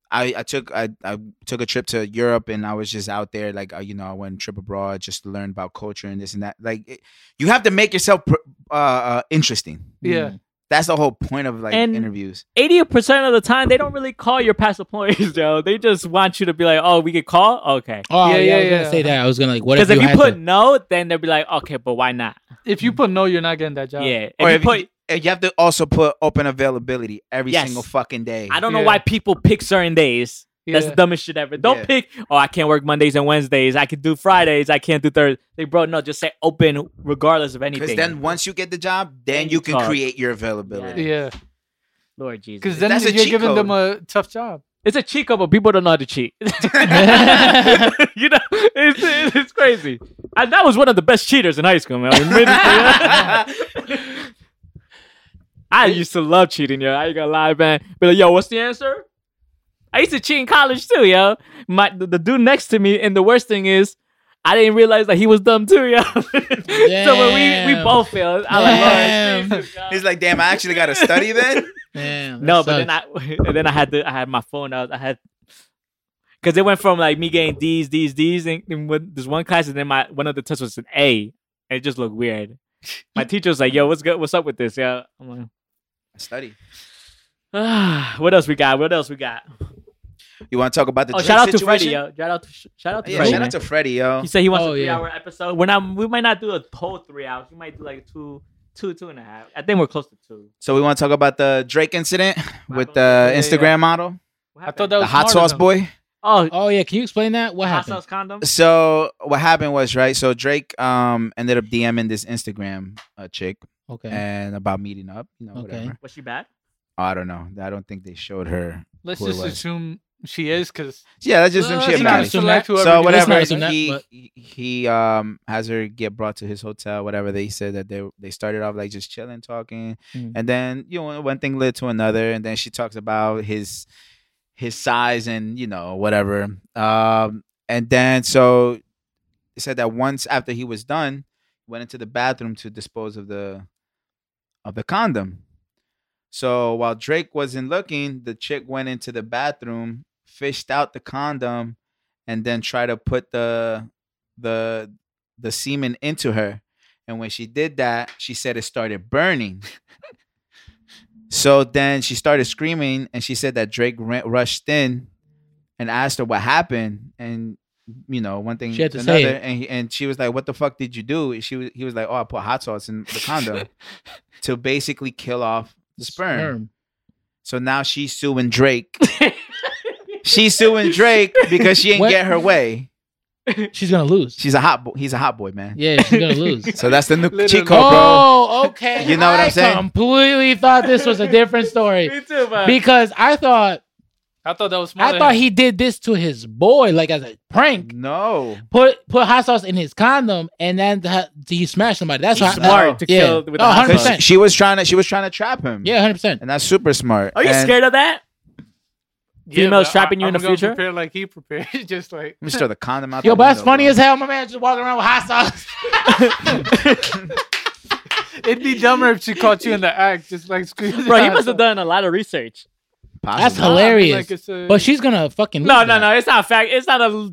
[SPEAKER 5] I, I took I, I took a trip to Europe and I was just out there like uh, you know I went and trip abroad just to learn about culture and this and that like it, you have to make yourself pr- uh, uh, interesting
[SPEAKER 3] Yeah.
[SPEAKER 2] Mm.
[SPEAKER 5] That's the whole point of like
[SPEAKER 4] And-
[SPEAKER 5] interviews.
[SPEAKER 4] Eighty percent of the time, they don't really call your past employees, <laughs> Joe. They just want you to be like, "Oh, we could call." Okay,
[SPEAKER 2] Oh yeah, I
[SPEAKER 3] Yeah,
[SPEAKER 2] was
[SPEAKER 3] yeah,
[SPEAKER 2] gonna
[SPEAKER 3] yeah.
[SPEAKER 2] say that. I was gonna like, what
[SPEAKER 4] because
[SPEAKER 2] if you,
[SPEAKER 4] if you,
[SPEAKER 2] had
[SPEAKER 4] put
[SPEAKER 2] to,
[SPEAKER 4] no, then they'll be like, "Okay, but why not?"
[SPEAKER 3] <laughs> If you put no, you're not getting that job.
[SPEAKER 4] Yeah. If
[SPEAKER 5] Or
[SPEAKER 4] you
[SPEAKER 5] if you-
[SPEAKER 4] put,
[SPEAKER 5] And you have to also put open availability every
[SPEAKER 4] Yes.
[SPEAKER 5] single fucking day.
[SPEAKER 4] I don't know
[SPEAKER 3] Yeah.
[SPEAKER 4] why people pick certain days.
[SPEAKER 3] Yeah.
[SPEAKER 4] That's the dumbest shit ever. Don't
[SPEAKER 5] Yeah.
[SPEAKER 4] pick. Oh, I can't work Mondays and Wednesdays. I can do Fridays. I can't do Thursdays. Like, bro, no, just say open regardless of
[SPEAKER 5] Because
[SPEAKER 4] anything.
[SPEAKER 5] then once you get the job, then
[SPEAKER 4] Then
[SPEAKER 5] you
[SPEAKER 4] you
[SPEAKER 5] can
[SPEAKER 4] talk.
[SPEAKER 5] create your availability.
[SPEAKER 3] yeah.
[SPEAKER 4] Lord Jesus,
[SPEAKER 3] Because then
[SPEAKER 5] That's a
[SPEAKER 3] you're
[SPEAKER 5] cheat
[SPEAKER 3] giving
[SPEAKER 5] code.
[SPEAKER 3] them a tough job.
[SPEAKER 4] it's a cheat code, but people don't know how to
[SPEAKER 5] <laughs>
[SPEAKER 4] cheat. <laughs> you know, it's, it's, it's crazy. And that was one of the best cheaters in high school, man. <laughs>
[SPEAKER 5] <laughs>
[SPEAKER 4] I, admit it. I used to love cheating, yo. I ain't gonna lie, man. But like, yo, what's the answer? I used to cheat in college too, yo. My the, the dude next to me, and the worst thing is, I didn't realize that he was dumb too, yo. <laughs> so when we we
[SPEAKER 2] Damn.
[SPEAKER 4] both failed, I like,
[SPEAKER 2] Damn.
[SPEAKER 4] Lord, Jesus, yo.
[SPEAKER 5] He's like, damn, I actually got to study then.
[SPEAKER 2] Damn, that
[SPEAKER 4] No, but then
[SPEAKER 2] sucks.
[SPEAKER 4] I and then I <laughs> had to I had my phone out. I had because it went from like me getting D's, D's, D's, and, and when, there's one class, and then my one of the tests was an A, and it just looked weird.
[SPEAKER 5] <laughs>
[SPEAKER 4] My teacher was like, "Yo, what's good? What's up with this?" Yeah, I'm like,
[SPEAKER 5] <laughs> study.
[SPEAKER 4] ah, "What else we got? What else we got?"
[SPEAKER 5] You want to talk about the
[SPEAKER 4] Oh,
[SPEAKER 5] drink
[SPEAKER 4] shout out to
[SPEAKER 5] situation?
[SPEAKER 4] Freddie, yo! Shout out to shout out to
[SPEAKER 5] Yeah,
[SPEAKER 4] Freddie.
[SPEAKER 5] shout
[SPEAKER 4] man.
[SPEAKER 5] out to Freddie, yo.
[SPEAKER 4] he said he wants
[SPEAKER 2] Oh,
[SPEAKER 4] a
[SPEAKER 2] yeah.
[SPEAKER 4] three-hour episode. We're not. We might not do a whole three hours. We might do like two, two, two and a half. I think we're close to two.
[SPEAKER 5] So we want to talk about the Drake incident with
[SPEAKER 4] Yeah,
[SPEAKER 5] the
[SPEAKER 3] yeah,
[SPEAKER 5] Instagram
[SPEAKER 3] yeah.
[SPEAKER 5] model,
[SPEAKER 4] What
[SPEAKER 3] I
[SPEAKER 4] happened?
[SPEAKER 3] thought that was
[SPEAKER 5] the hot
[SPEAKER 3] smart of
[SPEAKER 5] sauce
[SPEAKER 3] them.
[SPEAKER 5] boy.
[SPEAKER 4] Oh,
[SPEAKER 2] Oh yeah, can you explain that? What
[SPEAKER 4] hot
[SPEAKER 2] happened?
[SPEAKER 4] sauce condom.
[SPEAKER 5] So what happened was right. So Drake um ended up DMing this Instagram uh, chick
[SPEAKER 2] Okay.
[SPEAKER 5] and about meeting up, you know,
[SPEAKER 2] Okay.
[SPEAKER 5] whatever.
[SPEAKER 4] Was she bad?
[SPEAKER 5] I don't know. I don't think they showed her.
[SPEAKER 3] Let's
[SPEAKER 5] Poor
[SPEAKER 3] just
[SPEAKER 5] wife.
[SPEAKER 3] assume she is because
[SPEAKER 5] Yeah, that's just
[SPEAKER 3] Uh,
[SPEAKER 2] Well,
[SPEAKER 5] some shit.
[SPEAKER 2] that's
[SPEAKER 5] about
[SPEAKER 2] not
[SPEAKER 5] it.
[SPEAKER 2] assume that.
[SPEAKER 5] So
[SPEAKER 2] Let's
[SPEAKER 5] whatever
[SPEAKER 2] not assume that,
[SPEAKER 5] he
[SPEAKER 2] but-
[SPEAKER 5] he- he um has her get brought to his hotel. Whatever they said that they they started off like just chilling, talking,
[SPEAKER 2] Mm.
[SPEAKER 5] and then you know one thing led to another, and then she talks about his his size and you know whatever. Um, and then so it said that once after he was done, went into the bathroom to dispose of the of the condom. So while Drake wasn't looking, the chick went into the bathroom, fished out the condom, and then tried to put the the the semen into her. And when she did that, she said it started burning. so then she started screaming, and she said that Drake ran, rushed in and asked her what happened. And you know, one thing
[SPEAKER 2] She had to
[SPEAKER 5] another,
[SPEAKER 2] say it.
[SPEAKER 5] and he, and she was like, "What the fuck did you do?" And She was, he was like, "Oh, I put hot sauce in the
[SPEAKER 2] <laughs>
[SPEAKER 5] condom to basically kill off the sperm." So now she's suing
[SPEAKER 2] <laughs>
[SPEAKER 5] Drake. she's suing Drake because she didn't
[SPEAKER 2] What?
[SPEAKER 5] get her way.
[SPEAKER 2] She's gonna lose.
[SPEAKER 5] She's a hot boy. He's a hot boy, man.
[SPEAKER 2] yeah, she's gonna lose.
[SPEAKER 5] <laughs> So that's the new
[SPEAKER 3] Literally.
[SPEAKER 5] cheat code, bro.
[SPEAKER 2] Oh, okay.
[SPEAKER 5] You know what I'm saying?
[SPEAKER 2] I completely thought this was a different
[SPEAKER 4] <laughs>
[SPEAKER 2] story
[SPEAKER 4] Me too, man.
[SPEAKER 2] because I thought
[SPEAKER 3] uh, I thought that was smart.
[SPEAKER 2] I thought he did this to his boy, like as a prank.
[SPEAKER 5] No.
[SPEAKER 2] Put put hot sauce in his condom, and then th- he smashed somebody. That's
[SPEAKER 4] He's
[SPEAKER 2] how-
[SPEAKER 4] smart to
[SPEAKER 2] yeah.
[SPEAKER 4] kill with
[SPEAKER 2] No,
[SPEAKER 4] a hot
[SPEAKER 2] 100%.
[SPEAKER 4] sauce.
[SPEAKER 5] 'Cause She was trying to she was trying to trap him.
[SPEAKER 2] Yeah, hundred percent.
[SPEAKER 5] And that's super smart.
[SPEAKER 4] Are you
[SPEAKER 5] And-
[SPEAKER 4] scared of that? females trapping
[SPEAKER 3] trapping
[SPEAKER 4] you in the future?
[SPEAKER 3] Prepare like he prepared. <laughs> just like
[SPEAKER 5] Let me just throw the condom out.
[SPEAKER 2] Yo,
[SPEAKER 5] the
[SPEAKER 2] but that's
[SPEAKER 5] window,
[SPEAKER 2] funny
[SPEAKER 5] bro.
[SPEAKER 2] as hell. My man just walking around with hot
[SPEAKER 5] <laughs>
[SPEAKER 2] sauce.
[SPEAKER 3] it'd be dumber if she caught you in the act. Just like squeeze.
[SPEAKER 4] Bro, he must have done a lot of research.
[SPEAKER 2] that's
[SPEAKER 5] Possibly.
[SPEAKER 2] hilarious.
[SPEAKER 3] it's a-
[SPEAKER 2] But she's gonna fucking lose
[SPEAKER 4] No,
[SPEAKER 2] that.
[SPEAKER 4] no, no. It's not a fact. It's not a l-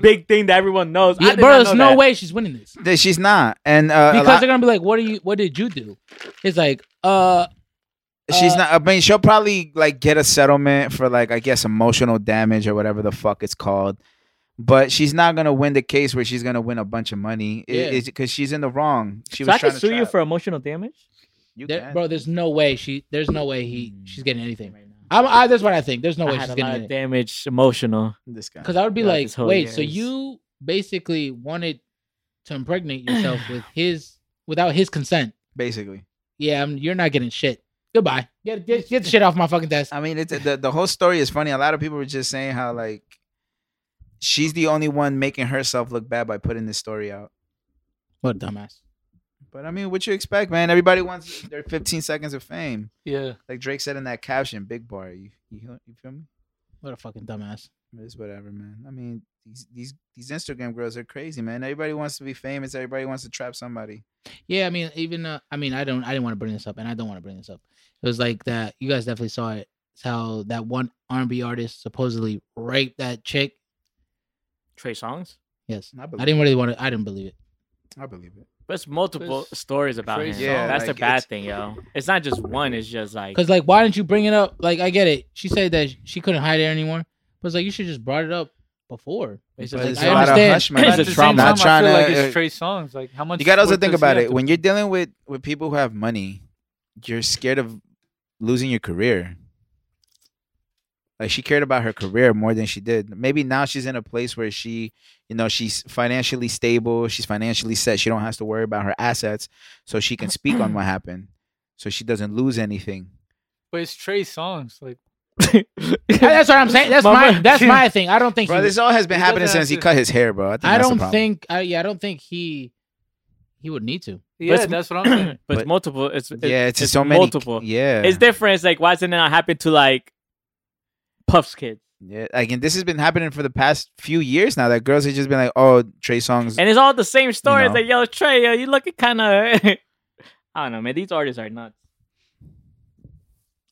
[SPEAKER 4] big thing that everyone knows. I
[SPEAKER 2] Yeah,
[SPEAKER 4] did
[SPEAKER 2] bro,
[SPEAKER 4] not
[SPEAKER 2] there's
[SPEAKER 4] know
[SPEAKER 2] no
[SPEAKER 4] that.
[SPEAKER 2] way she's winning this
[SPEAKER 5] Th- She's not. And uh, a
[SPEAKER 2] because
[SPEAKER 5] lot-
[SPEAKER 2] they're gonna be like, "What are you? What did you do?" It's like, uh,
[SPEAKER 5] she's
[SPEAKER 2] uh,
[SPEAKER 5] not I mean, she'll probably like get a settlement for like I guess emotional damage or whatever the fuck it's called. But she's not gonna win the case where she's gonna win a bunch of money.
[SPEAKER 2] Yeah.
[SPEAKER 5] It, because she's in the wrong. She
[SPEAKER 4] So
[SPEAKER 5] was
[SPEAKER 4] I
[SPEAKER 5] trying
[SPEAKER 4] can
[SPEAKER 5] to
[SPEAKER 4] sue you
[SPEAKER 5] trap.
[SPEAKER 4] for emotional damage.
[SPEAKER 5] You
[SPEAKER 2] there-
[SPEAKER 5] can.
[SPEAKER 2] bro, there's no way she. There's no way he. She's getting anything. I'm. I, that's what I think. There's no
[SPEAKER 4] I
[SPEAKER 2] way
[SPEAKER 4] had
[SPEAKER 2] she's
[SPEAKER 4] a lot
[SPEAKER 2] getting
[SPEAKER 4] of
[SPEAKER 2] it.
[SPEAKER 4] damage, emotional.
[SPEAKER 5] this guy.
[SPEAKER 2] Because I would be
[SPEAKER 4] throughout
[SPEAKER 2] like,
[SPEAKER 4] this whole
[SPEAKER 2] wait,
[SPEAKER 4] year
[SPEAKER 2] so
[SPEAKER 4] is-
[SPEAKER 2] you basically wanted to impregnate yourself with his without his consent?
[SPEAKER 5] Basically,
[SPEAKER 2] Yeah, I'm, you're not getting shit. Goodbye. Get, get get the shit off my fucking desk.
[SPEAKER 5] I mean, it's the the whole story is funny. A lot of people were just saying how like she's the only one making herself look bad by putting this story out.
[SPEAKER 2] What a dumbass.
[SPEAKER 5] But I mean, what you expect, man? Everybody wants their 15 seconds of fame,
[SPEAKER 3] yeah.
[SPEAKER 5] like Drake said in that caption, "Big bar." You you, feel- you feel me?
[SPEAKER 2] What a fucking dumbass.
[SPEAKER 5] It's whatever, man. I mean, these these these Instagram girls are crazy, man. Everybody wants to be famous. Everybody wants to trap somebody.
[SPEAKER 2] Yeah, I mean, even uh, I mean, I don't, I didn't want to bring this up, and I don't want to bring this up. It was like that. You guys definitely saw it. It's how that one R&B artist supposedly raped that chick.
[SPEAKER 4] Trey Songs?
[SPEAKER 2] Yes,
[SPEAKER 5] I
[SPEAKER 2] I
[SPEAKER 5] believe.
[SPEAKER 2] didn't really want to. I didn't believe it.
[SPEAKER 5] I believe it.
[SPEAKER 4] There's multiple
[SPEAKER 3] Chris-
[SPEAKER 4] stories about him.
[SPEAKER 3] Crazy.
[SPEAKER 5] Yeah,
[SPEAKER 4] That's
[SPEAKER 5] like,
[SPEAKER 4] the bad
[SPEAKER 5] it's-
[SPEAKER 4] thing, yo. It's not just one. It's just
[SPEAKER 2] <laughs>
[SPEAKER 4] like
[SPEAKER 2] Cause like, why didn't you bring it up? Like, I get it. She said that she couldn't hide it anymore, but it's like you should just brought it up before.
[SPEAKER 4] It's
[SPEAKER 2] Like,
[SPEAKER 4] just-
[SPEAKER 5] There's
[SPEAKER 2] I
[SPEAKER 5] a lot of
[SPEAKER 2] understand.
[SPEAKER 5] hush money.
[SPEAKER 4] It's
[SPEAKER 3] But
[SPEAKER 4] a
[SPEAKER 3] at the same
[SPEAKER 4] trauma.
[SPEAKER 3] time,
[SPEAKER 5] Not trying
[SPEAKER 3] I feel
[SPEAKER 5] to,
[SPEAKER 3] like
[SPEAKER 5] uh,
[SPEAKER 3] it's Trey Songz. Like how much
[SPEAKER 5] you gotta also
[SPEAKER 3] support
[SPEAKER 5] think
[SPEAKER 3] does he
[SPEAKER 5] about
[SPEAKER 3] have
[SPEAKER 5] it
[SPEAKER 3] to-
[SPEAKER 5] when you're dealing with with people who have money you're scared of losing your career like she cared about her career more than she did maybe now she's in a place where she you know she's financially stable she's financially set she don't have to worry about her assets so she can speak on what happened so she doesn't lose anything
[SPEAKER 3] But it's Trey Songs. Like
[SPEAKER 2] <laughs> that's what I'm saying.
[SPEAKER 5] <laughs>
[SPEAKER 2] That's
[SPEAKER 4] Mama-
[SPEAKER 2] my that's my thing. I don't think.
[SPEAKER 5] bro
[SPEAKER 2] he,
[SPEAKER 5] this all has been
[SPEAKER 3] He
[SPEAKER 5] happening
[SPEAKER 3] doesn't
[SPEAKER 5] since he
[SPEAKER 3] have to-
[SPEAKER 5] cut his hair bro i, think
[SPEAKER 2] I
[SPEAKER 5] that's the
[SPEAKER 2] don't
[SPEAKER 5] problem.
[SPEAKER 2] think. I, yeah, I don't think he he would need to.
[SPEAKER 3] yeah,
[SPEAKER 4] it's-
[SPEAKER 3] that's
[SPEAKER 4] <laughs>
[SPEAKER 3] what I'm
[SPEAKER 4] but,
[SPEAKER 5] <coughs>
[SPEAKER 3] saying.
[SPEAKER 4] it's
[SPEAKER 5] But-
[SPEAKER 4] multiple. It's it-
[SPEAKER 5] yeah it's, just so many
[SPEAKER 4] multiple.
[SPEAKER 5] yeah
[SPEAKER 4] It's different. It's like why does it not happen to like Puff's kid?
[SPEAKER 5] yeah like and this has been happening for the past few years now that girls have just been like oh trey songs
[SPEAKER 4] And it's all the same story.
[SPEAKER 5] know.
[SPEAKER 4] It's like yo Trey, yo, you looking kind of. <laughs> I don't know, man. These artists are nuts.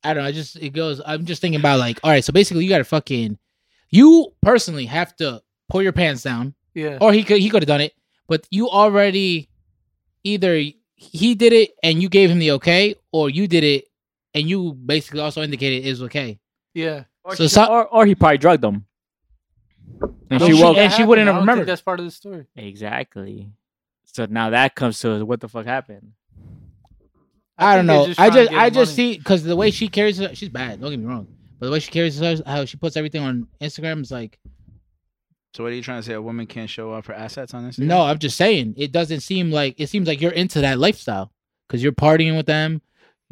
[SPEAKER 2] I don't know. I just it goes. I'm just thinking about like, all right. So basically, you got to fucking you personally have to pull your pants down,
[SPEAKER 3] Yeah,
[SPEAKER 2] or he could he could have done it, but you already either he did it and you gave him the okay, or you did it and you basically also indicated it was okay.
[SPEAKER 3] yeah.
[SPEAKER 4] Or,
[SPEAKER 2] So
[SPEAKER 4] she-
[SPEAKER 2] some-
[SPEAKER 4] or, or he probably drugged them. And
[SPEAKER 2] Well,
[SPEAKER 4] she
[SPEAKER 2] she-
[SPEAKER 4] woke
[SPEAKER 2] and she
[SPEAKER 3] happened.
[SPEAKER 2] wouldn't
[SPEAKER 3] I
[SPEAKER 2] have
[SPEAKER 3] don't think
[SPEAKER 2] remembered.
[SPEAKER 3] That's part of the story.
[SPEAKER 4] exactly. So now that comes to what the fuck happened.
[SPEAKER 2] I, don't
[SPEAKER 3] think they're
[SPEAKER 2] know. I
[SPEAKER 3] trying to
[SPEAKER 2] just
[SPEAKER 3] get
[SPEAKER 2] I
[SPEAKER 3] him
[SPEAKER 2] just
[SPEAKER 3] money.
[SPEAKER 2] see because the way she carries her, she's bad. Don't get me wrong, but the way she carries herself, how she puts everything on Instagram is like,
[SPEAKER 5] So what are you trying to say? A woman can't show off her assets on Instagram?
[SPEAKER 2] no, I'm just saying it doesn't seem like it seems like you're into that lifestyle because you're partying with them.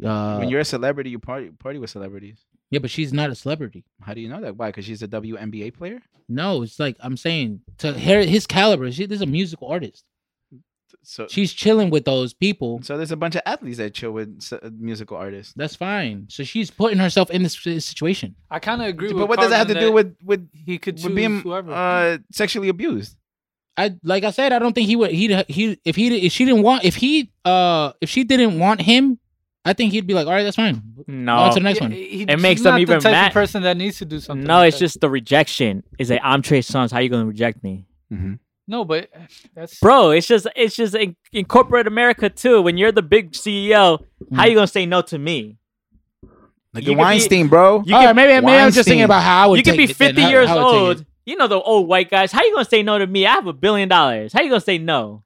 [SPEAKER 2] Uh,
[SPEAKER 5] when you're a celebrity, you party party with celebrities.
[SPEAKER 2] yeah, but she's not a celebrity.
[SPEAKER 5] How do you know that? Why? Because she's a WNBA player.
[SPEAKER 2] No, it's like I'm saying to her, his caliber. She, this is a musical artist.
[SPEAKER 5] So
[SPEAKER 2] She's chilling with those people.
[SPEAKER 5] so there's a bunch of athletes that chill with s- uh, musical artists.
[SPEAKER 2] That's fine. So she's putting herself in this si- situation.
[SPEAKER 3] I kind of agree.
[SPEAKER 5] But
[SPEAKER 3] with
[SPEAKER 5] what does that have to
[SPEAKER 3] Carlton
[SPEAKER 5] do with with,
[SPEAKER 3] he could choose
[SPEAKER 5] with being
[SPEAKER 3] whoever?
[SPEAKER 5] uh, sexually abused?
[SPEAKER 2] I like I said, I don't think he would. He he if he if she didn't want if he uh if she didn't want him, I think he'd be like, all right, that's fine.
[SPEAKER 4] No,
[SPEAKER 2] On to the next
[SPEAKER 3] Yeah,
[SPEAKER 2] one.
[SPEAKER 3] he-
[SPEAKER 4] It makes
[SPEAKER 3] he's
[SPEAKER 4] them
[SPEAKER 3] not
[SPEAKER 4] even
[SPEAKER 3] the type
[SPEAKER 4] mad.
[SPEAKER 3] Of person that needs to do something.
[SPEAKER 4] No,
[SPEAKER 3] like
[SPEAKER 4] it's
[SPEAKER 3] that.
[SPEAKER 4] just the rejection. Is like I'm Trey Songz. How you gonna reject me,
[SPEAKER 5] Mm-hmm.
[SPEAKER 3] no, but that's
[SPEAKER 4] bro? It's just it's just in, in corporate America too. When you're the big CEO, how you gonna say no to me?
[SPEAKER 5] Like
[SPEAKER 4] You could
[SPEAKER 5] the
[SPEAKER 4] be-
[SPEAKER 5] Weinstein, bro.
[SPEAKER 4] You
[SPEAKER 2] all
[SPEAKER 4] could-
[SPEAKER 2] right, maybe maybe I'm just thinking
[SPEAKER 5] Weinstein.
[SPEAKER 2] about how I would.
[SPEAKER 4] you can
[SPEAKER 2] take
[SPEAKER 4] be
[SPEAKER 2] it then,
[SPEAKER 4] 50
[SPEAKER 2] how-
[SPEAKER 4] years
[SPEAKER 2] how I would take
[SPEAKER 4] old. You know the old white guys. How you gonna say no to me? I have a billion dollars. How you gonna say no?
[SPEAKER 2] it.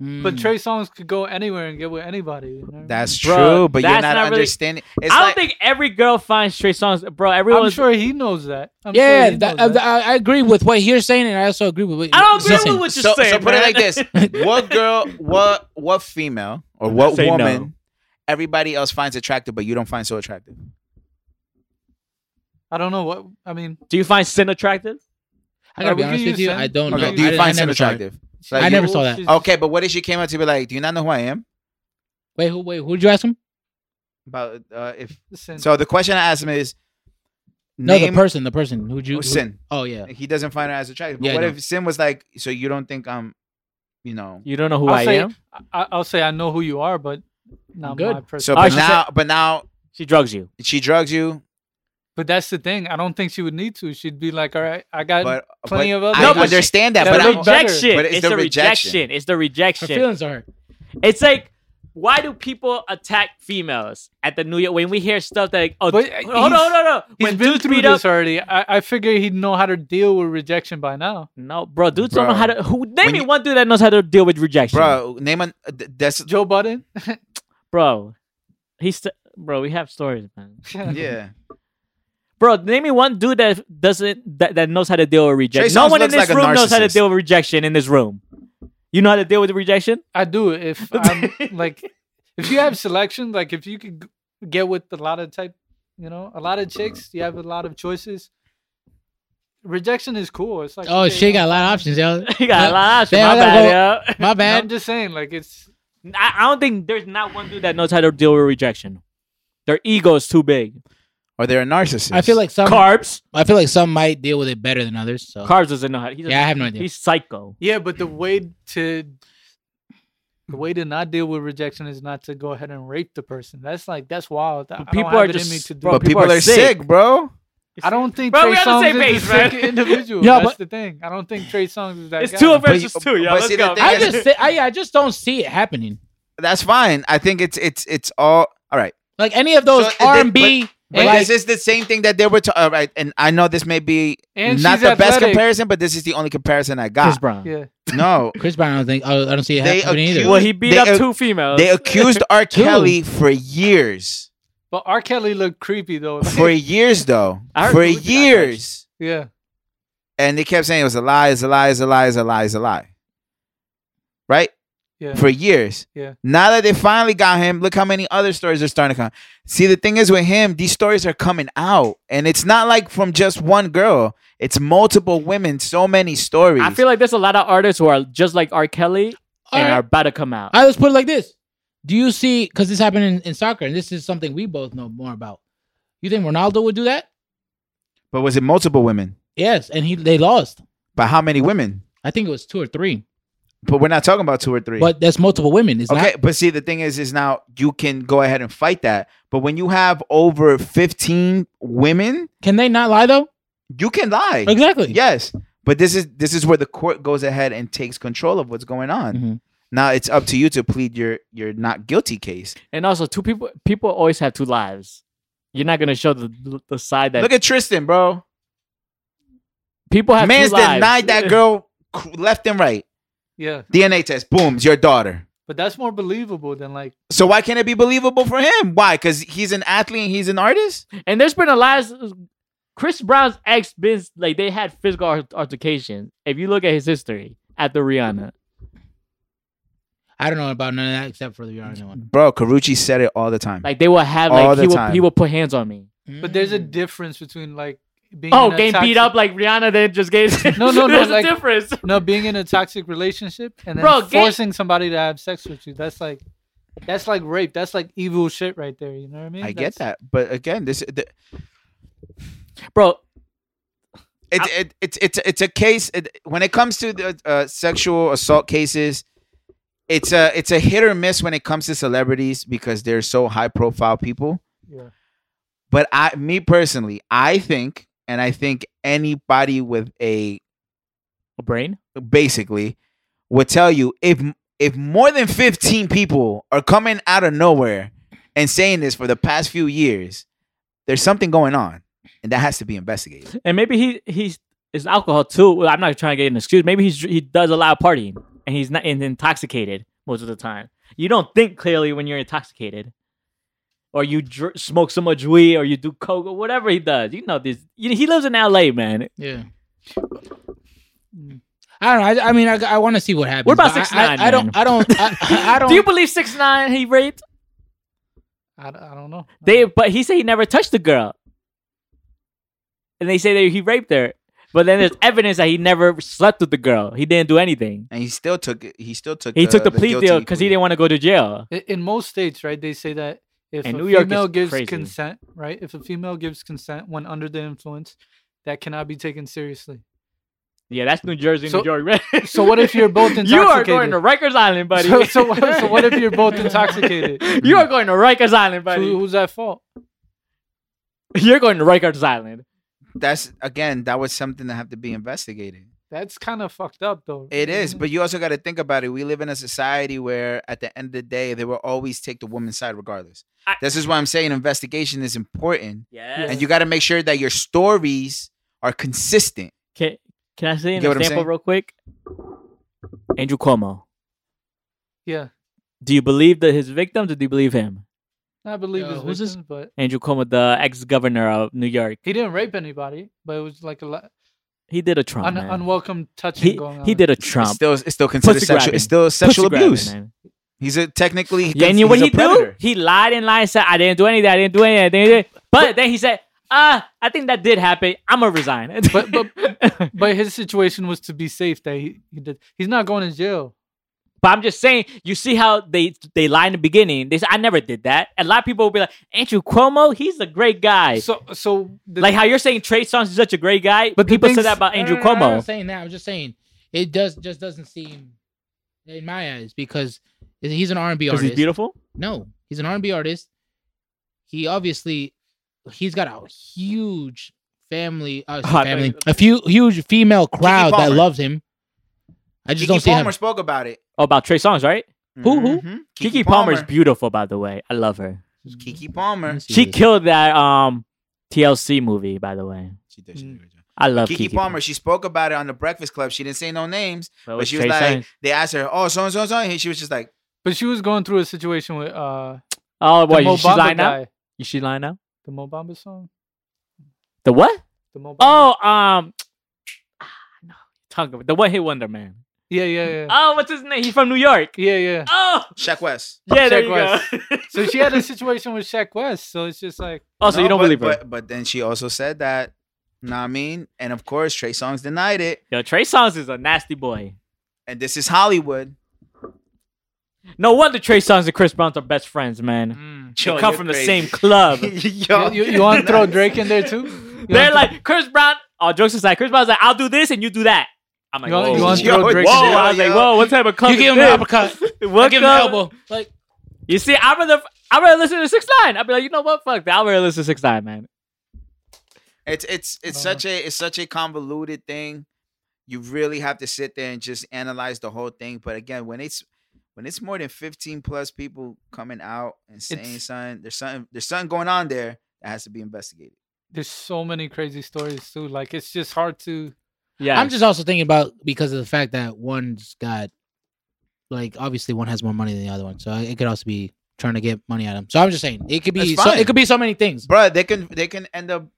[SPEAKER 2] Mm.
[SPEAKER 3] But Trey Songs could go anywhere and get with anybody. You know? what I mean?
[SPEAKER 5] That's
[SPEAKER 4] Bro,
[SPEAKER 5] true, but
[SPEAKER 4] that's
[SPEAKER 5] you're not,
[SPEAKER 4] not really-
[SPEAKER 5] understanding. It's
[SPEAKER 4] I don't
[SPEAKER 5] like,
[SPEAKER 4] think every girl finds Trey Songz, bro.
[SPEAKER 3] I'm
[SPEAKER 4] Everyone's.
[SPEAKER 3] sure he knows that. I'm sure
[SPEAKER 2] Mm. yeah,
[SPEAKER 3] he
[SPEAKER 2] that-
[SPEAKER 4] uh,
[SPEAKER 3] knows that.
[SPEAKER 2] I, I agree with what you're saying, and I also agree with. What,
[SPEAKER 4] I don't agree
[SPEAKER 2] listen,
[SPEAKER 4] with what you're
[SPEAKER 5] so,
[SPEAKER 4] saying.
[SPEAKER 5] so put it
[SPEAKER 4] man.
[SPEAKER 5] like this: what girl, what what female, or what
[SPEAKER 4] Say no.
[SPEAKER 5] woman, everybody else finds attractive, but you don't find so attractive.
[SPEAKER 3] I don't know what I mean.
[SPEAKER 4] <laughs> Do you find Sin attractive?
[SPEAKER 2] I gotta
[SPEAKER 3] Are
[SPEAKER 2] be
[SPEAKER 3] we
[SPEAKER 2] honest
[SPEAKER 3] gonna
[SPEAKER 2] with
[SPEAKER 3] use
[SPEAKER 2] Oh, you.
[SPEAKER 3] Sin?
[SPEAKER 2] I don't
[SPEAKER 5] Okay,
[SPEAKER 2] know.
[SPEAKER 5] do you
[SPEAKER 2] I,
[SPEAKER 5] find
[SPEAKER 2] I
[SPEAKER 5] some
[SPEAKER 2] never saw it.
[SPEAKER 5] attractive? Like,
[SPEAKER 2] I
[SPEAKER 5] you-
[SPEAKER 2] never saw that.
[SPEAKER 3] she's-
[SPEAKER 5] Okay, but what if she came up to be like, "Do you not know who I am?"
[SPEAKER 2] Wait, who, wait, who'd you ask him?
[SPEAKER 5] About uh, if
[SPEAKER 3] listen,
[SPEAKER 5] so, the question I asked him is,
[SPEAKER 2] No,
[SPEAKER 5] name
[SPEAKER 2] the person, the person. Who'd you? who-
[SPEAKER 5] Sin.
[SPEAKER 2] Oh yeah.
[SPEAKER 5] He doesn't find her as attractive. But
[SPEAKER 2] Yeah, I
[SPEAKER 5] what
[SPEAKER 2] know.
[SPEAKER 5] if Sin was like, "So you don't think I'm, you know?"
[SPEAKER 4] You don't know who
[SPEAKER 3] I'll
[SPEAKER 4] I
[SPEAKER 3] say-
[SPEAKER 4] am.
[SPEAKER 3] I, I'll say I know who you are, but not
[SPEAKER 2] Good.
[SPEAKER 3] my person.
[SPEAKER 5] So,
[SPEAKER 4] Oh,
[SPEAKER 5] but
[SPEAKER 4] she
[SPEAKER 5] now, but now
[SPEAKER 4] She drugs you.
[SPEAKER 5] she drugs you.
[SPEAKER 3] but that's the thing. I don't think she would need to. She'd be like, all right, I got.
[SPEAKER 5] But
[SPEAKER 3] plenty
[SPEAKER 5] but
[SPEAKER 3] of other
[SPEAKER 5] I
[SPEAKER 4] No, but she-
[SPEAKER 5] understand that.
[SPEAKER 3] Yeah,
[SPEAKER 5] But
[SPEAKER 3] but
[SPEAKER 5] I'm,
[SPEAKER 3] she-
[SPEAKER 4] rejection.
[SPEAKER 5] But it's
[SPEAKER 4] it's,
[SPEAKER 5] the
[SPEAKER 4] the rejection.
[SPEAKER 5] rejection.
[SPEAKER 4] It's the
[SPEAKER 2] Her
[SPEAKER 4] rejection.
[SPEAKER 2] feelings are hurt.
[SPEAKER 4] It's like, why do people attack females at the New Year when we hear stuff that like, oh,
[SPEAKER 3] But, uh,
[SPEAKER 4] hold on,
[SPEAKER 3] he's-
[SPEAKER 4] hold on, hold on.
[SPEAKER 3] He's
[SPEAKER 4] When
[SPEAKER 3] been
[SPEAKER 4] dudes
[SPEAKER 3] through
[SPEAKER 4] beat
[SPEAKER 3] this
[SPEAKER 4] up,
[SPEAKER 3] already. I, I figure he'd know how to deal with rejection by now.
[SPEAKER 4] no, bro, dudes don't
[SPEAKER 5] Bro.
[SPEAKER 4] know how to. Who name
[SPEAKER 5] When
[SPEAKER 4] me
[SPEAKER 5] you-
[SPEAKER 4] one dude that knows how to deal with rejection,
[SPEAKER 5] bro, name an uh, th- <laughs> that's
[SPEAKER 3] Joe Budden.
[SPEAKER 4] Bro, he's st- bro. We have stories, man.
[SPEAKER 5] yeah.
[SPEAKER 4] Bro, name me one dude that doesn't that, that knows how to deal with rejection.
[SPEAKER 5] Trey
[SPEAKER 4] No
[SPEAKER 5] Songz
[SPEAKER 4] one in
[SPEAKER 5] looks
[SPEAKER 4] this
[SPEAKER 5] like a
[SPEAKER 4] room knows how to
[SPEAKER 5] narcissist.
[SPEAKER 4] deal with rejection in this room. You know how to deal with rejection? <laughs>
[SPEAKER 3] I do <laughs> if I'm like, if you have selection, like if you could g- get with a lot of type, you know, a lot of chicks, you have a lot of choices. Rejection is cool. It's like
[SPEAKER 2] Oh,
[SPEAKER 3] okay,
[SPEAKER 2] she
[SPEAKER 3] you know,
[SPEAKER 2] got a lot of options, yo.
[SPEAKER 4] you got a lot of options.
[SPEAKER 2] Damn,
[SPEAKER 4] My
[SPEAKER 2] I gotta
[SPEAKER 4] bad, yo.
[SPEAKER 2] My
[SPEAKER 3] no,
[SPEAKER 2] bad.
[SPEAKER 3] I'm just saying, like it's
[SPEAKER 4] I, I don't think there's not one dude that knows how to deal with rejection. Their ego is too big.
[SPEAKER 5] Or they're a narcissist.
[SPEAKER 2] I feel like
[SPEAKER 5] Um,
[SPEAKER 2] some.
[SPEAKER 4] Carbs,
[SPEAKER 2] I feel like some might deal with it better than others.
[SPEAKER 5] uh,
[SPEAKER 2] So
[SPEAKER 4] Carbs doesn't know how. He doesn't-
[SPEAKER 2] yeah, I have no idea.
[SPEAKER 4] he's psycho.
[SPEAKER 3] yeah, but the way to the way to not deal with rejection is not to go ahead and rape the person. That's like that's wild. I- I don't
[SPEAKER 4] people
[SPEAKER 3] have
[SPEAKER 4] are
[SPEAKER 3] it in me
[SPEAKER 4] just-
[SPEAKER 3] to do
[SPEAKER 4] bro,
[SPEAKER 5] but
[SPEAKER 3] that.
[SPEAKER 5] people, are sick, bro.
[SPEAKER 3] I don't think
[SPEAKER 4] Bro,
[SPEAKER 3] Trey
[SPEAKER 4] we on the
[SPEAKER 3] Songz
[SPEAKER 4] same
[SPEAKER 3] is
[SPEAKER 4] page,
[SPEAKER 3] the
[SPEAKER 4] man.
[SPEAKER 2] <laughs>
[SPEAKER 3] second individual.
[SPEAKER 2] Yeah,
[SPEAKER 3] That's
[SPEAKER 2] but-
[SPEAKER 3] the thing. I don't think Trey Songz is that
[SPEAKER 4] It's
[SPEAKER 3] guy.
[SPEAKER 4] two
[SPEAKER 5] But-
[SPEAKER 4] versus two, y'all.
[SPEAKER 5] but
[SPEAKER 4] Let's
[SPEAKER 5] see, the
[SPEAKER 4] go.
[SPEAKER 5] thing
[SPEAKER 2] I
[SPEAKER 5] is-
[SPEAKER 2] just, thi- I, I just don't see it happening.
[SPEAKER 5] That's fine. I think it's it's it's all all right.
[SPEAKER 2] Like any of those
[SPEAKER 5] So, they-
[SPEAKER 2] R and B.
[SPEAKER 5] But
[SPEAKER 2] like,
[SPEAKER 5] this is the same thing that they were. Ta- all right, and I know this may be
[SPEAKER 3] And
[SPEAKER 5] not
[SPEAKER 3] she's
[SPEAKER 5] the best
[SPEAKER 3] athletic.
[SPEAKER 5] comparison, but this is the only comparison I
[SPEAKER 2] Chris
[SPEAKER 5] got.
[SPEAKER 2] Brown.
[SPEAKER 3] Yeah. <laughs>
[SPEAKER 5] No,
[SPEAKER 2] Chris Brown, I don't think. oh, I, I don't see it
[SPEAKER 5] They
[SPEAKER 2] happening either.
[SPEAKER 5] accuse-
[SPEAKER 4] Well, he beat
[SPEAKER 5] They,
[SPEAKER 4] up
[SPEAKER 5] uh,
[SPEAKER 4] two females.
[SPEAKER 5] they accused R.
[SPEAKER 2] Two.
[SPEAKER 5] Kelly for years,
[SPEAKER 3] But R. Kelly looked creepy though. <laughs> Like,
[SPEAKER 5] for years though,
[SPEAKER 4] I heard
[SPEAKER 5] for
[SPEAKER 4] Gucci got
[SPEAKER 5] years,
[SPEAKER 3] yeah.
[SPEAKER 5] and they kept saying it was a lie, it's a lie, it's a lie, it's a lie, it's a lie. Right
[SPEAKER 3] Yeah.
[SPEAKER 5] for years.
[SPEAKER 3] Yeah.
[SPEAKER 5] Now that they finally got him, look how many other stories are starting to come. See, the thing is with him, these stories are coming out, and it's not like from just one girl. It's multiple women, so many stories.
[SPEAKER 4] <laughs> I feel like there's a lot of artists who are just like R. Kelly
[SPEAKER 2] All
[SPEAKER 4] and
[SPEAKER 2] right.
[SPEAKER 4] are about to come out.
[SPEAKER 2] I let's put it like this: Do you see? Because this happened in, in soccer, and this is something we both know more about. You think Ronaldo would do that?
[SPEAKER 5] but was it multiple women?
[SPEAKER 2] Yes, and he they lost.
[SPEAKER 5] But how many women?
[SPEAKER 2] I think it was two or three.
[SPEAKER 5] But we're not talking about two or three.
[SPEAKER 2] But that's multiple women. It's
[SPEAKER 5] okay,
[SPEAKER 2] not.
[SPEAKER 5] but see, the thing is, is now you can go ahead and fight that. But when you have over fifteen women,
[SPEAKER 2] Can they not lie though?
[SPEAKER 5] you can lie.
[SPEAKER 2] Exactly.
[SPEAKER 5] Yes, but this is this is where the court goes ahead and takes control of what's going on.
[SPEAKER 4] Mm-hmm.
[SPEAKER 2] Mhm.
[SPEAKER 5] Now it's up to you to plead your your not guilty case.
[SPEAKER 4] And also, two people people always have two lives. You're not gonna show the the side that
[SPEAKER 5] Look at Tristan, bro.
[SPEAKER 4] people have.
[SPEAKER 5] Man's
[SPEAKER 4] two lives.
[SPEAKER 5] denied that girl cr- left and right.
[SPEAKER 3] Yeah.
[SPEAKER 5] DNA test, boom's your daughter.
[SPEAKER 3] But that's more believable than like
[SPEAKER 5] So why can't it be believable for him? Why? Because he's an athlete and he's an artist.
[SPEAKER 4] And there's been a lot. Of, Chris Brown's ex been like they had physical alt- altercation. If you look at his history after Rihanna,
[SPEAKER 2] I don't know about none of that except for the Rihanna one.
[SPEAKER 5] Bro, Carucci said it all the time.
[SPEAKER 4] like they will have
[SPEAKER 5] All
[SPEAKER 4] like
[SPEAKER 5] the
[SPEAKER 4] he will
[SPEAKER 5] time.
[SPEAKER 4] he will put hands on me.
[SPEAKER 3] but there's
[SPEAKER 5] Mm.
[SPEAKER 3] a difference between like being
[SPEAKER 4] Oh,
[SPEAKER 3] in a
[SPEAKER 4] getting beat
[SPEAKER 3] toxic-
[SPEAKER 4] up like Rihanna then just
[SPEAKER 5] <laughs>
[SPEAKER 4] gets
[SPEAKER 3] No, no,
[SPEAKER 4] <laughs>
[SPEAKER 3] no,
[SPEAKER 4] There's
[SPEAKER 3] like-
[SPEAKER 4] a difference.
[SPEAKER 3] No, being in a toxic relationship and then
[SPEAKER 4] Bro, get-
[SPEAKER 3] forcing somebody to have sex with you. That's like that's like rape. That's like evil shit right there. You know what I mean?
[SPEAKER 5] I get
[SPEAKER 3] That's-
[SPEAKER 5] that, but again, this the,
[SPEAKER 4] Bro,
[SPEAKER 5] it, it, it's it's it's a case it, when it comes to the uh, sexual assault cases. It's a it's a hit or miss when it comes to celebrities because they're so high profile people.
[SPEAKER 3] Yeah.
[SPEAKER 5] But I, me personally, I think, and I think anybody with a
[SPEAKER 4] a brain.
[SPEAKER 5] basically would tell you if if more than 15 people are coming out of nowhere and saying this for the past few years there's something going on and that has to be investigated
[SPEAKER 4] and maybe he he's it's alcohol too. Well, I'm not trying to get an excuse. Maybe he's he does a lot of partying and he's not and intoxicated most of the time. You don't think clearly when you're intoxicated, or you dr- smoke so much weed, or you do coke, or whatever he does. You know this. You, he lives in L.A., man.
[SPEAKER 2] Mm, Yeah. I don't know. I, I mean, I, I want to see what happens.
[SPEAKER 4] What about
[SPEAKER 2] but I-
[SPEAKER 4] 6ix9ine,
[SPEAKER 2] I, I don't.
[SPEAKER 4] man?
[SPEAKER 2] I
[SPEAKER 4] <laughs>
[SPEAKER 2] don't. I, <clears throat> I, I don't.
[SPEAKER 4] Do you believe six nine he raped?
[SPEAKER 3] I, d- I don't know.
[SPEAKER 4] They but he said he never touched the girl, and they say that he raped her. But then there's evidence that he never slept with the girl. He didn't do anything.
[SPEAKER 5] and he still took it he still took
[SPEAKER 4] He took the plea
[SPEAKER 5] guilty
[SPEAKER 4] deal because he
[SPEAKER 5] plea.
[SPEAKER 4] didn't want to go to jail.
[SPEAKER 3] I- in most states, right? They say that if
[SPEAKER 4] And
[SPEAKER 3] a
[SPEAKER 4] New York is
[SPEAKER 3] female gives
[SPEAKER 4] crazy.
[SPEAKER 3] consent, right? If a female gives consent when under the influence, that cannot be taken seriously.
[SPEAKER 4] Yeah, that's New Jersey,
[SPEAKER 3] So-
[SPEAKER 4] New York.
[SPEAKER 3] <laughs> so what if you're
[SPEAKER 4] <laughs>
[SPEAKER 3] both
[SPEAKER 4] You are going
[SPEAKER 3] intoxicated?
[SPEAKER 4] to Rikers Island, buddy.
[SPEAKER 3] So-
[SPEAKER 4] <laughs>
[SPEAKER 3] so what- so what if you're both intoxicated?
[SPEAKER 4] You are going to Rikers Island,
[SPEAKER 3] So
[SPEAKER 4] buddy.
[SPEAKER 3] who's at fault?
[SPEAKER 4] <laughs> You're going to Rikers Island.
[SPEAKER 5] that's again that was something that have to be investigated
[SPEAKER 3] That's kind of fucked up, though.
[SPEAKER 5] it is
[SPEAKER 3] Mhm.
[SPEAKER 5] but you also got to think about it we live in a society where at the end of the day they will always take the woman's side regardless
[SPEAKER 4] I-
[SPEAKER 5] this is why i'm saying investigation is important
[SPEAKER 4] Yes.
[SPEAKER 5] and you got to make sure that your stories are consistent
[SPEAKER 4] can, can I say an
[SPEAKER 5] get what I'm
[SPEAKER 4] example
[SPEAKER 5] saying?
[SPEAKER 4] real quick? Andrew Cuomo.
[SPEAKER 3] yeah,
[SPEAKER 4] Do you believe that his victims or do you believe him?
[SPEAKER 3] I believe
[SPEAKER 2] Yo,
[SPEAKER 3] his
[SPEAKER 2] who's this-
[SPEAKER 3] victims, but
[SPEAKER 4] Andrew Cuomo, the ex governor of New York.
[SPEAKER 3] he didn't rape anybody. But it was like a lot
[SPEAKER 4] He did a Trump.
[SPEAKER 3] un-
[SPEAKER 4] Oh, man.
[SPEAKER 3] unwelcome touching
[SPEAKER 4] he,
[SPEAKER 3] going on.
[SPEAKER 4] he did a
[SPEAKER 5] it's
[SPEAKER 4] Trump.
[SPEAKER 5] still it's still considered
[SPEAKER 4] Pussy
[SPEAKER 5] sexual.
[SPEAKER 4] grabbing.
[SPEAKER 5] It's still sexual
[SPEAKER 4] Pussy grabbing,
[SPEAKER 5] abuse.
[SPEAKER 4] man.
[SPEAKER 5] he's a technically he
[SPEAKER 4] Yeah,
[SPEAKER 5] cons-
[SPEAKER 4] and you know what
[SPEAKER 5] he's a
[SPEAKER 4] he do?
[SPEAKER 5] predator.
[SPEAKER 4] He lied and lied and said, I didn't do anything, I didn't do anything, I didn't do anything. But then he said, uh, I think that did happen. I'm gonna resign.
[SPEAKER 3] But- but- But his situation was to be safe that he, he did. He's not going to jail.
[SPEAKER 4] <laughs> But I'm just saying, you see how they they lie in the beginning. They say, I never did that. A lot of people will be like, Andrew Cuomo, he's a great guy.
[SPEAKER 3] So, so the,
[SPEAKER 4] like how you're saying Trey Songz is such a great guy,
[SPEAKER 3] But
[SPEAKER 4] but
[SPEAKER 3] the
[SPEAKER 4] people
[SPEAKER 3] thing's-
[SPEAKER 4] said that about
[SPEAKER 2] No,
[SPEAKER 5] Uh,
[SPEAKER 2] no,
[SPEAKER 4] Andrew
[SPEAKER 2] no, no, I'm not
[SPEAKER 4] Cuomo.
[SPEAKER 2] saying that. I'm just saying it does just doesn't seem in my eyes because he's an R and B
[SPEAKER 4] Because
[SPEAKER 2] artist.
[SPEAKER 4] he's beautiful.
[SPEAKER 2] No, he's an R and B artist. He obviously he's got a huge family, uh,
[SPEAKER 4] Hot
[SPEAKER 2] family,
[SPEAKER 4] dog.
[SPEAKER 2] a few huge female crowd that
[SPEAKER 5] Palmer.
[SPEAKER 2] loves him. I just
[SPEAKER 5] Kiki
[SPEAKER 2] don't see
[SPEAKER 5] Palmer
[SPEAKER 2] him.
[SPEAKER 5] spoke about it.
[SPEAKER 4] Oh, about Trey Songs, right? Who, who?
[SPEAKER 5] Mhm.
[SPEAKER 4] Kiki, Palmer's beautiful, by the way. I love her.
[SPEAKER 5] Kiki
[SPEAKER 2] Let
[SPEAKER 5] Palmer.
[SPEAKER 2] me see
[SPEAKER 4] She
[SPEAKER 2] this.
[SPEAKER 4] killed that um TLC movie, by the way.
[SPEAKER 5] She did. She did a great job.
[SPEAKER 4] I love
[SPEAKER 5] Kiki,
[SPEAKER 4] Kiki,
[SPEAKER 5] Palmer, she spoke about it on the Breakfast Club. She didn't say no names,
[SPEAKER 4] But
[SPEAKER 5] but
[SPEAKER 4] with
[SPEAKER 5] she was
[SPEAKER 4] Trey
[SPEAKER 5] like,
[SPEAKER 4] Songz-
[SPEAKER 5] they asked her, "Oh, so and so, and so," and she was just like,
[SPEAKER 3] But she was going through a situation with uh
[SPEAKER 4] "Oh,
[SPEAKER 3] the Mo
[SPEAKER 4] what? She's
[SPEAKER 3] Bamba
[SPEAKER 4] lying now.
[SPEAKER 3] guy.
[SPEAKER 4] Is she lying now?
[SPEAKER 3] The Mo Bamba song.
[SPEAKER 4] The what?
[SPEAKER 3] The Mo Bamba.
[SPEAKER 4] Oh, um, ah, no, talk about the one hit wonder man.
[SPEAKER 3] yeah, yeah, yeah,
[SPEAKER 4] Oh, what's his name? He's from New York.
[SPEAKER 3] yeah, yeah.
[SPEAKER 4] Oh,
[SPEAKER 5] "Shaq West."
[SPEAKER 4] yeah, there
[SPEAKER 3] Check
[SPEAKER 4] you <laughs> go.
[SPEAKER 3] So she had a situation with Shaq West. Oh, So it's just
[SPEAKER 2] <laughs>
[SPEAKER 3] like
[SPEAKER 4] also,
[SPEAKER 5] No,
[SPEAKER 4] Oh, you don't
[SPEAKER 5] but,
[SPEAKER 4] believe her.
[SPEAKER 5] But, but then she also said that. Know what I mean? And of course, Trey Songz denied it.
[SPEAKER 4] Yo, Trey Songz is a nasty boy.
[SPEAKER 5] And this is Hollywood.
[SPEAKER 4] No wonder Trey Songz and Chris Brown are best friends,
[SPEAKER 3] Mm-hmm.
[SPEAKER 4] man.
[SPEAKER 2] Mm.
[SPEAKER 4] They
[SPEAKER 5] Yo,
[SPEAKER 4] come
[SPEAKER 5] you're
[SPEAKER 4] from the
[SPEAKER 5] crazy. <laughs>
[SPEAKER 4] same
[SPEAKER 3] <laughs>
[SPEAKER 4] club.
[SPEAKER 5] Yo.
[SPEAKER 3] you, you, you want to throw Drake in there too? You
[SPEAKER 4] They're
[SPEAKER 3] wanna-
[SPEAKER 4] like Chris Brown. All jokes aside, Chris Brown's like, "I'll do this and you do that." I'm like,
[SPEAKER 3] You want-
[SPEAKER 4] whoa,
[SPEAKER 3] you want
[SPEAKER 4] whoa,
[SPEAKER 3] to throw Drake in
[SPEAKER 5] yo,
[SPEAKER 3] there?
[SPEAKER 4] I was like,
[SPEAKER 5] yo.
[SPEAKER 4] whoa, what type of club?
[SPEAKER 2] You give
[SPEAKER 4] is
[SPEAKER 2] him an
[SPEAKER 4] this?
[SPEAKER 2] uppercut. I
[SPEAKER 4] What
[SPEAKER 2] give him an
[SPEAKER 4] club?
[SPEAKER 2] elbow. Like
[SPEAKER 4] You see, I'd rather I'd rather listen to Six Nine. I'd be like, you know what? Fuck that. I'd rather listen to Six Nine, man.
[SPEAKER 5] It's it's it's
[SPEAKER 3] Uh.
[SPEAKER 5] such a it's such a convoluted thing. You really have to sit there and just analyze the whole thing. But again, when it's when it's more than fifteen plus people coming out and saying
[SPEAKER 3] It's-
[SPEAKER 5] something, there's something there's something going on there that has to be investigated.
[SPEAKER 3] There's so many crazy stories too. Like it's just hard to.
[SPEAKER 4] Yeah,
[SPEAKER 2] I'm just also thinking about because of the fact that one's got like obviously one has more money than the other one, so it could also be trying to get money out of him. So I'm just saying it could be
[SPEAKER 5] That's
[SPEAKER 2] so,
[SPEAKER 5] fine.
[SPEAKER 2] it could be so many things.
[SPEAKER 5] Bruh, they can they can end up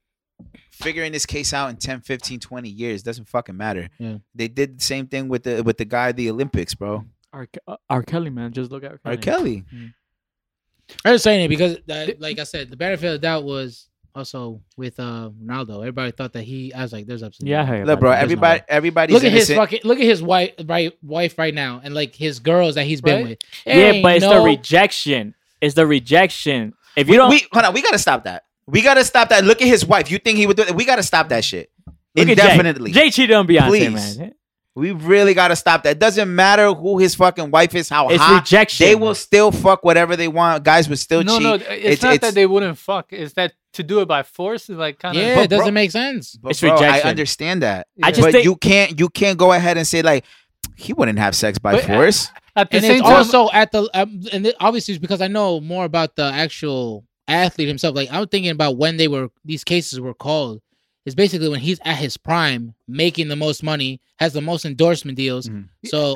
[SPEAKER 5] figuring this case out in 10, 15, 20 years. Doesn't fucking matter.
[SPEAKER 2] Yeah.
[SPEAKER 5] They did the same thing with the with the guy at the Olympics, bro.
[SPEAKER 4] R-, R. Kelly, man. Just look at
[SPEAKER 5] R. Kelly.
[SPEAKER 2] I'm just saying it because uh, like I said, the benefit of the doubt was also with uh Ronaldo. Everybody thought that he. I was like, there's absolutely
[SPEAKER 4] Yeah, I heard about
[SPEAKER 5] Look, bro,
[SPEAKER 4] that.
[SPEAKER 2] there's no
[SPEAKER 5] everybody everybody's
[SPEAKER 2] Look at his
[SPEAKER 5] innocent.
[SPEAKER 2] fucking. Look at his wife, right? Wife right now, and like his girls that he's been
[SPEAKER 3] Right?
[SPEAKER 2] with.
[SPEAKER 4] Yeah, but it's the
[SPEAKER 2] no-
[SPEAKER 4] rejection. It's the rejection. If you don't,
[SPEAKER 5] we hold on, we gotta stop that. We gotta stop that. Look at his wife. You think he would do it? We gotta stop that shit.
[SPEAKER 4] look at Jay.
[SPEAKER 5] Indefinitely.
[SPEAKER 4] Jay cheated on Beyonce,
[SPEAKER 5] Please.
[SPEAKER 4] man.
[SPEAKER 5] We really gotta stop that. Doesn't matter who his fucking wife is, how
[SPEAKER 4] It's
[SPEAKER 5] hot
[SPEAKER 4] rejection.
[SPEAKER 5] they will still fuck whatever they want. Guys would still
[SPEAKER 3] No,
[SPEAKER 5] cheat.
[SPEAKER 3] no, it's, not that they wouldn't fuck. It's that to do it by force is like kind of.
[SPEAKER 2] Yeah,
[SPEAKER 5] But
[SPEAKER 2] it doesn't
[SPEAKER 5] bro-
[SPEAKER 2] make sense.
[SPEAKER 5] But
[SPEAKER 4] It's
[SPEAKER 5] bro,
[SPEAKER 4] rejection.
[SPEAKER 5] I understand that.
[SPEAKER 4] I just
[SPEAKER 5] but
[SPEAKER 4] think-
[SPEAKER 5] you can't you can't go ahead and say like he wouldn't have sex by
[SPEAKER 3] But, uh,
[SPEAKER 5] force.
[SPEAKER 3] at the
[SPEAKER 2] and
[SPEAKER 3] same
[SPEAKER 2] it's
[SPEAKER 3] time.
[SPEAKER 2] also at the um, and it- obviously it's because I know more about the actual athlete himself. Like I'm thinking about when they were these cases were called. It's basically when he's at his prime, making the most money, has the most endorsement deals.
[SPEAKER 5] Mhm.
[SPEAKER 3] Mm-hmm.
[SPEAKER 2] So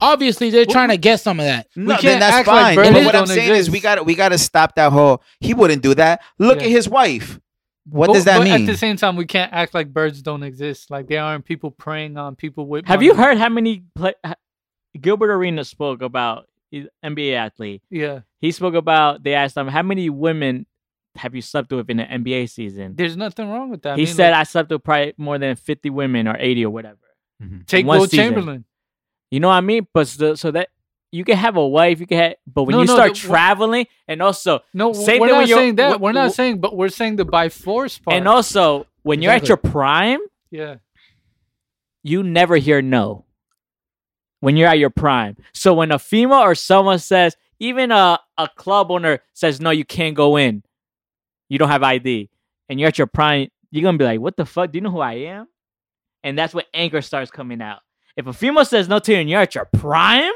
[SPEAKER 2] obviously they're trying to get some of that.
[SPEAKER 5] no, then
[SPEAKER 3] can't
[SPEAKER 5] that's
[SPEAKER 3] act like
[SPEAKER 5] fine.
[SPEAKER 3] Bernie
[SPEAKER 5] but what I'm
[SPEAKER 3] don't
[SPEAKER 5] saying is
[SPEAKER 3] exist.
[SPEAKER 5] we got to we got to stop that whole he wouldn't do that. Look
[SPEAKER 3] Yeah.
[SPEAKER 5] at his wife. What
[SPEAKER 3] but-
[SPEAKER 5] does that
[SPEAKER 3] but
[SPEAKER 5] mean?
[SPEAKER 3] At the same time, we can't act like birds don't exist. Like there aren't people preying on people with.
[SPEAKER 4] Have you
[SPEAKER 3] money.
[SPEAKER 4] heard how many play- ha- Gilbert Arenas spoke about he's an NBA athlete?
[SPEAKER 3] Yeah,
[SPEAKER 4] He spoke about they asked him how many women have you slept with in an NBA season.
[SPEAKER 3] there's nothing wrong with that. I
[SPEAKER 4] he
[SPEAKER 3] mean,
[SPEAKER 4] said
[SPEAKER 3] like,
[SPEAKER 4] I slept with probably more than fifty women or eighty or whatever.
[SPEAKER 3] take
[SPEAKER 4] one
[SPEAKER 3] Will
[SPEAKER 4] season.
[SPEAKER 3] Chamberlain.
[SPEAKER 4] You know what I mean? But so, so that you can have a wife, you can have, but when
[SPEAKER 3] No,
[SPEAKER 4] you
[SPEAKER 3] no,
[SPEAKER 4] start
[SPEAKER 3] the- what-
[SPEAKER 4] traveling, and also
[SPEAKER 3] No,
[SPEAKER 4] Same
[SPEAKER 3] we're
[SPEAKER 4] thing when
[SPEAKER 3] not
[SPEAKER 4] you're-
[SPEAKER 3] saying that.
[SPEAKER 4] wh-
[SPEAKER 3] We're not
[SPEAKER 4] wh-
[SPEAKER 3] saying, but we're saying the by force part.
[SPEAKER 4] and also when you're at your
[SPEAKER 2] Exactly.
[SPEAKER 4] prime,
[SPEAKER 3] yeah,
[SPEAKER 4] you never hear no. When you're at your prime, so when a female or someone says, even a a club owner says, no, you can't go in, you don't have ID, and you're at your prime, you're gonna be like, what the fuck? Do you know who I am? And that's when anger starts coming out. If a female says no to you and you're at your prime,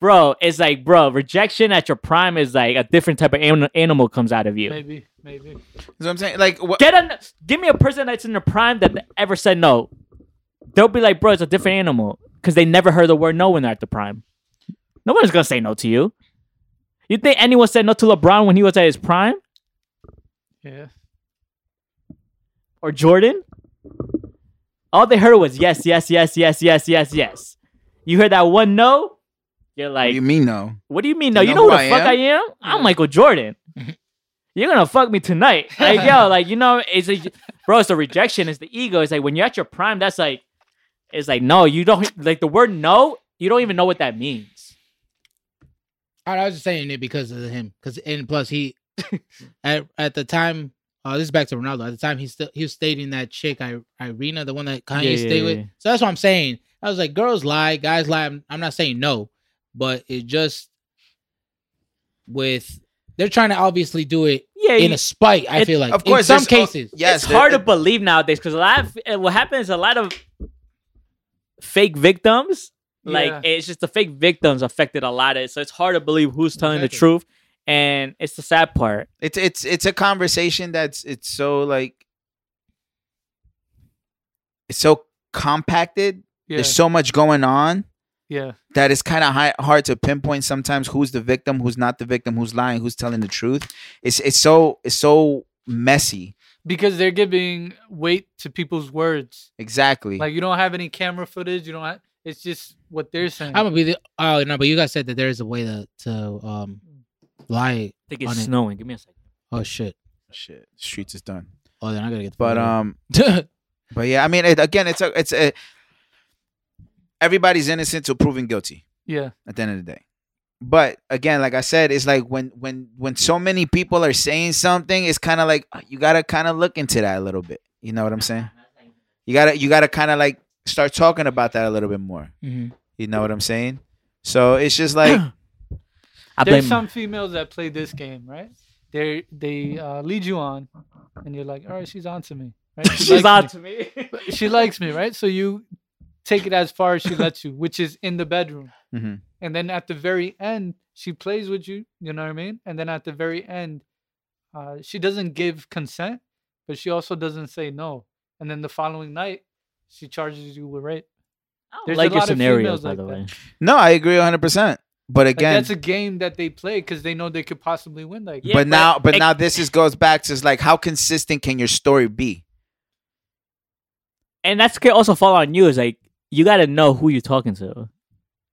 [SPEAKER 4] bro, it's like, bro, rejection at your prime is like a different type of an- animal comes out of you.
[SPEAKER 3] maybe, maybe.
[SPEAKER 5] That's what I'm saying. Like what,
[SPEAKER 4] Get an, give me a person that's in their prime that ever said no. They'll be like, bro, it's a different animal because they never heard the word no when they're at the prime. No one's gonna say no to you. You think anyone said no to LeBron when he was at his prime
[SPEAKER 3] Yeah,
[SPEAKER 4] or Jordan? All they heard was yes, yes, yes, yes, yes, yes, yes. You heard that one no, you're
[SPEAKER 5] what
[SPEAKER 4] like,
[SPEAKER 5] do you mean no?
[SPEAKER 4] What do you mean? No, you know, who, the fuck I am? Mm-hmm. I'm
[SPEAKER 3] Yeah.
[SPEAKER 4] Michael Jordan. You're gonna fuck me <laughs> tonight. Like, yo, like, you know, it's a bro, it's the rejection, it's the ego. It's like when you're at your prime, that's like it's like no, you don't like the word no, you don't even know what that means.
[SPEAKER 2] I I was just saying it because of him. Because and plus
[SPEAKER 4] <laughs>
[SPEAKER 2] he, at at the time, uh, this is back to Ronaldo. At the time, he still he was dating that chick I, Irina, the one that Kanye
[SPEAKER 4] Yeah, yeah,
[SPEAKER 2] stayed with.
[SPEAKER 4] yeah.
[SPEAKER 2] So that's what I'm saying. I was like, girls lie, guys lie. I'm, I'm not saying no, but it just with they're trying to obviously do it
[SPEAKER 4] yeah,
[SPEAKER 2] in
[SPEAKER 4] you-
[SPEAKER 2] a spike. I
[SPEAKER 4] It-
[SPEAKER 2] feel like
[SPEAKER 5] Of course,
[SPEAKER 2] in some
[SPEAKER 5] there's-
[SPEAKER 2] cases.
[SPEAKER 5] Yes,
[SPEAKER 4] it's oh,
[SPEAKER 5] there-
[SPEAKER 4] hard to believe nowadays because a lot of eh, what happens is a lot of fake victims. Like
[SPEAKER 3] Yeah.
[SPEAKER 4] it's just the fake victims affected a lot of it, so it's hard to believe who's telling the
[SPEAKER 2] Exactly.
[SPEAKER 4] truth, and it's the sad part.
[SPEAKER 5] It's it's it's a conversation that's it's so like it's so compacted.
[SPEAKER 3] Yeah.
[SPEAKER 5] There's so much going on
[SPEAKER 3] yeah.
[SPEAKER 5] that it's kind of hard to pinpoint sometimes who's the victim, who's not the victim, who's lying, who's telling the truth. It's it's so it's so messy.
[SPEAKER 3] Because they're giving weight to people's words.
[SPEAKER 5] Exactly.
[SPEAKER 3] Like you don't have any camera footage. You don't. Have, it's just what they're saying.
[SPEAKER 2] I'm gonna be the oh no, but you guys said that there is a way to to um lie.
[SPEAKER 4] I think it's
[SPEAKER 2] On it.
[SPEAKER 4] snowing. Give me a second.
[SPEAKER 2] Oh shit.
[SPEAKER 5] Shit, streets is done.
[SPEAKER 2] Oh then I gotta get the
[SPEAKER 5] But
[SPEAKER 2] fuck out.
[SPEAKER 5] um,
[SPEAKER 2] <laughs>
[SPEAKER 5] but yeah, I mean, it, again, it's a it's a everybody's innocent till proven guilty.
[SPEAKER 3] yeah.
[SPEAKER 5] at the end of the day. But again, like I said, it's like when when when so many people are saying something, it's kind of like uh, you gotta kind of look into that a little bit. You know what I'm saying? You gotta you gotta kind of like start talking about that a little bit more.
[SPEAKER 2] Mhm.
[SPEAKER 5] You know what I'm saying? So it's
[SPEAKER 4] <clears throat>
[SPEAKER 5] just like
[SPEAKER 4] I blame
[SPEAKER 3] There's some females that play this game, right? They they uh, lead you on, and you're like, all right, she's on to me. Right?
[SPEAKER 4] <laughs>
[SPEAKER 3] She
[SPEAKER 4] she's
[SPEAKER 3] likes
[SPEAKER 4] on to
[SPEAKER 3] me.
[SPEAKER 4] me.
[SPEAKER 3] But she likes me, right? So you take it as far as she lets you, which is in the bedroom.
[SPEAKER 5] Mhm.
[SPEAKER 3] And then at the very end, she plays with you. You know what I mean? And then at the very end, uh, she doesn't give consent, but she also doesn't say no. And then the following night, she charges you with rape.
[SPEAKER 4] I don't
[SPEAKER 3] There's
[SPEAKER 4] Oh, like
[SPEAKER 3] a
[SPEAKER 4] your
[SPEAKER 3] lot of
[SPEAKER 4] scenarios,
[SPEAKER 3] females
[SPEAKER 4] by
[SPEAKER 3] like
[SPEAKER 4] the
[SPEAKER 3] that.
[SPEAKER 4] way.
[SPEAKER 5] no, I agree 100. percent But
[SPEAKER 3] Like,
[SPEAKER 5] again,
[SPEAKER 3] that's a game that they play because they know they could possibly win. Like,
[SPEAKER 4] Yeah,
[SPEAKER 5] but
[SPEAKER 4] but
[SPEAKER 5] now but
[SPEAKER 4] ex-
[SPEAKER 5] now this is goes back to like how consistent can your story be?
[SPEAKER 4] and that's could also fall on you. Is like you got to know who you're talking to.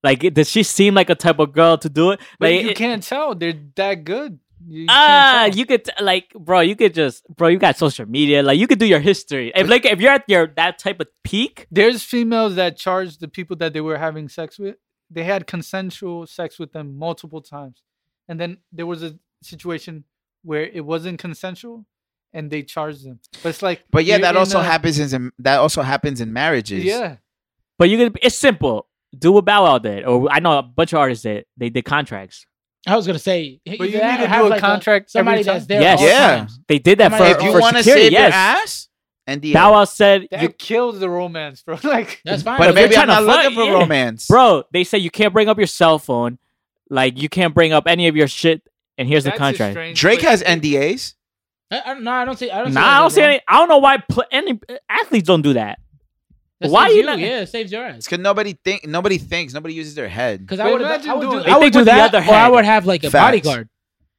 [SPEAKER 4] Like, it- does she seem like a type of girl to do it?
[SPEAKER 3] but
[SPEAKER 4] like,
[SPEAKER 3] you
[SPEAKER 4] it-
[SPEAKER 3] can't tell they're that good. You, you can't
[SPEAKER 4] Ah,
[SPEAKER 3] tell.
[SPEAKER 4] you could t- like, bro. You could just, bro. You got social media. Like, you could do your history. If like, if you're at your that type of peak,
[SPEAKER 3] There's females that charged the people that they were having sex with. They had consensual sex with them multiple times. And then there was a situation where it wasn't consensual and they charged them. But it's like
[SPEAKER 5] But yeah,
[SPEAKER 3] you're
[SPEAKER 5] that
[SPEAKER 3] in
[SPEAKER 5] also
[SPEAKER 3] a-
[SPEAKER 5] happens in that also happens in marriages.
[SPEAKER 3] Yeah.
[SPEAKER 4] but you could. It's simple. Do what Bow Wow did, or I know a bunch of artists that they did contracts.
[SPEAKER 2] I was gonna say
[SPEAKER 3] But you need to do a contract
[SPEAKER 2] somebody
[SPEAKER 3] every time.
[SPEAKER 2] that's there.
[SPEAKER 4] Yes.
[SPEAKER 2] Yes.
[SPEAKER 5] Yeah.
[SPEAKER 4] They did that for,
[SPEAKER 2] Somebody-
[SPEAKER 5] If
[SPEAKER 2] If
[SPEAKER 5] you
[SPEAKER 2] you
[SPEAKER 4] for
[SPEAKER 5] want to
[SPEAKER 4] security.
[SPEAKER 5] save your
[SPEAKER 4] yes,
[SPEAKER 5] ass, and the
[SPEAKER 4] Bow Wow said,
[SPEAKER 3] That
[SPEAKER 4] you,
[SPEAKER 3] kills the romance, bro. <laughs> Like
[SPEAKER 2] That's fine.
[SPEAKER 5] but
[SPEAKER 4] if you're
[SPEAKER 5] maybe I'm
[SPEAKER 4] tryna
[SPEAKER 5] not looking
[SPEAKER 4] fuck-
[SPEAKER 5] for
[SPEAKER 4] yeah.
[SPEAKER 5] romance,
[SPEAKER 4] "Bro, they said you can't bring up your cell phone. Like, you can't bring up any of your shit." And here's
[SPEAKER 3] that's
[SPEAKER 4] the
[SPEAKER 3] a
[SPEAKER 4] contract.
[SPEAKER 3] strange
[SPEAKER 5] Drake
[SPEAKER 3] place
[SPEAKER 5] has
[SPEAKER 3] to-
[SPEAKER 5] NDAs.
[SPEAKER 2] I, I, don't- no, I don't see. I don't. see
[SPEAKER 4] Nah, I don't
[SPEAKER 2] anything
[SPEAKER 4] see
[SPEAKER 2] wrong.
[SPEAKER 4] any. I don't know why pl- any athletes don't do that.
[SPEAKER 2] That
[SPEAKER 4] Why
[SPEAKER 2] saves
[SPEAKER 4] you not-
[SPEAKER 2] Yeah, it saves your ass.
[SPEAKER 5] It's because nobody think, nobody thinks, nobody uses their head.
[SPEAKER 2] Because
[SPEAKER 3] But
[SPEAKER 2] I would.
[SPEAKER 3] imagine
[SPEAKER 2] I would
[SPEAKER 3] doing
[SPEAKER 2] do,
[SPEAKER 3] that.
[SPEAKER 2] I
[SPEAKER 4] They
[SPEAKER 2] would
[SPEAKER 4] do
[SPEAKER 2] do
[SPEAKER 4] the
[SPEAKER 2] that,
[SPEAKER 4] other
[SPEAKER 2] or I
[SPEAKER 4] hand.
[SPEAKER 2] would have like a
[SPEAKER 5] Facts.
[SPEAKER 2] bodyguard.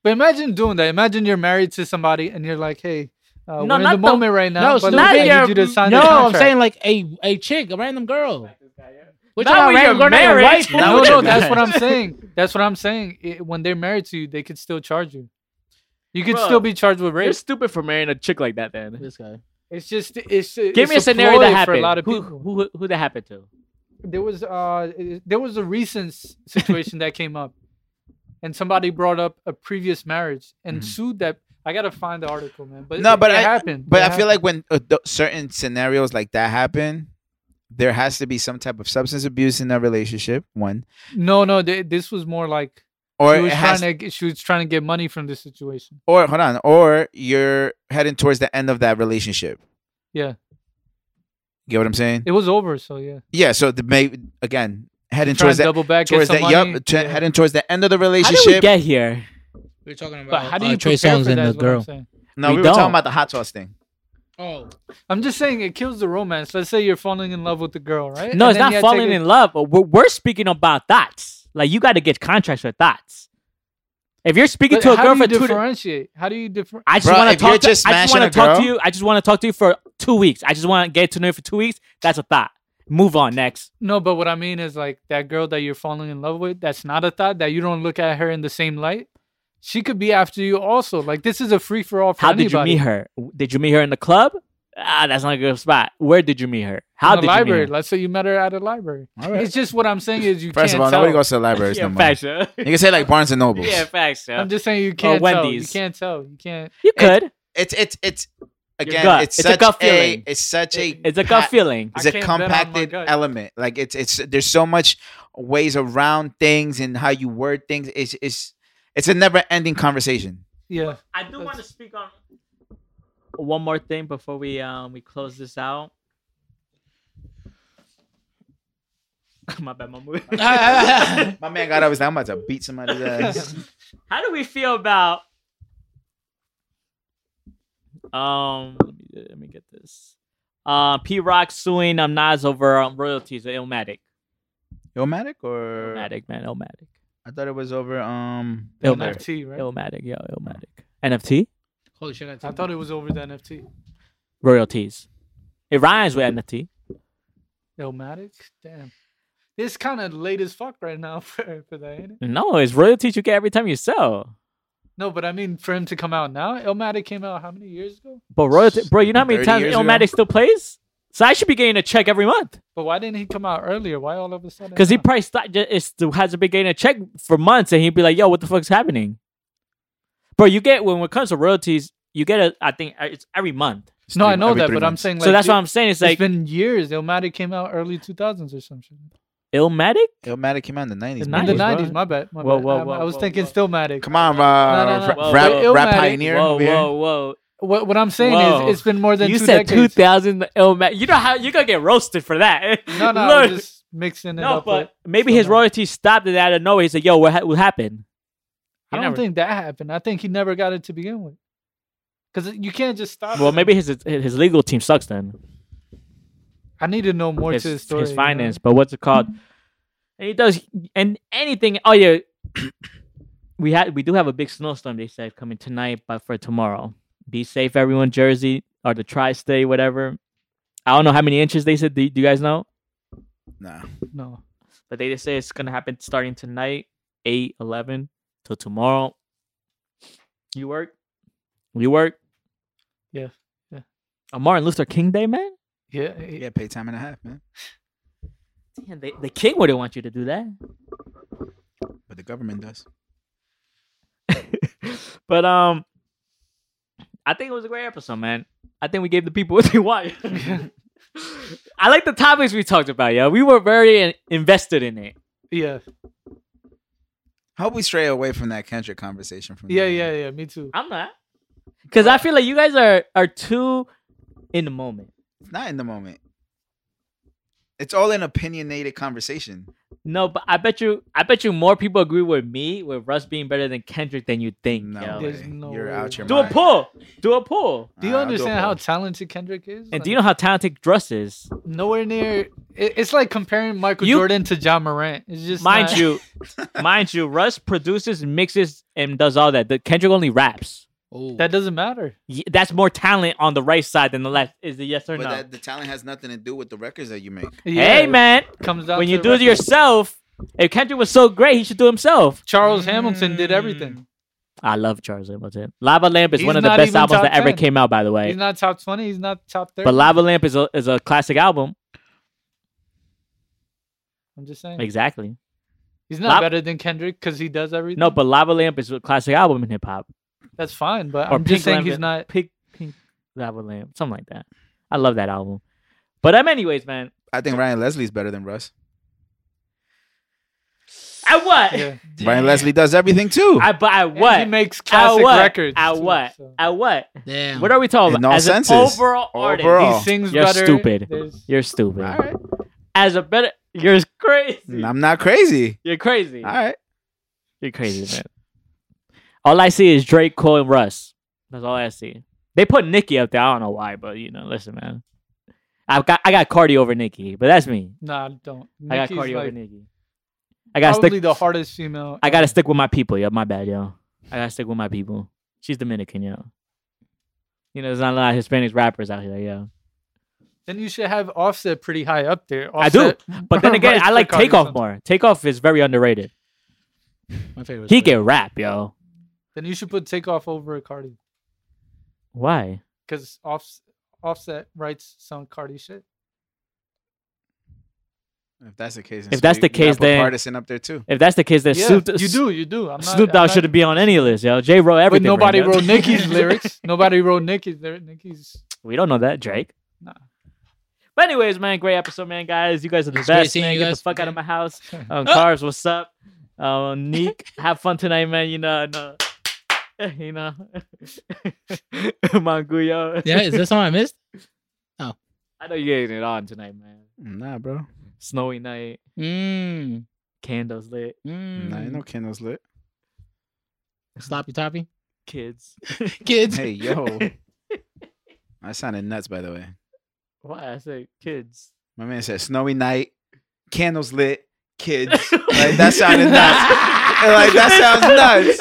[SPEAKER 3] But imagine doing that. Imagine you're married to somebody and you're like, hey, uh,
[SPEAKER 4] No,
[SPEAKER 3] we're in
[SPEAKER 4] not
[SPEAKER 3] the
[SPEAKER 4] the-
[SPEAKER 3] moment right now.
[SPEAKER 2] No,
[SPEAKER 3] but
[SPEAKER 2] not
[SPEAKER 3] look, I
[SPEAKER 2] your-
[SPEAKER 3] need you to sign
[SPEAKER 2] no,
[SPEAKER 3] the
[SPEAKER 2] I'm
[SPEAKER 3] contract.
[SPEAKER 2] saying like a a chick, a random girl. Which
[SPEAKER 4] Not when you're married. Not
[SPEAKER 3] no,
[SPEAKER 4] with
[SPEAKER 3] no,
[SPEAKER 4] that
[SPEAKER 3] that's what <laughs>
[SPEAKER 4] guy.
[SPEAKER 3] I'm saying. That's what I'm saying. It- when they're married to you, they could still charge you. You could
[SPEAKER 4] Bruh,
[SPEAKER 3] still be charged with rape.
[SPEAKER 4] You're stupid for marrying a chick like that. Then
[SPEAKER 2] This guy.
[SPEAKER 3] It's just, it's.
[SPEAKER 4] Give me a scenario that happened.
[SPEAKER 3] for a lot of
[SPEAKER 4] who,
[SPEAKER 3] people.
[SPEAKER 4] who who that happened to?
[SPEAKER 3] There was, uh, i- there was a recent s- situation that came up, and somebody brought up a previous marriage and
[SPEAKER 5] Mhm.
[SPEAKER 3] sued that. I gotta find the article, man. But
[SPEAKER 5] No,
[SPEAKER 3] it-
[SPEAKER 5] but
[SPEAKER 3] it
[SPEAKER 5] I-
[SPEAKER 3] happened.
[SPEAKER 5] But
[SPEAKER 3] It
[SPEAKER 5] I feel
[SPEAKER 3] happened.
[SPEAKER 5] like when uh, th- certain scenarios like that happen, there has to be some type of substance abuse in that relationship. One,
[SPEAKER 3] no, no. th- this was more like
[SPEAKER 5] or
[SPEAKER 3] she
[SPEAKER 5] it
[SPEAKER 3] was
[SPEAKER 5] has,
[SPEAKER 3] trying to, g- she was trying to get money from this situation.
[SPEAKER 5] or hold on, or you're heading towards the end of that relationship.
[SPEAKER 3] Yeah.
[SPEAKER 5] get what I'm saying?
[SPEAKER 3] It was over, so yeah.
[SPEAKER 5] yeah. So the may again heading
[SPEAKER 3] Trying
[SPEAKER 5] towards
[SPEAKER 3] to
[SPEAKER 5] that
[SPEAKER 3] double back, get
[SPEAKER 5] towards
[SPEAKER 3] some
[SPEAKER 5] that
[SPEAKER 3] money.
[SPEAKER 5] yep, t-
[SPEAKER 3] yeah.
[SPEAKER 5] heading towards the end of the
[SPEAKER 4] How did we
[SPEAKER 5] relationship.
[SPEAKER 4] get here?
[SPEAKER 2] We were talking about.
[SPEAKER 3] But how do
[SPEAKER 2] uh,
[SPEAKER 3] you
[SPEAKER 2] Trey
[SPEAKER 3] prepare
[SPEAKER 2] Songz
[SPEAKER 3] for that?
[SPEAKER 2] and the
[SPEAKER 3] is what I'm
[SPEAKER 2] girl?
[SPEAKER 3] saying.
[SPEAKER 5] no,
[SPEAKER 4] We
[SPEAKER 5] we, were talking
[SPEAKER 4] don't.
[SPEAKER 5] about the hot sauce thing.
[SPEAKER 2] Oh,
[SPEAKER 3] I'm just saying it kills the romance. Let's say you're falling in love with the girl, right?
[SPEAKER 4] No,
[SPEAKER 3] And
[SPEAKER 4] it's
[SPEAKER 3] then
[SPEAKER 4] not
[SPEAKER 3] you
[SPEAKER 4] falling
[SPEAKER 3] take
[SPEAKER 4] in love. But we're, we're speaking about thoughts. Like you got to get contracts with thoughts. If you're speaking
[SPEAKER 3] But
[SPEAKER 4] to a
[SPEAKER 3] how
[SPEAKER 4] girl
[SPEAKER 3] do you
[SPEAKER 4] for two, to,
[SPEAKER 3] differentiate? How do you differ?
[SPEAKER 4] I just
[SPEAKER 5] Bro,
[SPEAKER 4] want to
[SPEAKER 5] if you're
[SPEAKER 4] talk. To,
[SPEAKER 5] just
[SPEAKER 4] I just
[SPEAKER 5] smashing
[SPEAKER 4] want
[SPEAKER 5] a
[SPEAKER 4] to talk to
[SPEAKER 5] girl-
[SPEAKER 4] you. I just want to talk to you for two weeks. I just want to get to know you for two weeks. That's a thought. Move on next.
[SPEAKER 3] No, but what I mean is like that girl that you're falling in love with. That's not a thought that you don't look at her in the same light. She could be after you also. Like this is a free for all. for
[SPEAKER 4] How did you
[SPEAKER 3] anybody.
[SPEAKER 4] meet her? W- Did you meet her in the club? Ah, that's not a good spot. Where did you meet her? How
[SPEAKER 3] In the
[SPEAKER 4] did
[SPEAKER 3] library.
[SPEAKER 4] you meet her?
[SPEAKER 3] Let's say you met her at a library.
[SPEAKER 5] All right.
[SPEAKER 3] It's just what I'm saying is you
[SPEAKER 5] First of
[SPEAKER 3] can't
[SPEAKER 5] all,
[SPEAKER 3] tell.
[SPEAKER 5] nobody goes to the libraries no
[SPEAKER 4] yeah,
[SPEAKER 5] more.
[SPEAKER 4] facts. Yeah, <laughs>
[SPEAKER 5] You can say like Barnes and Nobles.
[SPEAKER 4] yeah facts. Yeah.
[SPEAKER 3] I'm just saying you can't tell. You
[SPEAKER 4] Wendy's.
[SPEAKER 3] can't tell. You can't.
[SPEAKER 4] you could.
[SPEAKER 5] it's it's it's again
[SPEAKER 4] gut.
[SPEAKER 5] it's
[SPEAKER 4] It's a
[SPEAKER 5] such
[SPEAKER 4] gut
[SPEAKER 5] a
[SPEAKER 4] feeling.
[SPEAKER 5] it's such a
[SPEAKER 4] It's a gut
[SPEAKER 5] pa-
[SPEAKER 4] feeling.
[SPEAKER 3] I
[SPEAKER 5] it's a
[SPEAKER 3] can't bet on my
[SPEAKER 5] compacted
[SPEAKER 3] gut.
[SPEAKER 5] element like it's it's there's so much ways around things and how you word things it's it's it's a never ending conversation
[SPEAKER 3] Yeah.
[SPEAKER 4] I do want to speak on one more thing before we um we close this out. <laughs> My bad, my <laughs> movie.
[SPEAKER 5] My man got up. He's like, I'm about to beat somebody's
[SPEAKER 3] <laughs>
[SPEAKER 5] ass.
[SPEAKER 4] How do we feel about um? Let me get this. Uh, P Rock suing um Nas over um, royalties of Illmatic.
[SPEAKER 5] Illmatic or
[SPEAKER 4] Illmatic, man, Illmatic.
[SPEAKER 5] I thought it was over. Um,
[SPEAKER 4] Illmatic.
[SPEAKER 3] NFT, right?
[SPEAKER 4] Illmatic, yeah, Illmatic. NFT
[SPEAKER 2] Holy shit! gotta
[SPEAKER 3] I
[SPEAKER 2] take
[SPEAKER 3] thought it was over the NFT.
[SPEAKER 4] royalties. It rhymes with NFT.
[SPEAKER 3] Illmatic? Damn. It's kind of late as fuck right now <laughs> for, for that, ain't it?
[SPEAKER 4] No, it's royalties you get every time you sell.
[SPEAKER 3] No, but I mean, for him to come out now, Illmatic came out how many years ago?
[SPEAKER 4] But royalty, bro, you know how many
[SPEAKER 5] 30
[SPEAKER 4] times
[SPEAKER 5] years ago.
[SPEAKER 4] Illmatic still plays? So I should be getting a check every month
[SPEAKER 3] But why didn't he come out earlier? Why all of a sudden?
[SPEAKER 4] because he
[SPEAKER 3] now?
[SPEAKER 4] probably st- it's, hasn't been getting a check for months, and he'd be like, "Yo, what the fuck's happening?" Bro, you get when it comes to royalties, you get a I think uh, it's every month.
[SPEAKER 5] it's
[SPEAKER 3] No,
[SPEAKER 5] three-
[SPEAKER 3] I know
[SPEAKER 5] every
[SPEAKER 3] that,
[SPEAKER 5] three
[SPEAKER 3] but I'm
[SPEAKER 5] months.
[SPEAKER 3] saying like
[SPEAKER 4] so that's
[SPEAKER 3] it,
[SPEAKER 4] what I'm saying. It's like
[SPEAKER 3] it's been years. Illmatic came out early 2000s or something.
[SPEAKER 4] Illmatic.
[SPEAKER 5] Illmatic came out in the nineties.
[SPEAKER 4] The
[SPEAKER 3] In the
[SPEAKER 4] 90s, bro.
[SPEAKER 3] 90s, my bad. My
[SPEAKER 4] Whoa,
[SPEAKER 3] bad.
[SPEAKER 4] whoa,
[SPEAKER 3] I- I
[SPEAKER 4] whoa,
[SPEAKER 3] was
[SPEAKER 4] whow,
[SPEAKER 3] thinking
[SPEAKER 4] whoa.
[SPEAKER 3] Stillmatic.
[SPEAKER 5] Come on, uh,
[SPEAKER 3] No, no, no.
[SPEAKER 5] rap,
[SPEAKER 4] Whoa,
[SPEAKER 5] rap,
[SPEAKER 3] whoa.
[SPEAKER 5] rap
[SPEAKER 3] Illmatic.
[SPEAKER 5] pioneer.
[SPEAKER 4] Whoa,
[SPEAKER 5] over here.
[SPEAKER 4] whoa, whoa!
[SPEAKER 3] What, what I'm saying
[SPEAKER 4] Whoa.
[SPEAKER 3] is, it's been more than
[SPEAKER 4] You
[SPEAKER 3] two
[SPEAKER 4] said two
[SPEAKER 3] decades.
[SPEAKER 4] thousand Illmatic. You know how you're gonna get roasted for that. <laughs>
[SPEAKER 3] No, no,
[SPEAKER 4] Look.
[SPEAKER 3] I'm just mixing it
[SPEAKER 4] no,
[SPEAKER 3] up.
[SPEAKER 4] but
[SPEAKER 3] with-
[SPEAKER 4] maybe
[SPEAKER 3] so
[SPEAKER 4] his
[SPEAKER 3] no.
[SPEAKER 4] royalties stopped and out of nowhere. He said, "Yo, what, ha- what happened?"
[SPEAKER 3] I
[SPEAKER 4] He
[SPEAKER 3] don't
[SPEAKER 4] never-
[SPEAKER 3] think that happened. I think he never got it to begin with. Because you can't just stop.
[SPEAKER 4] Well,
[SPEAKER 3] it.
[SPEAKER 4] maybe his his legal team sucks then.
[SPEAKER 3] I need to know more
[SPEAKER 4] his,
[SPEAKER 3] to the story.
[SPEAKER 4] his
[SPEAKER 3] you know?
[SPEAKER 4] finance, but what's it called? And he does and anything. Oh yeah, <coughs> we had we do have a big snowstorm. They said coming tonight, but for tomorrow. Be safe, everyone. Jersey or the tri-state, whatever. I don't know how many inches they said. Do, do you guys know?
[SPEAKER 5] Nah.
[SPEAKER 3] No,
[SPEAKER 4] But they just say it's gonna happen starting tonight, 8, 11, till tomorrow. You work. You work.
[SPEAKER 3] Yeah, yeah.
[SPEAKER 4] A Martin Luther King Day, man.
[SPEAKER 3] yeah,
[SPEAKER 5] You
[SPEAKER 3] yeah.
[SPEAKER 5] get paid time and a half, man.
[SPEAKER 4] Damn, they, the king wouldn't want you to do that.
[SPEAKER 5] But the government does.
[SPEAKER 4] but um, I think it was a great episode, man. I think we gave the people what they want. I like the topics we talked about, yo. We were very in- invested in it.
[SPEAKER 3] yeah,
[SPEAKER 5] Hope we stray away from that Kendrick conversation. From
[SPEAKER 3] yeah,
[SPEAKER 5] now on.
[SPEAKER 3] yeah, yeah. Me too.
[SPEAKER 4] I'm not, because I feel like you guys are are too in the moment.
[SPEAKER 5] It's not in the moment. It's all an opinionated conversation.
[SPEAKER 4] No, but I bet you, I bet you more people agree with me with Russ being better than Kendrick than you think.
[SPEAKER 5] No,
[SPEAKER 4] yo.
[SPEAKER 3] There's
[SPEAKER 5] way.
[SPEAKER 3] no
[SPEAKER 5] you're
[SPEAKER 3] way.
[SPEAKER 5] out your
[SPEAKER 4] Do a
[SPEAKER 5] mind.
[SPEAKER 4] poll, do a poll,
[SPEAKER 3] Do you
[SPEAKER 5] I'll
[SPEAKER 3] understand
[SPEAKER 5] a
[SPEAKER 3] how
[SPEAKER 5] poll.
[SPEAKER 3] talented Kendrick is?
[SPEAKER 4] and do you know how talented Russ is?
[SPEAKER 3] nowhere near? It, it's like comparing Michael
[SPEAKER 4] You-
[SPEAKER 3] Jordan to John Morant. It's just
[SPEAKER 4] mind
[SPEAKER 3] not- <laughs>
[SPEAKER 4] you, mind you, Russ produces, mixes, and does all that. The Kendrick only raps.
[SPEAKER 2] Oh,
[SPEAKER 3] that doesn't matter.
[SPEAKER 4] Y- That's more talent on the right side than the left. Is the yes or
[SPEAKER 5] But
[SPEAKER 4] no?
[SPEAKER 5] that, the talent has nothing to do with the records that you make.
[SPEAKER 3] Yeah,
[SPEAKER 4] hey
[SPEAKER 3] it
[SPEAKER 4] man,
[SPEAKER 3] comes down
[SPEAKER 4] when
[SPEAKER 3] to
[SPEAKER 4] you
[SPEAKER 3] the
[SPEAKER 4] do it
[SPEAKER 3] record.
[SPEAKER 4] yourself, if Kendrick was so great, he should do himself.
[SPEAKER 3] Charles Hamilton did everything.
[SPEAKER 4] I love Charles Hamilton. Lava Lamp is
[SPEAKER 3] He's
[SPEAKER 4] one of the
[SPEAKER 3] not
[SPEAKER 4] best
[SPEAKER 3] even
[SPEAKER 4] albums
[SPEAKER 3] top
[SPEAKER 4] that ever
[SPEAKER 3] 10.
[SPEAKER 4] came out, by the way.
[SPEAKER 3] He's not top twenty. He's not top thirty.
[SPEAKER 4] but Lava Lamp is a is a classic album.
[SPEAKER 3] I'm just saying
[SPEAKER 4] Exactly.
[SPEAKER 3] he's not
[SPEAKER 4] Lab-
[SPEAKER 3] better than Kendrick because he does everything.
[SPEAKER 4] No, but Lava Lamp is a classic album in hip hop.
[SPEAKER 3] that's fine. But
[SPEAKER 4] or
[SPEAKER 3] I'm
[SPEAKER 4] Pink
[SPEAKER 3] just saying he's
[SPEAKER 4] Lemon.
[SPEAKER 3] not.
[SPEAKER 4] Pink Pink Lava Lamp, something like that. I love that album. But um, anyways, man.
[SPEAKER 5] I think Ryan Leslie's better than Russ.
[SPEAKER 4] At what? <laughs>
[SPEAKER 3] Yeah.
[SPEAKER 5] Ryan Leslie does everything too.
[SPEAKER 4] I but at
[SPEAKER 3] And
[SPEAKER 4] what?
[SPEAKER 3] he makes
[SPEAKER 4] at
[SPEAKER 3] classic
[SPEAKER 4] what?
[SPEAKER 3] records.
[SPEAKER 4] At
[SPEAKER 3] too,
[SPEAKER 4] what?
[SPEAKER 3] so.
[SPEAKER 4] At what?
[SPEAKER 2] damn.
[SPEAKER 4] What are we talking
[SPEAKER 5] In
[SPEAKER 4] about?
[SPEAKER 5] all
[SPEAKER 4] As an
[SPEAKER 5] senses.
[SPEAKER 4] overall,
[SPEAKER 5] Overall.
[SPEAKER 4] artist,
[SPEAKER 3] He sings
[SPEAKER 4] You're
[SPEAKER 3] better.
[SPEAKER 4] stupid.
[SPEAKER 3] There's-
[SPEAKER 4] you're stupid.
[SPEAKER 5] all right.
[SPEAKER 4] As a better, you're crazy.
[SPEAKER 5] I'm not crazy.
[SPEAKER 4] You're crazy.
[SPEAKER 5] All right.
[SPEAKER 4] You're crazy, man. All I see is Drake, Cole, and Russ. That's all I see. They put Nicki up there. I don't know why, but you know, listen, man. I've got I got Cardi over Nicki, but that's me.
[SPEAKER 3] Nah, don't.
[SPEAKER 4] I got
[SPEAKER 3] Nicki's
[SPEAKER 4] Cardi over
[SPEAKER 3] like
[SPEAKER 4] Nicki. I got
[SPEAKER 3] probably
[SPEAKER 4] stick.
[SPEAKER 3] the hardest female.
[SPEAKER 4] I gotta stick with my people, yo. My bad, yo. I gotta stick with my people. She's Dominican, yo. You know, there's not a lot of Hispanic rappers out here, yo.
[SPEAKER 3] Then you should have Offset pretty high up there.
[SPEAKER 4] I do,
[SPEAKER 3] Offset,
[SPEAKER 4] But
[SPEAKER 3] <laughs>
[SPEAKER 4] then again,
[SPEAKER 3] writes
[SPEAKER 4] I
[SPEAKER 3] for
[SPEAKER 4] like
[SPEAKER 3] Cardi
[SPEAKER 4] Takeoff
[SPEAKER 3] sometimes.
[SPEAKER 4] more. Takeoff is very underrated.
[SPEAKER 2] My favorite.
[SPEAKER 4] He can rap, yo.
[SPEAKER 3] Then you should put Takeoff over Cardi
[SPEAKER 4] Why?
[SPEAKER 3] because Offs- Offset writes some Cardi shit.
[SPEAKER 5] If that's the case,
[SPEAKER 4] If that's the
[SPEAKER 5] you gotta
[SPEAKER 4] case,
[SPEAKER 5] put
[SPEAKER 4] then-
[SPEAKER 5] partisan up there too.
[SPEAKER 4] If that's the case, then
[SPEAKER 3] yeah,
[SPEAKER 4] Snoop,
[SPEAKER 3] you do, you do. I'm not,
[SPEAKER 4] Snoop
[SPEAKER 3] I'm
[SPEAKER 4] Dogg
[SPEAKER 3] not-
[SPEAKER 4] shouldn't be on any list, yo. J wrote
[SPEAKER 3] But
[SPEAKER 4] everything. for him,
[SPEAKER 3] nobody
[SPEAKER 4] yo. <laughs>
[SPEAKER 3] wrote Nicki's lyrics. Nobody wrote Nicki's lyrics. Nicki's.
[SPEAKER 4] We don't know that, Drake.
[SPEAKER 3] Nah.
[SPEAKER 4] But anyways, man, great episode, man, guys. You guys are the
[SPEAKER 2] It's great
[SPEAKER 4] best,
[SPEAKER 2] seeing
[SPEAKER 4] man.
[SPEAKER 2] you
[SPEAKER 4] Get
[SPEAKER 2] guys.
[SPEAKER 4] the fuck out of my
[SPEAKER 5] <laughs>
[SPEAKER 4] house.
[SPEAKER 5] Oh.
[SPEAKER 4] Um, Cars, what's up? Um, Neek, have fun tonight, man. You know, <laughs> and, uh, you know, <laughs> Manguyo.
[SPEAKER 2] Yeah, is this something I missed?
[SPEAKER 4] I know you're getting it on tonight, man.
[SPEAKER 5] Nah, bro.
[SPEAKER 4] Snowy night,
[SPEAKER 2] Mmm.
[SPEAKER 4] candles lit,
[SPEAKER 2] Mm.
[SPEAKER 5] Nah, ain't
[SPEAKER 4] Hmm.
[SPEAKER 5] no
[SPEAKER 4] <laughs>
[SPEAKER 5] candles lit.
[SPEAKER 2] Sloppy toppy.
[SPEAKER 4] kids.
[SPEAKER 2] Kids.
[SPEAKER 4] <laughs>
[SPEAKER 5] Hey, yo. I sounded nuts, by the way.
[SPEAKER 4] Why I say kids?
[SPEAKER 5] My man said snowy night, candles lit,
[SPEAKER 4] <laughs>
[SPEAKER 5] kids. Like that sounded nuts. And, like that sounds nuts.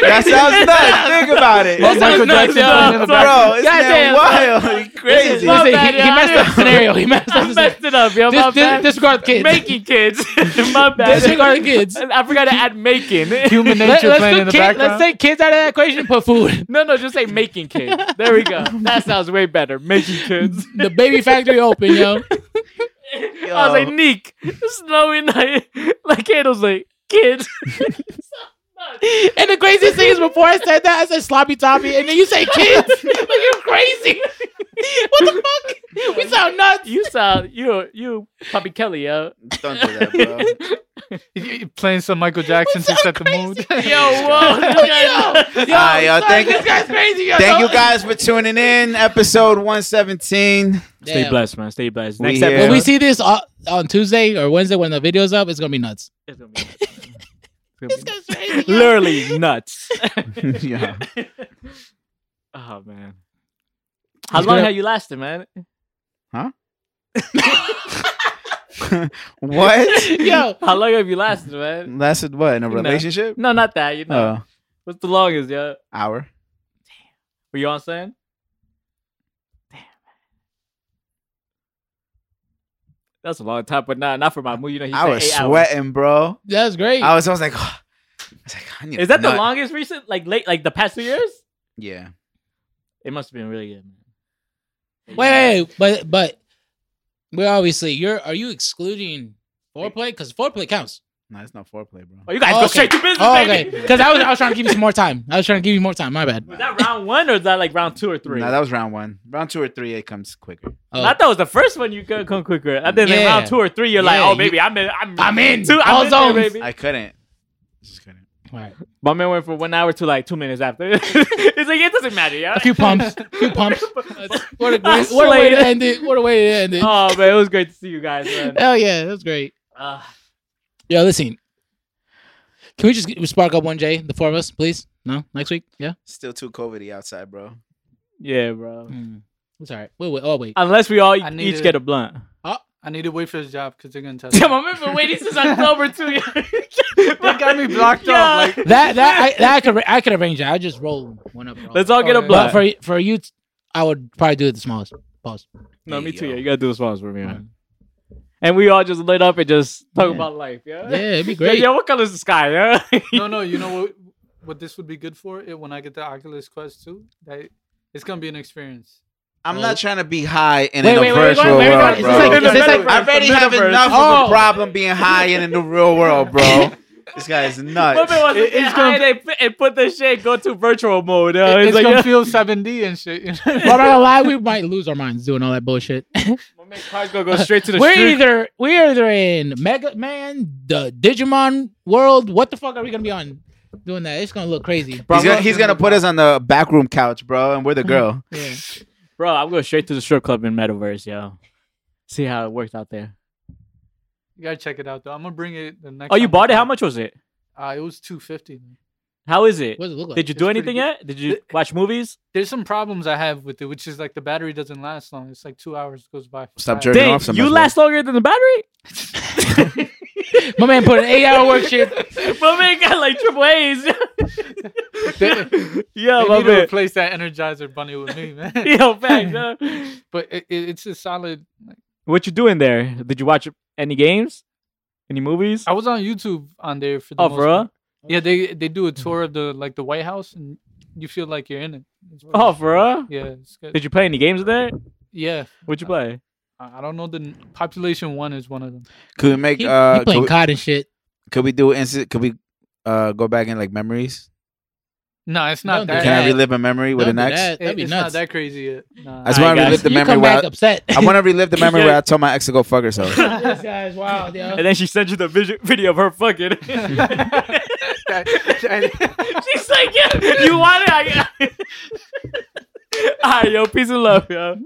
[SPEAKER 5] That sounds nuts. Think about it.
[SPEAKER 4] That sounds
[SPEAKER 3] Michael
[SPEAKER 4] nuts,
[SPEAKER 3] Jackson playing in
[SPEAKER 4] yo.
[SPEAKER 3] the
[SPEAKER 5] Bro, it's
[SPEAKER 4] Goddamn,
[SPEAKER 5] that wild. He
[SPEAKER 4] This is
[SPEAKER 5] crazy.
[SPEAKER 4] my
[SPEAKER 2] Listen,
[SPEAKER 4] bad,
[SPEAKER 2] he,
[SPEAKER 4] yo.
[SPEAKER 2] he messed up the scenario. He messed up
[SPEAKER 4] <laughs> I
[SPEAKER 2] the scenario.
[SPEAKER 4] messed it up, yo. my
[SPEAKER 2] Dis- dis-
[SPEAKER 4] bad.
[SPEAKER 2] disregard the kids.
[SPEAKER 4] Making kids. <laughs> my bad.
[SPEAKER 2] disregard the <laughs> kids.
[SPEAKER 4] I forgot to add <laughs> making.
[SPEAKER 3] Human
[SPEAKER 2] Let,
[SPEAKER 3] nature
[SPEAKER 2] us
[SPEAKER 3] playing in the background.
[SPEAKER 2] let's take kids out of that equation. Put food.
[SPEAKER 4] No, no, just say making kids. There we go. That sounds way better. Making kids.
[SPEAKER 2] The baby factory open, <laughs> yo.
[SPEAKER 4] I was like,
[SPEAKER 5] Yo.
[SPEAKER 4] Nick, snowy night. <laughs> Like Candles like, <laughs> kids.
[SPEAKER 2] And the craziest thing is, before I said that, I said sloppy toppy, and then you say kids. like you're
[SPEAKER 4] <laughs>
[SPEAKER 2] crazy. <laughs> what the fuck? We sound nuts.
[SPEAKER 4] you sound you you Poppy Kelly, yo.
[SPEAKER 5] Don't do that, bro.
[SPEAKER 3] You- you playing some Michael Jackson to set the mood.
[SPEAKER 4] <laughs> Yo, whoa.
[SPEAKER 2] yo, yo,
[SPEAKER 5] Alright, yo,
[SPEAKER 2] son,
[SPEAKER 5] thank-
[SPEAKER 2] this guy's crazy. Yo,
[SPEAKER 5] <laughs> Thank you
[SPEAKER 2] Don't-
[SPEAKER 5] guys for tuning in. Episode 117.
[SPEAKER 2] Damn.
[SPEAKER 4] man. Stay blessed.
[SPEAKER 5] We here.
[SPEAKER 2] When we see this uh, on Tuesday or Wednesday when the video's up, it's gonna be nuts.
[SPEAKER 4] It's gonna be nuts. It's gonna
[SPEAKER 2] This
[SPEAKER 4] be
[SPEAKER 2] guy's crazy. yo.
[SPEAKER 4] literally nuts. <laughs>
[SPEAKER 5] Yeah.
[SPEAKER 4] Oh man. How
[SPEAKER 2] He's
[SPEAKER 4] long
[SPEAKER 2] gonna-
[SPEAKER 4] have you lasted,
[SPEAKER 5] <laughs>
[SPEAKER 4] man?
[SPEAKER 5] <laughs> what?
[SPEAKER 2] Yo,
[SPEAKER 4] <laughs> How long have you lasted, man?
[SPEAKER 5] Lasted what? In a
[SPEAKER 4] No.
[SPEAKER 5] relationship?
[SPEAKER 4] No, not that. You know,
[SPEAKER 5] Oh,
[SPEAKER 4] what's the longest, yo?
[SPEAKER 5] hour.
[SPEAKER 4] Were you on saying? That's a long time, but not not for my mood. You know, he
[SPEAKER 5] I
[SPEAKER 4] said
[SPEAKER 5] was
[SPEAKER 4] eight hours.
[SPEAKER 5] sweating, bro.
[SPEAKER 2] that's great.
[SPEAKER 5] I was, I was like, <sighs> I was like, I need
[SPEAKER 4] Is that
[SPEAKER 5] a
[SPEAKER 4] the
[SPEAKER 5] nut.
[SPEAKER 4] longest recent, like late, like the past two years?
[SPEAKER 5] Yeah.
[SPEAKER 4] It must have been really good.
[SPEAKER 2] wait,
[SPEAKER 4] Man.
[SPEAKER 2] wait, wait, but but we're obviously you're. Are you excluding foreplay? Because foreplay counts.
[SPEAKER 5] No, it's not foreplay, bro.
[SPEAKER 4] Oh, you guys
[SPEAKER 2] Oh,
[SPEAKER 4] go
[SPEAKER 2] okay.
[SPEAKER 4] straight to business,
[SPEAKER 2] Oh, okay.
[SPEAKER 4] baby.
[SPEAKER 2] Because I was I was trying to give you some more time. I was trying to give you more time. My bad.
[SPEAKER 4] Was that round one or <laughs> is that like round two or three?
[SPEAKER 5] No, that was round one. Round two or three, it comes quicker.
[SPEAKER 2] Oh.
[SPEAKER 4] I thought it was the first one you could come quicker. And then in
[SPEAKER 2] Yeah.
[SPEAKER 4] round two or three, you're
[SPEAKER 2] Yeah,
[SPEAKER 4] like, oh,
[SPEAKER 2] you-
[SPEAKER 4] baby, I'm in. I'm,
[SPEAKER 2] I'm in.
[SPEAKER 4] Two, I'm
[SPEAKER 2] All
[SPEAKER 4] in there,
[SPEAKER 2] zones.
[SPEAKER 4] baby.
[SPEAKER 5] I couldn't. Just couldn't.
[SPEAKER 2] All right.
[SPEAKER 4] My man went from one hour to like two minutes after. <laughs> it's like, it doesn't matter, yeah.
[SPEAKER 2] A few
[SPEAKER 4] <laughs>
[SPEAKER 2] pumps. A few pumps. <laughs> What a,
[SPEAKER 4] I
[SPEAKER 2] great, what a way to
[SPEAKER 4] slayed it.
[SPEAKER 2] end it. What a way to end it.
[SPEAKER 4] Oh, man, it was great to see you
[SPEAKER 2] <laughs>
[SPEAKER 4] guys, man.
[SPEAKER 2] Hell yeah, that's great.
[SPEAKER 4] Uh,
[SPEAKER 2] Yo, listen. Can we just get, spark up one J, the four of us, please? No, next week. Yeah.
[SPEAKER 5] Still too COVIDy outside, bro.
[SPEAKER 4] yeah, bro.
[SPEAKER 2] Mm. It's all right. Wait, wait. Oh,
[SPEAKER 4] <laughs>
[SPEAKER 2] wait.
[SPEAKER 4] Unless we all e-
[SPEAKER 3] I need
[SPEAKER 4] each
[SPEAKER 3] to-
[SPEAKER 4] get a blunt.
[SPEAKER 2] <laughs>
[SPEAKER 3] I need to wait for his job because they're
[SPEAKER 4] <laughs>
[SPEAKER 3] gonna test.
[SPEAKER 4] Damn,
[SPEAKER 3] me.
[SPEAKER 4] I remember waiting since October too. <laughs> they
[SPEAKER 3] got me blocked off, like-
[SPEAKER 2] that that I, that I could ar- I could arrange that. I just roll one up. roll.
[SPEAKER 4] <laughs> Let's all get a
[SPEAKER 3] Okay.
[SPEAKER 2] But
[SPEAKER 4] blunt.
[SPEAKER 2] for for you, t- I would probably do it the smallest. Pause.
[SPEAKER 4] no, me
[SPEAKER 5] There you
[SPEAKER 4] too.
[SPEAKER 5] go.
[SPEAKER 4] Yeah, you gotta do a sponsor for me,
[SPEAKER 2] Right.
[SPEAKER 4] man. And we all just lit up and just talk
[SPEAKER 2] Yeah.
[SPEAKER 4] about life, yeah.
[SPEAKER 2] Yeah, it'd be
[SPEAKER 4] <laughs> Yo,
[SPEAKER 2] great.
[SPEAKER 4] yo, what color is the sky? Yeah. <laughs>
[SPEAKER 3] no, no. You know what? What this would be good for? It, when I get the Oculus Quest 2, that it's gonna be an experience.
[SPEAKER 5] I'm
[SPEAKER 2] Oh.
[SPEAKER 5] not trying to be high in
[SPEAKER 2] Wait,
[SPEAKER 5] a
[SPEAKER 2] wait, wait, wait,
[SPEAKER 5] virtual
[SPEAKER 2] wait, wait, is
[SPEAKER 5] world,
[SPEAKER 2] this
[SPEAKER 5] bro.
[SPEAKER 2] like-
[SPEAKER 3] is this like-
[SPEAKER 5] I already
[SPEAKER 4] the
[SPEAKER 5] have
[SPEAKER 4] metaverse?
[SPEAKER 5] enough of
[SPEAKER 2] Oh.
[SPEAKER 5] a problem being high in the real world, bro. this guy is nuts.
[SPEAKER 4] Women wants to
[SPEAKER 3] It-
[SPEAKER 4] get
[SPEAKER 3] it's gonna-
[SPEAKER 4] high, they put- and put the shit go to virtual mode. Uh,
[SPEAKER 3] It-
[SPEAKER 4] it's,
[SPEAKER 3] it's
[SPEAKER 4] like,
[SPEAKER 3] gonna
[SPEAKER 4] yeah.
[SPEAKER 3] feel 7D and shit. you
[SPEAKER 4] <laughs>
[SPEAKER 3] know?
[SPEAKER 2] Well, I'm not gonna lie, we might lose our minds doing all that bullshit. <laughs>
[SPEAKER 4] My man Card's
[SPEAKER 3] <laughs>
[SPEAKER 4] gonna go straight <laughs> to the
[SPEAKER 2] we're
[SPEAKER 4] street.
[SPEAKER 2] either we're either in Mega Man, the Digimon world. What the fuck are we gonna be on doing that? It's gonna look crazy.
[SPEAKER 5] He's gonna, he's gonna put us on the back room couch, bro, and we're the girl.
[SPEAKER 2] Yeah.
[SPEAKER 4] Bro, I'm going straight to the strip club in Metaverse, yo. See how it worked out there.
[SPEAKER 3] you gotta check it out though. I'm gonna bring it the next.
[SPEAKER 4] Oh, you
[SPEAKER 3] time.
[SPEAKER 4] bought it? How much was it?
[SPEAKER 3] Uh, it was 250.
[SPEAKER 4] How is it?
[SPEAKER 2] What does it look like?
[SPEAKER 4] Did you
[SPEAKER 3] It's
[SPEAKER 4] do
[SPEAKER 3] pretty
[SPEAKER 4] anything
[SPEAKER 3] good.
[SPEAKER 4] yet? Did you watch movies?
[SPEAKER 3] There's some problems I have with it, which is like the battery doesn't last long. It's like two hours goes by.
[SPEAKER 5] Stop
[SPEAKER 3] fast.
[SPEAKER 5] jerking. Turn it
[SPEAKER 4] Dang,
[SPEAKER 5] off so
[SPEAKER 4] you
[SPEAKER 5] much,
[SPEAKER 4] last longer than the battery?
[SPEAKER 3] <laughs>
[SPEAKER 2] My man put an eight-hour work shift.
[SPEAKER 4] <laughs> my man got like triple A's. <laughs> yeah,
[SPEAKER 3] They
[SPEAKER 4] my
[SPEAKER 3] need to
[SPEAKER 4] man.
[SPEAKER 3] replace that Energizer Bunny with me,
[SPEAKER 4] <laughs>
[SPEAKER 3] man.
[SPEAKER 4] Yo, facts, yo.
[SPEAKER 3] But it, it, it's a solid.
[SPEAKER 4] What you doing there? Did you watch any games? Any movies?
[SPEAKER 3] I was on YouTube on there for the
[SPEAKER 4] Oh,
[SPEAKER 3] most
[SPEAKER 4] for real? Hmm.
[SPEAKER 3] part. Yeah, they they do a tour of the like the White House, and you feel like you're in it. It's pretty-
[SPEAKER 4] Oh, for real?
[SPEAKER 3] yeah, it's good.
[SPEAKER 4] Did you play any games there?
[SPEAKER 3] yeah,
[SPEAKER 4] What'd you play?
[SPEAKER 3] I I don't know. The n- population one is one of them.
[SPEAKER 5] Could we make?
[SPEAKER 2] He,
[SPEAKER 5] Uh,
[SPEAKER 2] he
[SPEAKER 5] could,
[SPEAKER 2] playing
[SPEAKER 5] we,
[SPEAKER 2] COD and shit.
[SPEAKER 5] could we do instant? Could we uh, go back in like memories?
[SPEAKER 3] No, it's not
[SPEAKER 2] Don't do
[SPEAKER 3] that.
[SPEAKER 5] Can I
[SPEAKER 2] Yeah.
[SPEAKER 5] relive a memory with
[SPEAKER 2] Don't
[SPEAKER 5] an
[SPEAKER 2] do
[SPEAKER 5] ex?
[SPEAKER 2] that.
[SPEAKER 3] it-
[SPEAKER 2] That'd be
[SPEAKER 3] it's
[SPEAKER 2] nuts.
[SPEAKER 3] not that crazy yet.
[SPEAKER 4] Nah.
[SPEAKER 5] I just want to
[SPEAKER 4] Alright,
[SPEAKER 5] relive the
[SPEAKER 2] you
[SPEAKER 5] memory
[SPEAKER 2] come back
[SPEAKER 5] where I,
[SPEAKER 2] upset.
[SPEAKER 5] I want to relive the memory
[SPEAKER 4] Yeah.
[SPEAKER 5] where I told my ex to go fuck herself.
[SPEAKER 2] <laughs> this guy's wild, yo.
[SPEAKER 4] And then she sent you the visu- video of her fucking. She's like, yeah, <laughs> you want it? I- All right, yo, peace and love, yo.